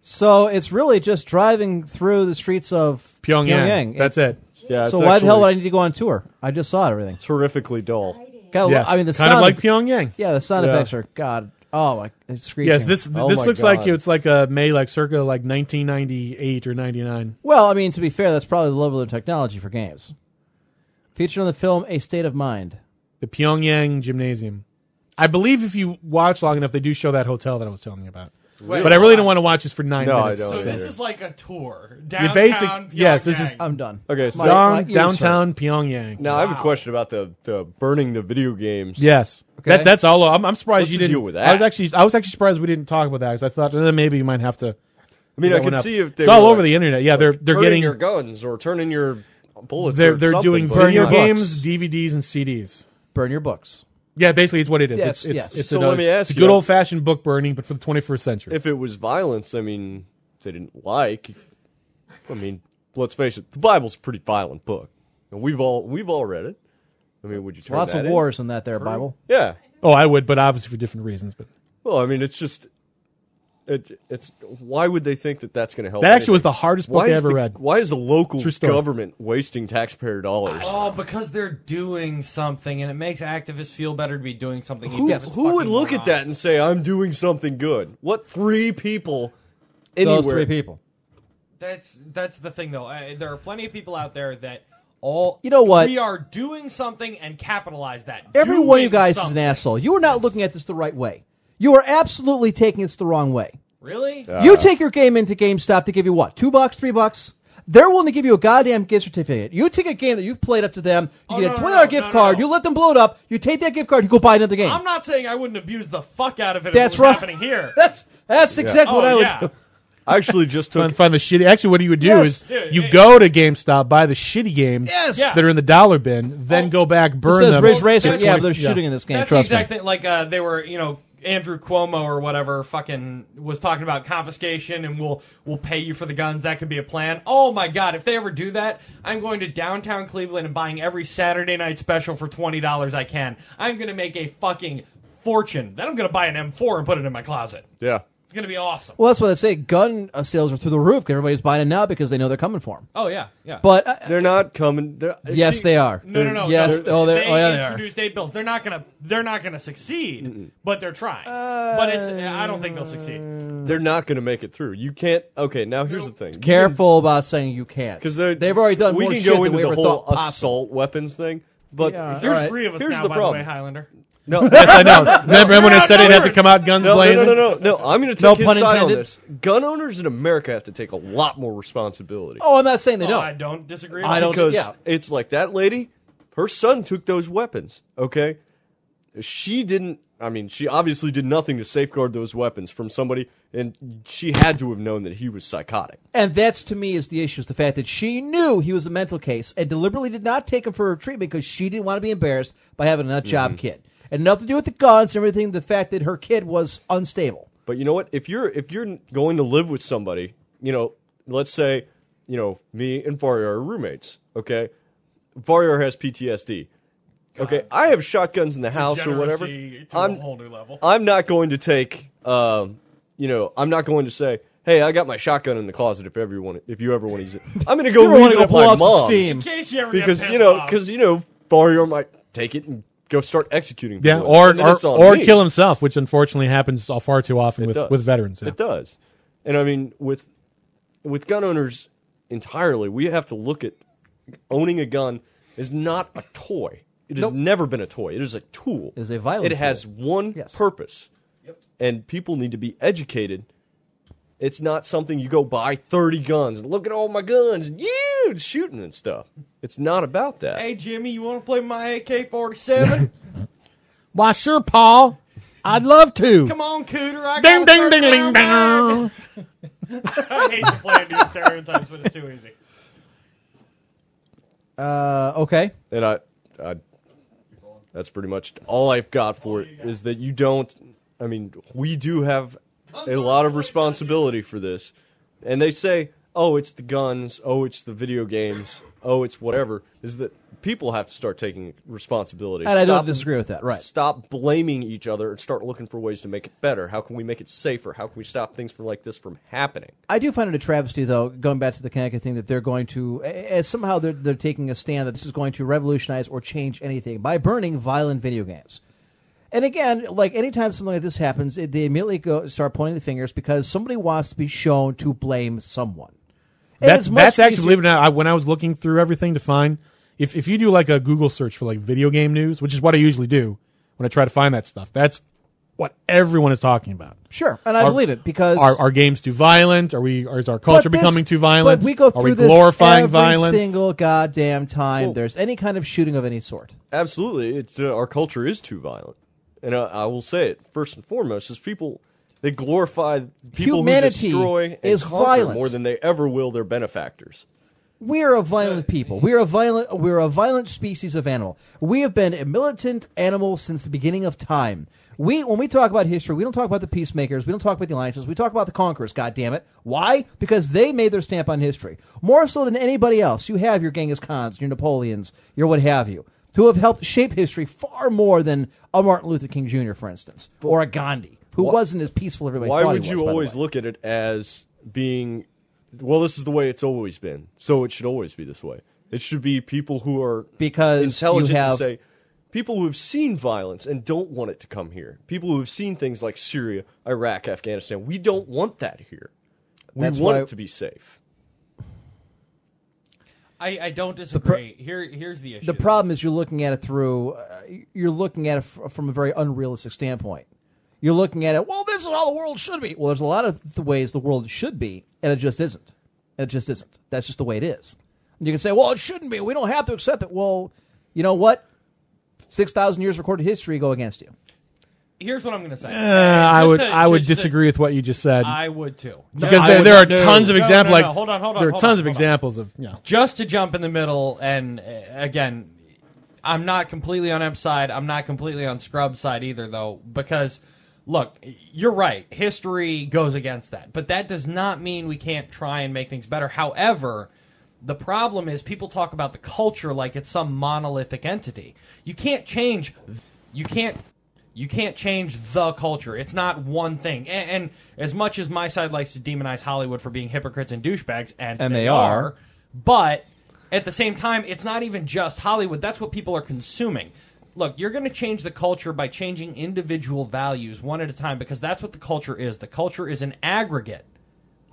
Speaker 4: So it's really just driving through the streets of
Speaker 5: Pyongyang. That's it.
Speaker 7: yeah
Speaker 4: so why the hell would I need to go on tour? I just saw everything.
Speaker 7: Terrifically dull.
Speaker 4: Got
Speaker 5: Yes.
Speaker 4: I mean, the
Speaker 5: kind
Speaker 4: sound
Speaker 5: of like Pyongyang.
Speaker 4: yeah, the sound
Speaker 7: Yeah.
Speaker 4: effects are god. Oh, my, it's screeching.
Speaker 5: Yes, this
Speaker 7: Oh
Speaker 5: this
Speaker 7: my
Speaker 5: looks like
Speaker 7: God.
Speaker 5: it's like a May like circa like 1998 or 99.
Speaker 4: Well, I mean, to be fair, that's probably the level of technology for games. Featured on the film A State of Mind.
Speaker 5: The Pyongyang Gymnasium. I believe if you watch long enough, they do show that hotel that I was telling you about.
Speaker 8: Wait,
Speaker 5: But I really don't want to watch this for nine
Speaker 7: No, I
Speaker 5: minutes.
Speaker 7: don't
Speaker 8: So this
Speaker 7: either.
Speaker 8: is like a tour. Downtown.
Speaker 5: Your basic- yes, this is-
Speaker 8: Pyongyang.
Speaker 4: I'm done.
Speaker 7: Okay, so-
Speaker 4: My-
Speaker 5: Dong,
Speaker 4: my ears hurt.
Speaker 5: downtown Pyongyang.
Speaker 7: Now I have a question about the, the burning the video games.
Speaker 5: Yes. That, that's all. I'm, I'm surprised
Speaker 7: What's
Speaker 5: you
Speaker 7: the
Speaker 5: didn't
Speaker 7: deal with
Speaker 5: I was
Speaker 7: that?
Speaker 5: actually I was actually surprised we didn't talk about that because I thought eh, maybe you might have to.
Speaker 7: I mean,
Speaker 5: that
Speaker 7: I
Speaker 5: one
Speaker 7: can
Speaker 5: up.
Speaker 7: see if they
Speaker 5: it's all
Speaker 7: were,
Speaker 5: over
Speaker 7: like,
Speaker 5: the internet. Yeah, they're they're
Speaker 7: turning
Speaker 5: getting
Speaker 7: your guns or turning your bullets.
Speaker 5: they're
Speaker 7: or
Speaker 5: they're
Speaker 7: something,
Speaker 5: doing
Speaker 7: but-
Speaker 5: video
Speaker 4: Burn your
Speaker 5: games,
Speaker 4: books.
Speaker 5: DVDs, and CDs.
Speaker 4: Burn your books.
Speaker 5: Yeah, basically it's what it is.
Speaker 4: Yes,
Speaker 5: it's,
Speaker 4: yes.
Speaker 5: it's, it's
Speaker 7: So
Speaker 5: a,
Speaker 7: let me
Speaker 5: it's
Speaker 7: ask
Speaker 5: a
Speaker 7: you-
Speaker 5: good old fashioned book burning, but for the 21st century.
Speaker 7: If it was violence, I mean, they didn't like. I mean, let's face it, the Bible's a pretty violent book, and we've all we've all read it. I mean, would you turn
Speaker 4: Lots
Speaker 7: that
Speaker 4: of
Speaker 7: in?
Speaker 4: wars in that there Bible.
Speaker 7: Yeah.
Speaker 5: oh, I would, but obviously for different reasons. But
Speaker 7: Well, I mean, it's just. It, it's why would they think that that's going to help?
Speaker 5: That actually was
Speaker 7: anything?
Speaker 5: the hardest book
Speaker 7: Why
Speaker 5: I
Speaker 7: is
Speaker 5: ever
Speaker 7: the-
Speaker 5: read.
Speaker 7: Why is the local
Speaker 5: True story.
Speaker 7: government wasting taxpayer dollars?
Speaker 8: Oh, because they're doing something, and it makes activists feel better to be doing something. E
Speaker 7: Who, who would look at that and say, "I'm doing something good"? What three people? Anywhere?
Speaker 4: Those three people.
Speaker 8: That's that's the thing, though. Uh, there are plenty of people out there that all
Speaker 4: You know what?
Speaker 8: we are doing something and capitalize that.
Speaker 4: Every one of you
Speaker 8: Doing
Speaker 4: guys is an
Speaker 8: something.
Speaker 4: asshole. You are not looking at this the right way. You are absolutely taking this the wrong way.
Speaker 8: Really?
Speaker 4: you take your game into GameStop to give you what? Two bucks, three bucks? They're willing to give you a goddamn gift certificate. You take a game that you've played up to them, you
Speaker 8: Oh,
Speaker 4: get
Speaker 8: no,
Speaker 4: a
Speaker 8: no,
Speaker 4: twenty dollar
Speaker 8: no,
Speaker 4: gift
Speaker 8: no,
Speaker 4: card,
Speaker 8: no.
Speaker 4: you let them blow it up, you take that gift card, you go buy another game.
Speaker 8: I'm not saying I wouldn't abuse the fuck out of it.
Speaker 4: That's
Speaker 8: if it was
Speaker 4: right.
Speaker 8: happening here.
Speaker 4: that's that's exactly
Speaker 8: Oh
Speaker 4: what I would
Speaker 8: yeah.
Speaker 4: do.
Speaker 7: I actually just
Speaker 5: find,
Speaker 7: took.
Speaker 5: find the shitty. Actually, what you would do
Speaker 4: Yes.
Speaker 5: is
Speaker 8: Dude,
Speaker 5: you
Speaker 8: it-
Speaker 5: go to GameStop, buy the shitty games
Speaker 4: Yes.
Speaker 8: Yeah.
Speaker 5: that are in the dollar bin,
Speaker 7: Oh.
Speaker 5: then go back burn
Speaker 4: Says
Speaker 5: them.
Speaker 4: Ridge Racer.
Speaker 8: that's
Speaker 4: Yeah,
Speaker 8: what-
Speaker 4: but they're shooting in this game.
Speaker 8: That's
Speaker 4: trust
Speaker 8: the exact
Speaker 4: me.
Speaker 8: thing. Like uh, they were, you know, Andrew Cuomo or whatever, fucking was talking about confiscation, and we'll we'll pay you for the guns. That could be a plan. Oh my god, if they ever do that, I'm going to downtown Cleveland and buying every Saturday night special for twenty dollars I can. I'm going to make a fucking fortune. Then I'm going to buy an M4 and put it in my closet.
Speaker 7: Yeah.
Speaker 8: It's going to be awesome.
Speaker 4: Well, that's what I say. Gun uh, sales are through the roof. 'cause Everybody's buying it now because they know they're coming for them.
Speaker 8: Oh yeah, yeah.
Speaker 4: But uh,
Speaker 7: They're not coming. They're,
Speaker 4: yes,
Speaker 7: see,
Speaker 4: they are.
Speaker 8: no, no, no.
Speaker 4: Yes.
Speaker 8: no.
Speaker 4: oh, they're,
Speaker 8: they
Speaker 4: oh, yeah, they are.
Speaker 8: introduced eight bills. They're not gonna. They're not gonna succeed. But they're trying. but it's. I don't think they'll succeed.
Speaker 7: They're not going to make it through. You can't. Okay, now here's the thing.
Speaker 4: Careful about saying you can't
Speaker 7: because
Speaker 4: they've already done
Speaker 7: We
Speaker 4: more
Speaker 7: can
Speaker 4: shit
Speaker 7: go
Speaker 4: than
Speaker 7: into
Speaker 4: we
Speaker 7: the
Speaker 4: ever
Speaker 7: whole
Speaker 4: thought possible.
Speaker 7: assault weapons thing, but
Speaker 4: Yeah.
Speaker 8: There's
Speaker 4: Alright.
Speaker 8: three of us
Speaker 7: Here's
Speaker 8: now,
Speaker 7: the
Speaker 8: by
Speaker 7: problem.
Speaker 8: the way, Highlander.
Speaker 7: no,
Speaker 5: Yes, I know. Remember when I said it'd have to come out guns
Speaker 7: No, no,
Speaker 5: blazing?
Speaker 7: no, no, no, no. I'm going to
Speaker 4: No
Speaker 7: take
Speaker 4: pun
Speaker 7: his side on
Speaker 4: intended.
Speaker 7: this. Gun owners in America have to take a lot more responsibility.
Speaker 4: Oh, I'm not saying they
Speaker 8: No,
Speaker 4: don't.
Speaker 8: I don't disagree.
Speaker 4: I don't-
Speaker 7: because
Speaker 4: yeah.
Speaker 7: it's like that lady, her son took those weapons. Okay, she didn't. I mean, she obviously did nothing to safeguard those weapons from somebody, and she had to have known that he was psychotic.
Speaker 4: And that's to me is the issue: is the fact that she knew he was a mental case and deliberately did not take him for her treatment because she didn't want to be embarrassed by having a nut
Speaker 7: Mm-hmm.
Speaker 4: job kid, and nothing to do with the guns and everything. The fact that her kid was unstable.
Speaker 7: But you know what? If you're if you're going to live with somebody, you know, let's say, you know, me and Fario are roommates. Okay, Fario has PTSD. Okay, I have shotguns in the house or whatever.
Speaker 8: Degeneracy to a
Speaker 7: I'm
Speaker 8: whole new level.
Speaker 7: I'm not going to take, um, you know, I'm not going to say, hey, I got my shotgun in the closet. If everyone, if you ever want to use it, I'm going to go
Speaker 4: You ever
Speaker 7: read
Speaker 4: wanna
Speaker 7: it
Speaker 4: go
Speaker 7: at
Speaker 4: blow
Speaker 7: my
Speaker 4: out some
Speaker 7: mom's
Speaker 4: steam.
Speaker 8: In case you ever
Speaker 7: because
Speaker 8: get
Speaker 7: you know,
Speaker 8: because
Speaker 7: because you know, Fario might take it and go start executing.
Speaker 5: Yeah,
Speaker 7: people.
Speaker 5: or
Speaker 7: And then
Speaker 5: or,
Speaker 7: it's on
Speaker 5: or
Speaker 7: me.
Speaker 5: kill himself, which unfortunately happens far too often with,
Speaker 7: does.
Speaker 5: with veterans.
Speaker 7: It does, and I mean with with gun owners entirely, we have to look at owning a gun is not a toy. It has never been a toy. It is a tool. It
Speaker 4: is a violent
Speaker 7: It has
Speaker 4: tool.
Speaker 7: one
Speaker 4: Yes.
Speaker 7: purpose, and people need to be educated. It's not something you go buy thirty guns and look at all my guns and you and shooting and stuff. It's not about that.
Speaker 8: hey Jimmy, you want to play my AK-47?
Speaker 5: Why, sure, Paul. I'd love to.
Speaker 8: Come on, Cooter. I
Speaker 5: Ding,
Speaker 8: got ding,
Speaker 5: ding, ding, ding, ding.
Speaker 8: I hate to play into stereotypes, but it's too easy.
Speaker 4: Uh, okay.
Speaker 7: and I, I that's pretty much all I've got for it is that you don't. I mean, we do have a lot of responsibility for this, and they say, "Oh, it's the guns. Oh, it's the video games. Oh, it's whatever." Is that people have to start taking responsibility?
Speaker 4: And I don't
Speaker 7: Stop-
Speaker 4: disagree with that. Right.
Speaker 7: Stop blaming each other and start looking for ways to make it better. How can we make it safer? How can we stop things from like this from happening?
Speaker 4: I do find it a travesty, though, going back to the Connecticut thing, that they're going to, as somehow they're, they're taking a stand that this is going to revolutionize or change anything by burning violent video games. And again, like anytime something like this happens, it, they immediately go start pointing the fingers because somebody wants to be shown to blame someone. And
Speaker 5: That's
Speaker 4: it's much
Speaker 5: that's actually
Speaker 4: easier-
Speaker 5: believe it or not. I, when I was looking through everything to find, if if you do like a Google search for like video game news, which is what I usually do when I try to find that stuff, that's what everyone is talking about.
Speaker 4: Sure, and I
Speaker 5: Are-
Speaker 4: believe it because
Speaker 5: are our games too violent? Are we? Or is our culture
Speaker 4: But this-
Speaker 5: becoming too violent?
Speaker 4: But we go
Speaker 5: are
Speaker 4: through
Speaker 5: we
Speaker 4: this
Speaker 5: glorifying
Speaker 4: every
Speaker 5: violence?
Speaker 4: single goddamn time.
Speaker 7: Well-
Speaker 4: there's any kind of shooting of any sort.
Speaker 7: Absolutely, it's uh, our culture is too violent, and uh, I, I will say it first and foremost is people they glorify people
Speaker 4: Humanity
Speaker 7: who destroy and
Speaker 4: is
Speaker 7: conquer
Speaker 4: violent.
Speaker 7: more than they ever will their benefactors.
Speaker 4: We are a violent people. We are a violent. We are a violent species of animal. We have been a militant animal since the beginning of time. We, when we talk about history, we don't talk about the peacemakers. We don't talk about the alliances. We talk about the conquerors. God damn it! Why? Because they made their stamp on history more so than anybody else. You have your Genghis Khans, your Napoleons, your what have you, who have helped shape history far more than a Martin Luther King Jr., for instance, or a Gandhi, who wasn't as peaceful as everybody.
Speaker 7: Why
Speaker 4: thought he
Speaker 7: would
Speaker 4: was,
Speaker 7: you
Speaker 4: by the
Speaker 7: always
Speaker 4: way.
Speaker 7: look at it as being, well, this is the way it's always been, so it should always be this way? It should be people who are
Speaker 4: Because
Speaker 7: intelligent
Speaker 4: you have-
Speaker 7: to say, people who have seen violence and don't want it to come here. People who have seen things like Syria, Iraq, Afghanistan. We don't want that here. We
Speaker 4: That's
Speaker 7: want
Speaker 4: why-
Speaker 7: it to be safe.
Speaker 8: I, I don't disagree. Here, here's the issue.
Speaker 4: The problem is you're looking at it through, uh, you're looking at it f- from a very unrealistic standpoint. You're looking at it, well, this is how the world should be. Well, there's a lot of th- ways the world should be, and it just isn't. It just isn't. That's just the way it is. You can say, well, it shouldn't be. We don't have to accept it. Well, you know what? 6,000 years of recorded history go against you.
Speaker 8: Here's what I'm going to say.
Speaker 5: Uh, I
Speaker 8: Just
Speaker 5: would.
Speaker 8: to-
Speaker 5: I would
Speaker 8: just to-
Speaker 5: disagree with what you just said.
Speaker 8: I would too.
Speaker 5: because
Speaker 8: I
Speaker 5: there,
Speaker 8: would
Speaker 5: there are
Speaker 8: not-
Speaker 5: tons of
Speaker 8: No, no,
Speaker 5: examples.
Speaker 8: no,
Speaker 5: like
Speaker 8: hold on, hold on.
Speaker 5: There are
Speaker 8: hold on,
Speaker 5: tons of
Speaker 8: hold on.
Speaker 5: examples of you know,
Speaker 8: Just to jump in the middle, and uh, again, I'm not completely on M's side. I'm not completely on Scrub's side either, though, because look, you're right. History goes against that, but that does not mean we can't try and make things better. However. The problem is people talk about the culture like it's some monolithic entity. You can't change you can't you can't change the culture. It's not one thing. And, and as much as my side likes to demonize Hollywood for being hypocrites and douchebags, and,
Speaker 4: And they are.
Speaker 8: but at the same time, it's not even just Hollywood. That's what people are consuming. Look, you're going to change the culture by changing individual values one at a time because that's what the culture is. The culture is an aggregate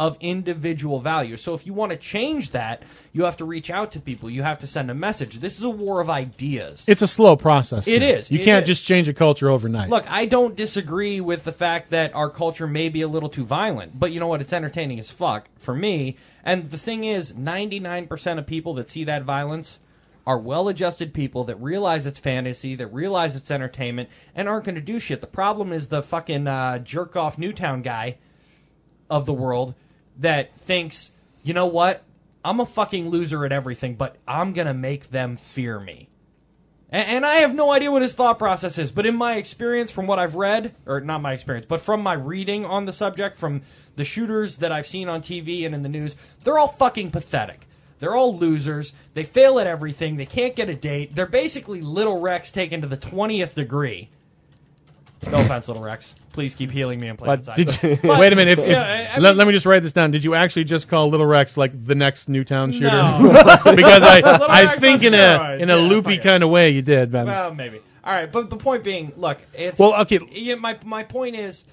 Speaker 8: of individual values. So if you want to change that, you have to reach out to people. You have to send a message. This is a war of ideas.
Speaker 5: it's a slow process.
Speaker 8: It
Speaker 5: too.
Speaker 8: is,
Speaker 5: You
Speaker 8: it
Speaker 5: can't
Speaker 8: is.
Speaker 5: just change a culture overnight.
Speaker 8: Look, I don't disagree with the fact that our culture may be a little too violent, but you know what? It's entertaining as fuck for me. And the thing is, 99% of people that see that violence are well adjusted people that realize it's fantasy, that realize it's entertainment, and aren't going to do shit. The problem is the fucking uh, jerk off Newtown guy of the world that thinks, you know what? I'm a fucking loser at everything, but I'm going to make them fear me. And, and I have no idea what his thought process is, but in my experience, from what I've read, or not my experience, but from my reading on the subject, from the shooters that I've seen on TV and in the news, they're all fucking pathetic. They're all losers. They fail at everything. They can't get a date. They're basically Little Rex taken to the 20th degree. No offense, Little Rex. Please keep healing me and playing
Speaker 5: But did you, wait a minute. If, if,
Speaker 8: Yeah, I- I
Speaker 5: let,
Speaker 8: mean-
Speaker 5: let me just write this down. Did you actually just call Little Rex like the next Newtown shooter?
Speaker 8: No.
Speaker 5: because I, I
Speaker 8: Rex
Speaker 5: think
Speaker 8: on
Speaker 5: in a
Speaker 8: steroids.
Speaker 5: in a
Speaker 8: Yeah,
Speaker 5: loopy
Speaker 8: fuck it.
Speaker 5: kind of way you did. Ben.
Speaker 8: Well, maybe. All right, but the point being, look, it's
Speaker 5: Well, okay.
Speaker 8: Yeah, my my point is,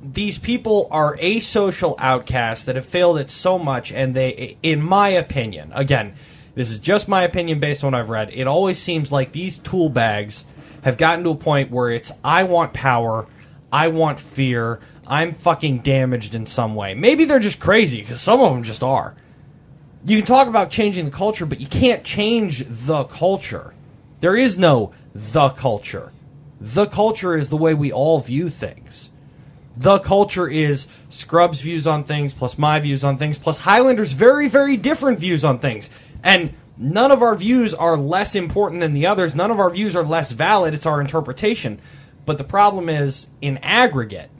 Speaker 8: these people are asocial outcasts that have failed at so much, and they, in my opinion, again, this is just my opinion based on what I've read. It always seems like these tool bags have gotten to a point where it's I want power, I want fear, I'm fucking damaged in some way. Maybe they're just crazy because some of them just are you can talk about changing the culture, but you can't change the culture. There is no the culture. The culture is the way we all view things. The culture is Scrub's views on things, plus my views on things, plus Highlander's very, very different views on things. And none of our views are less important than the others. None of our views are less valid. It's our interpretation. But the problem is, in aggregate,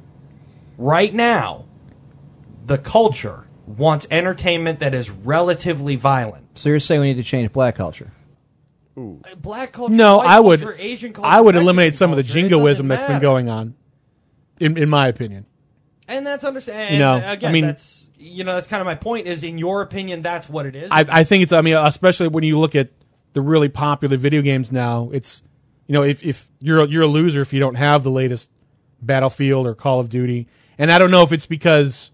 Speaker 8: right now, the culture wants entertainment that is relatively violent.
Speaker 4: So you're saying we need to change black culture?
Speaker 8: Black culture,
Speaker 5: no,
Speaker 8: white
Speaker 5: I would
Speaker 8: culture, Asian culture,
Speaker 5: I would
Speaker 8: Mexican
Speaker 5: eliminate some of the
Speaker 8: culture, it
Speaker 5: jingoism
Speaker 8: doesn't
Speaker 5: that's been
Speaker 8: matter.
Speaker 5: going on. In in my opinion,
Speaker 8: and that's understandable.
Speaker 5: You know,
Speaker 8: again,
Speaker 5: I mean-
Speaker 8: that's you know, that's kind of my point. Is in your opinion, that's what it is.
Speaker 5: I I think it's. I mean, especially when you look at the really popular video games now, it's you know if if you're a- you're a loser if you don't have the latest Battlefield or Call of Duty, and I don't know if it's because,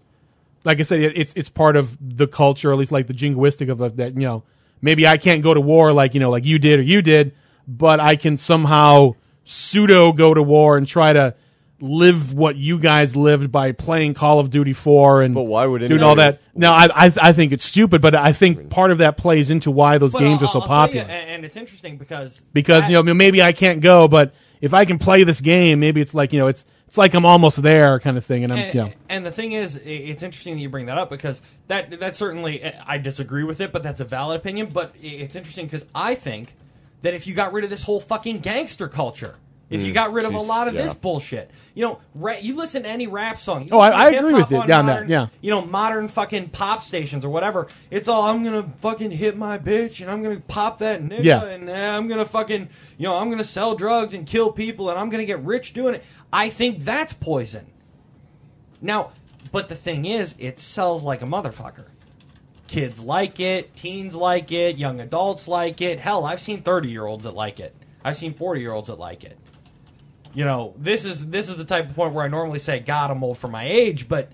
Speaker 5: like I said, it, it's it's part of the culture, or at least like the jingoistic of of that. You know, maybe I can't go to war like you know like you did or you did, but I can somehow pseudo go to war and try to live what you guys lived by playing Call of Duty 4 and
Speaker 7: But why would
Speaker 5: doing all
Speaker 7: anybody-
Speaker 5: that. Now, I, I I think it's stupid, but I think part of that plays into why those
Speaker 8: But
Speaker 5: games
Speaker 8: I'll-
Speaker 5: are so
Speaker 8: I'll tell you, eh,
Speaker 5: popular.
Speaker 8: and and it's interesting because
Speaker 5: because
Speaker 8: that-
Speaker 5: you know maybe I can't go, but if I can play this game, maybe it's like you know it's it's like I'm almost there kind of thing, and I'm
Speaker 8: and,
Speaker 5: you know.
Speaker 8: and the thing is, i- it's interesting that you bring that up because that that certainly eh, I disagree with it, but that's a valid opinion. But i- it's interesting because I think that if you got rid of this whole fucking gangster culture. If you got rid of a
Speaker 7: Jeez,
Speaker 8: lot of this
Speaker 7: yeah.
Speaker 8: bullshit, you know, ra- you listen to any rap song. You
Speaker 5: Oh, I-
Speaker 8: listen to
Speaker 5: I agree
Speaker 8: hip-hop
Speaker 5: with you down that,
Speaker 8: modern,
Speaker 5: yeah.
Speaker 8: you know, modern fucking pop stations or whatever. It's all I'm gonna fucking hit my bitch and I'm gonna pop that nigga
Speaker 5: Yeah.
Speaker 8: and eh, I'm gonna fucking you know I'm gonna sell drugs and kill people and I'm gonna get rich doing it. I think that's poison. Now, but the thing is, it sells like a motherfucker. Kids like it, teens like it, young adults like it. Hell, I've seen 30 year olds that like it. I've seen 40 year olds that like it. You know, this is this is the type of point where I normally say, God, I'm old for my age, but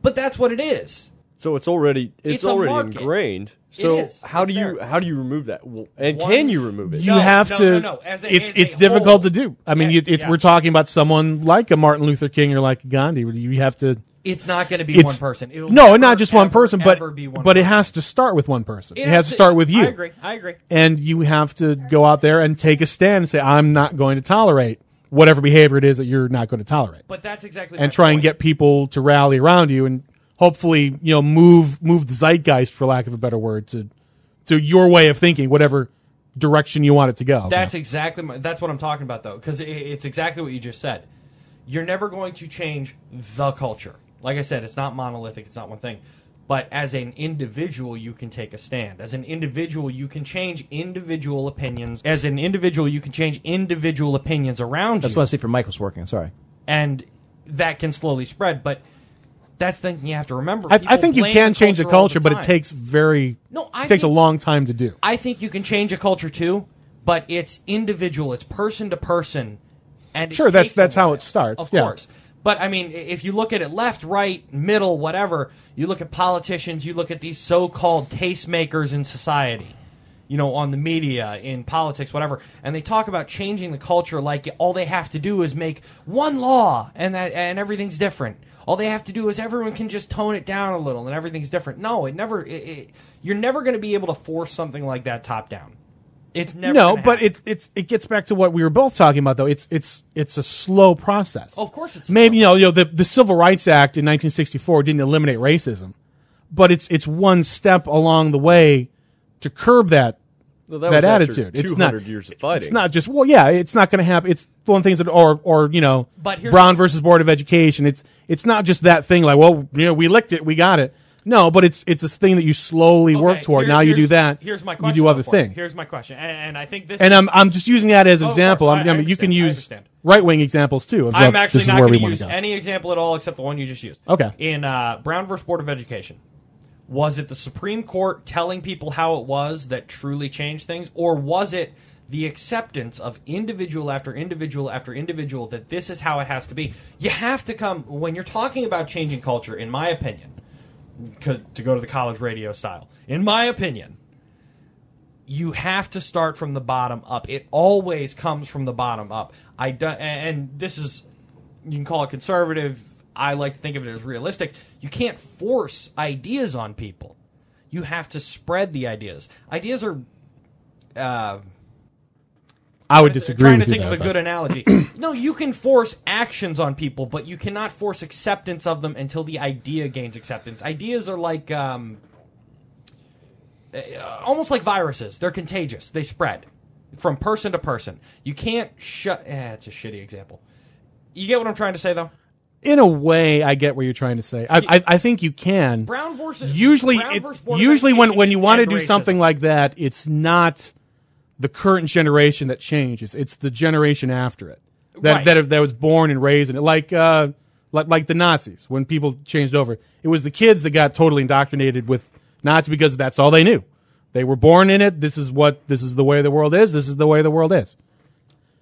Speaker 8: but that's what it is.
Speaker 7: So it's already it's,
Speaker 8: It's a
Speaker 7: already
Speaker 8: market.
Speaker 7: ingrained.
Speaker 8: It
Speaker 7: So
Speaker 8: is.
Speaker 7: how
Speaker 8: It's
Speaker 7: do you
Speaker 8: there.
Speaker 7: how do you remove that? Well, and
Speaker 8: One-
Speaker 7: can you remove it?
Speaker 5: You
Speaker 8: No,
Speaker 5: have
Speaker 8: no,
Speaker 5: to.
Speaker 8: no, no. As a-
Speaker 5: it's
Speaker 8: as a
Speaker 5: it's difficult
Speaker 8: whole.
Speaker 5: to do. I mean,
Speaker 8: Yeah,
Speaker 5: you, it,
Speaker 8: yeah.
Speaker 5: we're talking about someone like a Martin Luther King or like Gandhi. where You have to.
Speaker 8: It's not going to be
Speaker 5: It's
Speaker 8: one person. It'll
Speaker 5: no,
Speaker 8: never,
Speaker 5: not just one
Speaker 8: ever,
Speaker 5: person, but
Speaker 8: ever be one
Speaker 5: but it
Speaker 8: person.
Speaker 5: has to start with one person. It, has to start with you.
Speaker 8: I agree. I agree.
Speaker 5: and you have to go out there and take a stand and say, "I'm not going to tolerate whatever behavior it is that you're not going to tolerate."
Speaker 8: But that's exactly
Speaker 5: and
Speaker 8: my
Speaker 5: try and
Speaker 8: point.
Speaker 5: get people to rally around you and hopefully you know move move the zeitgeist for lack of a better word to to your way of thinking whatever direction you want it to go
Speaker 8: That's exactly my, that's what I'm talking about though, because it's exactly what you just said. You're never going to change the culture. Like I said, it's not monolithic. It's not one thing. But as an individual, you can take a stand. As an individual, you can change individual opinions. As an individual, you can change individual opinions around
Speaker 4: That's
Speaker 8: you,
Speaker 4: what I see for Mike was working. Sorry.
Speaker 8: and that can slowly spread. But that's the thing you have to remember.
Speaker 5: I, I
Speaker 8: People
Speaker 5: think you
Speaker 8: blame
Speaker 5: can change the
Speaker 8: all
Speaker 5: culture but it
Speaker 8: time.
Speaker 5: takes very
Speaker 8: No, I
Speaker 5: it takes a
Speaker 8: think-
Speaker 5: long time to do
Speaker 8: I think you can change a culture too, but it's individual, it's person to person, and it
Speaker 5: Sure, that's-
Speaker 8: takes a
Speaker 5: that's how
Speaker 8: while,
Speaker 5: it starts,
Speaker 8: Of
Speaker 5: yeah.
Speaker 8: course, but I mean, i- if you look at it left, right, middle, whatever, you look at politicians, you look at these so-called tastemakers in society, you know, on the media, in politics, whatever, and they talk about changing the culture like all they have to do is make one law, and that and everything's different. All they have to do is everyone can just tone it down a little, and everything's different. No, it never. It, it, you're never going to be able to force something like that top down. It's never
Speaker 5: no
Speaker 8: gonna
Speaker 5: but
Speaker 8: happen.
Speaker 5: it, it's it gets back to what we were both talking about though it's it's it's a slow process
Speaker 8: Of course it's a
Speaker 5: maybe
Speaker 8: slow-
Speaker 5: you know, you know the, the civil rights act in 1964 didn't eliminate racism but it's it's one step along the way to curb that
Speaker 7: Well,
Speaker 5: that,
Speaker 7: was after
Speaker 5: attitude.
Speaker 7: 200
Speaker 5: It's not
Speaker 7: years of fighting.
Speaker 5: It's not just well, yeah. It's not going to happen. It's one of the things that or or you know,
Speaker 8: But here's-
Speaker 5: Brown versus Board of Education. It's it's not just that thing like well, you know, we licked it, we got it. No, but it's it's this thing that you slowly work
Speaker 8: Okay,
Speaker 5: toward.
Speaker 8: Uh, here-
Speaker 5: now you do
Speaker 8: here's-
Speaker 5: that.
Speaker 8: Here's my
Speaker 5: You
Speaker 8: question.
Speaker 5: do other
Speaker 8: though, for you.
Speaker 5: things.
Speaker 8: Here's my question, and, and I think this.
Speaker 5: And um,
Speaker 8: is-
Speaker 5: I'm I'm just using that as an
Speaker 8: Oh, of
Speaker 5: example.
Speaker 8: course.
Speaker 5: I'm,
Speaker 8: I-
Speaker 5: I mean,
Speaker 8: I
Speaker 5: you can
Speaker 8: understand. I
Speaker 5: use
Speaker 8: understand.
Speaker 5: right wing examples too. Of,
Speaker 8: I'm
Speaker 5: of,
Speaker 8: actually
Speaker 5: this is
Speaker 8: not
Speaker 5: where
Speaker 8: going
Speaker 5: we
Speaker 8: to
Speaker 5: wanna
Speaker 8: use
Speaker 5: go.
Speaker 8: any example at all except the one you just used.
Speaker 5: Okay.
Speaker 8: In uh, Brown versus Board of Education, was it the Supreme Court telling people how it was that truly changed things, or was it the acceptance of individual after individual after individual that this is how it has to be? You have to come when you're talking about changing culture. In my opinion, co- to go to the college radio style, in my opinion. you have to start from the bottom up. It always comes from the bottom up. I do, and and this is you can call it conservative. I like to think of it as realistic. You can't force ideas on people. You have to spread the ideas. Ideas are. Uh,
Speaker 5: I would disagree
Speaker 8: trying
Speaker 5: with
Speaker 8: to
Speaker 5: you.
Speaker 8: think of
Speaker 5: though,
Speaker 8: a good
Speaker 5: but-
Speaker 8: analogy. no, you can force actions on people, but you cannot force acceptance of them until the idea gains acceptance. Ideas are like um, uh, almost like viruses. They're contagious. They spread from person to person. You can't shut. Eh, it's a shitty example. You get what I'm trying to say, though.
Speaker 5: in a way, I get what you're trying to say. I I, I think you can.
Speaker 8: Brown versus
Speaker 5: usually
Speaker 8: Brown
Speaker 5: it's,
Speaker 8: versus Board of
Speaker 5: usually when
Speaker 8: Education
Speaker 5: when you want to
Speaker 8: and
Speaker 5: do
Speaker 8: racism.
Speaker 5: something like that, it's not the current generation that changes; it's the generation after it that
Speaker 8: Right.
Speaker 5: that, that was born and raised in it. Like uh, like like the Nazis when people changed over, it was the kids that got totally indoctrinated with Nazi because that's all they knew. They were born in it. This is what this is the way the world is. This is the way the world is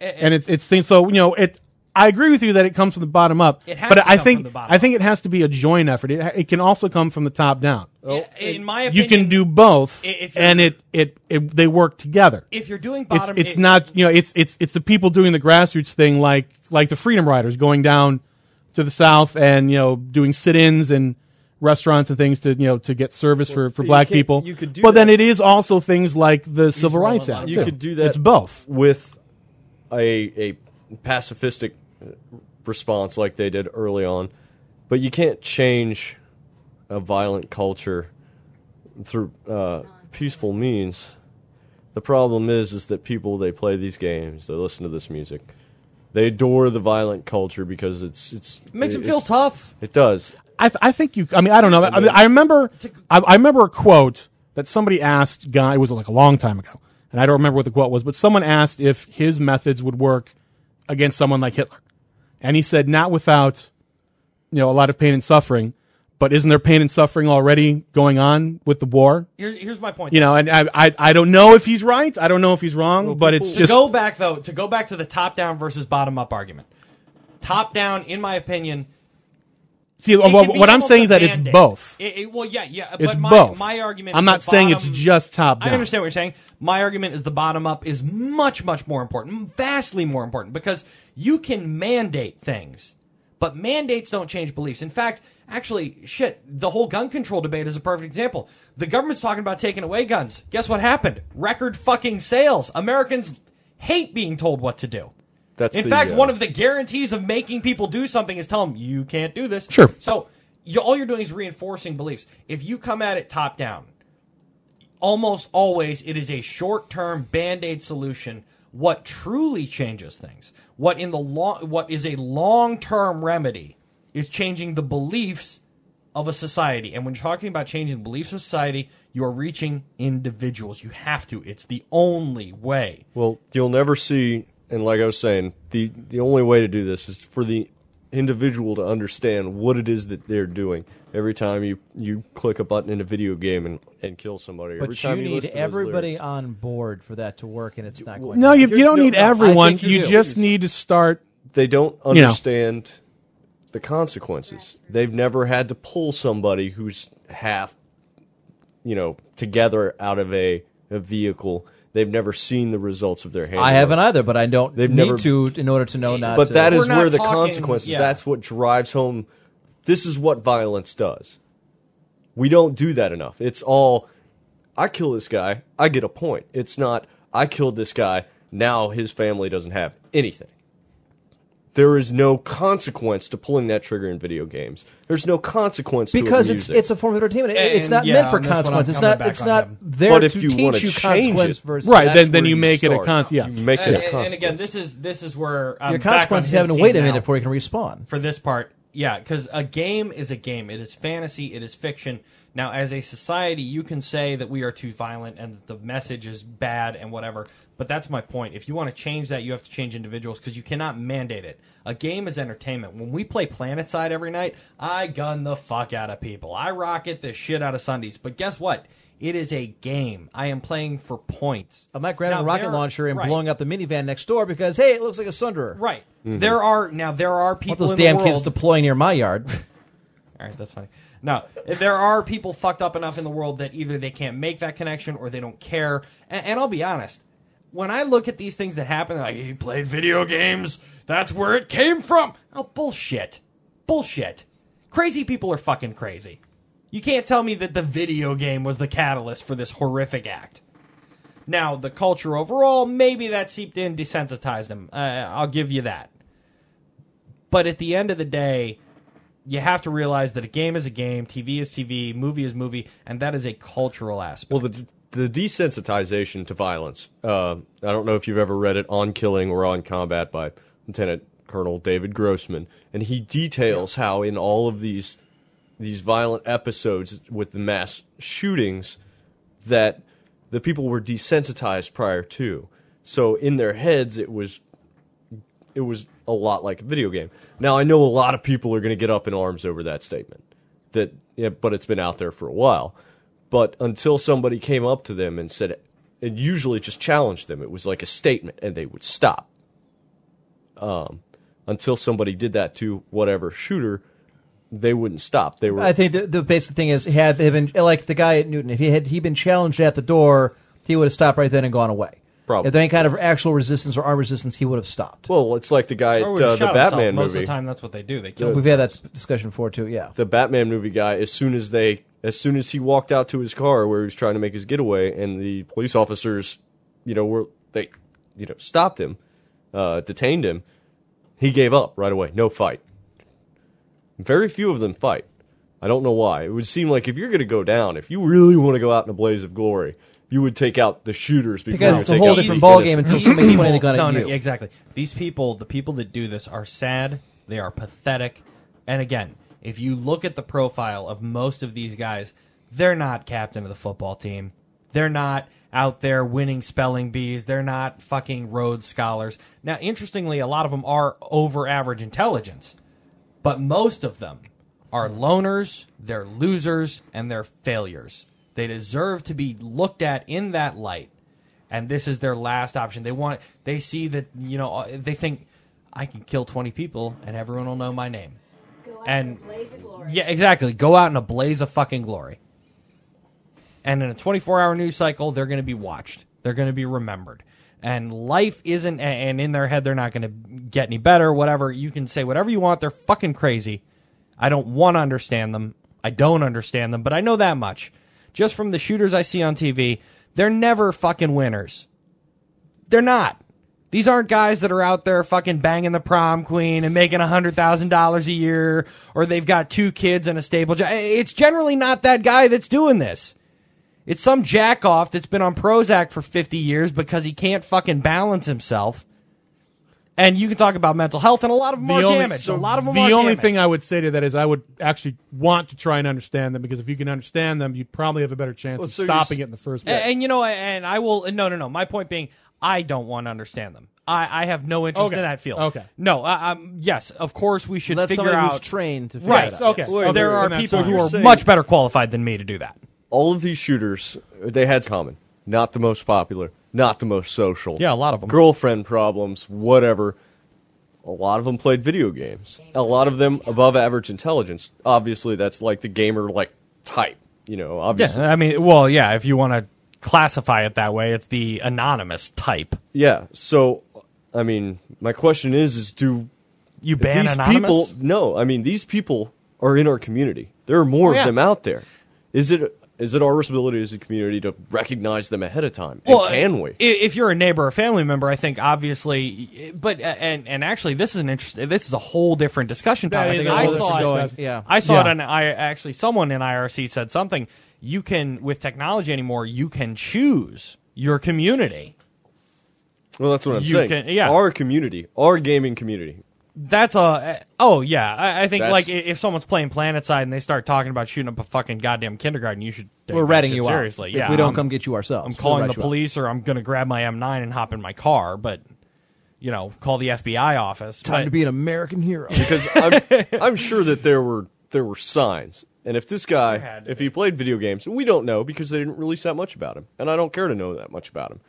Speaker 5: and it's it's things. So you know, it I agree with you that it comes from the bottom up,
Speaker 8: It has
Speaker 5: but
Speaker 8: to
Speaker 5: I
Speaker 8: come
Speaker 5: think
Speaker 8: from the bottom
Speaker 5: I think it has to be a joint effort. It, it can also come from the top down.
Speaker 8: in my
Speaker 5: you
Speaker 8: opinion,
Speaker 5: can do both,
Speaker 8: i- if you're-
Speaker 5: and it, it it they work together.
Speaker 8: if you're doing
Speaker 5: it's
Speaker 8: bottom.
Speaker 5: it's
Speaker 8: it-
Speaker 5: not you know it's it's it's the people doing the grassroots thing like like the freedom riders going down to the south and you know doing sit-ins and restaurants and things to you know to get service for, for
Speaker 7: you
Speaker 5: black
Speaker 7: can't-
Speaker 5: people
Speaker 7: you could do
Speaker 5: but
Speaker 7: that.
Speaker 5: then it is also things like the civil rights act
Speaker 7: You
Speaker 5: too.
Speaker 7: could do that.
Speaker 5: it's both
Speaker 7: with a a pacifistic uh, response like they did early on, but you can't change a violent culture through uh, peaceful means. The problem is, is that people they play these games, they listen to this music, they adore the violent culture because it's it's
Speaker 8: makes them
Speaker 7: it,
Speaker 8: feel
Speaker 7: it's-
Speaker 8: tough.
Speaker 7: It does.
Speaker 5: I, th- I think you. I mean, I don't know. I, mean, I remember. I, I remember a quote that somebody asked. Guy it was like a long time ago, and I don't remember what the quote was. But someone asked if his methods would work against someone like Hitler, and he said, "Not without, you know, a lot of pain and suffering." But isn't there pain and suffering already going on with the war?
Speaker 8: Here, here's my point.
Speaker 5: You know, and I, I, I don't know if he's right. I don't know if he's wrong. but it's
Speaker 8: to
Speaker 5: just
Speaker 8: go back though to go back to the top down versus bottom up argument. Top down, in my opinion,
Speaker 5: see.
Speaker 8: it
Speaker 5: What,
Speaker 8: can be
Speaker 5: Oh, what I'm
Speaker 8: almost
Speaker 5: saying is
Speaker 8: a
Speaker 5: that it's
Speaker 8: Band-Aid.
Speaker 5: both.
Speaker 8: It- it- well, yeah, yeah.
Speaker 5: It's
Speaker 8: but my,
Speaker 5: both.
Speaker 8: My argument.
Speaker 5: I'm
Speaker 8: is
Speaker 5: not
Speaker 8: the
Speaker 5: saying it's
Speaker 8: bottom-
Speaker 5: just top
Speaker 8: I
Speaker 5: down.
Speaker 8: understand what you're saying. My argument is the bottom up is much, much more important, vastly more important, because you can mandate things, but mandates don't change beliefs. In fact, actually, shit, the whole gun control debate is a perfect example. The government's talking about taking away guns. Guess what happened? Record fucking sales. Americans hate being told what to do.
Speaker 7: That's
Speaker 8: In
Speaker 7: the,
Speaker 8: fact,
Speaker 7: uh,
Speaker 8: one of the guarantees of making people do something is tell them you can't do this.
Speaker 5: Sure.
Speaker 8: So you, all you're doing is reinforcing beliefs. If you come at it top down, almost always it is a short-term band-aid solution. What truly changes things, what in the long, what is a long-term remedy, is changing the beliefs of a society. And when you're talking about changing the beliefs of society, you are reaching individuals. You have to. It's the only way.
Speaker 7: Well, you'll never see, and like I was saying, the the only way to do this is for the individual to understand what it is that they're doing. Every time you you click a button in a video game and, and kill somebody, every
Speaker 4: But you
Speaker 7: time you,
Speaker 4: need
Speaker 7: listen to those
Speaker 4: everybody
Speaker 7: lyrics.
Speaker 4: on board for that to work, and it's not going.
Speaker 5: No,
Speaker 4: to
Speaker 5: you, you don't
Speaker 7: no,
Speaker 5: need
Speaker 7: no, I think
Speaker 5: everyone.
Speaker 7: you
Speaker 5: You
Speaker 7: do.
Speaker 5: just need to start
Speaker 7: they don't
Speaker 5: know.
Speaker 7: understand the consequences. They've never had to pull somebody who's half, you know, together out of a, a vehicle. They've never seen the results of their hand.
Speaker 4: I haven't either, but I don't
Speaker 7: They've
Speaker 4: need
Speaker 7: never-
Speaker 4: to in order to know not.
Speaker 7: but
Speaker 4: to,
Speaker 7: that is
Speaker 8: We're not
Speaker 7: where the
Speaker 8: talking-
Speaker 7: consequences
Speaker 8: yeah.
Speaker 7: that's what drives home this is what violence does we don't do that enough it's all i kill this guy i get a point it's not i killed this guy now his family doesn't have anything there is no consequence to pulling that trigger in video games. There's no consequence
Speaker 4: because
Speaker 7: to it in
Speaker 4: it's
Speaker 7: music.
Speaker 4: it's a form of entertainment. It- it's
Speaker 8: And,
Speaker 4: not
Speaker 8: yeah,
Speaker 4: meant for
Speaker 8: on this one, I'm
Speaker 4: consequence. It's
Speaker 8: coming
Speaker 4: not.
Speaker 8: back
Speaker 4: It's
Speaker 8: on
Speaker 4: not
Speaker 8: them.
Speaker 4: there
Speaker 7: But if
Speaker 4: to
Speaker 7: you wanna
Speaker 4: teach you
Speaker 7: change
Speaker 4: consequence
Speaker 7: it-
Speaker 4: versus
Speaker 5: right.
Speaker 7: That's
Speaker 5: Then then
Speaker 7: where
Speaker 5: you
Speaker 7: you
Speaker 5: make it a
Speaker 7: start.
Speaker 5: con. Yes.
Speaker 7: you make
Speaker 8: and,
Speaker 7: it a
Speaker 8: and-
Speaker 7: consequence.
Speaker 8: and again, this is this is where um,
Speaker 4: your consequence is having to wait a minute before you can respawn.
Speaker 8: for this part. Yeah, because a game is a game. It is fantasy. It is fiction. Now, as a society, you can say that we are too violent and that the message is bad and whatever. But that's my point. If you want to change that, you have to change individuals because you cannot mandate it. A game is entertainment. When we play Planetside every night, I gun the fuck out of people. I rocket the shit out of Sundays. But guess what? It is a game. I am playing for points.
Speaker 4: I'm not grabbing
Speaker 8: Now,
Speaker 4: a rocket
Speaker 8: there-
Speaker 4: launcher and
Speaker 8: right.
Speaker 4: blowing up the minivan next door because hey, it looks like a sunderer.
Speaker 8: Right. There are now there are
Speaker 4: I want
Speaker 8: people
Speaker 4: those
Speaker 8: in
Speaker 4: damn
Speaker 8: the world.
Speaker 4: kids deploying near my yard.
Speaker 8: All right, that's funny. No, there are people fucked up enough in the world that either they can't make that connection or they don't care. And, and I'll be honest, when I look at these things that happen, like he played video games, that's where it came from. Oh, bullshit, bullshit. Crazy people are fucking crazy. You can't tell me that the video game was the catalyst for this horrific act. Now, the culture overall, maybe that seeped in, desensitized him. Uh, I'll give you that. But at the end of the day, you have to realize that a game is a game, TV is TV, movie is movie, and that is a cultural aspect.
Speaker 7: Well, the the desensitization to violence. Uh, I don't know if you've ever read it on Killing or on Combat by Lieutenant Colonel David Grossman, and he details how in all of these these violent episodes with the mass shootings that the people were desensitized prior to. So in their heads it was it was a lot like a video game. Now I know a lot of people are going to get up in arms over that statement. That yeah, but it's been out there for a while. But until somebody came up to them and said and usually just challenged them, it was like a statement and they would stop. Um until somebody did that to whatever shooter, they wouldn't stop. They were
Speaker 4: I think the, the basic thing is had they been like the guy at Newton. If he had he been challenged at the door, he would have stopped right then and gone away.
Speaker 7: Probably.
Speaker 4: If there any kind of actual resistance or armed resistance, he would have stopped.
Speaker 7: well, it's like the guy at
Speaker 8: Or would
Speaker 7: uh, the
Speaker 8: shot himself.
Speaker 7: Batman
Speaker 8: Most of
Speaker 7: movie.
Speaker 8: the time, that's what they do. They kill.
Speaker 4: We've had that discussion before too. Yeah.
Speaker 7: the Batman movie guy, as soon as they, as soon as he walked out to his car where he was trying to make his getaway, and the police officers, you know, were they, you know, stopped him, uh, detained him, he gave up right away. No fight. Very few of them fight. I don't know why. It would seem like if you're going to go down, if you really want to go out in a blaze of glory, you would take out the shooters before
Speaker 4: Because
Speaker 7: you
Speaker 4: it's a
Speaker 7: take
Speaker 4: whole
Speaker 7: out the
Speaker 4: different
Speaker 7: innocent.
Speaker 4: ballgame until
Speaker 8: These
Speaker 4: somebody's
Speaker 8: people-
Speaker 4: pointing the gun
Speaker 8: no,
Speaker 4: at
Speaker 8: no,
Speaker 4: you.
Speaker 8: Exactly. These people, the people that do this, are sad. They are pathetic. And again, if you look at the profile of most of these guys, they're not captain of the football team. They're not out there winning spelling bees. They're not fucking Rhodes scholars. Now, interestingly, a lot of them are over average intelligence, but most of them are loners, they're losers, and they're failures. They deserve to be looked at in that light and this is their last option. They want they see that you know uh, they think I can kill twenty people and everyone will know my name. and yeah, exactly. Go out in a blaze of fucking glory. And in a twenty four hour news cycle, they're going to be watched. They're going to be remembered. And life isn't. a- And in their head, they're not going to get any better. Whatever you can say, whatever you want. They're fucking crazy. I don't want to understand them. I don't understand them, but I know that much. Just from the shooters I see on TV, they're never fucking winners. They're not. These aren't guys that are out there fucking banging the prom queen and making $100,000 a year or they've got two kids and a stable job. It's generally not that guy that's doing this. It's some jack off that's been on Prozac for 50 years because he can't fucking balance himself. And you can talk about mental health, and a lot of them are damaged.
Speaker 5: so
Speaker 8: a lot of them
Speaker 5: the
Speaker 8: are
Speaker 5: only
Speaker 8: damaged.
Speaker 5: thing I would say to that is I would actually want to try and understand them because if you can understand them, you'd probably have a better chance
Speaker 7: Well,
Speaker 5: of
Speaker 7: so you're
Speaker 5: stopping
Speaker 7: s-
Speaker 5: it in the first place.
Speaker 8: And, and you know, and I will. No, no, no. My point being, I don't want to understand them. I, I have no interest
Speaker 5: Okay.
Speaker 8: in that field.
Speaker 5: Okay.
Speaker 8: No. I, um. Yes. Of course, we should
Speaker 4: That's
Speaker 8: figure
Speaker 4: somebody
Speaker 8: out.
Speaker 4: who's trained to figure
Speaker 8: right.
Speaker 4: it out.
Speaker 5: Okay.
Speaker 7: Wait,
Speaker 8: there
Speaker 7: wait,
Speaker 8: are
Speaker 7: wait,
Speaker 8: people
Speaker 7: so
Speaker 8: who
Speaker 7: you're
Speaker 8: are
Speaker 7: saying-
Speaker 8: much better qualified than me to do that.
Speaker 7: all of these shooters, they had common. Not the most popular, not the most social.
Speaker 8: Yeah, a lot of 'em.
Speaker 7: Girlfriend problems, whatever. A lot of them played video games. A lot of them above average intelligence. Obviously, that's like the gamer like type. You know, obviously.
Speaker 8: I mean, well, yeah. If you want to classify it that way, it's the anonymous type.
Speaker 7: Yeah. So, I mean, my question is: is do
Speaker 8: You ban
Speaker 7: these
Speaker 8: anonymous.
Speaker 7: people? No, I mean these people are in our community. There are more
Speaker 8: Oh, yeah.
Speaker 7: of them out there. Is it is it our responsibility as a community to recognize them ahead of time?
Speaker 8: Well,
Speaker 7: and can we?
Speaker 8: i- If you're a neighbor or family member, I think obviously, but and and actually, this is an interesting. This is a whole different discussion topic.
Speaker 5: is a
Speaker 8: I
Speaker 5: whole
Speaker 8: saw
Speaker 5: different
Speaker 8: it-
Speaker 5: discussion.
Speaker 4: Yeah.
Speaker 8: I saw
Speaker 5: Yeah.
Speaker 8: it, and I actually someone in IRC said something. You can with technology anymore, you can choose your community.
Speaker 7: Well, that's what I'm
Speaker 8: You
Speaker 7: saying.
Speaker 8: can- yeah.
Speaker 7: Our community, our gaming community.
Speaker 8: That's a oh yeah. I, I think
Speaker 7: That's-
Speaker 8: like i- if someone's playing Planet Side and they start talking about shooting up a fucking goddamn kindergarten, you should take
Speaker 4: We're
Speaker 8: that
Speaker 4: ratting
Speaker 8: shit
Speaker 4: you out.
Speaker 8: seriously.
Speaker 4: If
Speaker 8: Yeah, Um,
Speaker 4: we don't
Speaker 8: I'm-
Speaker 4: come get you ourselves,
Speaker 8: I'm
Speaker 4: we'll
Speaker 8: calling
Speaker 4: rat
Speaker 8: the
Speaker 4: you out.
Speaker 8: police or I'm going to grab my M9 and hop in my car, but you know, call the FBI office.
Speaker 4: Time
Speaker 8: but-
Speaker 4: to be an American hero.
Speaker 7: Because I'm, I'm sure that there were there were signs. And if this guy,
Speaker 8: had to
Speaker 7: if he played video games, we don't know because they didn't release that much about him, and I don't care to know that much about him.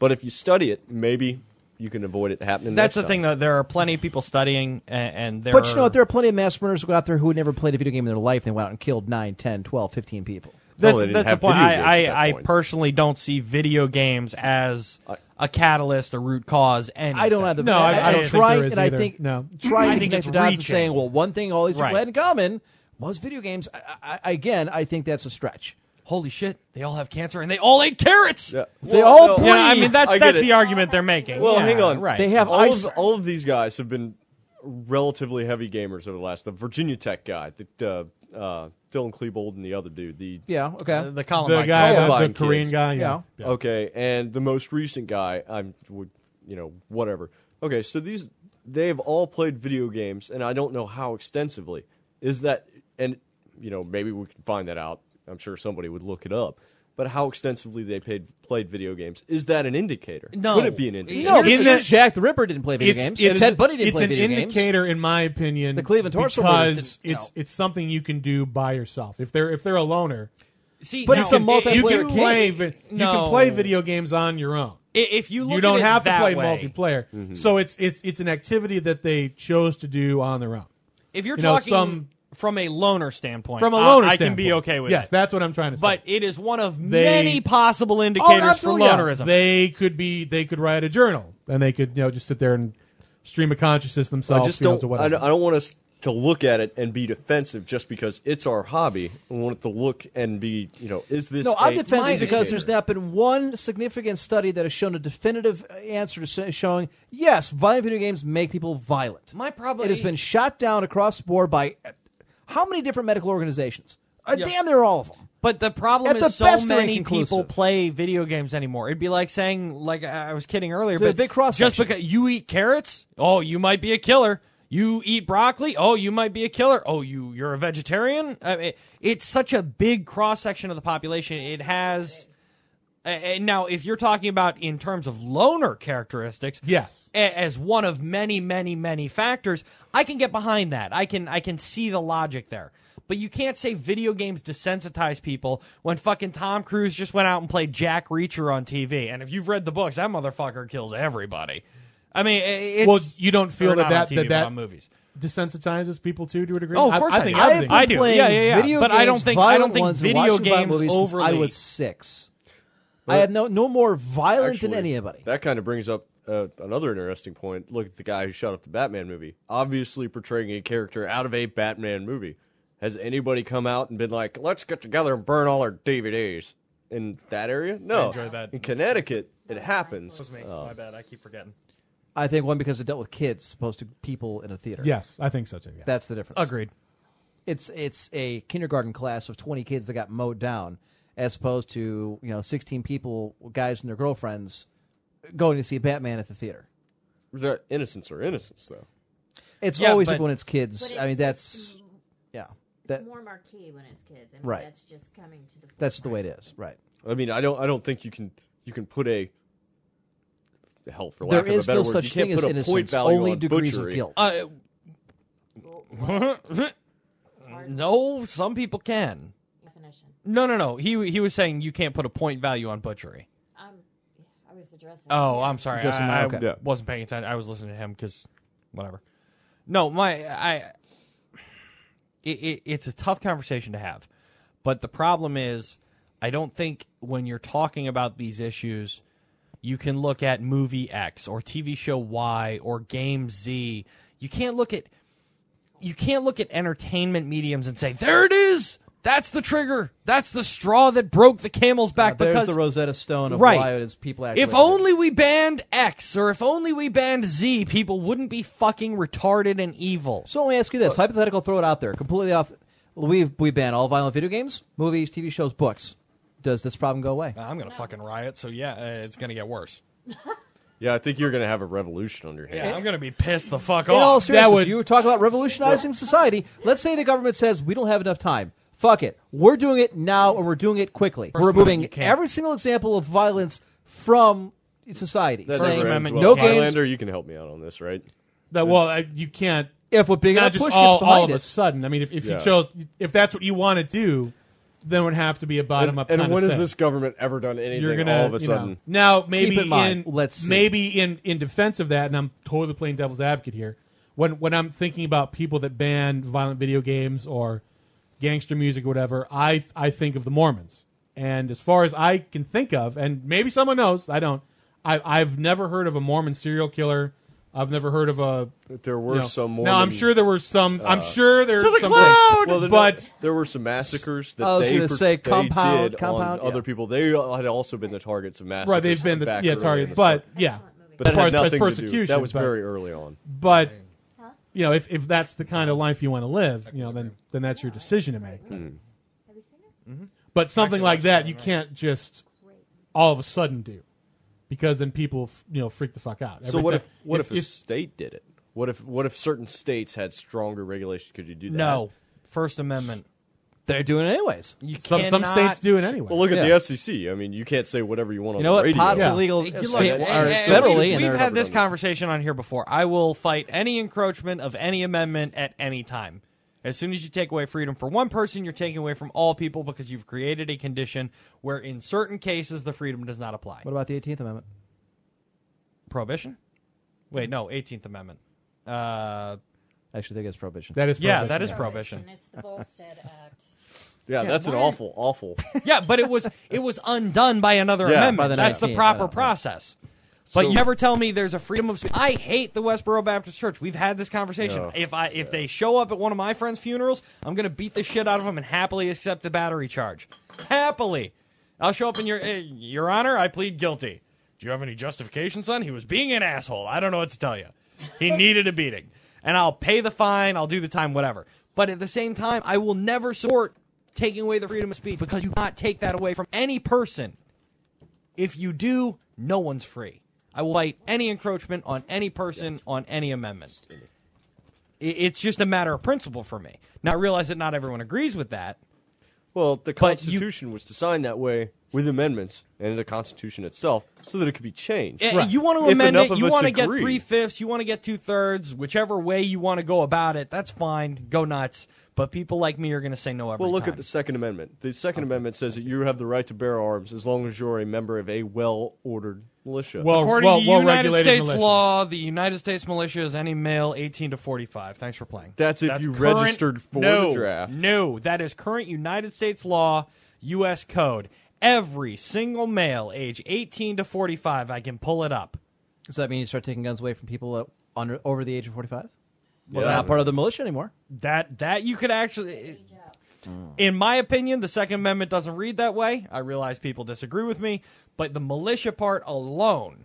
Speaker 7: But if you study it, maybe you can avoid it happening.
Speaker 8: that's
Speaker 7: next
Speaker 8: the
Speaker 7: time.
Speaker 8: thing though. There are plenty of people studying and, and there
Speaker 4: But you know
Speaker 8: are-
Speaker 4: what? There are plenty of mass murderers who go out there who had never played a video game in their life. and They went out and killed 9, 10, 12, 15 people.
Speaker 8: that's,
Speaker 7: they didn't
Speaker 8: that's the
Speaker 7: have
Speaker 8: point.
Speaker 7: video games
Speaker 8: I,
Speaker 7: at that
Speaker 8: I, I
Speaker 7: point.
Speaker 8: personally don't see video games as a catalyst, a root cause, and
Speaker 4: I don't have the.
Speaker 5: No, I- I don't think
Speaker 4: try,
Speaker 5: there is
Speaker 4: and
Speaker 5: either.
Speaker 4: I think
Speaker 5: No.
Speaker 4: trying
Speaker 8: I
Speaker 4: to
Speaker 8: think
Speaker 4: connect
Speaker 8: it's
Speaker 4: the dots and
Speaker 8: reaching.
Speaker 4: saying, well, one thing all these people
Speaker 8: Right.
Speaker 4: had in common was video games. I, I, again, I think that's a stretch.
Speaker 8: Holy shit! They all have cancer and they all ate carrots.
Speaker 7: Yeah.
Speaker 4: They
Speaker 7: Well,
Speaker 4: all
Speaker 7: no,
Speaker 8: Yeah, I mean that's
Speaker 7: I get
Speaker 8: that's
Speaker 7: it.
Speaker 8: the argument they're making.
Speaker 7: Well,
Speaker 8: Yeah,
Speaker 7: hang on.
Speaker 8: Right.
Speaker 4: They have
Speaker 7: all of,
Speaker 4: eyesight.
Speaker 7: all of these guys have been relatively heavy gamers over the last. The Virginia Tech guy, the uh, uh, Dylan Klebold, and the other dude, the
Speaker 4: Yeah. Okay.
Speaker 8: Uh, the column.
Speaker 5: the guy, the- the,
Speaker 7: Columbine
Speaker 5: Korean
Speaker 7: kids.
Speaker 5: guy,
Speaker 4: Yeah.
Speaker 5: yeah.
Speaker 7: Okay, and the most recent guy, I'm, would- you know, whatever. Okay, so these they've all played video games, and I don't know how extensively. Is that and you know maybe we can find that out. I'm sure somebody would look it up. But how extensively they played played video games is that an indicator?
Speaker 8: No.
Speaker 7: would it be an indicator?
Speaker 4: no,
Speaker 5: in
Speaker 4: because
Speaker 5: the-
Speaker 4: Jack the Ripper didn't play video games. Ted Bundy didn't
Speaker 5: it's
Speaker 4: play
Speaker 5: an
Speaker 4: video games.
Speaker 5: indicator, in my opinion,
Speaker 4: The Cleveland Torso Raiders
Speaker 5: because
Speaker 4: didn't-
Speaker 5: it's
Speaker 4: no.
Speaker 5: it's something you can do by yourself. If they're if they're a loner,
Speaker 8: See,
Speaker 4: But
Speaker 8: now-
Speaker 4: it's a
Speaker 8: it- it-
Speaker 4: multiplayer
Speaker 5: you can
Speaker 4: game.
Speaker 5: play vi- you
Speaker 8: No.
Speaker 5: can play video games on your own.
Speaker 8: if you look
Speaker 5: you don't
Speaker 8: at it
Speaker 5: have to
Speaker 8: that
Speaker 5: play
Speaker 8: way, Mm-hmm.
Speaker 5: multiplayer. So it's it's it's an activity that they chose to do on their own.
Speaker 8: If you're
Speaker 5: you know,
Speaker 8: talking
Speaker 5: some-
Speaker 8: from a loner standpoint,
Speaker 5: From a
Speaker 8: I-
Speaker 5: loner
Speaker 8: uh, I, can
Speaker 5: standpoint.
Speaker 8: be okay with
Speaker 5: yes,
Speaker 8: it.
Speaker 5: that's what I'm trying to
Speaker 8: but
Speaker 5: say.
Speaker 8: it is one of
Speaker 5: They-
Speaker 8: many possible indicators for
Speaker 4: absolutely, yeah.
Speaker 8: lonerism.
Speaker 5: they could be they could write a journal and they could you know just sit there and stream of consciousness themselves.
Speaker 7: I just
Speaker 5: you know,
Speaker 7: don't.
Speaker 5: to
Speaker 7: I,
Speaker 5: whatever.
Speaker 7: don't- I don't want us to look at it and be defensive just because it's our hobby. I want it to look and be, you know, is this?
Speaker 4: No, I'm
Speaker 7: a-
Speaker 4: defensive because there's
Speaker 7: indicator?
Speaker 4: not been one significant study that has shown a definitive answer to s- showing yes, violent video games make people violent.
Speaker 8: My problem-
Speaker 4: it has been shot down across the board by uh, how many different medical organizations? Uh,
Speaker 8: Yeah.
Speaker 4: Damn, they're all of them.
Speaker 8: But the problem
Speaker 4: At
Speaker 8: is
Speaker 4: the
Speaker 8: so
Speaker 4: best, they're
Speaker 8: many
Speaker 4: inconclusive.
Speaker 8: people play video games anymore. It'd be like saying, like I I was kidding earlier,
Speaker 4: There's a
Speaker 8: but
Speaker 4: big cross
Speaker 8: just
Speaker 4: section.
Speaker 8: because you eat carrots, oh, you might be a killer. You eat broccoli, oh, you might be a killer. Oh, you you're a vegetarian. I mean, it's such a big cross section of the population. It has. uh, uh, Now, if you're talking about in terms of loner characteristics,
Speaker 5: Yes.
Speaker 8: a- as one of many, many, many factors, I can get behind that. I can I can see the logic there. But you can't say video games desensitize people when fucking Tom Cruise just went out and played Jack Reacher on TV. And if you've read the books, that motherfucker kills everybody. I mean, i- it's
Speaker 5: well, you don't feel
Speaker 8: or
Speaker 5: that
Speaker 8: not on
Speaker 5: that
Speaker 8: TV,
Speaker 5: that,
Speaker 8: but
Speaker 5: that
Speaker 8: on movies.
Speaker 5: desensitizes people too to a degree.
Speaker 8: Oh, of course
Speaker 5: I,
Speaker 8: I
Speaker 5: think
Speaker 8: do.
Speaker 5: other
Speaker 8: I-
Speaker 5: things.
Speaker 8: I do.
Speaker 4: playing
Speaker 8: Yeah, yeah, yeah.
Speaker 4: Video
Speaker 8: But
Speaker 4: games,
Speaker 8: I don't think- I
Speaker 4: violent
Speaker 8: don't think
Speaker 4: ones and
Speaker 8: video
Speaker 4: watching
Speaker 8: games
Speaker 4: violent movies since I
Speaker 8: overly-
Speaker 4: was six. I have no no more violent
Speaker 7: Actually,
Speaker 4: than anybody.
Speaker 7: That kind of brings up uh, another interesting point. Look at the guy who shot up the Batman movie, obviously portraying a character out of a Batman movie. Has anybody come out and been like, "Let's get together and burn all our DVDs"? In that area, no.
Speaker 8: enjoyed that.
Speaker 7: In Connecticut, it happens.
Speaker 8: My bad, I keep forgetting.
Speaker 4: I think one because it dealt with kids, as opposed to people in a theater.
Speaker 5: Yes, I think so too. Yeah.
Speaker 4: that's the difference.
Speaker 8: Agreed.
Speaker 4: it's it's a kindergarten class of 20 kids that got mowed down as opposed to you know 16 people guys and their girlfriends going to see batman at the theater
Speaker 7: Is there innocence or innocence though?
Speaker 4: it's
Speaker 8: Yeah,
Speaker 4: always
Speaker 8: but-
Speaker 4: like when it's kids
Speaker 10: But
Speaker 4: i mean
Speaker 10: it's-
Speaker 4: that's yeah that,
Speaker 10: More marquee when it's kids. I mean,
Speaker 4: Right.
Speaker 10: That's just coming to the.
Speaker 4: that's the way it is right
Speaker 7: I mean, I don't. I don't think you can. You can put a hell for
Speaker 4: there
Speaker 7: lack
Speaker 4: is
Speaker 7: of a better
Speaker 4: no
Speaker 7: word.
Speaker 4: such
Speaker 7: you can't
Speaker 4: thing as
Speaker 7: put a point
Speaker 4: innocence
Speaker 7: value
Speaker 4: only
Speaker 7: on
Speaker 4: degrees
Speaker 7: butchery.
Speaker 4: of guilt
Speaker 8: Uh, no, some people can.
Speaker 10: Definition.
Speaker 8: No, no, no. He he was saying you can't put a point value on butchery.
Speaker 10: Um, I was addressing.
Speaker 8: Oh, I'm sorry.
Speaker 4: Justin,
Speaker 8: I, I
Speaker 4: okay.
Speaker 7: Yeah.
Speaker 8: wasn't paying attention. I was listening to him because, whatever. No, my I. It, it, it's a tough conversation to have, but the problem is, I don't think when you're talking about these issues, you can look at movie X or TV show Y or game Z. You can't look at you can't look at entertainment mediums and say there it is. That's the trigger. That's the straw that broke the camel's back.
Speaker 4: there's
Speaker 8: because
Speaker 4: the rosetta stone of
Speaker 8: right.
Speaker 4: why it is people act
Speaker 8: If
Speaker 4: the way they do.
Speaker 8: only we banned X or if only we banned Z, people wouldn't be fucking retarded and evil.
Speaker 4: So let me ask you
Speaker 8: Uh,
Speaker 4: this: hypothetical, throw it out there, completely off. We we ban all violent video games, movies, TV shows, books. Does this problem go away?
Speaker 8: I'm gonna fucking riot, so yeah, uh, it's gonna get worse.
Speaker 7: Yeah, I think you're going to have a revolution on your hands.
Speaker 8: I'm gonna be pissed the fuck
Speaker 4: In all
Speaker 8: off.
Speaker 4: seriousness, you talk about revolutionizing society. Let's say the government says we don't have enough time. Fuck it. We're doing it now, and we're doing it quickly. we're removing
Speaker 8: Amendment, you can't.
Speaker 4: every single example of violence from society.
Speaker 7: That
Speaker 4: saying,
Speaker 7: never ends
Speaker 8: Amendment,
Speaker 4: no
Speaker 7: well.
Speaker 4: games.
Speaker 7: Highlander, you can help me out on this, right?
Speaker 5: That- well, I, you can't.
Speaker 4: If we're big
Speaker 5: not
Speaker 4: enough
Speaker 5: just
Speaker 4: push
Speaker 5: all,
Speaker 4: gets
Speaker 5: all of
Speaker 4: behind
Speaker 5: a
Speaker 4: us,
Speaker 5: sudden. I mean, if, if
Speaker 7: Yeah.
Speaker 5: you chose, if that's what you want to do, then it would have to be a bottom
Speaker 7: And,
Speaker 5: up.
Speaker 7: and
Speaker 5: kind
Speaker 7: when
Speaker 5: of
Speaker 7: has
Speaker 5: thing.
Speaker 7: this government ever done anything
Speaker 5: You're gonna
Speaker 7: all of a
Speaker 5: you know.
Speaker 7: sudden?
Speaker 5: now maybe
Speaker 4: Keep in mind,
Speaker 5: in
Speaker 4: let's see.
Speaker 5: maybe in in defense of that, and I'm totally playing devil's advocate here. When when I'm thinking about people that ban violent video games or gangster music or whatever, I I think of the Mormons. And as far as I can think of, and maybe someone knows, I don't. I I've never heard of a Mormon serial killer. I've never heard of a.
Speaker 7: There were
Speaker 5: you know-
Speaker 7: some more. uh,
Speaker 5: Now I'm sure there were some. I'm sure there
Speaker 8: To the
Speaker 5: some
Speaker 8: cloud!
Speaker 7: well, there-
Speaker 5: but
Speaker 7: there were some massacres that
Speaker 4: I was
Speaker 7: they
Speaker 4: gonna
Speaker 7: per-
Speaker 4: say
Speaker 7: they
Speaker 4: compound,
Speaker 7: did
Speaker 4: compound,
Speaker 7: on other
Speaker 4: yeah.
Speaker 7: people. They had also been the targets of massacres.
Speaker 5: right, they've been the
Speaker 7: back
Speaker 5: yeah
Speaker 7: early in
Speaker 5: target,
Speaker 7: the
Speaker 5: but
Speaker 7: summer.
Speaker 5: yeah,
Speaker 7: but that
Speaker 5: as far as,
Speaker 7: had
Speaker 5: as
Speaker 7: nothing to do-
Speaker 5: persecution,
Speaker 7: That was
Speaker 5: but-
Speaker 7: very early on.
Speaker 5: but you know if, if that's the kind of life you want to live you know then then that's your decision to
Speaker 7: Hmm.
Speaker 5: make Mm-hmm. but something like that you can't just all of a sudden do because then people f- you know freak the fuck out
Speaker 7: So
Speaker 5: Every
Speaker 7: what
Speaker 5: ti-
Speaker 7: if what if, a state did it? What if what if certain states had stronger regulation? Could you do that?
Speaker 8: No, First Amendment.
Speaker 4: they're doing it anyways.
Speaker 8: You
Speaker 5: some, some
Speaker 8: cannot-
Speaker 5: states do it anyway
Speaker 7: Well, look at
Speaker 4: Yeah.
Speaker 7: the FCC. I mean, you can't say whatever you want on
Speaker 4: You know
Speaker 7: the
Speaker 4: what?
Speaker 7: radio.
Speaker 4: Pot's
Speaker 5: Yeah.
Speaker 4: illegal
Speaker 8: You look,
Speaker 4: state,
Speaker 8: and-
Speaker 4: or
Speaker 8: and-
Speaker 4: federally, and
Speaker 8: We've
Speaker 4: they're-
Speaker 8: had this
Speaker 7: Government.
Speaker 8: conversation on here before. I will fight any encroachment of any amendment at any time. As soon as you take away freedom for one person, you're taking away from all people because you've created a condition where, in certain cases, the freedom does not apply.
Speaker 4: What about the 18th Amendment?
Speaker 8: Prohibition? Wait, no, 18th Amendment. Uh,
Speaker 4: Actually, I think it's prohibition.
Speaker 5: That is
Speaker 8: yeah,
Speaker 5: prohibition.
Speaker 8: that is prohibition.
Speaker 10: It's the Volstead Act.
Speaker 7: Yeah, that's an awful, awful.
Speaker 8: yeah, but it was it was undone by another
Speaker 7: Yeah,
Speaker 8: amendment.
Speaker 7: by
Speaker 4: the
Speaker 8: That's the
Speaker 4: 19th,
Speaker 8: proper
Speaker 4: yeah.
Speaker 8: process. But
Speaker 7: So-
Speaker 8: you never tell me there's a freedom of speech. I hate the Westboro Baptist Church. We've had this conversation.
Speaker 7: Yeah.
Speaker 8: If I if they show up at one of my friends' funerals, I'm going to beat the shit out of them and happily accept the battery charge. Happily, I'll show up in your uh, your honor. I plead guilty. Do you have any justification, son? He was being an asshole. I don't know what to tell you. He needed a beating, and I'll pay the fine. I'll do the time, whatever. But at the same time, I will never support taking away the freedom of speech because you cannot take that away from any person. If you do, no one's free. I will fight any encroachment on any person on any amendment. I- It's just a matter of principle for me. Now I realize that not everyone agrees with that.
Speaker 7: Well, the
Speaker 8: But you-
Speaker 7: Constitution was designed that way with amendments and the Constitution itself, so that it could be changed.
Speaker 8: Eh, You want to
Speaker 7: If
Speaker 8: amend
Speaker 7: enough
Speaker 8: it.
Speaker 7: of
Speaker 8: You
Speaker 7: us
Speaker 8: want to get
Speaker 7: agree.
Speaker 8: three fifths. You want to get two thirds. Whichever way you want to go about it, that's fine. Go nuts. But people like me are going to say no every
Speaker 7: Well, look
Speaker 8: time.
Speaker 7: at the Second Amendment. The Second Amendment says that you have the right to bear arms as long as you're a member of a well-ordered militia.
Speaker 5: Well,
Speaker 8: According
Speaker 5: well,
Speaker 8: to
Speaker 5: well
Speaker 8: United
Speaker 5: regulated
Speaker 8: States
Speaker 5: militia.
Speaker 8: law, the United States militia is any male 18 to 45. Thanks for playing.
Speaker 7: That's if you
Speaker 8: current-
Speaker 7: registered for
Speaker 8: no,
Speaker 7: the draft.
Speaker 8: No, that is current United States law, U.S. code. Every single male age 18 to 45, I can pull it up.
Speaker 4: Does that mean you start taking guns away from people uh, under over the age of forty-five? Well,
Speaker 7: Yeah.
Speaker 4: they're not part of the militia anymore.
Speaker 8: That that you could actually in my opinion, the Second Amendment doesn't read that way. I realize people disagree with me, but the militia part alone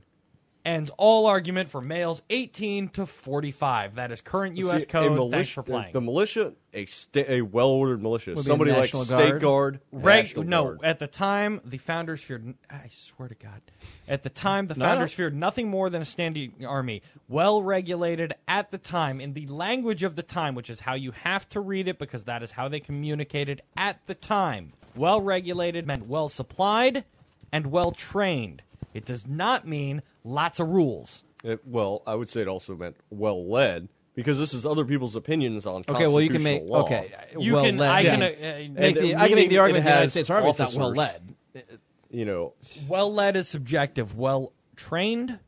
Speaker 8: ends all argument for males 18 to 45. That is current U.S.
Speaker 7: See, a
Speaker 8: code.
Speaker 7: militia- uh,
Speaker 8: Thanks for playing.
Speaker 7: The militia, a, sta- a well-ordered militia,
Speaker 4: Would be a
Speaker 7: somebody like
Speaker 4: National
Speaker 7: State
Speaker 4: Guard.
Speaker 7: Guard,
Speaker 8: Right?
Speaker 7: National
Speaker 8: No,
Speaker 7: Guard.
Speaker 8: at the time, the founders feared. I swear to God, at the time, the
Speaker 4: I
Speaker 8: founders
Speaker 4: don't-
Speaker 8: feared nothing more than a standing army, well regulated at the time in the language of the time, which is how you have to read it because that is how they communicated at the time. Well regulated meant well supplied and well trained. It does not mean lots of rules.
Speaker 7: It- well, I would say it also meant well-led because this is other people's opinions on
Speaker 4: Okay, well you can make
Speaker 7: law.
Speaker 4: okay. uh,
Speaker 8: You
Speaker 4: well
Speaker 8: can-
Speaker 4: led.
Speaker 8: I
Speaker 4: Yeah.
Speaker 8: can, uh, uh,
Speaker 4: make the, I can make
Speaker 7: meaning
Speaker 4: the argument the
Speaker 7: it
Speaker 4: United
Speaker 7: has
Speaker 4: States Army is not well
Speaker 7: officers.
Speaker 4: led.
Speaker 7: You know,
Speaker 8: uh, Well led is subjective. Well trained,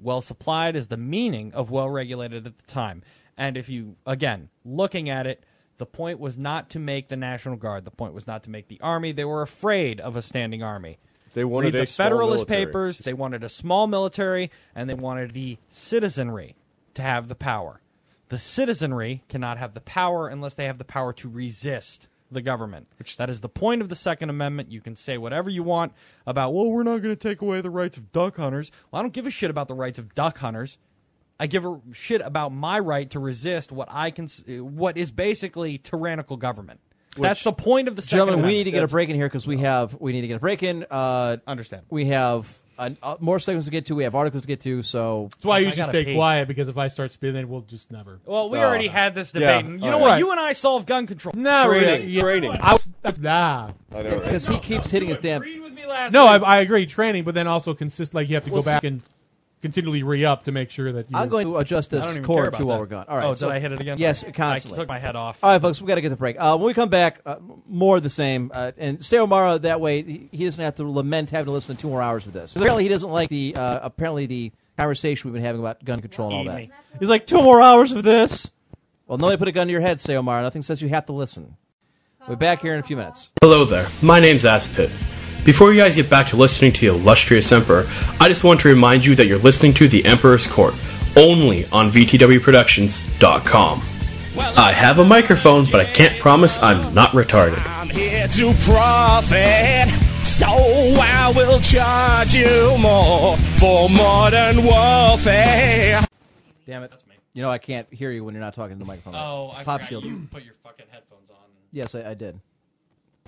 Speaker 8: well supplied is the meaning of well regulated at the time. And if you, again, looking at it, the point was not to make the National Guard. The point was not to make the Army. They were afraid of a standing army.
Speaker 7: They wanted
Speaker 8: Read
Speaker 7: a
Speaker 8: the
Speaker 7: small
Speaker 8: Federalist
Speaker 7: military.
Speaker 8: Papers. They wanted a small military, and they wanted the citizenry to have the power. The citizenry cannot have the power unless they have the power to resist the government. Which that is the point of the Second Amendment. You can say whatever you want about, well, we're not going to take away the rights of duck hunters. Well, I don't give a shit about the rights of duck hunters. I give a shit about my right to resist what I can, what is basically tyrannical government. That's the point of the Second
Speaker 4: Gentlemen, we
Speaker 8: Amendment.
Speaker 4: need to get a break in here because we have we need to get a break in. Uh,
Speaker 8: Understand.
Speaker 4: We have uh, uh, more segments to get to. We have articles to get to. So
Speaker 5: That's why I
Speaker 8: I
Speaker 5: usually
Speaker 8: gotta
Speaker 5: stay
Speaker 8: pee.
Speaker 5: quiet because if I start spinning, we'll just never.
Speaker 8: Well, we
Speaker 7: Oh,
Speaker 8: already
Speaker 7: no.
Speaker 8: had this debate.
Speaker 7: Yeah.
Speaker 8: and you
Speaker 7: Oh,
Speaker 8: know
Speaker 7: yeah.
Speaker 8: what?
Speaker 5: Right.
Speaker 8: You and I solved gun control.
Speaker 5: Not
Speaker 7: Training,
Speaker 5: really.
Speaker 7: training.
Speaker 5: I was, nah.
Speaker 7: I know,
Speaker 4: it's
Speaker 7: right?
Speaker 4: because he keeps hitting his damn.
Speaker 8: with me last
Speaker 5: No, I, I agree. Training, but then also consist like you have to go
Speaker 4: Well,
Speaker 5: back and continually re up to make sure that you.
Speaker 4: I'm going to adjust
Speaker 8: I don't
Speaker 4: this
Speaker 8: even care
Speaker 4: cord
Speaker 8: about
Speaker 4: too while
Speaker 8: that.
Speaker 4: we're gone. All right.
Speaker 8: Oh, did
Speaker 4: so-
Speaker 8: I hit it again?
Speaker 4: Yes,
Speaker 8: I
Speaker 4: constantly.
Speaker 8: took my head off.
Speaker 4: All right, folks, we got to get the break. Uh, when we come back, uh, more of the same. Uh, and Say O'Mara, that way he- he doesn't have to lament having to listen to two more hours of this. 'Cause Apparently, he doesn't like the uh, apparently the conversation we've been having about gun control and all that.
Speaker 5: Evening.
Speaker 4: He's like two more hours of this. Well, nobody put a gun to your head, Say O'Mara. Nothing says you have to listen. We'll be back here in a few minutes.
Speaker 11: Hello there, my name's Aspit. Before you guys get back to listening to the illustrious Emperor, I just want to remind you that you're listening to The Emperor's Court, only on VTWProductions.com. I have a microphone, but I can't promise I'm not retarded.
Speaker 12: I'm here to profit, so I will charge you more for modern warfare.
Speaker 4: Damn it. Oh, You know, I can't hear you when you're not talking to the microphone. Pop shield.
Speaker 8: put your fucking headphones on.
Speaker 4: Yes, I, I did.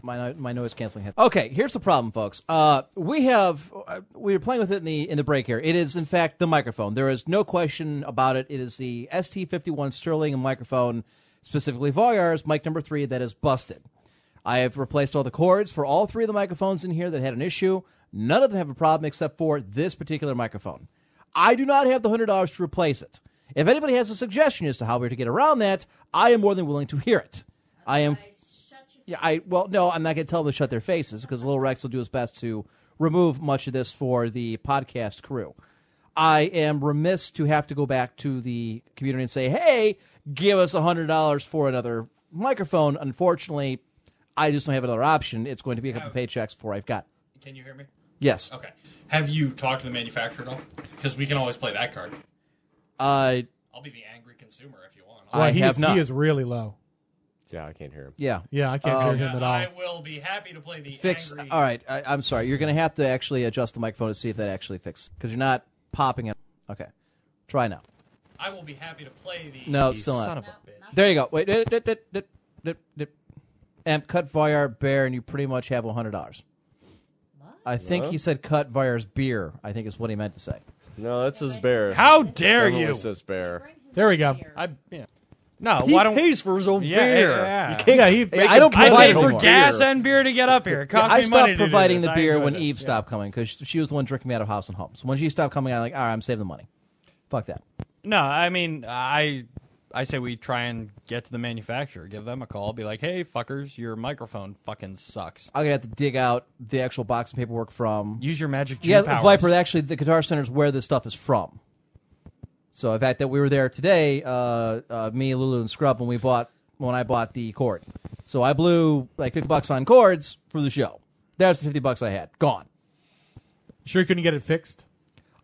Speaker 4: My no- my noise canceling head. Okay, here's the problem, folks. Uh, we have uh, we were playing with it in the in the break here. It is in fact the microphone. There is no question about it. It is the ST51 Sterling microphone, specifically Voyar's mic number three that is busted. I have replaced all the cords for all three of the microphones in here that had an issue. None of them have a problem except for this particular microphone. I do not have the hundred dollars to replace it. If anybody has a suggestion as to how we're to get around that, I am more than willing to hear it. I am. Yeah, I well, no, I'm not going to tell them to shut their faces because Little Rex will do his best to remove much of this for the podcast crew. I am remiss to have to go back to the community and say, hey, give us $100 for another microphone. Unfortunately, I just don't have another option. It's going to be a couple paychecks before I've got.
Speaker 8: Can you hear me?
Speaker 4: Yes.
Speaker 8: Okay. Have you talked to the manufacturer at all? Because we can always play that card.
Speaker 4: Uh,
Speaker 8: I'll be the angry consumer if you want.
Speaker 5: Well,
Speaker 4: I
Speaker 5: he
Speaker 4: have
Speaker 5: is,
Speaker 4: not.
Speaker 5: He is really low.
Speaker 7: Yeah, I can't hear him.
Speaker 4: yeah.
Speaker 5: Yeah, I can't
Speaker 4: Uh,
Speaker 5: hear him at all.
Speaker 8: Oh, I will be happy to play the
Speaker 4: Fix.
Speaker 8: angry.
Speaker 4: All right. I, I'm sorry. You're going to have to actually adjust the microphone to see if that actually fixes because you're not popping it. Okay. Try now.
Speaker 8: I will be happy to play the.
Speaker 4: No, it's still not.
Speaker 8: son of a bitch.
Speaker 4: There you go. Wait. Dip, dip, dip, dip, dip, dip. Amp cut Viar bear, and you pretty much have hundred dollars. I think he said cut Viar's beer. I think is what he meant to say.
Speaker 7: No, that's his bear.
Speaker 5: How dare
Speaker 7: Everyone
Speaker 5: you?
Speaker 7: says bear.
Speaker 5: There we go.
Speaker 8: I, yeah.
Speaker 12: No,
Speaker 7: He
Speaker 12: why don't
Speaker 7: pays for his own
Speaker 8: Yeah, yeah,
Speaker 7: beer.
Speaker 8: yeah.
Speaker 7: You can't.
Speaker 5: Yeah, he-
Speaker 7: make
Speaker 4: I don't
Speaker 7: him pay
Speaker 4: provide
Speaker 8: Pay for
Speaker 4: Anymore.
Speaker 8: gas and beer to get up here. It costs
Speaker 4: I
Speaker 8: me money
Speaker 4: stopped
Speaker 8: to do
Speaker 4: providing
Speaker 8: this.
Speaker 4: the
Speaker 8: I
Speaker 4: beer
Speaker 8: enjoy
Speaker 4: when
Speaker 8: this.
Speaker 4: Eve
Speaker 8: Yeah.
Speaker 4: stopped coming because she was the one drinking me out of house and home. So when she stopped coming, I'm like, all right, I'm saving the money. Fuck that.
Speaker 8: No, I mean, I I say we try and get to the manufacturer, give them a call, be like, hey, fuckers, your microphone fucking sucks.
Speaker 4: I'm gonna have to dig out the actual box and paperwork from.
Speaker 8: Use your magic
Speaker 4: yeah,
Speaker 8: gene powers.
Speaker 4: Viper. Actually, the Guitar Center is where this stuff is from. So, in fact, that we were there today, uh, uh, me, Lulu, and Scrub, when we bought when I bought the cord. So I blew like fifty bucks on cords for the show. That's the fifty bucks I had gone.
Speaker 5: Sure, you couldn't get it fixed.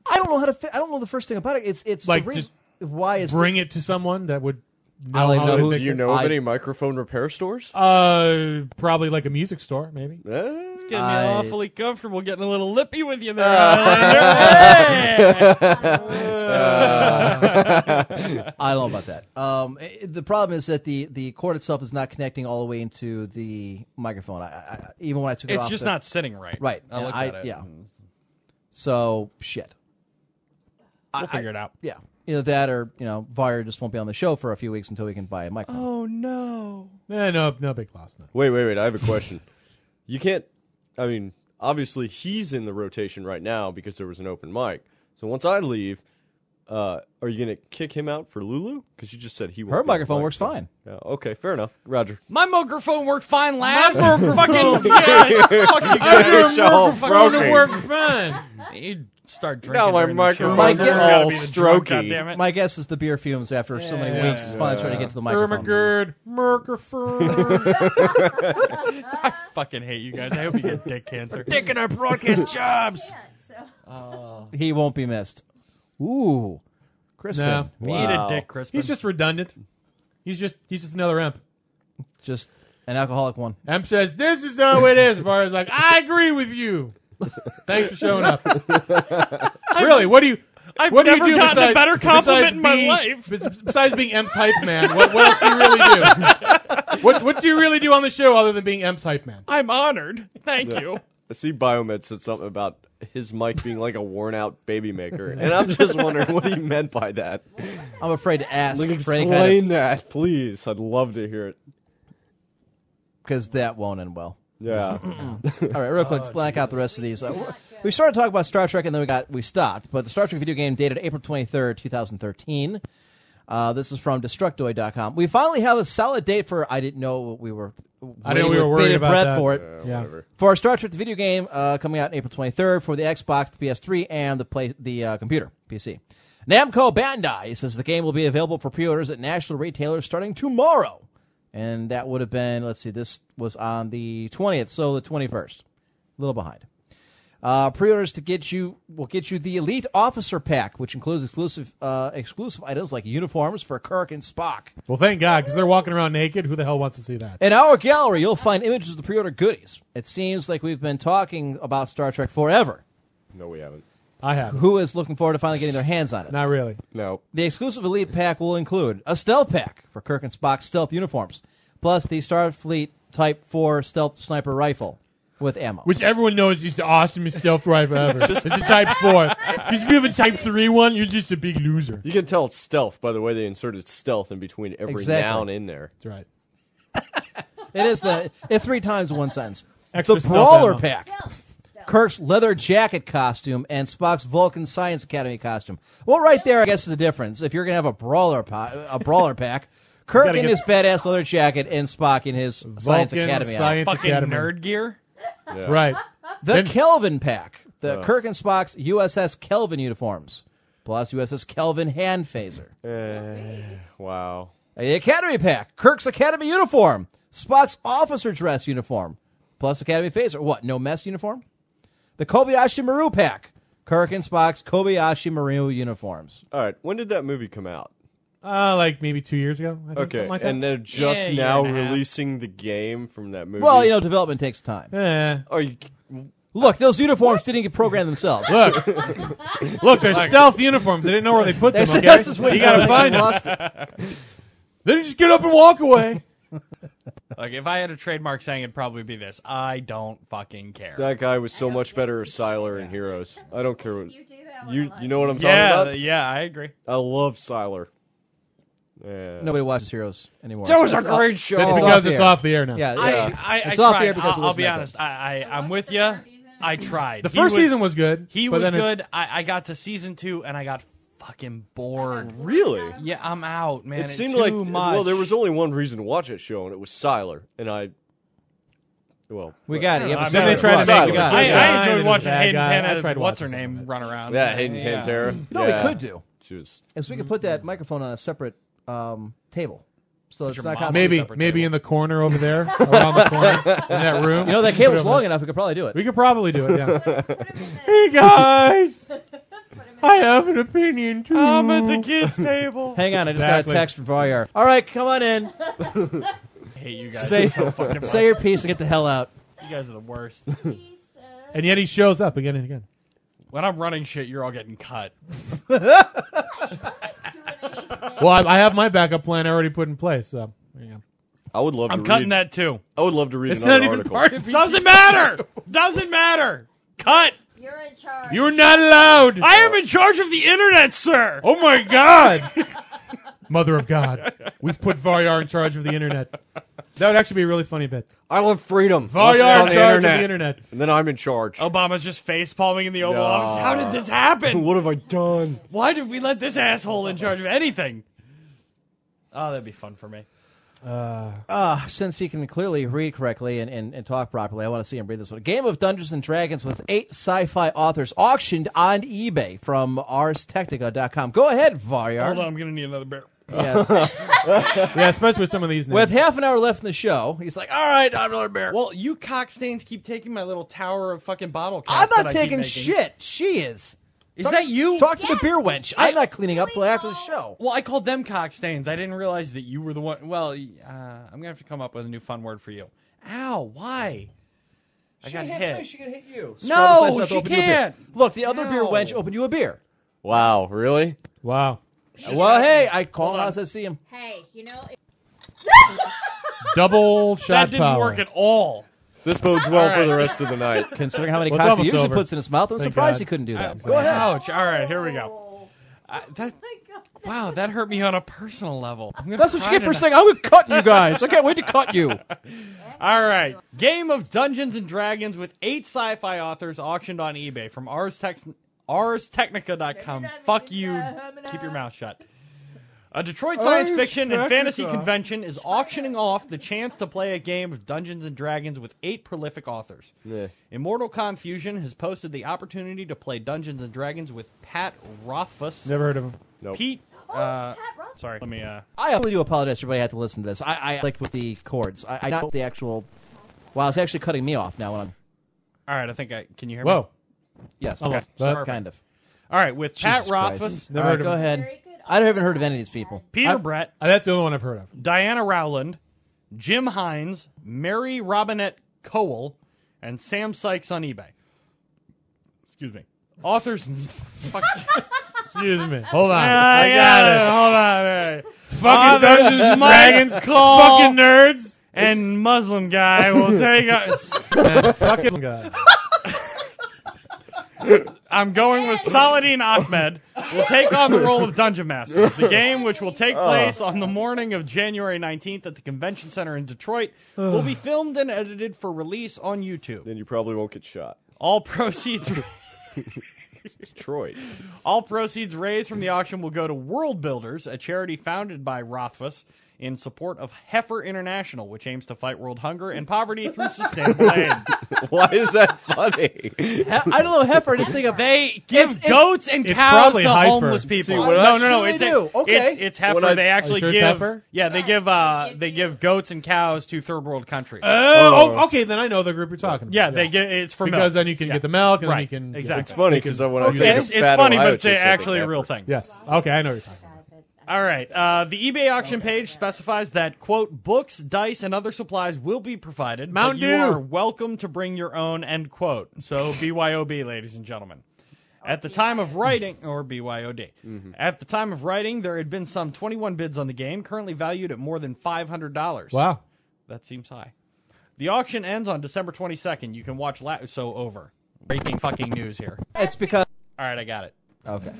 Speaker 4: I don't know how to. Fi- I don't know the first thing about it. It's it's
Speaker 5: Like,
Speaker 4: the reason, why is
Speaker 5: Bring it to someone that would know
Speaker 4: I'll
Speaker 5: how
Speaker 4: know
Speaker 5: to
Speaker 4: who-
Speaker 7: Do
Speaker 5: fix
Speaker 7: you
Speaker 5: it.
Speaker 7: know of
Speaker 4: I-
Speaker 7: any microphone repair stores?
Speaker 5: Uh, probably like a music store, maybe.
Speaker 7: Eh?
Speaker 8: Getting me
Speaker 4: I-
Speaker 8: awfully comfortable getting a little lippy with you there. Alexander.
Speaker 4: I don't know about that. Um, i- the problem is that the the cord itself is not connecting all the way into the microphone. I, I, I- even when I took it
Speaker 8: it's
Speaker 4: off,
Speaker 8: just
Speaker 4: the-
Speaker 8: not sitting right.
Speaker 4: Right.
Speaker 8: I
Speaker 4: and
Speaker 8: looked at it. Mm-hmm.
Speaker 4: Yeah. So shit.
Speaker 8: We'll figure it out.
Speaker 4: Yeah. Either that or you know, Vire just won't be on the show for a few weeks until we can buy a microphone.
Speaker 8: Oh, no.
Speaker 5: Eh, no, no big loss. No.
Speaker 7: Wait, wait, wait. I have a question. you can't. I mean, obviously he's in the rotation right now because there was an open mic. So once I leave, uh, are you gonna kick him out for Lulu? Because you just said he. won't
Speaker 4: Her
Speaker 7: be on the
Speaker 4: microphone works fine.
Speaker 7: Yeah, okay, fair enough, Roger.
Speaker 8: My microphone worked fine last. My microphone fucking yeah, fuck you
Speaker 7: Your
Speaker 8: guys.
Speaker 7: show broken.
Speaker 5: fine.
Speaker 8: You start drinking.
Speaker 7: Now my
Speaker 8: during the show.
Speaker 7: microphone's
Speaker 4: Mike, get
Speaker 7: all
Speaker 8: Gotta be the drunk,
Speaker 7: strokey.
Speaker 8: goddammit.
Speaker 4: My guess is the beer fumes after so many weeks is finally starting to get to the microphone.
Speaker 5: Ermagerd, Merkerfern.
Speaker 8: fucking hate you guys. I hope you get dick cancer. dick
Speaker 12: our broadcast jobs?
Speaker 4: He won't be missed. Ooh, Chris,
Speaker 5: no,
Speaker 8: Eat a dick, Crispin.
Speaker 5: he's just redundant. He's just he's just another imp.
Speaker 4: just an alcoholic one.
Speaker 5: Imp says this is how it is. Var is like I agree with you. Thanks for showing up. really, what do you?
Speaker 8: I've
Speaker 5: what
Speaker 8: never
Speaker 5: do you do
Speaker 8: gotten
Speaker 5: besides,
Speaker 8: a better
Speaker 5: besides
Speaker 8: compliment in my
Speaker 5: being-
Speaker 8: life.
Speaker 5: bes- Besides being Emp's hype man, what, what else do you really do? what what do you really do on the show other than being Emp's hype man?
Speaker 8: I'm honored. Thank you.
Speaker 7: I see Biomed said something about his mic being like a worn out baby maker, and I'm just wondering what he meant by that.
Speaker 4: I'm afraid to ask
Speaker 7: Like,
Speaker 4: for any
Speaker 7: explain
Speaker 4: kind of
Speaker 7: that, please. I'd love to hear it.
Speaker 4: because that won't end well.
Speaker 7: Yeah.
Speaker 4: All right, real quick, let's blank out the rest of these. Uh, we're- we started talking about Star Trek, and then we got we stopped. But the Star Trek video game dated April twenty third, two thousand thirteen. Uh, this is from Destructoid.com. We finally have a solid date for. I didn't know what we were.
Speaker 5: I know
Speaker 4: waiting
Speaker 5: we were
Speaker 4: with
Speaker 5: worried
Speaker 4: bated
Speaker 5: about
Speaker 4: breath
Speaker 5: that.
Speaker 4: for it
Speaker 5: yeah.
Speaker 4: for our Star Trek the video game uh, coming out April 23rd for the Xbox, the PS3, and the play the uh, computer PC. Namco Bandai says the game will be available for pre-orders at national retailers starting tomorrow, and that would have been let's see, this was on the 20th, so the 21st, a little behind. Uh, pre-orders to get you will get you the Elite Officer Pack, which includes exclusive uh, exclusive items like uniforms for Kirk and Spock.
Speaker 5: Well, thank God because they're walking around naked. Who the hell wants to see that?
Speaker 4: In our gallery, you'll find images of the pre-order goodies. It seems like we've been talking about Star Trek forever.
Speaker 7: no, we haven't.
Speaker 5: I have.
Speaker 4: Who is looking forward to finally getting their hands on it?
Speaker 5: Not really.
Speaker 7: No.
Speaker 4: The exclusive elite pack will include a stealth pack for Kirk and Spock's stealth uniforms, plus the Starfleet Type 4 stealth sniper rifle with ammo.
Speaker 5: Which everyone knows is the awesomest stealth rifle ever. it's a Type 4. Because if you have a Type 3 one, you're just a big loser.
Speaker 7: You can tell it's stealth by the way they inserted stealth in between every
Speaker 4: Exactly.
Speaker 7: noun in there.
Speaker 5: That's right.
Speaker 4: it is the it's three times in one sentence.
Speaker 5: Extra
Speaker 4: the
Speaker 5: stealth
Speaker 4: brawler
Speaker 5: ammo.
Speaker 4: pack. Kirk's leather jacket costume and Spock's Vulcan Science Academy costume. Well, right there, I guess is the difference. If you're gonna have a brawler po- a brawler pack, Kirk
Speaker 5: Gotta
Speaker 4: in
Speaker 5: get-
Speaker 4: his badass leather jacket and Spock in his Science
Speaker 5: Vulcan
Speaker 4: Academy. outfit.
Speaker 5: Science
Speaker 8: uh, Fucking
Speaker 5: Academy.
Speaker 8: nerd gear.
Speaker 5: Right.
Speaker 4: The
Speaker 5: Then-
Speaker 4: Kelvin pack. The Kirk and Spock's USS Kelvin uniforms. plus USS Kelvin hand phaser.
Speaker 7: Eh, wow.
Speaker 4: The Academy pack, Kirk's Academy uniform, Spock's officer dress uniform, plus Academy phaser. What? No mess uniform. The Kobayashi Maru pack, Kirk and Spock's Kobayashi Maru uniforms.
Speaker 7: All right. When did that movie come out?
Speaker 5: Uh, like maybe two years ago. I think,
Speaker 7: Okay,
Speaker 5: something like
Speaker 7: and
Speaker 5: that.
Speaker 7: they're just
Speaker 5: Yeah, year
Speaker 7: now
Speaker 5: and a half.
Speaker 7: releasing the game from that movie.
Speaker 4: Well, you know, development takes time.
Speaker 5: Eh.
Speaker 7: are you?
Speaker 4: Look, those uniforms didn't get programmed themselves.
Speaker 5: Look, look, they're stealth uniforms. They didn't know where they put them.
Speaker 4: That's-
Speaker 5: Okay,
Speaker 4: that's just what
Speaker 5: you gotta
Speaker 4: they
Speaker 5: find
Speaker 4: lost
Speaker 5: them. they didn't just get up and walk away.
Speaker 8: Like if I had a trademark saying, it'd probably be this: I don't fucking care.
Speaker 7: That guy was so much better as Siler in Heroes. I don't care what
Speaker 10: You do that one
Speaker 7: you
Speaker 10: a
Speaker 7: you
Speaker 10: lot.
Speaker 7: know what I'm
Speaker 8: yeah,
Speaker 7: talking about.
Speaker 8: yeah, I agree.
Speaker 7: I love Siler. Yeah.
Speaker 4: Nobody watches Heroes anymore.
Speaker 7: That was a
Speaker 4: It's off-
Speaker 7: great show.
Speaker 4: It's
Speaker 7: It's
Speaker 4: off
Speaker 5: because it's
Speaker 4: air.
Speaker 5: off the air now.
Speaker 4: Yeah,
Speaker 8: I,
Speaker 4: yeah.
Speaker 8: I, I
Speaker 4: It's off
Speaker 8: tried.
Speaker 4: air because it
Speaker 8: I'll, I'll
Speaker 4: wasn't
Speaker 8: be
Speaker 4: that
Speaker 8: honest. I, I, I'm with
Speaker 10: the
Speaker 8: you.
Speaker 10: first season.
Speaker 8: I tried.
Speaker 5: The
Speaker 8: He
Speaker 5: first
Speaker 8: was-
Speaker 5: season was good.
Speaker 8: He
Speaker 5: but
Speaker 8: was
Speaker 5: then it-
Speaker 8: good. I, I got to season two and I got fucking bored.
Speaker 7: really.
Speaker 8: Yeah, I'm out, man.
Speaker 7: It
Speaker 8: It's
Speaker 7: seemed
Speaker 8: too
Speaker 7: like
Speaker 8: much.
Speaker 7: well, there was only one reason to watch that show, and it was Siler. And I, well,
Speaker 4: We got it. You have a
Speaker 8: Then
Speaker 5: they
Speaker 4: Siler.
Speaker 5: tried to
Speaker 4: Siler.
Speaker 5: make
Speaker 4: We
Speaker 5: it
Speaker 4: got
Speaker 5: a
Speaker 8: I, I
Speaker 5: good guy and
Speaker 8: enjoyed
Speaker 5: then
Speaker 8: watching
Speaker 5: bad
Speaker 8: Hayden
Speaker 5: guy. I
Speaker 8: Panettiere.
Speaker 5: tried
Speaker 8: What's her
Speaker 5: watching some
Speaker 8: name?
Speaker 5: of it.
Speaker 8: Run around.
Speaker 7: yeah, Hayden Pantera.
Speaker 4: You know what
Speaker 7: yeah.
Speaker 4: we could do?
Speaker 7: She was
Speaker 4: Is we could put that microphone on a separate um, table. So it's
Speaker 8: your
Speaker 4: not
Speaker 8: mouth.
Speaker 4: constantly
Speaker 5: Maybe,
Speaker 4: separate
Speaker 5: maybe
Speaker 4: table.
Speaker 5: in the corner over there, around the corner in that room.
Speaker 4: You know, that cable's long enough, we could probably do it.
Speaker 5: We could probably do it. Yeah. hey guys, I have an opinion too.
Speaker 8: I'm at the kids' table.
Speaker 4: Hang on, I just
Speaker 5: Exactly.
Speaker 4: got a text from Varyar. All right, come on in.
Speaker 8: I hate you guys
Speaker 4: Say-
Speaker 8: so fucking much.
Speaker 4: Say your piece and get the hell out.
Speaker 8: You guys are the worst.
Speaker 5: and yet he shows up again and again.
Speaker 8: When I'm running shit, you're all getting cut.
Speaker 5: Well, I, I have my backup plan already put in place. So there you go.
Speaker 7: I would love.
Speaker 8: I'm
Speaker 7: to
Speaker 8: cutting
Speaker 7: read,
Speaker 8: that too.
Speaker 7: I would love to read
Speaker 5: It's
Speaker 7: another
Speaker 5: not even
Speaker 7: article.
Speaker 5: part of
Speaker 8: Doesn't matter. Doesn't matter. Cut.
Speaker 10: You're in charge.
Speaker 5: You're not allowed.
Speaker 8: I am in charge of the internet, sir.
Speaker 5: oh my God, Mother of God, we've put Varyar in charge of the internet. That would actually be a really funny bit.
Speaker 7: I love freedom. Listen
Speaker 5: Varyar
Speaker 7: on
Speaker 5: in
Speaker 7: the
Speaker 5: charge
Speaker 7: internet.
Speaker 5: of the internet.
Speaker 7: And then I'm in charge.
Speaker 8: Obama's just face palming in the Oval Office. How did this happen?
Speaker 7: have I done?
Speaker 8: Why did we let this asshole in charge of anything? Oh, that'd be fun for me.
Speaker 4: Uh, since he can clearly read correctly and, and, and talk properly, I want to see him read this one. Game of Dungeons and Dragons with eight sci fi authors auctioned on eBay from arstechnica.com. Go ahead, Varyar.
Speaker 8: Hold on, I'm gonna need another beer.
Speaker 4: Yeah.
Speaker 5: Yeah, especially with some of these names.
Speaker 4: With half an hour left in the show, he's like, all right, I'm another bear.
Speaker 8: Well, you cockstains keep taking my little tower of fucking bottle caps.
Speaker 4: I'm
Speaker 8: that
Speaker 4: not
Speaker 8: I keep
Speaker 4: taking
Speaker 8: making.
Speaker 4: shit. She is.
Speaker 8: Is that you?
Speaker 4: Talk to the
Speaker 10: Yes.
Speaker 4: beer wench. I'm not cleaning up till after the show.
Speaker 8: Well, I called them cockstains. I didn't realize that you were the one. Well, uh, I'm gonna have to come up with a new fun word for you. Ow! Why? I got hit.
Speaker 4: can hit you.
Speaker 8: No,
Speaker 4: Scrub the place
Speaker 8: she
Speaker 4: up, open you a beer.
Speaker 8: can't.
Speaker 4: Look, the other beer
Speaker 8: No.
Speaker 4: wench opened you a beer.
Speaker 7: Wow, really?
Speaker 5: wow,
Speaker 4: Well, hey, I call him out. I see him.
Speaker 10: Hey, you know, if
Speaker 5: double shot
Speaker 8: That didn't
Speaker 5: power.
Speaker 8: work at all.
Speaker 7: This bodes well for the rest of the night.
Speaker 4: Considering how many
Speaker 5: Well, it's
Speaker 4: cocks he
Speaker 5: almost
Speaker 4: usually
Speaker 5: over.
Speaker 4: puts in his mouth, I'm
Speaker 5: Thank
Speaker 4: surprised
Speaker 5: God.
Speaker 4: he couldn't do that.
Speaker 5: Go ahead.
Speaker 8: Ouch! All right, here we go. I, that, wow, that hurt me on a personal level. I'm gonna
Speaker 4: That's what you
Speaker 8: cry
Speaker 4: get for
Speaker 8: tonight.
Speaker 4: saying, I'm going to cut you guys. I can't wait to cut you.
Speaker 8: All right, game of Dungeons and Dragons with eight sci-fi authors auctioned on eBay from Ars Tex- ArsTechnica.com. Fuck you. Keep your mouth shut. A Detroit science fiction and fantasy convention is auctioning off the chance to play a game of Dungeons and Dragons with eight prolific authors.
Speaker 7: Yeah.
Speaker 8: Immortal Confusion has posted the opportunity to play Dungeons and Dragons with Pat Rothfuss.
Speaker 5: Never heard of him.
Speaker 7: Nope.
Speaker 8: Pete. Uh, sorry, let me. Uh,
Speaker 4: I really do apologize. Everybody had to listen to this. I, I like with the chords. I, I not the actual. Wow, it's actually cutting me off now when I'm.
Speaker 8: all right, I think I can you hear me.
Speaker 5: Whoa,
Speaker 4: Yes,
Speaker 5: Okay.
Speaker 4: almost.
Speaker 5: But-
Speaker 4: kind of.
Speaker 8: All right, with Pat
Speaker 4: Jesus Christ.
Speaker 8: Rothfuss,
Speaker 4: All right, go ahead.
Speaker 10: very good.
Speaker 4: I haven't heard of any of these people.
Speaker 8: Peter
Speaker 5: I've-
Speaker 8: Brett,
Speaker 5: Uh, that's the only one I've heard of.
Speaker 8: Diana Rowland, Jim Hines, Mary Robinette Cowell, and Sam Sykes on eBay. Excuse me. Authors. Fuck.
Speaker 5: Excuse me. Hold on.
Speaker 8: I got it. Hold on.
Speaker 5: Fucking Dungeons and Dragons.
Speaker 8: Call
Speaker 5: Fucking nerds.
Speaker 8: and Muslim guy will take us.
Speaker 5: And fucking God.
Speaker 8: I'm going with Saladin Ahmed. Will take on the role of Dungeon Masters, the game which will take place on the morning of January 19th at the Convention Center in Detroit. Will be filmed and edited for release on YouTube.
Speaker 7: Then you probably won't get shot.
Speaker 8: All proceeds.
Speaker 7: Detroit.
Speaker 8: All proceeds raised from the auction will go to World Builders, a charity founded by Rothfuss
Speaker 5: in support of Heifer International, which aims to fight world hunger and poverty through sustainable aid.
Speaker 7: Why is that funny?
Speaker 4: I don't know heifer. I just think of
Speaker 5: they give
Speaker 4: it's-
Speaker 5: goats and
Speaker 8: it's
Speaker 5: cows
Speaker 8: probably
Speaker 5: to
Speaker 8: Heifer.
Speaker 5: homeless people.
Speaker 7: See, what
Speaker 5: no, no,
Speaker 7: I-
Speaker 5: no.
Speaker 4: Sure
Speaker 5: It's
Speaker 4: they
Speaker 5: a-
Speaker 4: do. Okay.
Speaker 5: it's, it's heifer.
Speaker 7: What I-
Speaker 5: they actually
Speaker 8: sure it's
Speaker 5: give.
Speaker 8: heifer?
Speaker 5: Yeah, they give. Uh, they give goats and cows to third world countries.
Speaker 8: Oh, oh, okay. Then I know the group you're talking about.
Speaker 5: yeah, they get. It's for
Speaker 8: because
Speaker 5: milk.
Speaker 8: then you can
Speaker 5: Yeah.
Speaker 8: get the milk and
Speaker 5: right.
Speaker 8: then you can.
Speaker 5: exactly.
Speaker 7: It's funny because I want to.
Speaker 4: Okay.
Speaker 5: It's, it's funny, but it's uh, actually a real thing.
Speaker 8: Yes. Okay, I know what you're talking about.
Speaker 5: All right. Uh, the eBay auction page specifies that quote books, dice, and other supplies will be provided.
Speaker 8: Mountain
Speaker 5: but you
Speaker 8: Dew.
Speaker 5: are welcome to bring your own. End quote. So BYOB, ladies and gentlemen. At the time of writing, or BYOD, at the time of writing, there had been some 21 bids on the game, currently valued at more than $500.
Speaker 8: Wow.
Speaker 5: That seems high. The auction ends on December 22nd. You can watch la- so over. Breaking fucking news here.
Speaker 4: It's because
Speaker 5: All right, I got it.
Speaker 4: okay.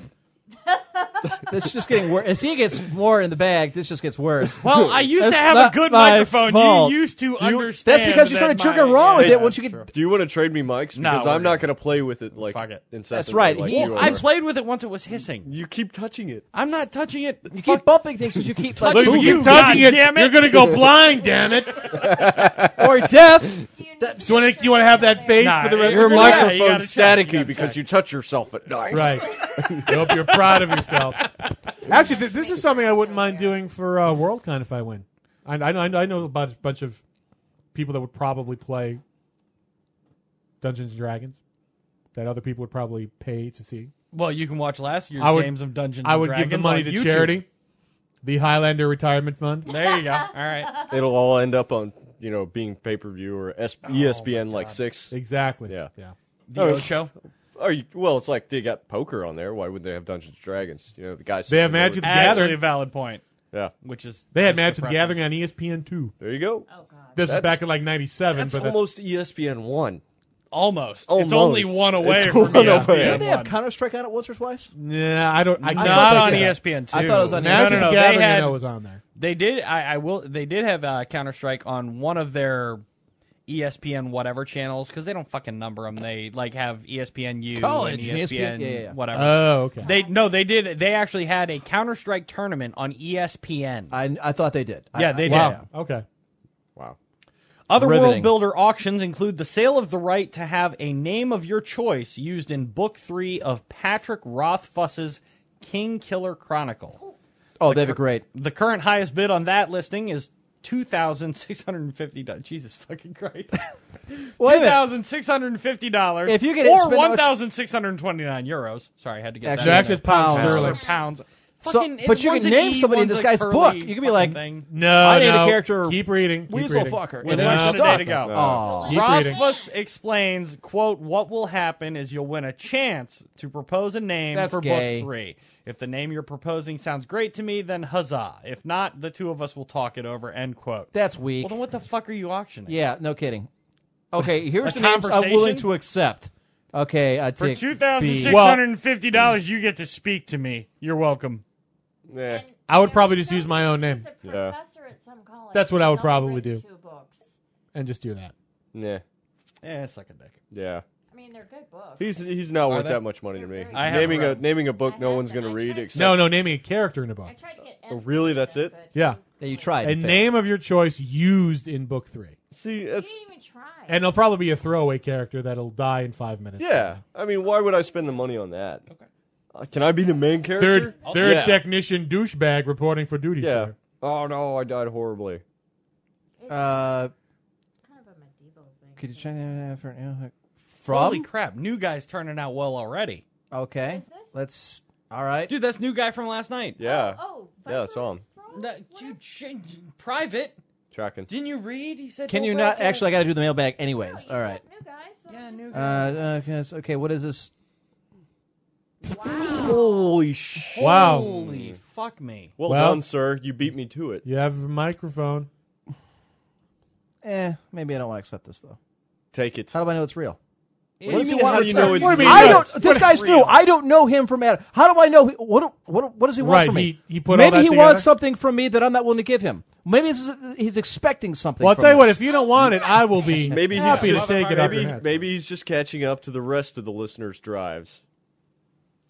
Speaker 4: this is just getting worse. As he gets more in the bag, this just gets worse.
Speaker 5: Well, I used
Speaker 4: That's
Speaker 5: to have
Speaker 4: not
Speaker 5: a good
Speaker 4: my
Speaker 5: microphone.
Speaker 4: fault.
Speaker 5: You used to understand.
Speaker 4: That's because you
Speaker 5: that
Speaker 4: started
Speaker 5: my-
Speaker 4: triggering wrong with
Speaker 5: Yeah,
Speaker 4: it once you get.
Speaker 5: true.
Speaker 7: Do you want to trade me mics?
Speaker 5: No,
Speaker 7: Because
Speaker 5: we're
Speaker 7: I'm not
Speaker 5: good.
Speaker 7: going to play with it like
Speaker 5: Fuck it.
Speaker 7: incessantly.
Speaker 4: That's right,
Speaker 7: Like
Speaker 4: he-
Speaker 7: you,
Speaker 5: I
Speaker 7: are.
Speaker 5: played with it once. It was hissing.
Speaker 7: you keep touching it.
Speaker 5: I'm not touching it.
Speaker 4: You keep bumping things because you keep like
Speaker 8: Look, if
Speaker 4: moving.
Speaker 8: you keep touching
Speaker 5: God
Speaker 8: it,
Speaker 5: damn it.
Speaker 8: you're gonna go blind. Damn it! Do
Speaker 4: or deaf.
Speaker 8: you want to? You want to have that face
Speaker 5: Nah,
Speaker 8: for the rest?
Speaker 5: you're
Speaker 8: of your
Speaker 5: Yeah,
Speaker 8: life?
Speaker 5: micro- you gotta check, you gotta check.
Speaker 7: you touch yourself at night.
Speaker 8: Right. I hope you're proud of yourself. Actually, th- this is something I wouldn't mind doing for uh, WorldCon if I win. I, I, know- I know, I know about a bunch of people that would probably play Dungeons and Dragons that other people would probably pay to see.
Speaker 5: Well, you can watch last year's
Speaker 8: I would-
Speaker 5: games of Dungeons.
Speaker 8: I would
Speaker 5: and
Speaker 8: give the
Speaker 5: Dragons
Speaker 8: money
Speaker 5: on
Speaker 8: to
Speaker 5: YouTube.
Speaker 8: charity, the Highlander Retirement Fund.
Speaker 5: There you go. All right.
Speaker 7: It'll all end up on you know being pay per view or S-
Speaker 5: Oh
Speaker 7: ESPN like six.
Speaker 8: Exactly.
Speaker 7: Yeah.
Speaker 8: Yeah.
Speaker 5: The
Speaker 7: Oh,
Speaker 5: Oat Show.
Speaker 7: Are you, well, it's like they got poker on there. Why would they have Dungeons and Dragons? You know the guys.
Speaker 8: They have
Speaker 7: sitting there
Speaker 8: Magic
Speaker 7: with-
Speaker 8: the
Speaker 5: Actually,
Speaker 8: Gathering.
Speaker 5: a valid point.
Speaker 7: Yeah,
Speaker 5: Which is
Speaker 8: They had
Speaker 5: just
Speaker 8: Magic the
Speaker 5: depressing.
Speaker 8: Gathering on E ESPN two.
Speaker 7: there you go.
Speaker 8: This is
Speaker 7: That's-
Speaker 8: back in like '97,
Speaker 7: that's
Speaker 8: but that's-
Speaker 7: almost E ESPN one.
Speaker 5: Almost. It's
Speaker 7: Almost.
Speaker 5: only one away
Speaker 7: Oh, It's
Speaker 5: from
Speaker 7: one
Speaker 5: ESPN.
Speaker 7: away.
Speaker 4: Didn't they have
Speaker 5: one.
Speaker 4: Counter Strike on it once or twice?
Speaker 8: nah, I don't. I can't
Speaker 5: Not
Speaker 4: I
Speaker 5: on E
Speaker 4: thought-
Speaker 5: ESPN two.
Speaker 4: I thought it was on
Speaker 5: no, no,
Speaker 8: Magic
Speaker 5: no.
Speaker 8: the
Speaker 5: They
Speaker 8: Gathering. I
Speaker 5: had
Speaker 8: know was on there.
Speaker 5: They did. I, I will. They did have uh, Counter Strike on one of their E ESPN whatever channels because they don't fucking number them. They like have E ESPN U
Speaker 4: College, E
Speaker 5: and E ESPN,
Speaker 4: ESPN, yeah, yeah, yeah.
Speaker 5: whatever.
Speaker 8: Oh, okay.
Speaker 5: they no, they did. They actually had a Counter Strike tournament on E ESPN.
Speaker 4: I, I thought they did. I-
Speaker 5: yeah, they
Speaker 4: I-
Speaker 5: did.
Speaker 8: wow. Okay.
Speaker 5: Other
Speaker 4: Riveting.
Speaker 5: world builder auctions include the sale of the right to have a name of your choice used in Book Three of Patrick Rothfuss's King Killer Chronicle.
Speaker 4: Oh, they have a great.
Speaker 5: The current highest bid on that listing is two thousand six hundred and fifty dollars. Jesus fucking
Speaker 4: Wait
Speaker 5: Christ.
Speaker 4: a
Speaker 5: Two
Speaker 4: minute.
Speaker 5: thousand six hundred and fifty dollars.
Speaker 4: If you get it,
Speaker 5: or
Speaker 4: spend how much-
Speaker 5: one thousand six hundred and twenty nine euros. Sorry, I had to get
Speaker 4: Actually,
Speaker 5: that. in
Speaker 8: actually,
Speaker 5: there.
Speaker 8: it's pounds sterling.
Speaker 5: Or pounds.
Speaker 4: So-
Speaker 5: Fucking-
Speaker 4: but you
Speaker 5: one's
Speaker 4: can
Speaker 5: an E,
Speaker 4: name somebody in
Speaker 5: one's
Speaker 4: this
Speaker 5: a
Speaker 4: guy's
Speaker 5: curly
Speaker 4: book. You can be like,
Speaker 5: fucking thing.
Speaker 8: No,
Speaker 4: I need a
Speaker 8: no.
Speaker 4: character-
Speaker 8: Keep reading. Keep
Speaker 4: Weasel
Speaker 8: reading.
Speaker 4: fucker.
Speaker 5: With
Speaker 4: And then
Speaker 5: less
Speaker 4: I'm
Speaker 5: than a day
Speaker 4: stuck.
Speaker 5: to go.
Speaker 4: Aw.
Speaker 8: Keep reading.
Speaker 5: Rothfuss explains, quote, what will happen is you'll win a chance to propose a name
Speaker 4: That's
Speaker 5: for
Speaker 4: gay.
Speaker 5: book three. If the name you're proposing sounds great to me, then huzzah. If not, the two of us will talk it over, end quote.
Speaker 4: That's weak.
Speaker 5: well, then what the fuck are you auctioning?
Speaker 4: Yeah, no kidding. Okay, here's the
Speaker 5: A
Speaker 4: names I'm willing
Speaker 5: conversation?
Speaker 4: to accept. Okay, I
Speaker 5: For
Speaker 4: take
Speaker 5: two thousand
Speaker 4: B.
Speaker 5: six hundred and fifty dollars, you get to speak to me. You're welcome.
Speaker 7: Yeah.
Speaker 8: I would probably just use my own name
Speaker 6: It's a
Speaker 7: Yeah.
Speaker 6: professor at some college.
Speaker 8: That's what I would
Speaker 6: He's
Speaker 8: probably
Speaker 6: only written
Speaker 8: do.
Speaker 6: Two books.
Speaker 8: and just do that.
Speaker 7: Yeah,
Speaker 5: Eh, suck a dick.
Speaker 7: yeah.
Speaker 6: I mean, they're good books.
Speaker 7: He's he's not worth
Speaker 5: they?
Speaker 7: that much money to me.
Speaker 6: I
Speaker 5: have
Speaker 7: naming a
Speaker 5: read.
Speaker 7: naming a book no
Speaker 6: have
Speaker 7: one's
Speaker 6: them.
Speaker 7: going to
Speaker 6: I
Speaker 7: read
Speaker 6: tried-
Speaker 7: except
Speaker 8: No, no, naming a character in a book.
Speaker 6: I tried to get.
Speaker 7: Oh, really? That's it?
Speaker 8: Yeah,
Speaker 4: that you tried.
Speaker 8: a
Speaker 4: Fail.
Speaker 8: name of your choice used in book three,
Speaker 7: See,
Speaker 6: You
Speaker 7: that's
Speaker 6: didn't even try.
Speaker 8: and it'll probably be a throwaway character that'll die in five minutes.
Speaker 7: yeah. I mean, why would I spend the money on that? Okay. Uh, can I be the main character?
Speaker 8: Third, third
Speaker 7: Yeah.
Speaker 8: technician douchebag reporting for duty.
Speaker 7: Yeah.
Speaker 8: sir.
Speaker 7: Oh no, I died horribly.
Speaker 4: Uh,
Speaker 6: kind of a medieval thing.
Speaker 4: could you try that for now?
Speaker 5: Holy
Speaker 4: From?
Speaker 5: crap! New guy's turning out well already,
Speaker 4: Okay.
Speaker 6: this?
Speaker 4: Let's. All right.
Speaker 5: dude. That's new guy from last night.
Speaker 7: Yeah.
Speaker 6: Oh,
Speaker 7: yeah, I saw him
Speaker 5: That- you ch- private?
Speaker 7: tracking.
Speaker 5: Didn't you read? He said.
Speaker 4: Can
Speaker 5: no
Speaker 4: you not?
Speaker 5: broadcast.
Speaker 4: Actually, I got to do the mailbag
Speaker 6: Oh,
Speaker 4: anyways. All right.
Speaker 6: New guys.
Speaker 5: Yeah, new
Speaker 4: Uh, uh, yes, okay, what is this?
Speaker 7: Holy sh!
Speaker 8: Wow.
Speaker 5: Holy fuck me!
Speaker 7: Well,
Speaker 8: Well-
Speaker 7: done, sir. You beat me to it.
Speaker 8: You have a microphone.
Speaker 4: Eh, maybe I don't want to accept this though.
Speaker 7: Take it.
Speaker 4: How do I know it's real?
Speaker 5: What
Speaker 4: does
Speaker 5: do
Speaker 4: he want
Speaker 7: how
Speaker 4: to
Speaker 7: do you
Speaker 4: return?
Speaker 7: know it's
Speaker 8: What do you
Speaker 7: real?
Speaker 8: mean?
Speaker 4: I
Speaker 8: Yes.
Speaker 4: don't. This
Speaker 8: What-
Speaker 4: guy's new. I don't know him from Adam. How do I know? He, what, what? What does he want
Speaker 8: Right,
Speaker 4: from me?
Speaker 8: he- he put all that
Speaker 4: Maybe he
Speaker 8: together.
Speaker 4: wants something from me that I'm not willing to give him. Maybe this is, he's expecting something.
Speaker 8: Well, I'll
Speaker 4: from
Speaker 8: tell you what.
Speaker 4: us.
Speaker 8: If you don't want it, I will be
Speaker 7: Maybe he's
Speaker 8: happy to
Speaker 7: just-
Speaker 8: take it. off
Speaker 7: Maybe
Speaker 8: your hands.
Speaker 7: maybe he's just catching up to the rest of the listeners' drives.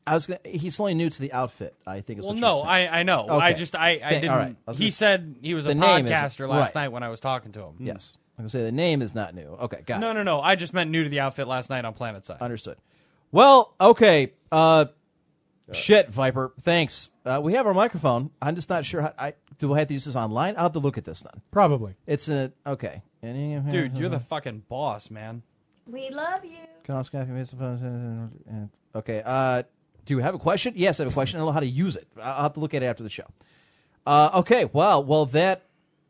Speaker 4: I was gonna, he's only new to the outfit. I think. Is
Speaker 5: Well,
Speaker 4: what
Speaker 5: no,
Speaker 4: you're
Speaker 5: I, I know. I
Speaker 4: Okay.
Speaker 5: just I, I
Speaker 4: Thank-
Speaker 5: didn't.
Speaker 4: all right. I was
Speaker 5: he
Speaker 4: gonna-
Speaker 5: said he was a
Speaker 4: The name is-
Speaker 5: podcaster last
Speaker 4: right.
Speaker 5: night when I was talking to him.
Speaker 4: Yes, I'm gonna say the name is not new. Okay, got
Speaker 5: No, no, no. I just meant new to the outfit last night on Planet Side.
Speaker 4: it. Understood. Well, okay. Uh, shit, Viper. Thanks. Uh, we have our microphone. I'm just not sure. How, I do. I have to use this online. I'll have to look at this then.
Speaker 8: Probably.
Speaker 4: It's a okay. Any-
Speaker 5: Dude, you're the fucking boss, man.
Speaker 6: We love you.
Speaker 4: Can I ask you if you made some photos? Okay. Uh, do you have a question? Yes, I have a question. I don't know how to use it. I- I'll have to look at it after the show. Uh, okay. Well, well, that.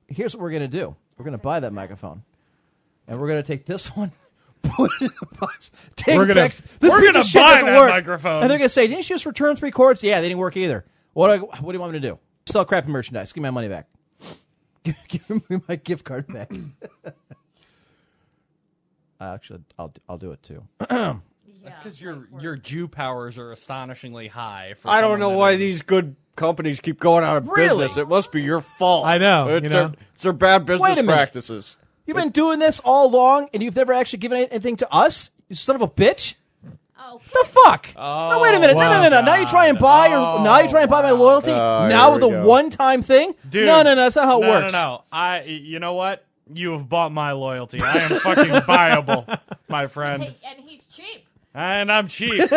Speaker 4: Here's what we're gonna do. We're gonna buy that microphone, and we're gonna take this one, put it in the box. Take
Speaker 13: We're
Speaker 4: it
Speaker 13: gonna-
Speaker 4: back. This
Speaker 13: we're
Speaker 4: piece of
Speaker 13: gonna
Speaker 4: shit
Speaker 13: buy
Speaker 4: doesn't
Speaker 13: that
Speaker 4: work.
Speaker 13: microphone.
Speaker 4: And they're gonna say, "Didn't you just return three cords?" Yeah, they didn't work either. What do I, What do you want me to do? Sell crappy merchandise. Give me my money back. Give, give me my gift card back. I actually, I'll I'll do it too.
Speaker 5: That's because your your Jew powers are astonishingly high. For
Speaker 7: I don't
Speaker 5: someone
Speaker 7: know
Speaker 5: that
Speaker 7: why
Speaker 5: is-
Speaker 7: these good companies keep going out of
Speaker 5: Really?
Speaker 7: business. It must be your fault.
Speaker 8: I know,
Speaker 7: It's,
Speaker 8: you know.
Speaker 7: Their, it's their bad business
Speaker 4: Wait a minute.
Speaker 7: practices.
Speaker 4: You've been doing this all along, and you've never actually given anything to us. You son of a bitch.
Speaker 6: Oh,
Speaker 4: The fuck! no, wait a minute. no, no, no, no. Now you try and buy, or now you try and buy my loyalty.
Speaker 7: Oh,
Speaker 4: now
Speaker 7: here
Speaker 4: with
Speaker 7: we
Speaker 4: a
Speaker 7: go.
Speaker 4: one-time thing.
Speaker 13: Dude,
Speaker 4: no, no, no. That's not how it
Speaker 13: no,
Speaker 4: works.
Speaker 13: No, no, I. You know what? You have bought my loyalty. I am fucking buyable, my friend,
Speaker 6: hey, and he's cheap.
Speaker 13: and I'm cheap.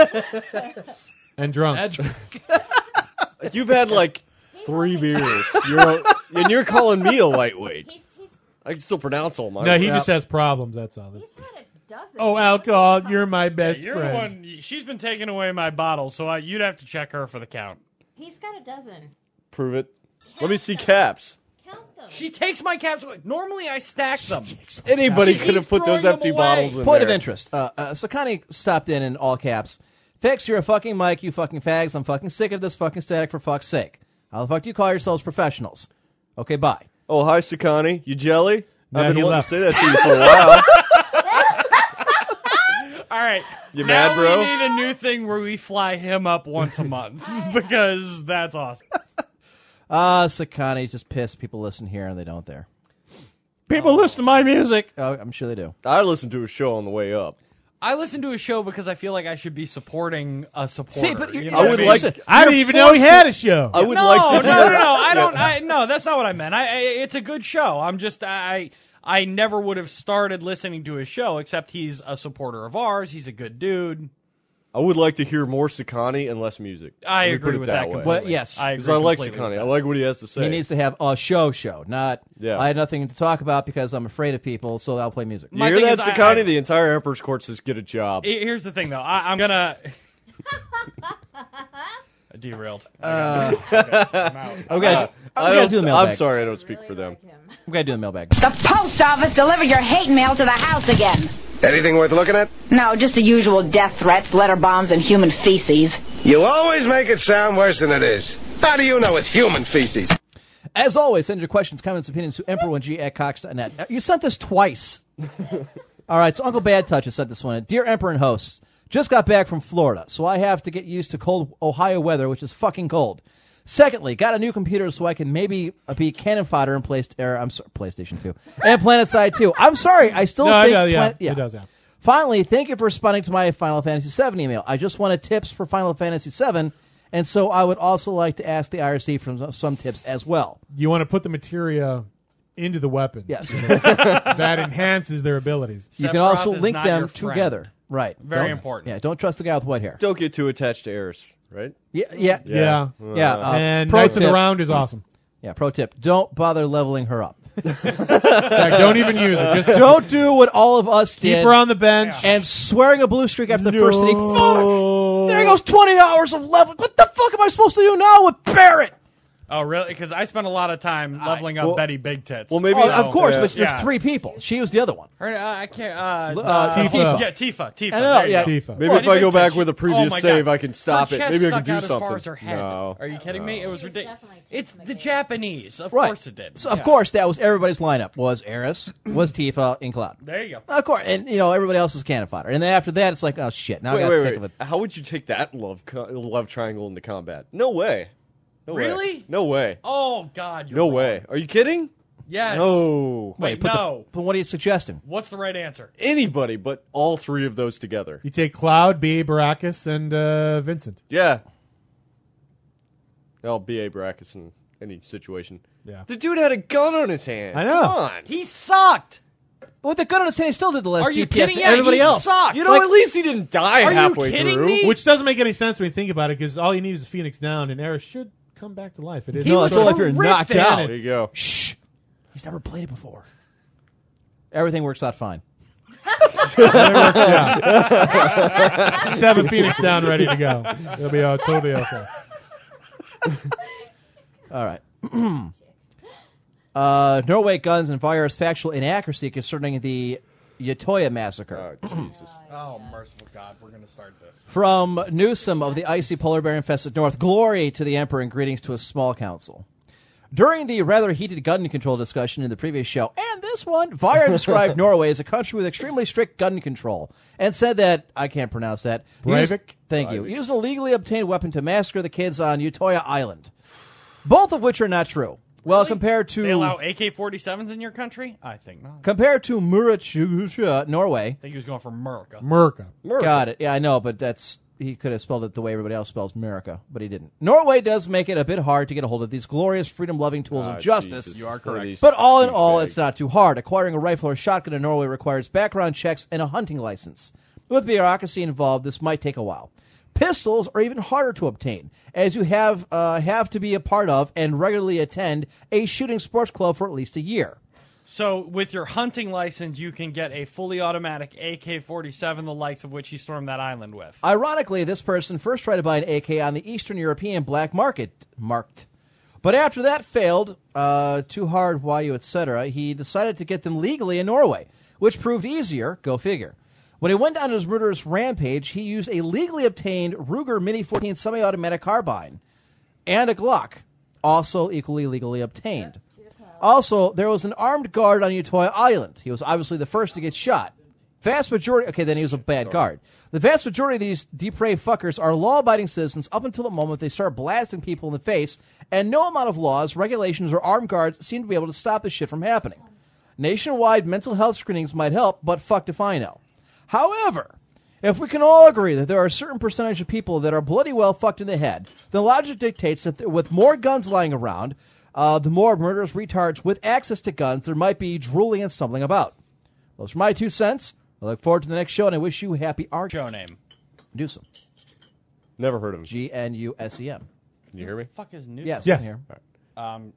Speaker 8: and drunk.
Speaker 7: You've had like three beers, you're a, and you're calling me a lightweight.
Speaker 6: He's he's
Speaker 7: I can still pronounce all my.
Speaker 8: no, he
Speaker 7: words.
Speaker 8: just has problems. That's all.
Speaker 6: he's had a dozen.
Speaker 8: Oh, alcohol! You're my best
Speaker 13: You're
Speaker 8: friend.
Speaker 13: the one. She's been taking away my bottle, so I, you'd have to check her for the count.
Speaker 6: He's got a dozen.
Speaker 7: prove it. Let me see caps.
Speaker 6: Count them.
Speaker 5: she takes my caps. away. Normally I stack them.
Speaker 7: Anybody
Speaker 5: She
Speaker 7: could have
Speaker 5: keeps
Speaker 7: put
Speaker 5: throwing
Speaker 7: those
Speaker 5: them
Speaker 7: empty
Speaker 5: away.
Speaker 7: bottles in
Speaker 4: Point
Speaker 7: there.
Speaker 4: of interest. Uh, uh, Sakani stopped in in all caps. Fix, you're a fucking mic, you fucking fags. I'm fucking sick of this fucking static for fuck's sake. How the fuck do you call yourselves professionals? Okay, bye.
Speaker 7: Oh, hi, Sakani. You jelly?
Speaker 8: No,
Speaker 7: I've
Speaker 8: he
Speaker 7: been wanting
Speaker 8: left.
Speaker 7: to say that to you for a while.
Speaker 13: All right,
Speaker 7: You
Speaker 13: now
Speaker 7: mad, bro?
Speaker 13: we need a new thing where we fly him up once a month because that's awesome.
Speaker 4: Uh, Sakani's just pissed. People listen here and they don't there.
Speaker 13: People listen to my music.
Speaker 4: Oh, I'm sure they do.
Speaker 7: I listened to a show on the way up.
Speaker 5: I listen to a show because I feel like I should be supporting a supporter.
Speaker 4: See, but you,
Speaker 5: you
Speaker 7: I would like.
Speaker 8: I didn't even know he had a show.
Speaker 7: I would
Speaker 5: no,
Speaker 7: like to.
Speaker 5: no, no,
Speaker 7: hear-
Speaker 5: no. I don't. I, no, that's not what I meant. I, I it's a good show. I'm just I I never would have started listening to his show except he's a supporter of ours. He's a good dude.
Speaker 7: I would like to hear more Sakani and less music.
Speaker 5: I
Speaker 7: Let me
Speaker 5: agree
Speaker 7: put it
Speaker 5: with
Speaker 7: that,
Speaker 5: that,
Speaker 7: way.
Speaker 5: completely.
Speaker 4: But yes.
Speaker 5: I
Speaker 7: Because
Speaker 5: agree
Speaker 7: I like
Speaker 5: completely with
Speaker 7: Sakani. I
Speaker 5: that.
Speaker 7: like what he has to say.
Speaker 4: He needs to have a show show, not
Speaker 7: Yeah.
Speaker 4: I had nothing to talk about because I'm afraid of people, so I'll play music.
Speaker 7: you
Speaker 13: My
Speaker 7: hear
Speaker 13: thing
Speaker 7: that,
Speaker 13: is I-
Speaker 7: Sakani?
Speaker 13: I-
Speaker 7: the entire Emperor's Court says get a job.
Speaker 13: Here- Here's the thing, though. I, I'm gonna derailed.
Speaker 4: I've got
Speaker 7: Uh, I
Speaker 4: to
Speaker 7: don't,
Speaker 4: do the mailbag.
Speaker 7: I'm sorry, I don't speak for them.
Speaker 4: I've got to do the mailbag.
Speaker 14: The post office delivered your hate mail to the house again.
Speaker 15: Anything worth looking at?
Speaker 14: No, just the usual death threats, letter bombs, and human feces.
Speaker 15: You always make it sound worse than it is. How do you know it's human feces?
Speaker 4: As always, send your questions, comments, opinions to emperor1g at cox.net. Uh, You sent this twice. All right, so Uncle Bad Touch has sent this one. in. Dear Emperor and hosts, just got back from Florida, so I have to get used to cold Ohio weather, which is fucking cold. Secondly, got a new computer so I can maybe uh, be cannon fodder in Playst- er, I'm sorry, PlayStation 2 and Planet Side 2. I'm sorry, I still
Speaker 8: No, I
Speaker 4: think
Speaker 8: know, yeah,
Speaker 4: Planet-
Speaker 8: it does, yeah.
Speaker 4: Finally, thank you for responding to my Final Fantasy VII email. I just wanted tips for Final Fantasy VII, and so I would also like to ask the IRC for some- some tips as well.
Speaker 8: you want to put the materia into the weapons.
Speaker 4: Yes.
Speaker 8: that enhances their abilities.
Speaker 4: you can
Speaker 5: Sephiroth
Speaker 4: also
Speaker 5: is
Speaker 4: link
Speaker 5: not
Speaker 4: them
Speaker 5: your friend.
Speaker 4: together. Right.
Speaker 5: Very
Speaker 4: Don't-
Speaker 5: important.
Speaker 4: Yeah, don't trust the guy with white hair.
Speaker 7: Don't get too attached to Eris, right?
Speaker 4: Yeah, yeah, yeah.
Speaker 8: Yeah.
Speaker 4: uh,
Speaker 8: and
Speaker 4: pro
Speaker 8: Knights of
Speaker 4: tip.
Speaker 8: the Round is awesome.
Speaker 4: Yeah, pro tip. Don't bother leveling her up.
Speaker 8: In fact, don't even use it. Just
Speaker 4: don't do what all of us
Speaker 8: keep
Speaker 4: did
Speaker 8: her on the bench.
Speaker 4: and swearing a blue streak after the first city. Fuck! There goes 20 hours of leveling. What the fuck am I supposed to do now with Barrett?
Speaker 13: Oh, really? Because I spent a lot of time leveling up
Speaker 7: well-
Speaker 13: Betty Big Tits.
Speaker 7: Well, maybe.
Speaker 4: Oh, of course,
Speaker 7: yeah.
Speaker 4: but there's
Speaker 13: Yeah.
Speaker 4: three people. She was the other one.
Speaker 5: Her- uh, I can't. Uh,
Speaker 4: Uh, Tifa.
Speaker 13: yeah, Tifa, Tifa.
Speaker 4: I know,
Speaker 13: there you
Speaker 4: yeah.
Speaker 13: go.
Speaker 8: Tifa.
Speaker 7: Maybe if
Speaker 5: Betty
Speaker 7: I go
Speaker 5: Big
Speaker 7: back
Speaker 5: Tits.
Speaker 7: with a
Speaker 5: Oh
Speaker 7: previous
Speaker 5: my
Speaker 7: save,
Speaker 5: God.
Speaker 7: I can stop
Speaker 5: her
Speaker 7: it.
Speaker 5: chest
Speaker 7: Maybe I
Speaker 5: stuck
Speaker 7: can do
Speaker 5: out
Speaker 7: something.
Speaker 5: As far as her head.
Speaker 7: No.
Speaker 5: Are you kidding me? It was
Speaker 6: She was
Speaker 5: ridiculous.
Speaker 6: definitely taken
Speaker 5: It's
Speaker 6: from
Speaker 5: the
Speaker 6: the game.
Speaker 5: Japanese. Of
Speaker 4: Right.
Speaker 5: course it did.
Speaker 4: So, of
Speaker 5: Yeah.
Speaker 4: course, that was everybody's lineup was Eris, was Tifa, and Cloud.
Speaker 13: There you go.
Speaker 5: Ah.
Speaker 4: Of course, and you know everybody else is cannon fodder. And then after that, it's like, oh shit! Now I
Speaker 7: Wait,
Speaker 4: gotta
Speaker 7: wait,
Speaker 4: think
Speaker 7: wait.
Speaker 4: of it.
Speaker 7: How would you take that love co- love triangle into combat? No way. No way.
Speaker 5: Really?
Speaker 7: No way.
Speaker 5: Oh God. You're
Speaker 7: No
Speaker 5: wrong.
Speaker 7: way. Are you kidding?
Speaker 8: Yes.
Speaker 7: No.
Speaker 8: Wait, put the- no.
Speaker 4: what are you suggesting?
Speaker 8: What's the right answer?
Speaker 7: Anybody, but all three of those together.
Speaker 5: You take Cloud, B. Baracus, and uh, Vincent.
Speaker 7: Yeah. I'll be a Brackus in any situation.
Speaker 5: Yeah.
Speaker 7: The dude had a gun on his hand.
Speaker 4: I know.
Speaker 7: Come on.
Speaker 8: He sucked.
Speaker 4: With the gun on his hand, he still did the less
Speaker 8: Are you
Speaker 4: DPS
Speaker 8: kidding?
Speaker 4: than
Speaker 8: Yeah,
Speaker 4: everybody
Speaker 8: he
Speaker 4: else.
Speaker 8: sucked.
Speaker 7: You know, at least he didn't die
Speaker 8: Are you
Speaker 7: halfway
Speaker 8: kidding
Speaker 7: through.
Speaker 8: me?
Speaker 5: Which doesn't make any sense when you think about it, because all you need is a Phoenix down, and Eris should come back to life. It is.
Speaker 4: He No, was that's only if you're knocked
Speaker 5: horrific.
Speaker 4: out.
Speaker 7: There you go.
Speaker 4: Shh. He's never played it before. Everything works out fine.
Speaker 5: Yeah. Just have a Phoenix down ready to go. It'll be uh, totally okay.
Speaker 4: All right. uh, Norway guns and virus factual inaccuracy concerning the Yatoya massacre.
Speaker 7: Jesus.
Speaker 8: Oh, merciful God, we're going to start this.
Speaker 4: From Newsom of the icy polar bear infested north, glory to the emperor and greetings to his small council. During the rather heated gun control discussion in the previous show, and this one, Vire described Norway as a country with extremely strict gun control and said that, I can't pronounce that. Used-
Speaker 5: Breivik?
Speaker 4: Thank you. Used an illegally obtained weapon to massacre the kids on Utoya Island. Both of which are not true. Well, compared to.
Speaker 16: They allow AK-47s in your country? I think not.
Speaker 4: Compared to Murachusha, Norway.
Speaker 16: I think he was going for America.
Speaker 5: Merca.
Speaker 4: Got it. Yeah, I know, but that's he could have spelled it the way everybody else spells America, but he didn't. Norway does make it a bit hard to get a hold of these glorious freedom-loving tools
Speaker 7: Ah,
Speaker 4: of justice.
Speaker 7: Jesus. You are One of correct. these
Speaker 4: But all in
Speaker 7: douchebags.
Speaker 4: all, it's not too hard. Acquiring a rifle or shotgun in Norway requires background checks and a hunting license. With bureaucracy involved, this might take a while. Pistols are even harder to obtain, as you have uh, have to be a part of and regularly attend a shooting sports club for at least a year.
Speaker 16: So, with your hunting license, you can get a fully automatic AK 47, the likes of which he stormed that island with.
Speaker 4: Ironically, this person first tried to buy an AK on the Eastern European black market, marked. But after that failed, uh, too hard, why you, etc., he decided to get them legally in Norway, which proved easier, go figure. When he went on his murderous rampage, he used a legally obtained Ruger Mini 14 semi automatic carbine and a Glock, also equally legally obtained. Also, there was an armed guard on Utoya Island. He was obviously the first to get shot. Vast majority. Okay, then he was a bad guard. The vast majority of these depraved fuckers are law abiding citizens up until the moment they start blasting people in the face, and no amount of laws, regulations, or armed guards seem to be able to stop this shit from happening. Nationwide mental health screenings might help, but fuck if I know. However, if we can all agree that there are a certain percentage of people that are bloody well fucked in the head, then logic dictates that th- with more guns lying around, uh, the more murderous retards with access to guns there might be drooling and stumbling about. Those are my two cents. I look forward to the next show, and I wish you happy art. Show
Speaker 16: name.
Speaker 4: Newsom.
Speaker 7: Never heard of him.
Speaker 4: G N U S E M.
Speaker 7: Can you hear me?
Speaker 16: fuck is news?
Speaker 4: Yes. I'm here.
Speaker 16: Um,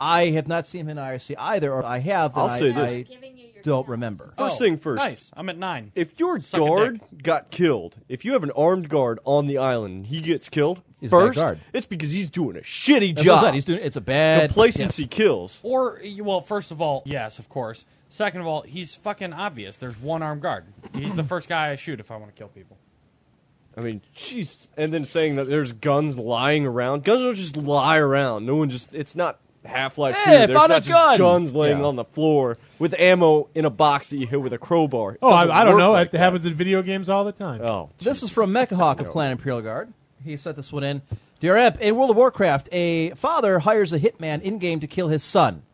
Speaker 4: I have not seen him in IRC either, or I have. and
Speaker 7: I'll
Speaker 4: I,
Speaker 7: say this.
Speaker 4: I don't remember.
Speaker 7: First
Speaker 16: oh,
Speaker 7: thing first.
Speaker 16: Nice. I'm at nine.
Speaker 7: If your
Speaker 16: Suck a
Speaker 7: guard got killed, if you have an armed guard on the island and he gets killed
Speaker 4: He's a bad
Speaker 7: first,
Speaker 4: guard.
Speaker 7: it's because he's doing a shitty
Speaker 4: That's what I
Speaker 7: job.
Speaker 4: said. He's doing. It's a bad
Speaker 7: Complacency
Speaker 4: yes.
Speaker 7: kills.
Speaker 16: Or, well, first of all, yes, of course. Second of all, he's fucking obvious. There's one armed guard. He's the first guy I shoot if I want to kill people.
Speaker 7: I mean, jeez. And then saying that there's guns lying around. Guns don't just lie around. No one just. It's not Half Life
Speaker 4: Hey,
Speaker 7: 2. There's
Speaker 4: found a
Speaker 7: not just
Speaker 4: gun!
Speaker 7: guns laying
Speaker 4: Yeah.
Speaker 7: on the floor with ammo in a box that you hit with a crowbar. It
Speaker 5: Oh,
Speaker 7: doesn't
Speaker 5: I, I don't
Speaker 7: work
Speaker 5: know.
Speaker 7: like
Speaker 5: it
Speaker 7: that.
Speaker 5: happens in video games all the time.
Speaker 7: Oh,
Speaker 4: This is from Mechahawk of Clan Imperial Guard. He sent this one in. Dear Imp, in World of Warcraft, a father hires a hitman in game to kill his son.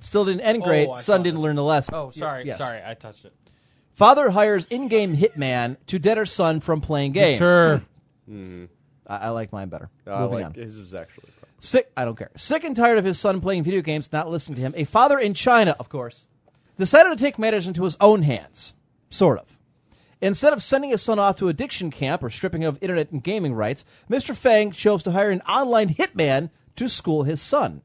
Speaker 4: Still didn't end great.
Speaker 16: Oh, I
Speaker 4: son
Speaker 16: saw
Speaker 4: didn't
Speaker 16: this.
Speaker 4: learn the lesson.
Speaker 16: Oh, sorry.
Speaker 4: Yes.
Speaker 16: Sorry. I touched it.
Speaker 4: Father hires in-game hitman to deter son from playing game.
Speaker 5: Deter.
Speaker 4: I, I like mine better.
Speaker 16: Oh,
Speaker 7: I
Speaker 4: Moving
Speaker 7: like
Speaker 4: on.
Speaker 7: his is actually.
Speaker 4: Sick. I don't care. Sick and tired of his son playing video games, not listening to him. A father in China, of course, decided to take matters into his own hands. Sort of. Instead of sending his son off to addiction camp or stripping of internet and gaming rights, Mr. Fang chose to hire an online hitman to school his son.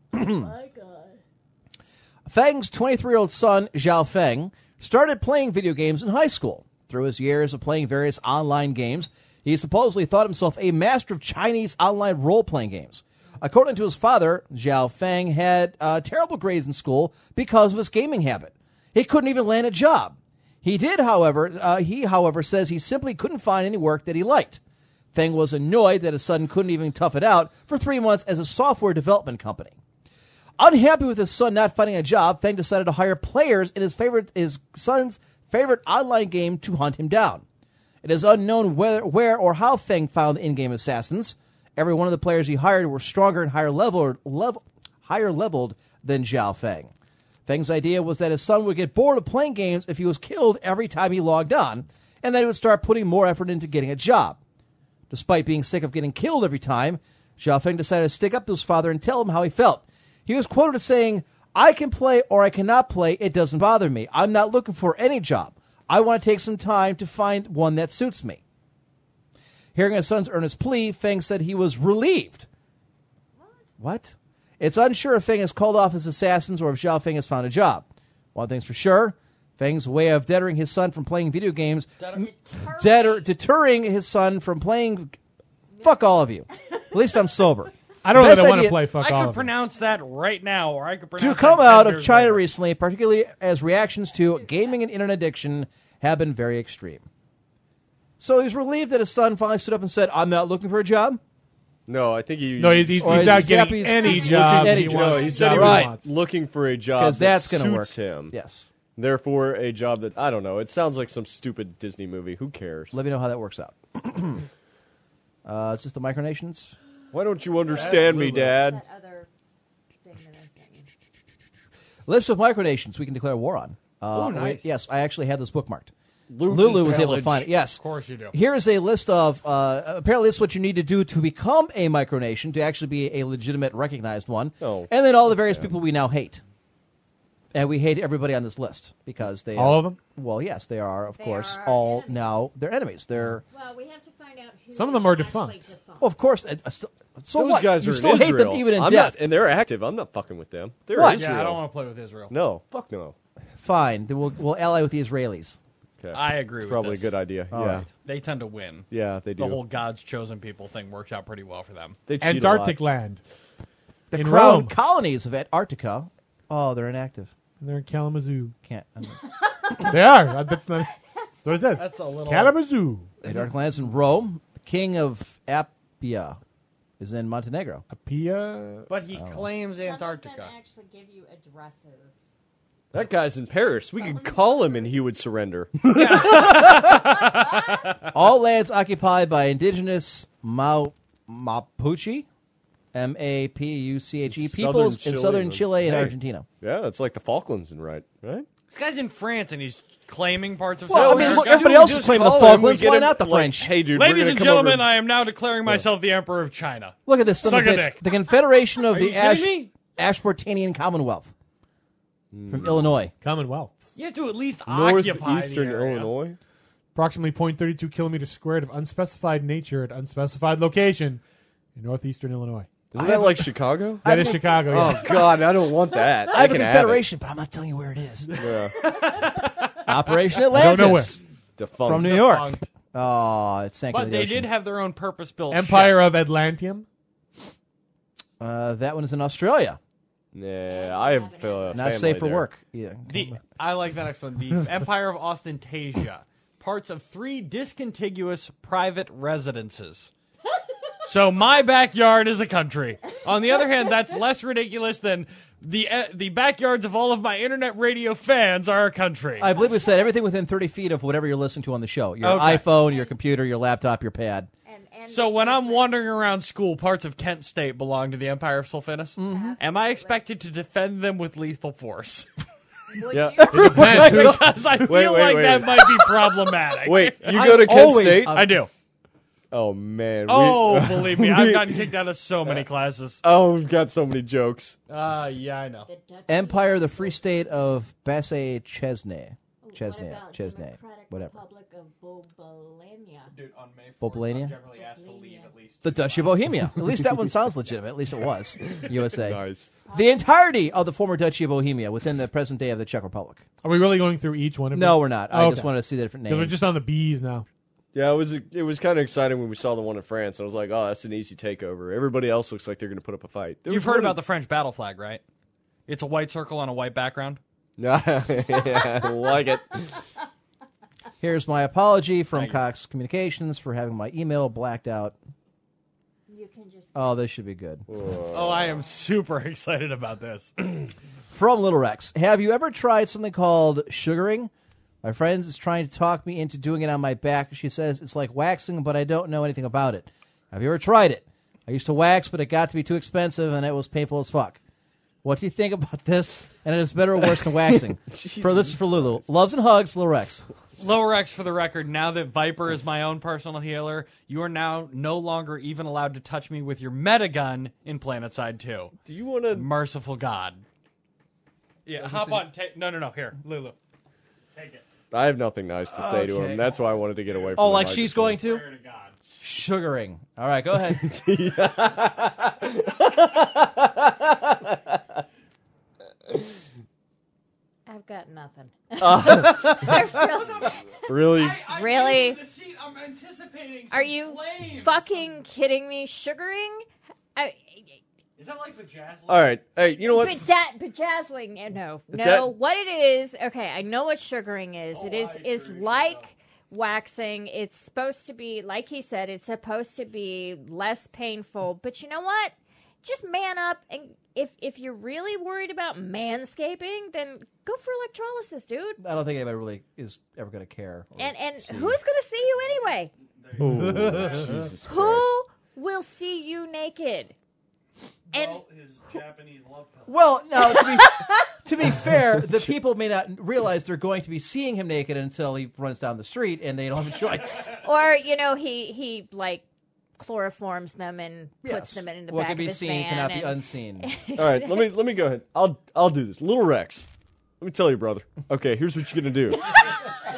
Speaker 4: Fang's 23 year old son, Zhao Feng, started playing video games in high school. Through his years of playing various online games, he supposedly thought himself a master of Chinese online role playing games. According to his father, Zhao Feng had uh, terrible grades in school because of his gaming habit. He couldn't even land a job. He did, however, uh, he, however, says he simply couldn't find any work that he liked. Feng was annoyed that his son couldn't even tough it out for three months as a software development company. Unhappy with his son not finding a job, Fang decided to hire players in his favorite his son's favorite online game to hunt him down. It is unknown whether, where or how Fang found the in-game assassins. Every one of the players he hired were stronger and higher leveled, level, higher leveled than Zhao Fang. Feng's idea was that his son would get bored of playing games if he was killed every time he logged on, and that he would start putting more effort into getting a job. Despite being sick of getting killed every time, Xiao Feng decided to stick up to his father and tell him how he felt. He was quoted as saying, I can play or I cannot play. It doesn't bother me. I'm not looking for any job. I want to take some time to find one that suits me. Hearing his son's earnest plea, Feng said he was relieved. What? It's unsure if Feng has called off his assassins or if Xiao Feng has found a job. One thing's for sure Feng's way of deterring his son from playing video games, deter- deterring his son from playing. Fuck all of you. At least I'm sober.
Speaker 8: I don't really
Speaker 4: Best
Speaker 8: wanna
Speaker 4: idea-
Speaker 8: play fuck
Speaker 17: I could pronounce that right now, or I could
Speaker 4: to
Speaker 17: pronounce
Speaker 4: come
Speaker 17: that
Speaker 4: out
Speaker 17: 10
Speaker 4: of
Speaker 17: years
Speaker 4: China
Speaker 17: later.
Speaker 4: recently, particularly as reactions to gaming and internet addiction have been very extreme. So he's relieved that his son finally stood up and said, "I'm not looking for a job."
Speaker 7: No, I think he.
Speaker 4: No, he's- he's-
Speaker 7: Or
Speaker 4: he's
Speaker 7: is
Speaker 4: not
Speaker 7: he
Speaker 4: getting
Speaker 7: happy he's
Speaker 4: any
Speaker 7: looking-
Speaker 4: job
Speaker 7: no,
Speaker 4: he
Speaker 7: he
Speaker 4: wants.
Speaker 7: said he
Speaker 4: Job he
Speaker 7: was
Speaker 4: wants.
Speaker 7: looking for a job
Speaker 4: 'Cause that's
Speaker 7: Uh, that
Speaker 4: gonna
Speaker 7: suits
Speaker 4: work.
Speaker 7: him.
Speaker 4: Yes.
Speaker 7: Therefore, a job that I don't know. It sounds like some stupid Disney movie. Who cares?
Speaker 4: Let me know how that works out. uh, it's just the micronations.
Speaker 7: Why don't you understand me,
Speaker 4: Absolutely.
Speaker 7: Dad?
Speaker 4: List of micronations we can declare war on. Uh,
Speaker 5: Oh, nice.
Speaker 4: wait, yes, I actually had this bookmarked.
Speaker 5: Loot
Speaker 4: Lulu
Speaker 5: and
Speaker 4: was able to
Speaker 5: pillage.
Speaker 4: find it. Yes,
Speaker 5: Of course you do.
Speaker 4: Here is a list of. Uh, apparently, this is what you need to do to become a micronation to actually be a legitimate, recognized one.
Speaker 7: Oh.
Speaker 4: and then all the various people we now hate, and we hate everybody on this list because they
Speaker 8: All
Speaker 4: are-
Speaker 8: of them?
Speaker 4: Well, yes, they are of course all now they're enemies. They're
Speaker 6: Well, we have to find out who.
Speaker 8: Some of them are defunct.
Speaker 4: well, of course. uh, uh, still- so
Speaker 7: Those
Speaker 4: what?
Speaker 7: guys
Speaker 4: you
Speaker 7: are
Speaker 4: still
Speaker 7: in
Speaker 4: hate
Speaker 7: Israel.
Speaker 4: them even in
Speaker 7: I'm
Speaker 4: death.
Speaker 7: Not, and they're active. I'm not fucking with them. They're
Speaker 4: What?
Speaker 7: Israel.
Speaker 4: Yeah, I don't
Speaker 5: wanna play with Israel.
Speaker 7: No, fuck no.
Speaker 4: Fine, then we'll we'll ally with the Israelis.
Speaker 7: Okay.
Speaker 5: I agree
Speaker 7: It's
Speaker 5: with
Speaker 7: probably
Speaker 5: this.
Speaker 7: a good idea. yeah.
Speaker 5: They tend to win.
Speaker 7: Yeah, they
Speaker 5: The
Speaker 7: do.
Speaker 5: whole God's chosen people thing works out pretty well for them.
Speaker 7: They cheat
Speaker 8: Antarctic land.
Speaker 4: The
Speaker 8: in
Speaker 4: crown
Speaker 8: Rome.
Speaker 4: colonies of Antarctica. Oh, they're inactive.
Speaker 8: They're in Kalamazoo.
Speaker 4: Can't.
Speaker 8: they are. Uh, That's not. That's what it says.
Speaker 4: That's a little-
Speaker 8: Kalamazoo.
Speaker 4: Antarctica lands in Rome. The king of Apia is in Montenegro.
Speaker 8: Apia.
Speaker 5: But he claims
Speaker 6: Some
Speaker 5: Antarctica.
Speaker 6: of them actually give you addresses.
Speaker 7: That guy's in Paris. We could call him and he would surrender.
Speaker 4: All lands occupied by indigenous Mau- Mapuche, M A P U C H E peoples in southern Chile and
Speaker 7: Hey.
Speaker 4: Argentina.
Speaker 7: Yeah, it's like the Falklands and right, right?
Speaker 17: This guy's in France and he's claiming parts of.
Speaker 4: Well,
Speaker 17: South
Speaker 4: I mean,
Speaker 17: America.
Speaker 4: look, everybody
Speaker 17: Dude,
Speaker 4: else is
Speaker 17: just
Speaker 4: claiming the
Speaker 17: call him.
Speaker 4: Falklands.
Speaker 17: We get
Speaker 4: Why
Speaker 17: him,
Speaker 4: not the
Speaker 17: like,
Speaker 4: French?
Speaker 7: Hey, dude.
Speaker 17: Ladies
Speaker 7: we're
Speaker 17: and
Speaker 7: gonna come
Speaker 17: gentlemen,
Speaker 7: over-
Speaker 17: I am now declaring myself the Emperor of China.
Speaker 4: Look at this son
Speaker 17: Suck
Speaker 4: of a
Speaker 17: a
Speaker 4: bitch.
Speaker 17: dick.
Speaker 4: The Confederation of
Speaker 17: Are
Speaker 4: the
Speaker 17: you kidding
Speaker 4: Ash-
Speaker 17: me?
Speaker 4: Ashportanian Commonwealth from Illinois.
Speaker 8: Commonwealth.
Speaker 5: You have to at least occupy the
Speaker 7: Northeastern
Speaker 5: area.
Speaker 7: Illinois.
Speaker 8: Approximately 0.32 kilometers squared of unspecified nature at unspecified location in northeastern Illinois.
Speaker 7: Isn't that like Chicago?
Speaker 8: That is Chicago.
Speaker 7: Oh God, I don't want that. I,
Speaker 4: have
Speaker 7: can
Speaker 4: a
Speaker 7: have it.
Speaker 4: confederation, but I'm not telling you where it is.
Speaker 7: Yeah.
Speaker 4: Operation
Speaker 7: I
Speaker 4: Atlantis.
Speaker 7: don't know where. Defunct.
Speaker 4: From New York.
Speaker 7: Defunct.
Speaker 4: Oh, it's sank
Speaker 5: But
Speaker 4: into the
Speaker 5: they
Speaker 4: ocean.
Speaker 5: did have their own purpose-built
Speaker 4: Oh,
Speaker 8: Empire of Atlantium.
Speaker 4: Uh, that one is in Australia.
Speaker 7: Yeah, I have uh,
Speaker 4: Not
Speaker 7: family
Speaker 4: safe for
Speaker 7: there.
Speaker 4: work. Yeah.
Speaker 5: The, I like that next one. The Empire of Ostentasia. Parts of three discontiguous private residences. So my backyard is a country. On the other hand, that's less ridiculous than the uh, the backyards of all of my internet radio fans are a country.
Speaker 4: I believe we said everything within 30 feet of whatever you're listening to on the show. Your
Speaker 5: Okay.
Speaker 4: iPhone, your computer, your laptop, your pad.
Speaker 5: so when I'm wandering around school, parts of Kent State belong to the Empire of Sulfinis.
Speaker 7: Mm-hmm.
Speaker 5: Am I expected to defend them with lethal force?
Speaker 7: Yeah.
Speaker 5: because I feel
Speaker 7: Wait, wait,
Speaker 5: like
Speaker 7: wait.
Speaker 5: that might be problematic.
Speaker 7: Wait, you go to Kent State?
Speaker 4: uh,
Speaker 5: I do.
Speaker 7: Oh man. we-
Speaker 5: Oh, believe me, I've
Speaker 7: we-
Speaker 5: gotten kicked out of so many classes.
Speaker 7: Oh, we've got so many jokes.
Speaker 5: Uh, yeah, I know.
Speaker 4: Empire of the Free State of Basse Chesney. Chesney. Chesney. Whatever.
Speaker 6: Republic of Bobolania.
Speaker 17: Dude, on May
Speaker 4: Bobolania?
Speaker 17: generally asked to leave at least.
Speaker 4: The Duchy of Bohemia. At least that one sounds legitimate. At least it was. USA.
Speaker 7: Nice.
Speaker 4: The entirety of the former Duchy of Bohemia within the present day of the Czech Republic.
Speaker 8: Are we really going through each one? Of
Speaker 4: No,
Speaker 8: these?
Speaker 4: we're not. I just wanted to see the different
Speaker 8: 'Cause We're
Speaker 4: names.
Speaker 8: just on the bees now.
Speaker 7: Yeah, it was it was kind of exciting when we saw the one in France. I was like, oh, that's an easy takeover. Everybody else looks like they're going to put up a fight.
Speaker 5: You've heard about the French battle flag, right? It's a white circle on a white background.
Speaker 7: No, yeah, I like it.
Speaker 4: Here's my apology from Cox Communications for having my email blacked out.
Speaker 6: You can just.
Speaker 4: Oh, this should be good.
Speaker 7: Uh,
Speaker 5: Oh, I am super excited about this.
Speaker 4: From Little Rex, have you ever tried something called sugaring? My friend is trying to talk me into doing it on my back. She says it's like waxing, but I don't know anything about it. Have you ever tried it? I used to wax, but it got to be too expensive and it was painful as fuck. What do you think about this? And it is better or worse than waxing. for this is for Lulu. Loves and hugs, Lil Rex.
Speaker 5: Lower X for the record, now that Viper is my own personal healer, you are now no longer even allowed to touch me with your meta gun in Planetside 2. Do
Speaker 7: you want to.
Speaker 5: Merciful God. Yeah,
Speaker 18: Doesn't
Speaker 5: hop
Speaker 18: seem-
Speaker 5: on. Take, no, no, no. Here, Lulu. Take it.
Speaker 7: I have nothing nice to say to
Speaker 4: Okay.
Speaker 7: him. That's why I wanted to get away from
Speaker 4: Oh,
Speaker 7: the
Speaker 4: like she's
Speaker 7: microphone.
Speaker 4: going to? Sugaring. All right, go ahead.
Speaker 6: I've got nothing.
Speaker 7: Uh.
Speaker 6: I
Speaker 7: Really?
Speaker 6: really?
Speaker 5: I'm anticipating.
Speaker 6: Are you fucking kidding me? Sugaring? I,
Speaker 5: Is that like the jazz?
Speaker 7: All right. Hey, you know what?
Speaker 6: Beja- bejazzling? No, no, no.
Speaker 7: That-
Speaker 6: what it is? Okay, I know what sugaring is. it is is like waxing. It's supposed to be, like he said, it's supposed to be less painful. But you know what? Just man up, and if if you're really worried about manscaping, then go for electrolysis, dude.
Speaker 4: I don't think anybody really is ever going to care.
Speaker 6: And and
Speaker 4: See.
Speaker 6: who's gonna see you anyway?
Speaker 4: Jesus
Speaker 6: Who will see you naked? And
Speaker 4: Well, no. To be, to be fair, the people may not realize they're going to be seeing him naked until he runs down the street, and they don't have a choice.
Speaker 6: or you know he he like chloroforms them and
Speaker 4: Yes.
Speaker 6: puts them in the
Speaker 4: What
Speaker 6: back
Speaker 4: can be
Speaker 6: of his
Speaker 4: seen
Speaker 6: van
Speaker 4: cannot be
Speaker 6: and-
Speaker 4: unseen.
Speaker 7: All right, let me let me go ahead. I'll I'll do this. Little Rex, let me tell you, brother. Okay, here's what you're gonna do.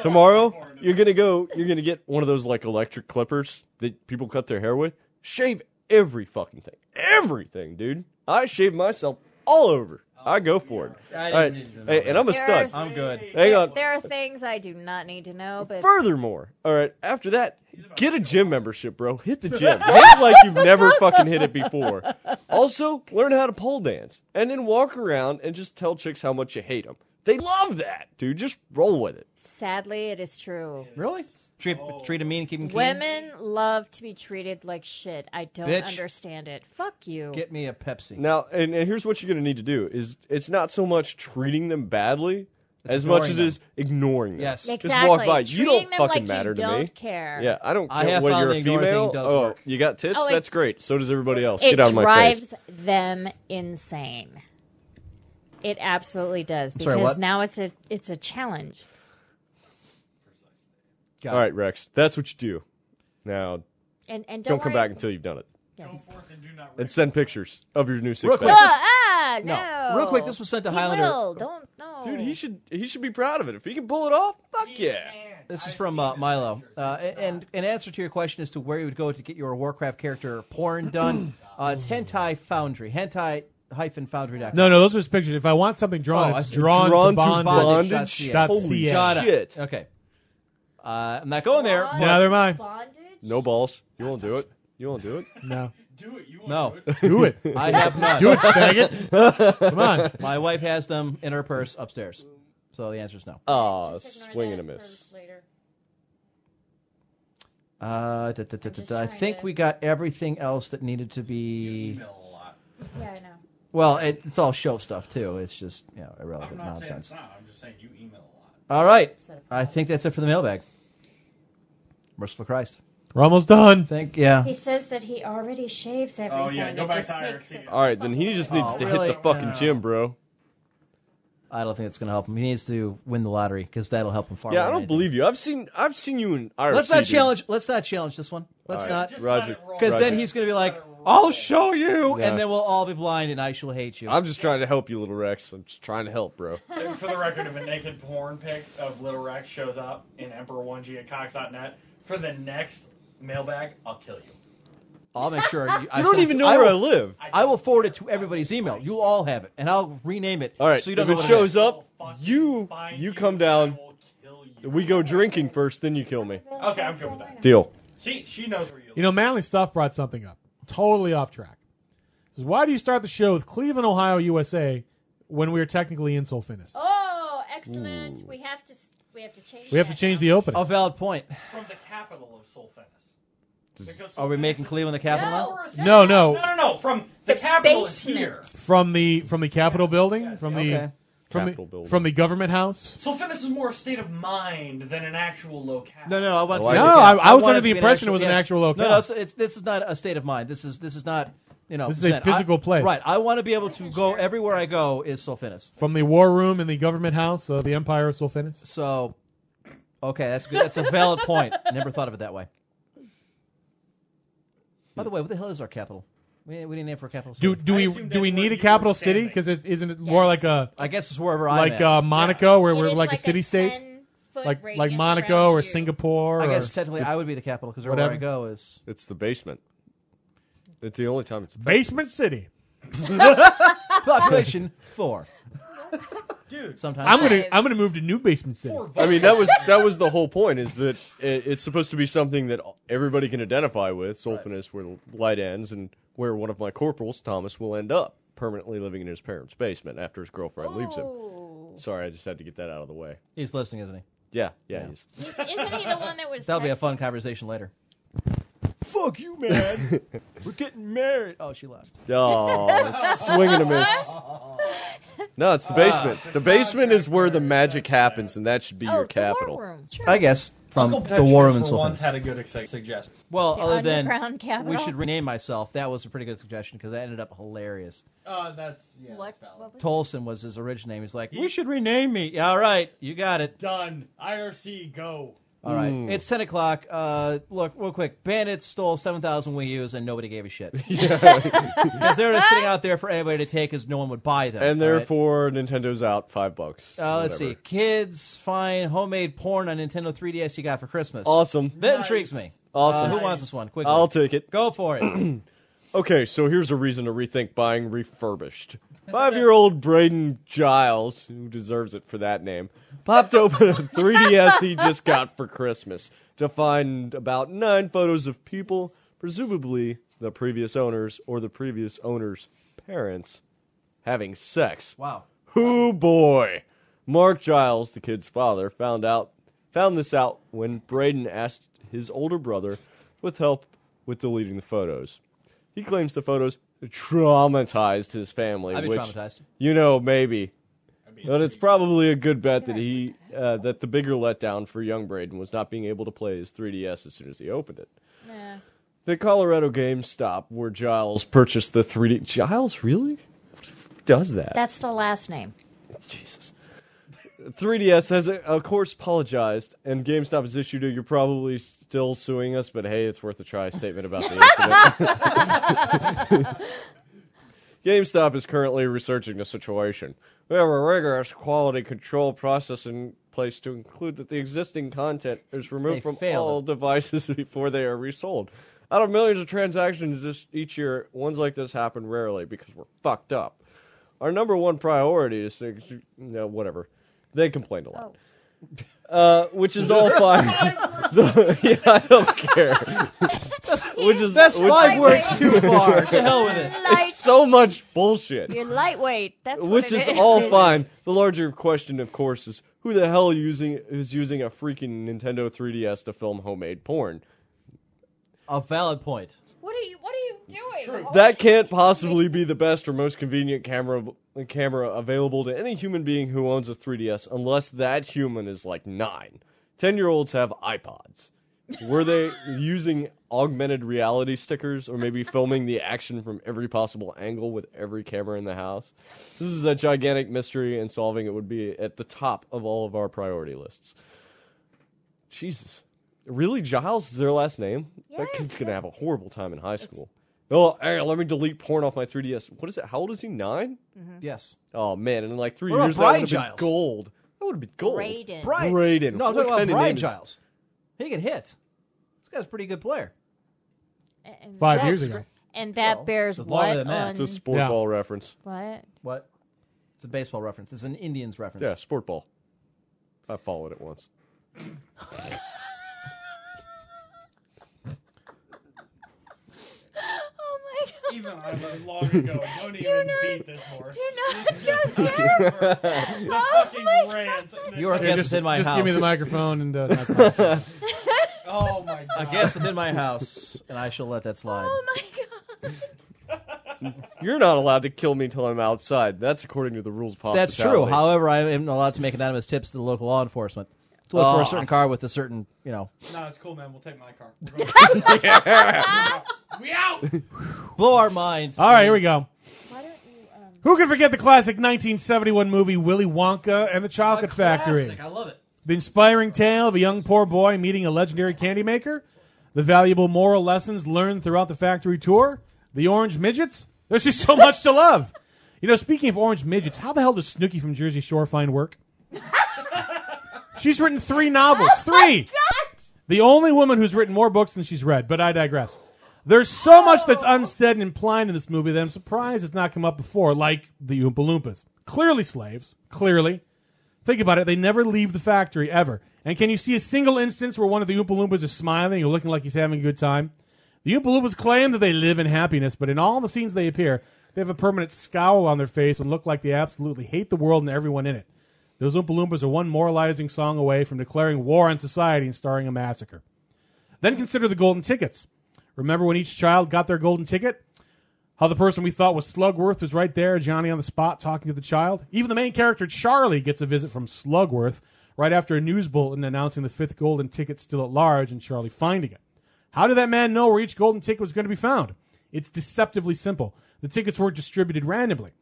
Speaker 7: Tomorrow, you're gonna go. You're gonna get one of those like electric clippers that people cut their hair with. Shave every fucking thing, everything, dude. I shave myself all over. I go for it.
Speaker 4: I
Speaker 7: All
Speaker 4: didn't
Speaker 7: right,
Speaker 4: need to know
Speaker 7: hey, and I'm a
Speaker 6: There
Speaker 7: stud.
Speaker 6: are- I'm
Speaker 4: good.
Speaker 7: Hang on.
Speaker 6: There are things I do not need to know, but
Speaker 7: Furthermore, all right, after that, get a gym membership, bro. Hit the gym. Hit it like you've never fucking hit it before. Also, learn how to pole dance and then walk around and just tell chicks how much you hate them. They love that, dude. Just roll with it.
Speaker 6: sadly, it is true.
Speaker 4: Really? Treat treat him mean, keep him keen.
Speaker 6: Women love to be treated like shit. I don't
Speaker 7: Bitch.
Speaker 6: understand it. Fuck you.
Speaker 4: Get me a Pepsi.
Speaker 7: Now, and, and here's what you're going to need to do is it's not so much treating them badly as much
Speaker 4: ignoring
Speaker 7: as
Speaker 4: them.
Speaker 7: it's ignoring them.
Speaker 4: Yes.
Speaker 7: Just walk
Speaker 6: Exactly.
Speaker 7: by. you
Speaker 6: Treating
Speaker 7: don't
Speaker 6: them
Speaker 7: fucking
Speaker 6: like you
Speaker 7: matter to me.
Speaker 6: don't care.
Speaker 7: Yeah, I don't
Speaker 4: I
Speaker 7: care
Speaker 4: have
Speaker 7: whether
Speaker 4: found
Speaker 7: you're
Speaker 4: the
Speaker 7: a
Speaker 4: ignoring thing
Speaker 7: female.
Speaker 4: does
Speaker 7: oh,
Speaker 4: work.
Speaker 7: you got tits?
Speaker 6: Oh, it-
Speaker 7: That's great. So does everybody else.
Speaker 6: it
Speaker 7: Get out of my face.
Speaker 6: drives them insane. It absolutely does
Speaker 7: I'm sorry,
Speaker 6: because
Speaker 7: what?
Speaker 6: now it's a it's a challenge.
Speaker 7: All right, Rex, that's what you do. Now,
Speaker 6: And- and
Speaker 7: don't,
Speaker 6: don't
Speaker 7: come
Speaker 6: worry-
Speaker 7: back until you've done it,
Speaker 6: Yes.
Speaker 7: and send pictures of your new six
Speaker 4: Real quick,
Speaker 7: pack.
Speaker 4: this-
Speaker 6: Ah,
Speaker 4: no. Real quick, this was sent to
Speaker 6: He
Speaker 4: Highlander.
Speaker 6: will. Don't no.
Speaker 7: Dude, he should he should be proud of it if he can pull it off. Fuck yeah!
Speaker 4: This is from uh, Milo. Uh, and in answer to your question as to where you would go to get your Warcraft character porn done, uh, it's Hentai Foundry. Hentai hyphen foundry.com.
Speaker 8: No, no, those are just pictures. If I want something drawn,
Speaker 4: Oh, I
Speaker 8: it's
Speaker 4: see.
Speaker 8: drawn,
Speaker 4: Drawn
Speaker 8: to
Speaker 4: to
Speaker 8: bondage.
Speaker 4: bondage.
Speaker 8: Dot
Speaker 4: Holy
Speaker 8: CA.
Speaker 4: shit. Okay. Uh, I'm not going there. but-
Speaker 8: Neither mind.
Speaker 7: No balls. You won't do it. You won't do it.
Speaker 8: No.
Speaker 4: No.
Speaker 8: Do it.
Speaker 4: I have none.
Speaker 8: Do it, faggot. Come on.
Speaker 4: My wife has them in her purse upstairs. So the answer is no.
Speaker 7: Oh, swing and a miss.
Speaker 4: Uh, da, da, da, da, da. I think we got everything else that needed to be.
Speaker 6: Yeah, I know.
Speaker 4: Well, it, it's all show stuff too. It's just you know irrelevant
Speaker 5: I'm not saying
Speaker 4: nonsense.
Speaker 5: it's not. I'm just saying you email a lot.
Speaker 4: All right, I think that's it for the mailbag. Merciful Christ,
Speaker 8: we're almost done.
Speaker 4: Thank yeah.
Speaker 6: He says that he already shaves everything.
Speaker 5: Oh, go
Speaker 6: it
Speaker 5: back
Speaker 6: just
Speaker 5: to
Speaker 6: takes
Speaker 5: IRC.
Speaker 6: it-
Speaker 7: All right, then he just needs
Speaker 4: Oh,
Speaker 7: to
Speaker 4: really?
Speaker 7: hit the fucking
Speaker 4: No.
Speaker 7: gym, bro.
Speaker 4: I don't think it's going to help him. He needs to win the lottery because that'll help him far.
Speaker 7: yeah,
Speaker 4: more
Speaker 7: I
Speaker 4: than
Speaker 7: don't
Speaker 4: anything.
Speaker 7: believe you. I've seen I've seen you in IRC.
Speaker 4: Let's not
Speaker 7: dude.
Speaker 4: challenge. Let's not challenge this one. Let's
Speaker 7: All right,
Speaker 4: not,
Speaker 7: Just let it roll.
Speaker 4: because then
Speaker 7: Roger.
Speaker 4: he's going to be like, "I'll show you,"
Speaker 7: Yeah.
Speaker 4: and then we'll all be blind, and I shall hate you.
Speaker 7: I'm just trying to help you, little Rex. I'm just trying to help, bro.
Speaker 5: And for the record, if a naked porn pic of Little Rex shows up in Emperor1G at Cox.net for the next mailbag, I'll kill you.
Speaker 4: I'll make sure. You, I
Speaker 5: don't
Speaker 4: send-
Speaker 5: even know where I
Speaker 7: live.
Speaker 4: I will forward it to everybody's email. You'll all have it, and I'll rename it.
Speaker 7: All right,
Speaker 4: so you don't know
Speaker 7: if it
Speaker 4: what
Speaker 7: shows
Speaker 4: is.
Speaker 7: up, you you come down. We go drinking first, then you kill me.
Speaker 5: Okay, I'm good with that.
Speaker 7: Deal.
Speaker 5: See, she knows where you
Speaker 8: You know, Manly Stuff brought something up. Totally off track. Says, Why do you start the show with Cleveland, Ohio, USA, when we are technically in Solfinis?
Speaker 6: Oh, excellent! We have to we have to change.
Speaker 8: We have to change the opening.
Speaker 4: A valid point.
Speaker 5: live. From the capital of Solfenis. Because
Speaker 4: Are we making Cleveland the capital? now?
Speaker 8: No, no.
Speaker 5: No, no, no. From the, capital is here.
Speaker 8: From the from the Capitol building, from the
Speaker 5: Okay.
Speaker 8: from
Speaker 7: Capitol
Speaker 8: the
Speaker 7: building.
Speaker 8: from the government house.
Speaker 5: Solfenis is more a state of mind than an actual locale.
Speaker 4: No, no, I want.
Speaker 8: I
Speaker 4: to
Speaker 8: like
Speaker 4: be
Speaker 8: it.
Speaker 4: an
Speaker 8: No,
Speaker 4: account.
Speaker 8: I- I was under
Speaker 4: want to
Speaker 8: the
Speaker 4: be an
Speaker 8: impression it was an
Speaker 4: yes.
Speaker 8: actual locale.
Speaker 4: No, no, it's, it's, this is not a state of mind. This is this is not you know,
Speaker 5: This is a
Speaker 4: Zen.
Speaker 5: physical
Speaker 4: I,
Speaker 5: place.
Speaker 4: Right. I want to be able to go everywhere I go is Sulfinis.
Speaker 5: From the war room in the government house of the Empire of Sulfinis.
Speaker 4: So, okay, that's good. That's a valid point. Never thought of it that way. By the way, what the hell is our capital? We, we didn't name for a capital.
Speaker 5: Do
Speaker 4: city.
Speaker 5: do we do we need a capital city? Because isn't it more like a?
Speaker 4: I guess it's wherever I'm
Speaker 5: like
Speaker 4: at.
Speaker 5: uh, Monaco, where
Speaker 4: It
Speaker 5: we're
Speaker 4: is
Speaker 5: like,
Speaker 4: like
Speaker 5: a
Speaker 4: a
Speaker 5: city state,
Speaker 4: 10-foot
Speaker 5: like like
Speaker 4: radius
Speaker 5: Monaco or Singapore.
Speaker 4: I
Speaker 5: or-
Speaker 4: guess technically I would be the capital because wherever I
Speaker 5: whatever.
Speaker 4: go is.
Speaker 7: It's the basement. It's the only time it's
Speaker 5: basement city.
Speaker 4: Population four. Dude, sometimes
Speaker 5: I'm gonna I'm gonna move to new basement city.
Speaker 7: I mean, that was that was the whole point. Is that it, it's supposed to be something that everybody can identify with. Solfanus, where the light ends, and where one of my corporals, Thomas, will end up permanently living in his parents' basement after his girlfriend leaves him. Sorry, I just had to get that out of the way.
Speaker 4: He's listening, isn't he?
Speaker 7: Yeah, yeah. He's,
Speaker 6: He's- isn't he the one that was?
Speaker 4: That'll be a
Speaker 6: texting-
Speaker 4: fun conversation later. Fuck you, man. We're getting married. Oh, she left.
Speaker 7: oh, it's swinging a miss. No, it's the basement. the basement is where the magic happens, and that should be your capital.
Speaker 4: I guess from the war room and so forth.
Speaker 8: had a good ex- suggestion.
Speaker 4: Well,
Speaker 8: The
Speaker 4: other than
Speaker 8: underground capital?
Speaker 4: we should rename myself. That was a pretty good suggestion because that ended up hilarious.
Speaker 8: Uh, that's yeah,
Speaker 6: what?
Speaker 4: Tolson was his original name. He's like, we should rename me. Yeah, all right, you got it.
Speaker 8: Done. IRC go.
Speaker 4: All right, it's ten o'clock. Uh, look, real quick, bandits stole seven thousand Wii U's and nobody gave a shit because they were just sitting out there for anybody to take because no one would buy them.
Speaker 7: And
Speaker 4: all right?
Speaker 7: therefore, Nintendo's out five bucks.
Speaker 4: Uh, let's
Speaker 7: whatever.
Speaker 4: see. Kids find homemade porn on Nintendo 3DS you got for Christmas.
Speaker 7: Awesome.
Speaker 4: That intrigues me.
Speaker 7: Oh, Awesome. Oh.
Speaker 4: Uh, who wants this one? Quickly.
Speaker 7: I'll take it.
Speaker 4: Go for it.
Speaker 7: okay, so here's a reason to rethink buying refurbished. Five year old Braden Giles, who deserves it for that name, popped open a 3DS he just got for Christmas to find about nine photos of people, presumably the previous owners or the previous owner's parents, having sex.
Speaker 4: Wow.
Speaker 7: Who boy? Mark Giles, the kid's father, found out found this out when Braden asked his older brother with help with deleting the photos. He claims the photos traumatized his family.
Speaker 4: I'd be
Speaker 7: which,
Speaker 4: traumatized.
Speaker 7: You know, maybe. But it's probably a good bet that he uh, that the bigger letdown for young Braden was not being able to play his 3DS as soon as he opened it. The Colorado GameStop where Giles purchased the 3D Giles really does that.
Speaker 6: That's the last name.
Speaker 7: Jesus. 3DS has, uh, of course, apologized, and GameStop has issued a "You're probably still suing us, but hey, it's worth a try" statement about the incident. GameStop is currently researching the situation. We have a rigorous quality control process in place to include that the existing content is removed
Speaker 4: They
Speaker 7: from
Speaker 4: failed
Speaker 7: all devices before they are resold. Out of millions of transactions this, each year, ones like this happen rarely because we're fucked up. Our number one priority is to, no, whatever. They complained a lot.
Speaker 6: Oh.
Speaker 7: Uh, which is all fine. The- yeah, I don't care. which is
Speaker 4: That's
Speaker 7: which-
Speaker 4: five words too far. To hell with it.
Speaker 7: It's so much bullshit.
Speaker 6: You're lightweight. That's what
Speaker 7: Which
Speaker 6: it
Speaker 7: is all fine. The larger question, of course, is who the hell using is using a freaking Nintendo 3DS to film homemade porn?
Speaker 4: A valid point.
Speaker 6: What are you? What are you doing?
Speaker 7: That can't possibly be the best or most convenient camera camera available to any human being who owns a 3DS, unless that human is like nine. Ten year olds have iPods. Were they using augmented reality stickers or maybe filming the action from every possible angle with every camera in the house? This is a gigantic mystery, and solving it would be at the top of all of our priority lists. Jesus. Really? Giles is their last name? that kid's going to have a horrible time in high school. Oh, hey, let me delete porn off my 3DS. What is it? How old is he? 9
Speaker 4: Yes.
Speaker 7: Oh, man. And in like three
Speaker 4: What about
Speaker 7: years,
Speaker 4: Brian
Speaker 7: that would have
Speaker 4: Giles?
Speaker 7: been gold. That would have been gold.
Speaker 6: Braden.
Speaker 4: Brian.
Speaker 7: Braden.
Speaker 4: No, I'm
Speaker 7: What
Speaker 4: talking about
Speaker 7: kind of name
Speaker 4: Brian
Speaker 7: is-
Speaker 4: Giles. He can hit. This guy's a pretty good player.
Speaker 6: And
Speaker 5: Five
Speaker 6: that-
Speaker 5: years ago.
Speaker 6: And that bears
Speaker 4: it's
Speaker 6: what
Speaker 4: longer than that.
Speaker 6: on
Speaker 7: It's a sport
Speaker 5: Yeah.
Speaker 7: ball reference.
Speaker 6: what?
Speaker 4: What? It's a baseball reference. It's an Indians reference.
Speaker 7: Yeah, sport ball. I followed it once.
Speaker 6: Oh my god!
Speaker 8: Even I learned long ago. Don't even
Speaker 6: not-
Speaker 8: beat this horse.
Speaker 6: Do not
Speaker 8: It's just
Speaker 6: go there.
Speaker 8: The
Speaker 6: Oh
Speaker 8: fucking
Speaker 6: my
Speaker 8: rant.
Speaker 4: You are a
Speaker 5: Yeah,
Speaker 4: guest
Speaker 5: just
Speaker 4: within my
Speaker 5: just
Speaker 4: house.
Speaker 5: give me the microphone and. Uh, not podcast.
Speaker 8: Oh my god.
Speaker 4: A guest within my house, and I shall let that slide.
Speaker 6: Oh my god!
Speaker 7: You're not allowed to kill me till I'm outside. That's according to the rules of
Speaker 4: That's
Speaker 7: hospitality.
Speaker 4: true. However, I am allowed to make anonymous tips to the local law enforcement. to look for
Speaker 5: Oh.
Speaker 4: a certain car with a certain, you know.
Speaker 5: No, it's cool, man. We'll take my car. We're going-
Speaker 4: Yeah.
Speaker 5: We out.
Speaker 4: Blow our minds.
Speaker 8: All right, here we go. Who can forget the classic 1971 movie Willy Wonka and the Chocolate Factory?
Speaker 5: I love it.
Speaker 8: The inspiring tale of a young poor boy meeting a legendary candy maker, the valuable moral lessons learned throughout the factory tour, the orange midgets. There's just so much to love. You know, speaking of orange midgets, how the hell does Snooky from Jersey Shore find work? She's written three novels. Three. The only woman who's written more books than she's read, but I digress. There's so much that's unsaid and implied in this movie that I'm surprised it's not come up before, like the Oompa Loompas. Clearly slaves. Clearly. Think about it. They never leave the factory, ever. And can you see a single instance where one of the Oompa Loompas is smiling or looking like he's having a good time? The Oompa Loompas claim that they live in happiness, but in all the scenes they appear, they have a permanent scowl on their face and look like they absolutely hate the world and everyone in it. Those Oompa Loompas are one moralizing song away from declaring war on society and starting a massacre. Then consider the golden tickets. Remember when each child got their golden ticket? How the person we thought was Slugworth was right there, Johnny on the spot talking to the child. Even the main character, Charlie, gets a visit from Slugworth right after a news bulletin announcing the fifth golden ticket still at large and Charlie finding it. How did that man know where each golden ticket was going to be found? It's deceptively simple. The tickets weren't distributed randomly.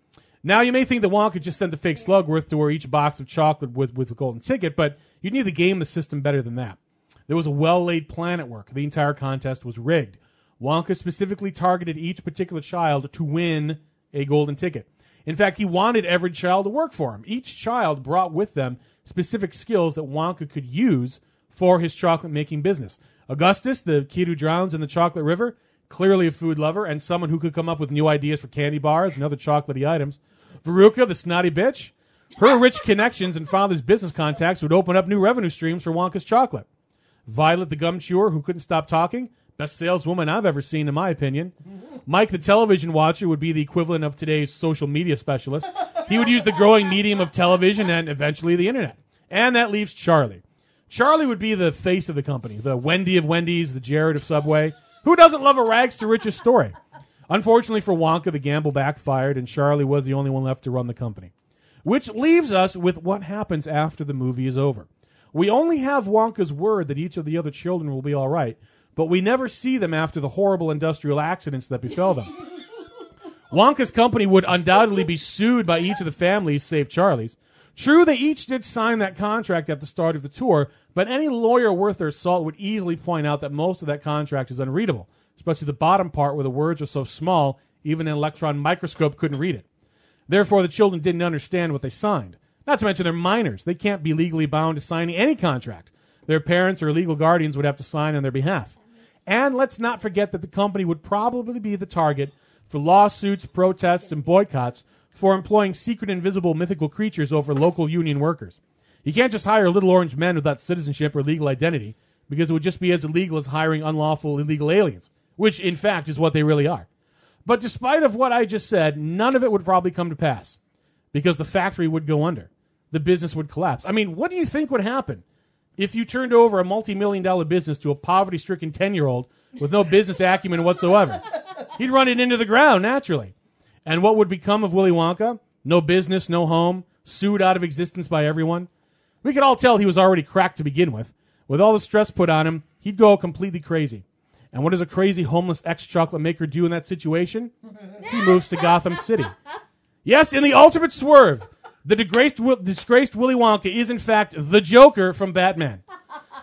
Speaker 8: Now you may think that Wonka just sent the fake Slugworth to where each box of chocolate with with a golden ticket, but you need to game the system better than that. There was a well laid plan at work. The entire contest was rigged. Wonka specifically targeted each particular child to win a golden ticket. In fact, he wanted every child to work for him. Each child brought with them specific skills that Wonka could use for his chocolate making business. Augustus, the kid who drowns in the chocolate river, clearly a food lover and someone who could come up with new ideas for candy bars and other chocolatey items. Veruca, the snotty bitch, her rich connections and father's business contacts would open up new revenue streams for Wonka's chocolate. Violet the gum chewer, who couldn't stop talking, best saleswoman I've ever seen, in my opinion. Mike the television watcher would be the equivalent of today's social media specialist. He would use the growing medium of television and eventually the internet. And that leaves Charlie. Charlie would be the face of the company, the Wendy of Wendy's, the Jared of Subway. Who doesn't love a rags to riches story? Unfortunately for Wonka, the gamble backfired, and Charlie was the only one left to run the company. Which leaves us with what happens after the movie is over. We only have Wonka's word that each of the other children will be all right, but we never see them after the horrible industrial accidents that befell them. Wonka's company would undoubtedly be sued by each of the families, save Charlie's. True, they each did sign that contract at the start of the tour, but any lawyer worth their salt would easily point out that most of that contract is unreadable, especially the bottom part where the words are so small, even an electron microscope couldn't read it. Therefore, the children didn't understand what they signed. Not to mention they're minors. They can't be legally bound to signing any contract. Their parents or legal guardians would have to sign on their behalf. And let's not forget that the company would probably be the target for lawsuits, protests, and boycotts for employing secret, invisible, mythical creatures over local union workers. You can't just hire little orange men without citizenship or legal identity because it would just be as illegal as hiring unlawful illegal aliens, which in fact is what they really are. But despite of what I just said, none of it would probably come to pass because the factory would go under. The business would collapse. I mean, what do you think would happen if you turned over a multi-million dollar business to a poverty-stricken 10-year-old with no business acumen whatsoever? He'd run it into the ground naturally. And what would become of Willy Wonka? No business, no home, sued out of existence by everyone. We could all tell he was already cracked to begin with. With all the stress put on him, he'd go completely crazy. And what does a crazy homeless ex chocolate maker do in that situation? He moves to Gotham City. Yes, in the ultimate swerve, the disgraced, Wi- disgraced Willy Wonka is in fact the Joker from Batman.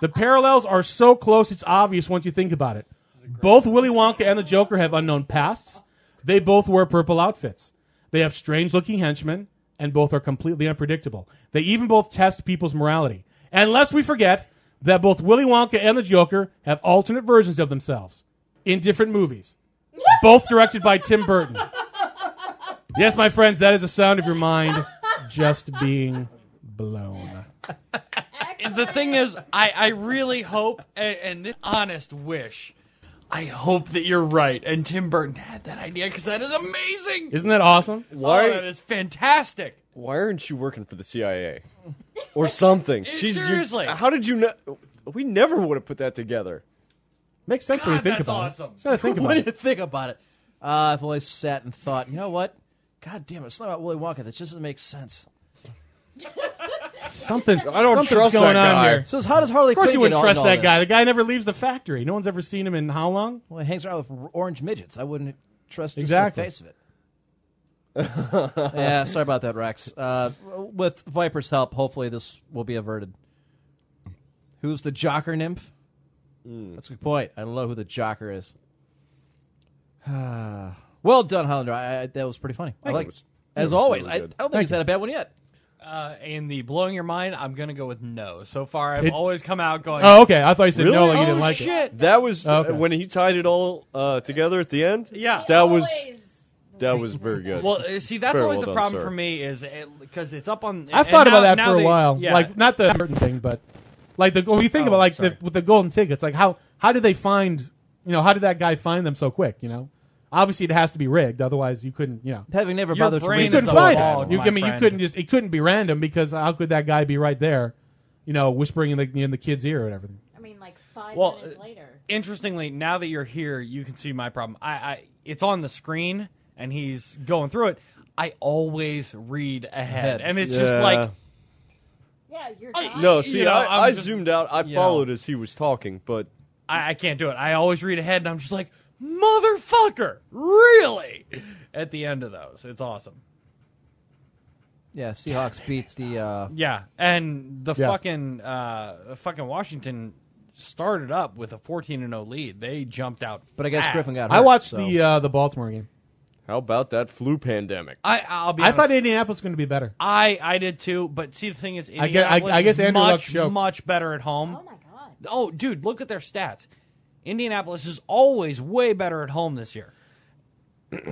Speaker 8: The parallels are so close it's obvious once you think about it. Both Willy Wonka and the Joker have unknown pasts. They both wear purple outfits. They have strange looking henchmen, and both are completely unpredictable. They even both test people's morality. And lest we forget that both Willy Wonka and the Joker have alternate versions of themselves in different movies, both directed by Tim Burton. Yes, my friends, that is the sound of your mind just being blown.
Speaker 5: The thing is, I, I really hope, and, and this honest wish, I hope that you're right. And Tim Burton had that idea because that is amazing.
Speaker 8: Isn't that awesome?
Speaker 5: Why? Oh, that is fantastic.
Speaker 7: Why aren't you working for the CIA or something? She's you-
Speaker 5: Seriously.
Speaker 7: how did you know? We never would have put that together.
Speaker 8: Makes sense
Speaker 7: when you think about
Speaker 4: awesome.
Speaker 7: it. Just gotta think about
Speaker 4: When
Speaker 7: it.
Speaker 4: you think about it, uh, I've always sat and thought, you know what? God damn it, something about Willy Wonka that just doesn't make sense.
Speaker 8: Something.
Speaker 7: I don't
Speaker 8: something's
Speaker 7: trust
Speaker 8: going
Speaker 7: that
Speaker 8: on
Speaker 7: guy.
Speaker 8: Here.
Speaker 4: So how does Harley
Speaker 8: Of course,
Speaker 4: Quinn
Speaker 8: you wouldn't
Speaker 4: get on
Speaker 8: trust
Speaker 4: all
Speaker 8: that
Speaker 4: this?
Speaker 8: guy. The guy never leaves the factory. No one's ever seen him in how long?
Speaker 4: Well, it hangs around with orange midgets. I wouldn't trust just
Speaker 8: Exactly.
Speaker 4: the face of it. yeah, sorry about that, Rex. Uh, with Viper's help, hopefully this will be averted. Who's the Jocker nymph?
Speaker 5: Hmm.
Speaker 4: That's a good point. I don't know who the Jocker is. well done, Hollander. I, I, that was pretty funny. I
Speaker 5: Thank you.
Speaker 4: like
Speaker 5: It was-
Speaker 4: as
Speaker 5: it was
Speaker 4: always.
Speaker 5: really
Speaker 4: I, I
Speaker 5: good.
Speaker 4: don't think
Speaker 5: Thank
Speaker 4: he's had a bad one yet.
Speaker 5: Uh, in the blowing your mind, I'm gonna go with no. So far, I've
Speaker 7: It-
Speaker 5: always come out going. "Oh,
Speaker 8: Oh, okay. I thought you said
Speaker 7: Really?
Speaker 8: no, like you didn't like it.
Speaker 7: That was
Speaker 8: Oh, okay.
Speaker 7: when he tied it all uh, together at the end.
Speaker 5: Yeah.
Speaker 7: that was that was very good.
Speaker 5: Well, uh, see, that's
Speaker 7: Very
Speaker 5: always
Speaker 7: well
Speaker 5: the
Speaker 7: done,
Speaker 5: problem
Speaker 7: sir.
Speaker 5: for me is because it's up on.
Speaker 8: I've
Speaker 5: and
Speaker 8: thought about
Speaker 5: now-
Speaker 8: that
Speaker 5: now
Speaker 8: for a
Speaker 5: they-
Speaker 8: while.
Speaker 5: yeah.
Speaker 8: Like not the Burton thing, but like the when you think about like the, with the golden tickets, like how how did they find you know how did that guy find them so quick? You know, obviously it has to be rigged, otherwise you couldn't you know
Speaker 4: Having never
Speaker 8: Your
Speaker 4: bothered to
Speaker 8: brain
Speaker 4: read
Speaker 8: you
Speaker 4: the
Speaker 8: couldn't
Speaker 4: book.
Speaker 8: find
Speaker 4: Bald,
Speaker 8: it. You,
Speaker 4: my
Speaker 8: I mean, you
Speaker 4: friend.
Speaker 8: couldn't just it couldn't be random because how could that guy be right there? You know, whispering in the in the kid's ear and everything.
Speaker 6: I mean, like five
Speaker 5: Well, uh,
Speaker 6: minutes later.
Speaker 5: Interestingly, now that you're here, you can see my problem. I, I it's on the screen and he's going through it. I always read ahead,
Speaker 7: Ahead.
Speaker 5: and it's just
Speaker 7: Yeah.
Speaker 5: like
Speaker 6: Yeah, you're.
Speaker 5: I-
Speaker 7: no, see,
Speaker 5: you know, I'm
Speaker 7: I, I
Speaker 5: just-
Speaker 7: zoomed out. I
Speaker 5: you know.
Speaker 7: followed as he was talking, but
Speaker 5: I, I can't do it. I always read ahead, and I'm just like motherfucker, really? At the end of those, it's awesome.
Speaker 4: Yeah, Seahawks beats the. Uh,
Speaker 5: Yeah, and the
Speaker 4: Yes.
Speaker 5: fucking uh, fucking Washington started up with a 14 and 0 lead. They jumped out.
Speaker 4: But I guess
Speaker 5: fast.
Speaker 4: Griffin got
Speaker 8: I watched the uh, the Baltimore game.
Speaker 7: how about that flu pandemic?
Speaker 5: I I'll be
Speaker 8: I
Speaker 5: honest.
Speaker 8: thought Indianapolis was going to be better.
Speaker 5: I I did too, but see the thing is,
Speaker 8: I get- I- I
Speaker 5: Indianapolis
Speaker 8: guess
Speaker 5: is
Speaker 8: Andrew Luck's
Speaker 5: much
Speaker 8: joke.
Speaker 5: much better at home. Oh my god! Oh, dude, look at their stats. Indianapolis is always way better at home this year.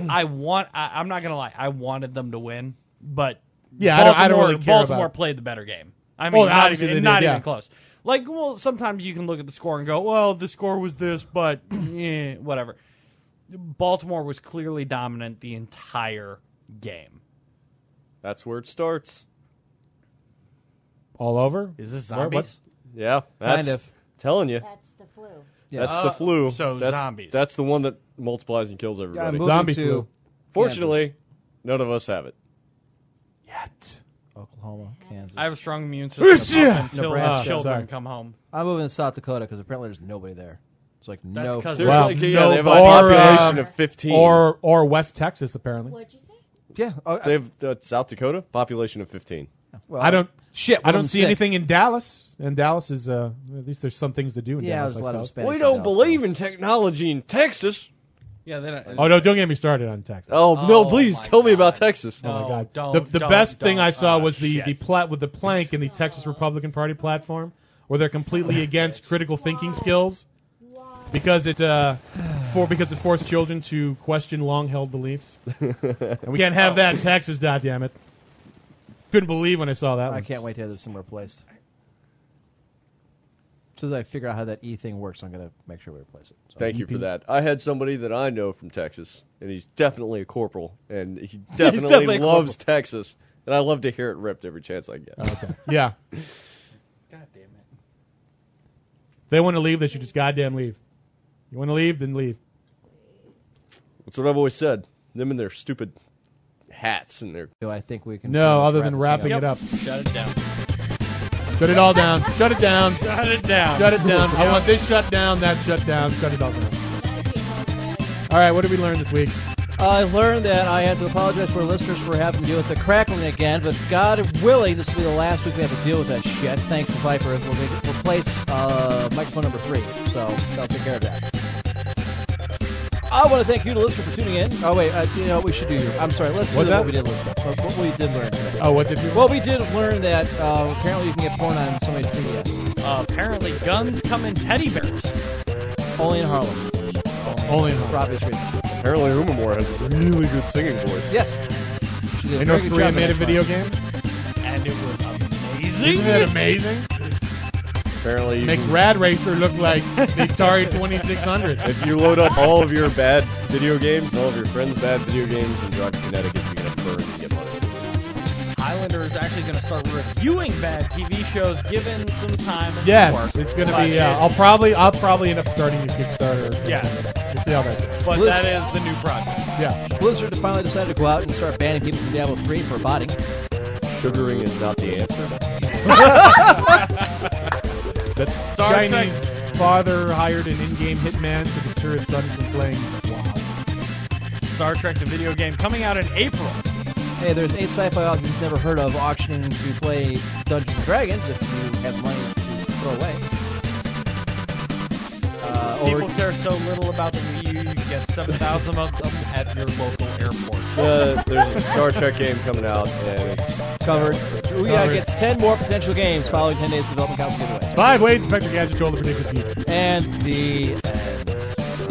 Speaker 5: I want. I, I'm not gonna lie. I wanted them to win, but
Speaker 8: Yeah, I don't-
Speaker 5: Baltimore,
Speaker 8: I don't really care
Speaker 5: Baltimore
Speaker 8: about-
Speaker 5: played the better game. I mean,
Speaker 8: Well,
Speaker 5: not,
Speaker 8: obviously they
Speaker 5: even,
Speaker 8: did,
Speaker 5: not
Speaker 8: yeah.
Speaker 5: even close. Like, well, sometimes you can look at the score and go, "Well, the score was this," but eh, whatever. Baltimore was clearly dominant the entire game.
Speaker 7: That's where it starts.
Speaker 8: All over.
Speaker 5: Is this
Speaker 8: Where- what-
Speaker 5: zombies?
Speaker 7: Yeah, that's,
Speaker 5: of.
Speaker 7: telling you.
Speaker 6: That's the flu.
Speaker 7: That's
Speaker 5: Oh,
Speaker 7: the flu.
Speaker 5: so
Speaker 7: that's,
Speaker 5: zombies.
Speaker 7: That's the one that multiplies and kills
Speaker 4: I'm
Speaker 7: everybody.
Speaker 4: moving Zombie to flu.
Speaker 7: Fortunately, none of us have it.
Speaker 4: Oklahoma, Kansas.
Speaker 5: I have a strong immune system
Speaker 4: Yeah.
Speaker 5: up until
Speaker 4: Nebraska.
Speaker 5: the children
Speaker 4: Sorry.
Speaker 5: come home.
Speaker 4: I'm moving to South Dakota because apparently there's nobody there. It's like
Speaker 5: That's
Speaker 4: no.
Speaker 5: 'cause
Speaker 7: There's Wow. like a- yeah, they have a
Speaker 8: or,
Speaker 7: population
Speaker 8: uh,
Speaker 7: of 15.
Speaker 8: or or West Texas apparently.
Speaker 4: Yeah, oh,
Speaker 7: they have uh, South Dakota population of fifteen.
Speaker 4: Well,
Speaker 8: I don't
Speaker 4: shit,
Speaker 8: I
Speaker 4: well,
Speaker 8: don't
Speaker 4: I'm
Speaker 8: see
Speaker 4: sick.
Speaker 8: anything in Dallas. And Dallas is uh, at least there's some things to do in
Speaker 4: Yeah,
Speaker 8: Dallas.
Speaker 4: there's
Speaker 8: I
Speaker 4: a lot of
Speaker 8: suppose.
Speaker 4: Spanish
Speaker 7: we don't believe in technology in Texas.
Speaker 5: Yeah, they don't.
Speaker 8: Oh no! Don't get me started on Texas.
Speaker 7: Oh, no! Please tell me about Texas.
Speaker 8: Oh my God!
Speaker 5: don't,
Speaker 8: the the
Speaker 5: don't,
Speaker 8: best thing
Speaker 5: don't.
Speaker 8: I saw
Speaker 5: Ah,
Speaker 8: was the
Speaker 5: shit.
Speaker 8: the plat with the plank in the Texas Republican Party platform, where they're completely against critical thinking skills, because it uh for because it forced children to question long held beliefs. And we can't have that in Texas, goddammit. Couldn't believe when I saw that.
Speaker 4: I
Speaker 8: one.
Speaker 4: can't wait to have this somewhere placed. As soon as I figure out how that e thing works, I'm gonna make sure we replace it. So- E
Speaker 7: Thank you for that. I had somebody that I know from Texas, and he's definitely a corporal, and he definitely,
Speaker 8: definitely a
Speaker 7: loves Texas, and I love to hear it ripped every chance I get.
Speaker 8: Okay. Yeah.
Speaker 5: God damn it!
Speaker 8: They want to leave, they should just goddamn leave. You want to leave, then leave.
Speaker 7: That's what I've always said. Them and their stupid hats and their.
Speaker 4: Do I think we can?
Speaker 8: No,
Speaker 4: pretty
Speaker 8: other
Speaker 4: much
Speaker 8: than
Speaker 4: wrap
Speaker 8: wrapping
Speaker 4: this
Speaker 8: it
Speaker 4: thing
Speaker 8: up.
Speaker 5: Shut it down.
Speaker 8: Shut it all down. Shut it down.
Speaker 5: Shut it down.
Speaker 8: Shut it down. I want this shut down, that shut down. Shut it all down. All right, what did we learn this week?
Speaker 4: I learned that I had to apologize to our listeners for having to deal with the crackling again, but God willing, this will be the last week we have to deal with that shit. Thanks to Viper, we'll make- replace uh, microphone number three, so I'll take care of that. I want to thank you, the listener, for tuning in. Oh wait, uh, you know what we should do. Here. I'm sorry. Let's
Speaker 8: What's
Speaker 4: do
Speaker 8: that?
Speaker 4: what we did listen. What, what we did learn. Today.
Speaker 8: Oh, what did we-
Speaker 4: Well, we did learn that uh, apparently you can get porn on somebody's 3DS,
Speaker 5: Uh, apparently, guns come in teddy bears.
Speaker 4: only in Harlem.
Speaker 8: Only in
Speaker 4: For obvious reasons.
Speaker 7: Apparently, Umamore has a really good singing voice.
Speaker 4: Yes. She did a
Speaker 8: In North
Speaker 4: very good
Speaker 8: Korea
Speaker 4: job in
Speaker 8: made a
Speaker 4: that
Speaker 8: video
Speaker 4: front.
Speaker 8: game?
Speaker 5: And it was amazing.
Speaker 8: Isn't that amazing?
Speaker 7: Apparently, you
Speaker 8: Make
Speaker 7: can-
Speaker 8: Rad Racer look like the Atari 2600.
Speaker 7: if you load up all of your bad video games and all of your friends' bad video games and drive to Connecticut, you can burn and get money.
Speaker 5: Highlander is actually going to start reviewing bad TV shows, given some time. And
Speaker 8: Yes,
Speaker 5: some work.
Speaker 8: it's gonna
Speaker 5: But
Speaker 8: be. Uh, I'll
Speaker 5: it's-
Speaker 8: probably, I'll probably end up starting a Kickstarter.
Speaker 5: Yeah.
Speaker 8: We'll see how that. goes.
Speaker 5: But
Speaker 4: Listen.
Speaker 5: that is the new project.
Speaker 8: Yeah.
Speaker 4: Blizzard finally decided to go out and start banning people from Diablo 3 for botting.
Speaker 7: sugaring is not the answer?
Speaker 8: That
Speaker 7: Star Trek-
Speaker 8: Chinese father hired an in-game hitman to deter his son from playing. Wow.
Speaker 5: Star Trek the video game coming out in April.
Speaker 4: Hey, there's eight sci-fi authors you've never heard of auctioning to play Dungeons and Dragons if you have money to throw away. Uh, or-
Speaker 5: People care so little about the Wii U, you can get 7,000 of them at your local airport.
Speaker 7: Uh, there's a Star Trek game coming out, and it's
Speaker 4: covered. Ouya gets 10 more potential games following 10 days of development council giveaways.
Speaker 8: Five ways Inspector Gadget told the predicted future.
Speaker 4: And the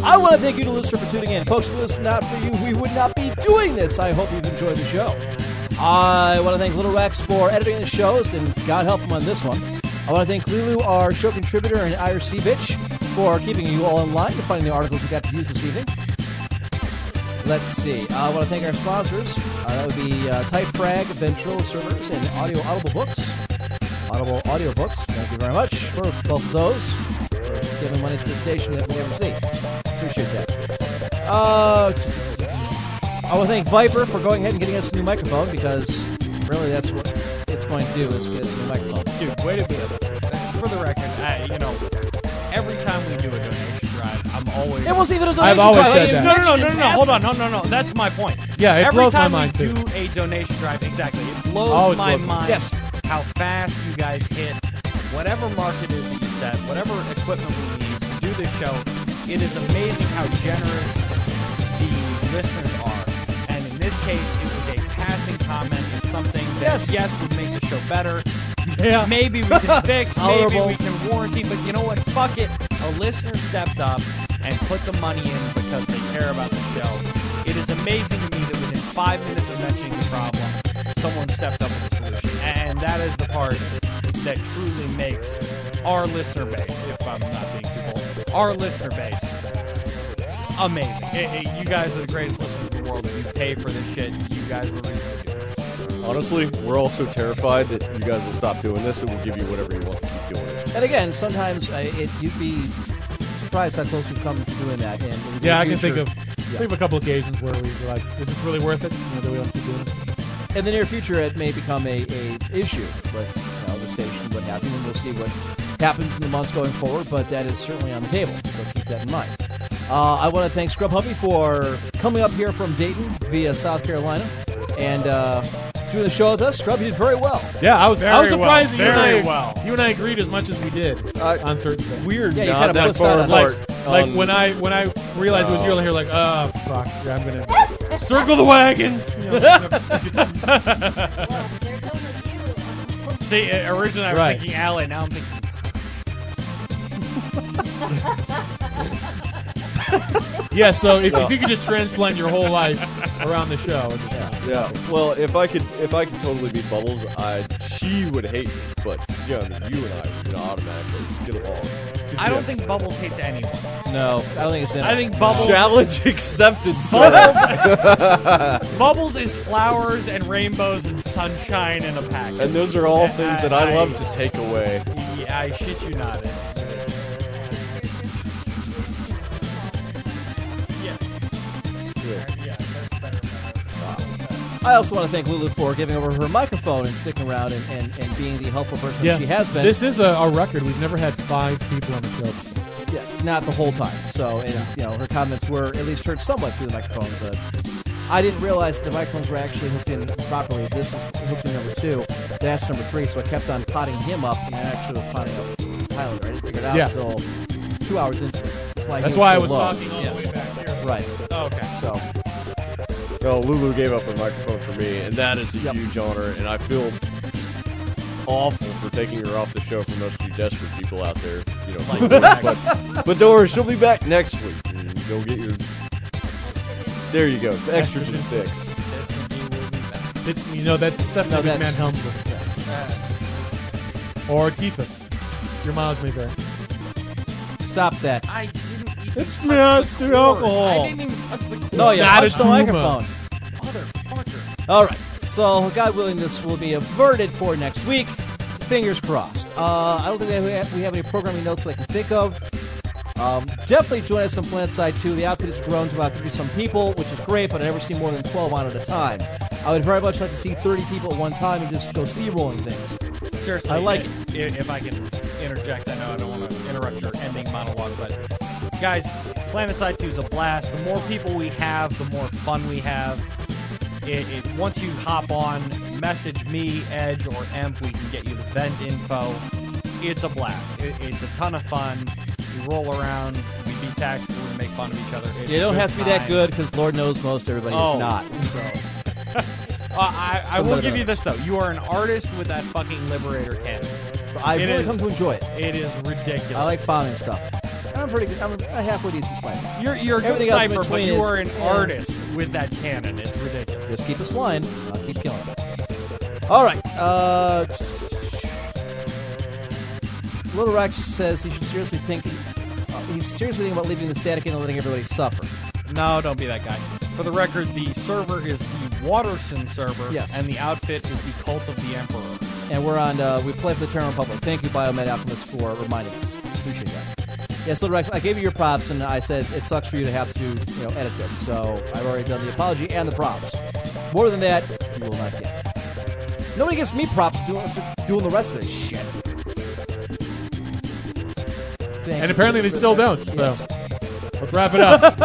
Speaker 4: I want to thank you to listener for tuning in. Folks, if it was not for you, we would not be doing this. I hope you've enjoyed the show. I want to thank Little Rex for editing the shows, and God help him on this one. I want to thank Lulu, our show contributor, and IRC Bitch for keeping you all in line to finding the articles we got to use this evening. Let's see. I want to thank our sponsors. Uh, that would be uh, Typefrag, Ventrilo Servers, and Audio Audible Books. Audible Audiobooks. Thank you very much for both of those. Giving money to the station that we never see. Appreciate that. Uh, I want to thank Viper for going ahead and getting us a new microphone because really that's what it's going to do is get us a new microphone.
Speaker 5: Dude, wait a minute. For the record, I, you know, every time we do a donation drive, I'm always.
Speaker 4: It wasn't even a
Speaker 8: I've
Speaker 4: donation
Speaker 8: always
Speaker 5: drive.
Speaker 8: said
Speaker 5: No,
Speaker 8: that.
Speaker 5: no, no, no, no, no. Hold on, no, no, no. That's my point.
Speaker 8: Yeah, it
Speaker 5: every
Speaker 8: blows my
Speaker 5: time
Speaker 8: mind,
Speaker 5: we
Speaker 8: too.
Speaker 5: do a donation drive, exactly, it blows
Speaker 8: Always
Speaker 5: my
Speaker 8: blows my mind.
Speaker 5: mind.
Speaker 8: Yes.
Speaker 5: how fast you guys hit whatever market is that you set, whatever equipment we need to do this show. It is amazing how generous the listeners are, and in this case, it was a passing comment. It's something that yes, would make the show better.
Speaker 8: Yeah.
Speaker 5: Maybe we can fix. maybe
Speaker 8: Tolerable.
Speaker 5: we can warranty. But you know what? Fuck it. A listener stepped up and put the money in because they care about the show. It is amazing to me that within five minutes of mentioning the problem, someone stepped up with a solution, and that is the part that truly makes our listener base. If I'm not being too bold, our listener base amazing. It- it- you guys are the greatest listeners in the world. If you pay for this shit, you guys are the reason we do this.
Speaker 7: honestly, we're all so terrified that you guys will stop doing this, and we'll give you whatever you want to keep doing it.
Speaker 4: And again, sometimes I, it, you'd be surprised how close we've come to doing that. And in the
Speaker 8: Yeah, I
Speaker 4: near
Speaker 8: can think
Speaker 4: future-
Speaker 8: of.
Speaker 4: Yeah.
Speaker 8: We have a couple occasions where we were like, "Is this really worth it?" You know, that we don't keep doing it.
Speaker 4: in the near future, it may become a, a issue with you know, the station, what have you, and we'll see what happens in the months going forward. But that is certainly on the table, so keep that in mind. Uh, I want to thank Scrub Hubby for coming up here from Dayton via South Carolina and uh, doing the show with us. Scrub, you did very well.
Speaker 8: Yeah, I was. I was surprised that you
Speaker 4: Very
Speaker 8: and I, you and I agreed as much as we did on certain things.
Speaker 7: Weird,
Speaker 4: Uh, Yeah, you not kinda that put us far out on
Speaker 8: Like,
Speaker 4: apart.
Speaker 8: like
Speaker 4: Um,
Speaker 8: when I when I realized it was you,
Speaker 4: no.
Speaker 8: I was like,
Speaker 5: "Ah,
Speaker 8: oh fuck, yeah, I'm gonna circle the wagons. You know,
Speaker 5: See, uh, originally I was
Speaker 8: Right.
Speaker 5: thinking Allie, now I'm thinking.
Speaker 8: yeah. So if,
Speaker 7: Yeah.
Speaker 8: if you could just transplant your whole life around the show, it'd be-
Speaker 7: Yeah. Well, if I could, if I could totally be Bubbles, I she would hate me, but yeah, I mean, you and I would automatically get along.
Speaker 5: I don't think Bubbles hates anyone.
Speaker 4: No, I don't think it's in
Speaker 5: I
Speaker 4: it.
Speaker 5: think Bubbles.
Speaker 7: Challenge accepted, sir.
Speaker 5: Bubbles, Bubbles is flowers and rainbows and sunshine in a pack.
Speaker 7: And those are all things that I love to take away.
Speaker 5: Yeah, I shit you not. It's ridiculous.
Speaker 4: I also want to thank Lulu for giving over her microphone and sticking around and, and, and being the helpful person
Speaker 8: yeah.
Speaker 4: she has been.
Speaker 8: This is a, a record. We've never had five people on the show. before.
Speaker 4: yeah, not the whole time. So, and you know, her comments were at least heard somewhat through the microphones. Uh, I didn't realize the microphones were actually hooked in properly. This is hooked in number two. That's number three. So I kept on potting him up, and I actually was potting up Tyler. I didn't figure it out
Speaker 8: Yeah.
Speaker 4: until two hours into it. he
Speaker 8: That's why I
Speaker 4: so
Speaker 8: was
Speaker 4: low.
Speaker 8: talking all the
Speaker 4: Yes.
Speaker 8: way back there.
Speaker 4: Right.
Speaker 8: Oh, okay.
Speaker 4: So.
Speaker 7: No, Lulu gave up her microphone for me, and that is a huge honor. And I feel awful for taking her off the show for most of you desperate people out there. You know, but, but don't worry, she'll be back next week. And go get your. There you go, extrogen six.
Speaker 8: It's, you know, that's
Speaker 4: No,
Speaker 8: definitely
Speaker 4: that's-
Speaker 8: Matt Helms. with it, yeah. Or Tifa. Your mileage may vary.
Speaker 4: Stop that.
Speaker 5: I didn't even
Speaker 8: It's
Speaker 5: touch
Speaker 8: pronounced
Speaker 5: the
Speaker 8: through
Speaker 5: cord.
Speaker 8: alcohol.
Speaker 5: I didn't even touch the cord.
Speaker 4: No, you
Speaker 8: Not a
Speaker 4: touched the
Speaker 8: tumor.
Speaker 4: microphone. All right. So, God willing, this will be averted for next week. Fingers crossed. Uh, I don't think we have, we have any programming notes that I can think of. Um, definitely join us on Planet Side 2. The outfit has grown to about 30 some people, which is great, but I never see more than 12 on at a time. I would very much like to see 30 people at one time and just go steamrolling things.
Speaker 5: Seriously,
Speaker 4: I like
Speaker 5: i- If I can interject, I know I don't want to interrupt your ending monologue, but guys, Planet Side 2 is a blast. The more people we have, the more fun we have. It, it, once you hop on, message me, Edge, or Emp. We can get you the vent info. It's a blast. It, it's a ton of fun. We roll around. We be tactical. We make fun of each other. It's
Speaker 4: You don't
Speaker 5: a
Speaker 4: have to be that
Speaker 5: time.
Speaker 4: good because Lord knows most everybody
Speaker 5: Oh.
Speaker 4: is not. So.
Speaker 5: Uh, I, I will
Speaker 4: Somebody
Speaker 5: give you
Speaker 4: else.
Speaker 5: this though. You are an artist with that fucking liberator cannon.
Speaker 4: I
Speaker 5: It
Speaker 4: really
Speaker 5: is-
Speaker 4: come to enjoy it.
Speaker 5: It is ridiculous.
Speaker 4: I like bombing stuff. I'm pretty good. I'm a halfway decent sniper.
Speaker 5: You're, you're a good
Speaker 4: Everything else in
Speaker 5: sniper, but
Speaker 4: between
Speaker 5: you
Speaker 4: is-
Speaker 5: are an
Speaker 4: yeah.
Speaker 5: artist with that cannon. It's ridiculous.
Speaker 4: Just keep us flying. I'll keep killing it. All right. Uh, Little Rex says he should seriously think. Uh, he's seriously thinking about leaving the static in and letting everybody suffer.
Speaker 5: No, don't be that guy. For the record, the server is the Waterson server,
Speaker 4: Yes.
Speaker 5: and the outfit is the Cult of the Emperor.
Speaker 4: And we're on. Uh, we play for the Terran Republic. Thank you, Biomed Alchemist, for reminding us. Appreciate that. Yes, Little Rex. I gave you your props, and I said it sucks for you to have to, you know, edit this. So I've already done the apology and the props. More than that, you will not get. Nobody gives me props for doing, for doing the rest of this shit.
Speaker 8: And apparently they still don't. So let's wrap it up.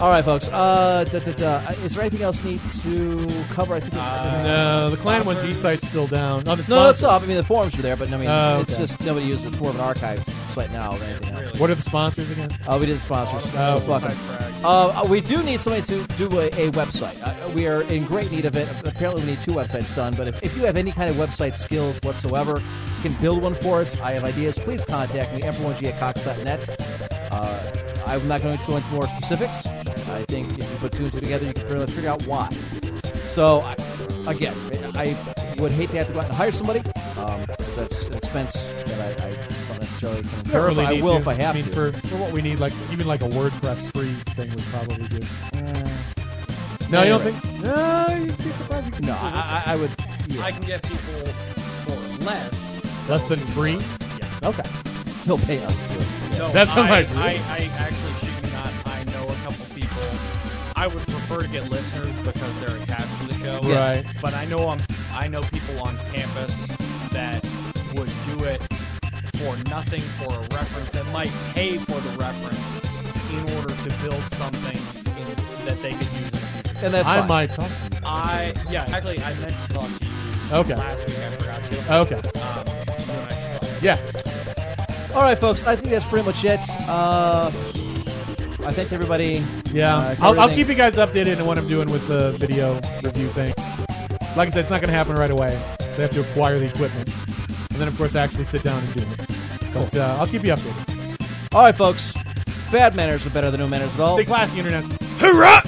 Speaker 4: All right, folks. Uh, da, da, da. Is there anything else need to cover? I think it's
Speaker 8: no, Uh, the clan one G site's still down. Oh, No, the
Speaker 4: no, it's
Speaker 8: sponsors-
Speaker 4: up. I mean, the forums are there, but I mean,
Speaker 8: Oh,
Speaker 4: it's
Speaker 8: okay.
Speaker 4: just nobody uses it. It's more of an archive site now than anything else.
Speaker 8: What are the sponsors again?
Speaker 4: Uh, we didn't sponsor.
Speaker 8: Oh.
Speaker 4: so fuck 'em. Uh, we do need somebody to do a, a website. Uh, we are in great need of it. Apparently, we need two websites done. But if, if you have any kind of website skills whatsoever, you can build one for us. I have ideas. Please contact me, emperor1g at cox.net. Uh, I'm not going to go into more specifics. I think if you put two and two together, you can pretty much figure out why. So, I, again, I would hate to have to go out and hire somebody um, because that's an expense that I, I don't necessarily can
Speaker 8: We don't
Speaker 4: incur.
Speaker 8: really
Speaker 4: but I
Speaker 8: need
Speaker 4: will
Speaker 8: to.
Speaker 4: if I have
Speaker 8: mean,
Speaker 4: to.
Speaker 8: For, for what we need, like even like a WordPress free thing would probably do. no, you don't
Speaker 4: anyway.
Speaker 8: think?
Speaker 4: No, you'd be surprised. You can no, I, I I would. Yeah.
Speaker 19: I can get people for less.
Speaker 8: Less than free?
Speaker 4: Okay. He'll pay us to do it.
Speaker 19: No,
Speaker 8: That's what
Speaker 19: I,
Speaker 8: my-
Speaker 19: I, I actually should not. I know a couple people. I would prefer to get listeners because they're attached to the show.
Speaker 8: Yes. Right.
Speaker 19: But I know I'm, I know people on campus that would do it for nothing for a reference that might pay for the reference in order to build something in, that they could use. in the future.
Speaker 4: And that's I fine. might
Speaker 8: talk
Speaker 4: to
Speaker 19: I yeah. Actually, I meant to talk to you.
Speaker 4: Okay.
Speaker 19: Last week I forgot to.
Speaker 8: Okay.
Speaker 19: Um, you and I should talk.
Speaker 4: All right, folks. I think that's pretty much it. Uh, I thank everybody.
Speaker 8: Yeah,
Speaker 4: uh, for
Speaker 8: I'll, I'll
Speaker 4: everything.
Speaker 8: keep you guys updated on what I'm doing with the video review thing. Like I said, it's not going to happen right away. They have to acquire the equipment, and then of course actually sit down and do it. But uh, I'll keep you updated.
Speaker 4: All right, folks. Bad manners are better than no manners at all.
Speaker 8: Stay classy, internet.
Speaker 4: Hoorah!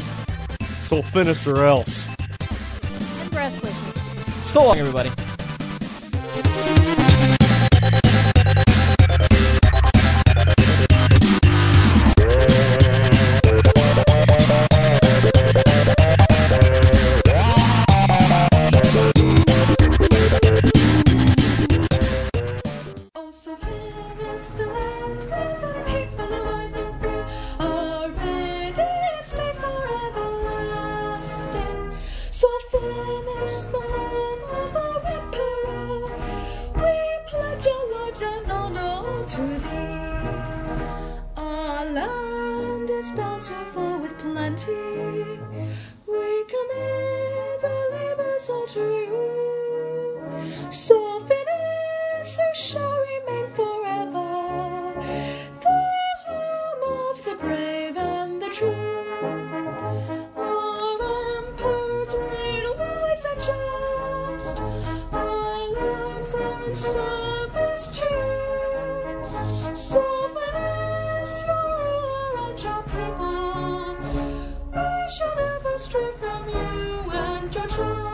Speaker 7: Sulfinus or else.
Speaker 6: And breast wishes.
Speaker 4: So long, everybody.
Speaker 1: Oh, so fair is the land where the people are wise and free. Already it's made for everlasting. So fair is the land of our emperor. We pledge our lives and honor to thee. Our land is bountiful with plenty. We commit our labors all to you. So finis, who shall remain forever, the home of the brave and the true. Our emperors reign wise and just. Our lives are in service to you. Sovereignest, your ruler and your people. We shall never stray from you and your trust.